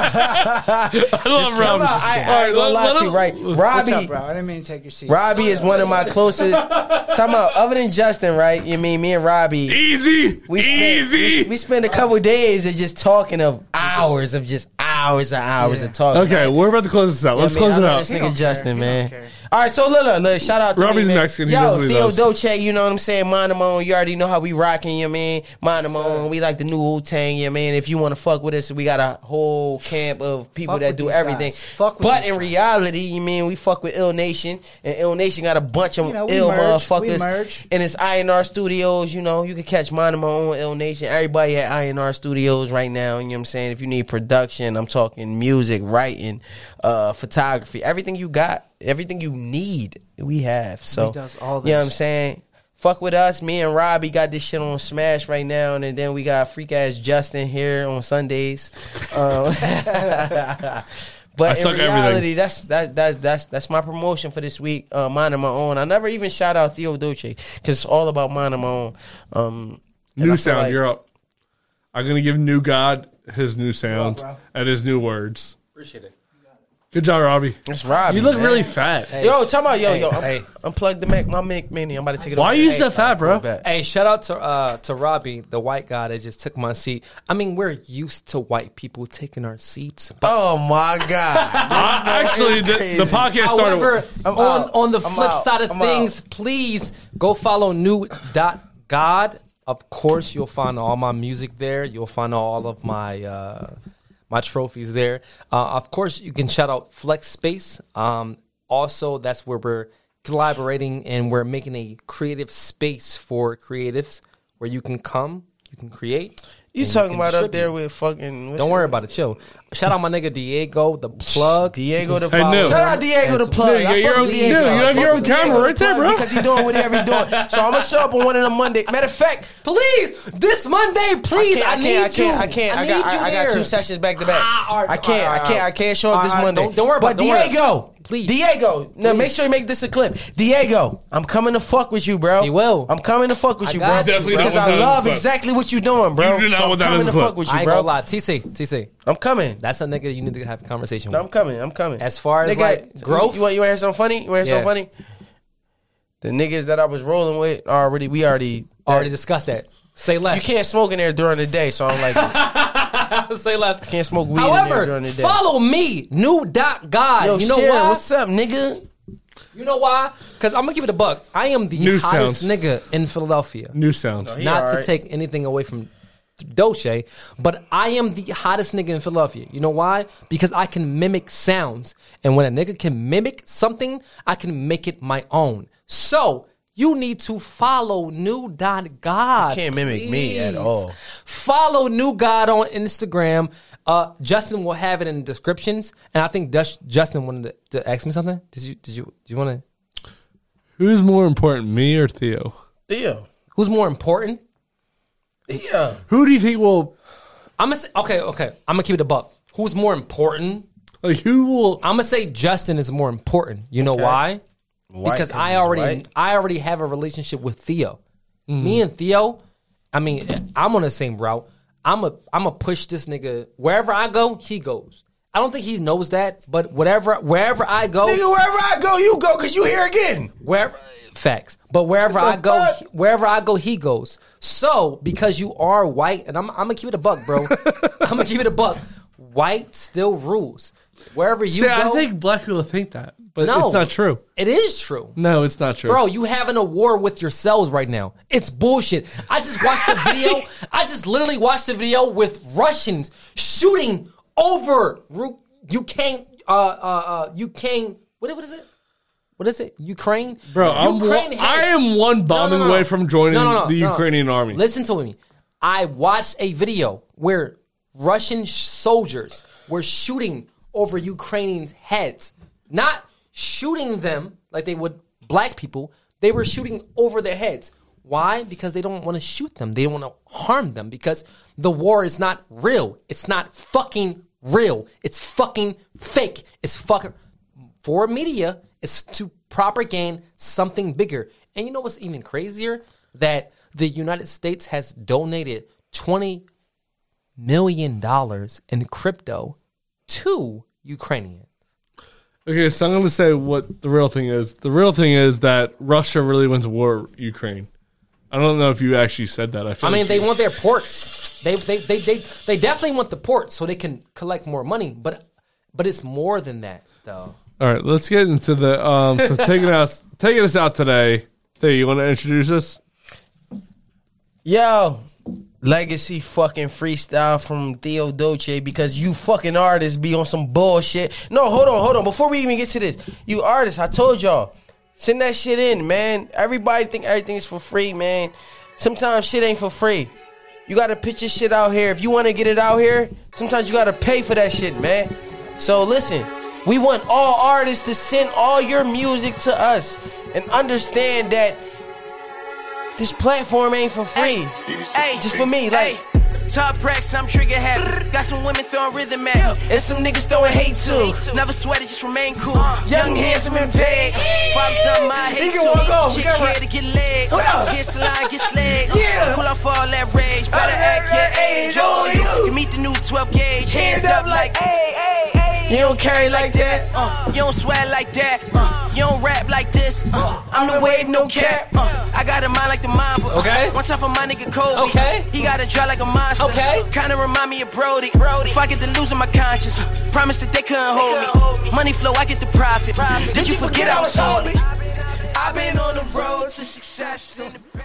[SPEAKER 2] I love
[SPEAKER 1] Come
[SPEAKER 2] Robbie.
[SPEAKER 1] on, I,
[SPEAKER 2] All
[SPEAKER 1] I ain't gonna
[SPEAKER 2] let-
[SPEAKER 1] lie
[SPEAKER 2] let
[SPEAKER 1] to you,
[SPEAKER 2] him-
[SPEAKER 1] right?
[SPEAKER 9] What's
[SPEAKER 1] Robbie,
[SPEAKER 9] up, bro? I didn't mean to take your seat.
[SPEAKER 1] Robbie is one of my closest. Time out. Other than Justin, right? You mean me and Robbie?
[SPEAKER 2] Easy,
[SPEAKER 1] We spent,
[SPEAKER 2] easy.
[SPEAKER 1] We, we spent a couple days of just talking of hours of just hours and hours of talk.
[SPEAKER 2] Okay,
[SPEAKER 1] man.
[SPEAKER 2] we're about to close this out.
[SPEAKER 1] You know
[SPEAKER 2] Let's
[SPEAKER 1] what
[SPEAKER 2] close
[SPEAKER 1] I mean?
[SPEAKER 2] it
[SPEAKER 1] I love
[SPEAKER 2] out.
[SPEAKER 1] This nigga Justin, man. All right, so Lilla, look, shout out to
[SPEAKER 2] Robbie's
[SPEAKER 1] me, man.
[SPEAKER 2] Mexican, he knows
[SPEAKER 1] Yo,
[SPEAKER 2] what he
[SPEAKER 1] Theo
[SPEAKER 2] does.
[SPEAKER 1] Doce, you know what I'm saying? Mind them on. You already know how we rocking, you man. Mind them on. We like the new Wu Tang, you man. If you want to fuck with us, we got a whole camp of people
[SPEAKER 9] Fuck
[SPEAKER 1] that
[SPEAKER 9] with
[SPEAKER 1] do
[SPEAKER 9] these
[SPEAKER 1] everything.
[SPEAKER 9] guys. Fuck with
[SPEAKER 1] but
[SPEAKER 9] these
[SPEAKER 1] in reality, you mean we fuck with Ill Nation, and Ill Nation got a bunch of
[SPEAKER 9] You know, we
[SPEAKER 1] ill
[SPEAKER 9] merge, we
[SPEAKER 1] motherfuckers
[SPEAKER 9] merge.
[SPEAKER 1] in its INR studios. You know, you can catch mine and my own Ill Nation. Everybody at INR studios right now. You know what I'm saying? If you need production, I'm talking music, writing, uh, photography, everything you got, everything you need, we have. So,
[SPEAKER 9] does all
[SPEAKER 1] you know what I'm
[SPEAKER 9] this.
[SPEAKER 1] saying? Fuck with us. Me and Robbie got this shit on Smash right now, and then we got freak ass Justin here on Sundays. Um,
[SPEAKER 2] I
[SPEAKER 1] But in
[SPEAKER 2] suck
[SPEAKER 1] reality,
[SPEAKER 2] everything.
[SPEAKER 1] that's that that that's that's my promotion for this week. Uh, mine and my own. I never even shout out Theo Duce because it's all about mine and my own. Um, and I
[SPEAKER 2] New
[SPEAKER 1] feel
[SPEAKER 2] sound,
[SPEAKER 1] like-
[SPEAKER 2] you're up. I'm gonna give New God his new sound
[SPEAKER 9] bro.
[SPEAKER 2] and his new words.
[SPEAKER 3] Appreciate it.
[SPEAKER 2] Good job, Robbie.
[SPEAKER 1] It's Robbie.
[SPEAKER 2] You look
[SPEAKER 1] man.
[SPEAKER 2] really fat.
[SPEAKER 1] Yo, talk about yo yo. I'm,
[SPEAKER 3] Hey.
[SPEAKER 1] Unplug the Mac, my Mac Mini. I'm about to take it.
[SPEAKER 2] Why
[SPEAKER 1] off.
[SPEAKER 2] are you so fat, bro?
[SPEAKER 1] Back.
[SPEAKER 3] Hey, shout out to uh, to Robbie, the white guy that just took my seat. I mean, we're used to white people taking our seats. But
[SPEAKER 1] Oh my god.
[SPEAKER 2] I- actually, the, the
[SPEAKER 1] crazy.
[SPEAKER 2] podcast started.
[SPEAKER 3] however,
[SPEAKER 1] I'm
[SPEAKER 3] on
[SPEAKER 1] out.
[SPEAKER 3] on the
[SPEAKER 1] I'm
[SPEAKER 3] flip
[SPEAKER 1] out.
[SPEAKER 3] side of
[SPEAKER 1] I'm
[SPEAKER 3] things, please go follow new dot god. Of course, you'll find all my music there. You'll find all of my uh, my trophies there. Uh, of course, you can shout out Flex Space. Um, also, that's where we're collaborating and we're making a creative space for creatives where you can come, you can create.
[SPEAKER 1] you
[SPEAKER 3] and
[SPEAKER 1] talking
[SPEAKER 3] can
[SPEAKER 1] about up there
[SPEAKER 3] distribute.
[SPEAKER 1] with fucking? what's
[SPEAKER 3] Don't
[SPEAKER 1] his-
[SPEAKER 3] worry about it. Chill. Shout out my nigga Diego, the plug.
[SPEAKER 1] Diego the
[SPEAKER 2] Hey,
[SPEAKER 1] plug.
[SPEAKER 2] New.
[SPEAKER 1] Shout out Diego the plug.
[SPEAKER 2] New,
[SPEAKER 1] I
[SPEAKER 2] you got
[SPEAKER 1] fuck
[SPEAKER 2] your
[SPEAKER 1] with
[SPEAKER 2] own-
[SPEAKER 1] Diego.
[SPEAKER 2] New, you
[SPEAKER 1] I
[SPEAKER 2] have
[SPEAKER 1] fuck
[SPEAKER 2] your
[SPEAKER 1] with
[SPEAKER 2] own
[SPEAKER 1] Diego
[SPEAKER 2] camera
[SPEAKER 1] the
[SPEAKER 2] right there,
[SPEAKER 1] plug
[SPEAKER 2] bro.
[SPEAKER 1] Because he doing whatever he doing. So I'm gonna show up on one of them Monday. Matter of fact,
[SPEAKER 3] Please, this Monday, please. I,
[SPEAKER 1] I
[SPEAKER 3] need
[SPEAKER 1] can't. I can't.
[SPEAKER 3] you.
[SPEAKER 1] I can't. I,
[SPEAKER 3] need
[SPEAKER 1] got.
[SPEAKER 3] you
[SPEAKER 1] I, I got
[SPEAKER 3] there.
[SPEAKER 1] two sessions back to back.
[SPEAKER 3] Ah, all right,
[SPEAKER 1] I can't.
[SPEAKER 3] all
[SPEAKER 1] I
[SPEAKER 3] right,
[SPEAKER 1] can't.
[SPEAKER 3] all
[SPEAKER 1] I
[SPEAKER 3] right.
[SPEAKER 1] can't show up this
[SPEAKER 3] All right,
[SPEAKER 1] Monday.
[SPEAKER 3] don't- don't worry
[SPEAKER 1] But
[SPEAKER 3] about it, don't worry
[SPEAKER 1] Diego,
[SPEAKER 3] about it. Please.
[SPEAKER 1] Diego. No, make sure you make this a clip. Diego, I'm coming to fuck with you, bro.
[SPEAKER 3] He will.
[SPEAKER 1] I'm coming to fuck with
[SPEAKER 3] I
[SPEAKER 1] you,
[SPEAKER 3] got
[SPEAKER 1] bro.
[SPEAKER 3] you, Definitely bro. don't
[SPEAKER 1] because
[SPEAKER 2] want
[SPEAKER 1] I
[SPEAKER 2] that as a
[SPEAKER 1] love
[SPEAKER 2] clip.
[SPEAKER 1] exactly what you doing, bro.
[SPEAKER 2] You do not
[SPEAKER 1] so
[SPEAKER 2] want
[SPEAKER 1] I'm
[SPEAKER 2] that
[SPEAKER 1] coming
[SPEAKER 2] as a
[SPEAKER 1] to
[SPEAKER 2] clip.
[SPEAKER 1] fuck with
[SPEAKER 3] I
[SPEAKER 1] you,
[SPEAKER 3] ain't gonna
[SPEAKER 1] bro.
[SPEAKER 3] lie. TC, TC,
[SPEAKER 1] I'm coming.
[SPEAKER 3] that's a nigga you need to have a conversation
[SPEAKER 1] I'm
[SPEAKER 3] with.
[SPEAKER 1] coming. I'm coming.
[SPEAKER 3] As far as, like, growth?
[SPEAKER 1] you want you want to hear something funny? You want to hear
[SPEAKER 3] Yeah.
[SPEAKER 1] something funny? The niggas that I was rolling with already. We already
[SPEAKER 3] Already discussed that. Say
[SPEAKER 1] You
[SPEAKER 3] less.
[SPEAKER 1] can't smoke in there during the day, so I'm like,
[SPEAKER 3] Say less.
[SPEAKER 1] can't smoke weed in there
[SPEAKER 3] However,
[SPEAKER 1] during the day.
[SPEAKER 3] follow me, new dot god.
[SPEAKER 1] Yo,
[SPEAKER 3] you know
[SPEAKER 1] Sharon,
[SPEAKER 3] why?
[SPEAKER 1] What's up, nigga?
[SPEAKER 3] You know why? Because I'm gonna give it a buck. I am the
[SPEAKER 2] New
[SPEAKER 3] hottest
[SPEAKER 2] sounds.
[SPEAKER 3] nigga in Philadelphia.
[SPEAKER 2] new sound.
[SPEAKER 1] he
[SPEAKER 3] Not to
[SPEAKER 1] alright.
[SPEAKER 3] take anything away from Dolce, but I am the hottest nigga in Philadelphia. You know why? Because I can mimic sounds, and when a nigga can mimic something, I can make it my own. So. You need to follow New Dot God.
[SPEAKER 1] You can't mimic me at
[SPEAKER 3] please.
[SPEAKER 1] all.
[SPEAKER 3] Follow New God on Instagram. Uh, Justin will have it in the descriptions, and I think Dush, Justin wanted to, to ask me something. Did you? Did you? Do you want to?
[SPEAKER 2] Who's more important, me or Theo?
[SPEAKER 1] Theo.
[SPEAKER 3] Who's more important?
[SPEAKER 1] Theo.
[SPEAKER 2] Who do you think will
[SPEAKER 3] I'm gonna say okay, okay. I'm gonna keep it a buck. Who's more important?
[SPEAKER 2] like? Who will?
[SPEAKER 3] I'm gonna say Justin is more important. You know why? because I already I already have a relationship with Theo.
[SPEAKER 2] Hmm.
[SPEAKER 3] Me and Theo, I mean, I'm on the same route. I'm a I'm a push this nigga wherever I go, he goes. I don't think he knows that, but whatever wherever I go,
[SPEAKER 1] Nigga, wherever I go, you go, cause you here again.
[SPEAKER 3] wherever facts but wherever i go
[SPEAKER 1] fuck?
[SPEAKER 3] he- wherever i go he goes so because you are white and i'm, I'm gonna keep it a buck bro i'm gonna keep it a buck white still rules wherever you
[SPEAKER 2] See,
[SPEAKER 3] go
[SPEAKER 2] I think black people think that, but
[SPEAKER 3] No.
[SPEAKER 2] it's not true.
[SPEAKER 3] it is true
[SPEAKER 2] No, it's not true.
[SPEAKER 3] Bro, you having a war with yourselves right now. It's bullshit. I just watched a video. I just literally watched a video with Russians shooting over Ru- Ukraine. Uh, uh, uh, Ukraine. What, what is it? What is it? Ukraine.
[SPEAKER 2] Bro, I'm one-
[SPEAKER 3] hates-
[SPEAKER 2] I am one bombing away from joining the Ukrainian army.
[SPEAKER 3] Listen to me. I watched a video where Russian sh- soldiers were shooting over Ukrainians' heads, not shooting them like they would black people. They were shooting over their heads. Why? Because they don't want to shoot them. They don't want to harm them because the war is not real. It's not fucking real. It's fucking fake. It's fucking for media is to propagate something bigger. And you know what's even crazier? That the United States has donated twenty million dollars in crypto to Ukrainians.
[SPEAKER 2] Okay, so I'm going to say what the real thing is. The real thing is that Russia really went to war with Ukraine. I don't know if you actually said that. I, feel
[SPEAKER 3] I mean,
[SPEAKER 2] like
[SPEAKER 3] they
[SPEAKER 2] you-
[SPEAKER 3] want their ports. They they, they they they definitely want the port so they can collect more money, but but it's more than that though.
[SPEAKER 2] All right, let's get into the um. So taking us taking us out today. Theo, you want to introduce us?
[SPEAKER 1] Yo, legacy fucking freestyle from Theo Doce because you fucking artists be on some bullshit. No, hold on, hold on. Before we even get to this, you artists, I told y'all, send that shit in, man. Everybody think everything's for free, man. Sometimes shit ain't for free. You gotta pitch your shit out here. If you wanna get it out here, sometimes you gotta pay for that shit, man. So listen, we want all artists to send all your music to us and understand that this platform ain't for free.
[SPEAKER 8] Hey,
[SPEAKER 1] Just for me, like-
[SPEAKER 8] ayy. Top racks, I'm trigger happy. Got some women throwing rhythm at me. And some niggas throwing hate too. Never sweat it, just remain cool. Young, handsome, and big. Bob's done my hate
[SPEAKER 1] He can walk off,
[SPEAKER 8] too.
[SPEAKER 1] he
[SPEAKER 8] Chick
[SPEAKER 1] can run.
[SPEAKER 8] here to get leg.
[SPEAKER 1] What up?
[SPEAKER 8] Get slide, get slag.
[SPEAKER 1] Yeah.
[SPEAKER 8] Cool off all that rage. Better
[SPEAKER 1] that
[SPEAKER 8] act your
[SPEAKER 1] rage,
[SPEAKER 8] age.
[SPEAKER 1] oh, you.
[SPEAKER 8] You meet the new 12 gauge. Hands
[SPEAKER 1] Hands
[SPEAKER 8] up
[SPEAKER 1] up
[SPEAKER 8] like.
[SPEAKER 1] You don't carry like that.
[SPEAKER 8] Uh, you don't sweat like that. Uh, you don't rap like this. Uh, I'm the wave, no cap. Uh, I got a mind like the Mamba. Uh,
[SPEAKER 3] Okay.
[SPEAKER 8] One time for my nigga Kobe. uh,
[SPEAKER 3] Okay.
[SPEAKER 8] He got a jaw like a monster.
[SPEAKER 3] Okay.
[SPEAKER 8] Kinda remind me of Brody. Brody. Fuck it, then losing my conscience. uh, Promise that they couldn't hold me. Money flow, I get the profit. Did you forget I was holy? I've been on the road to success.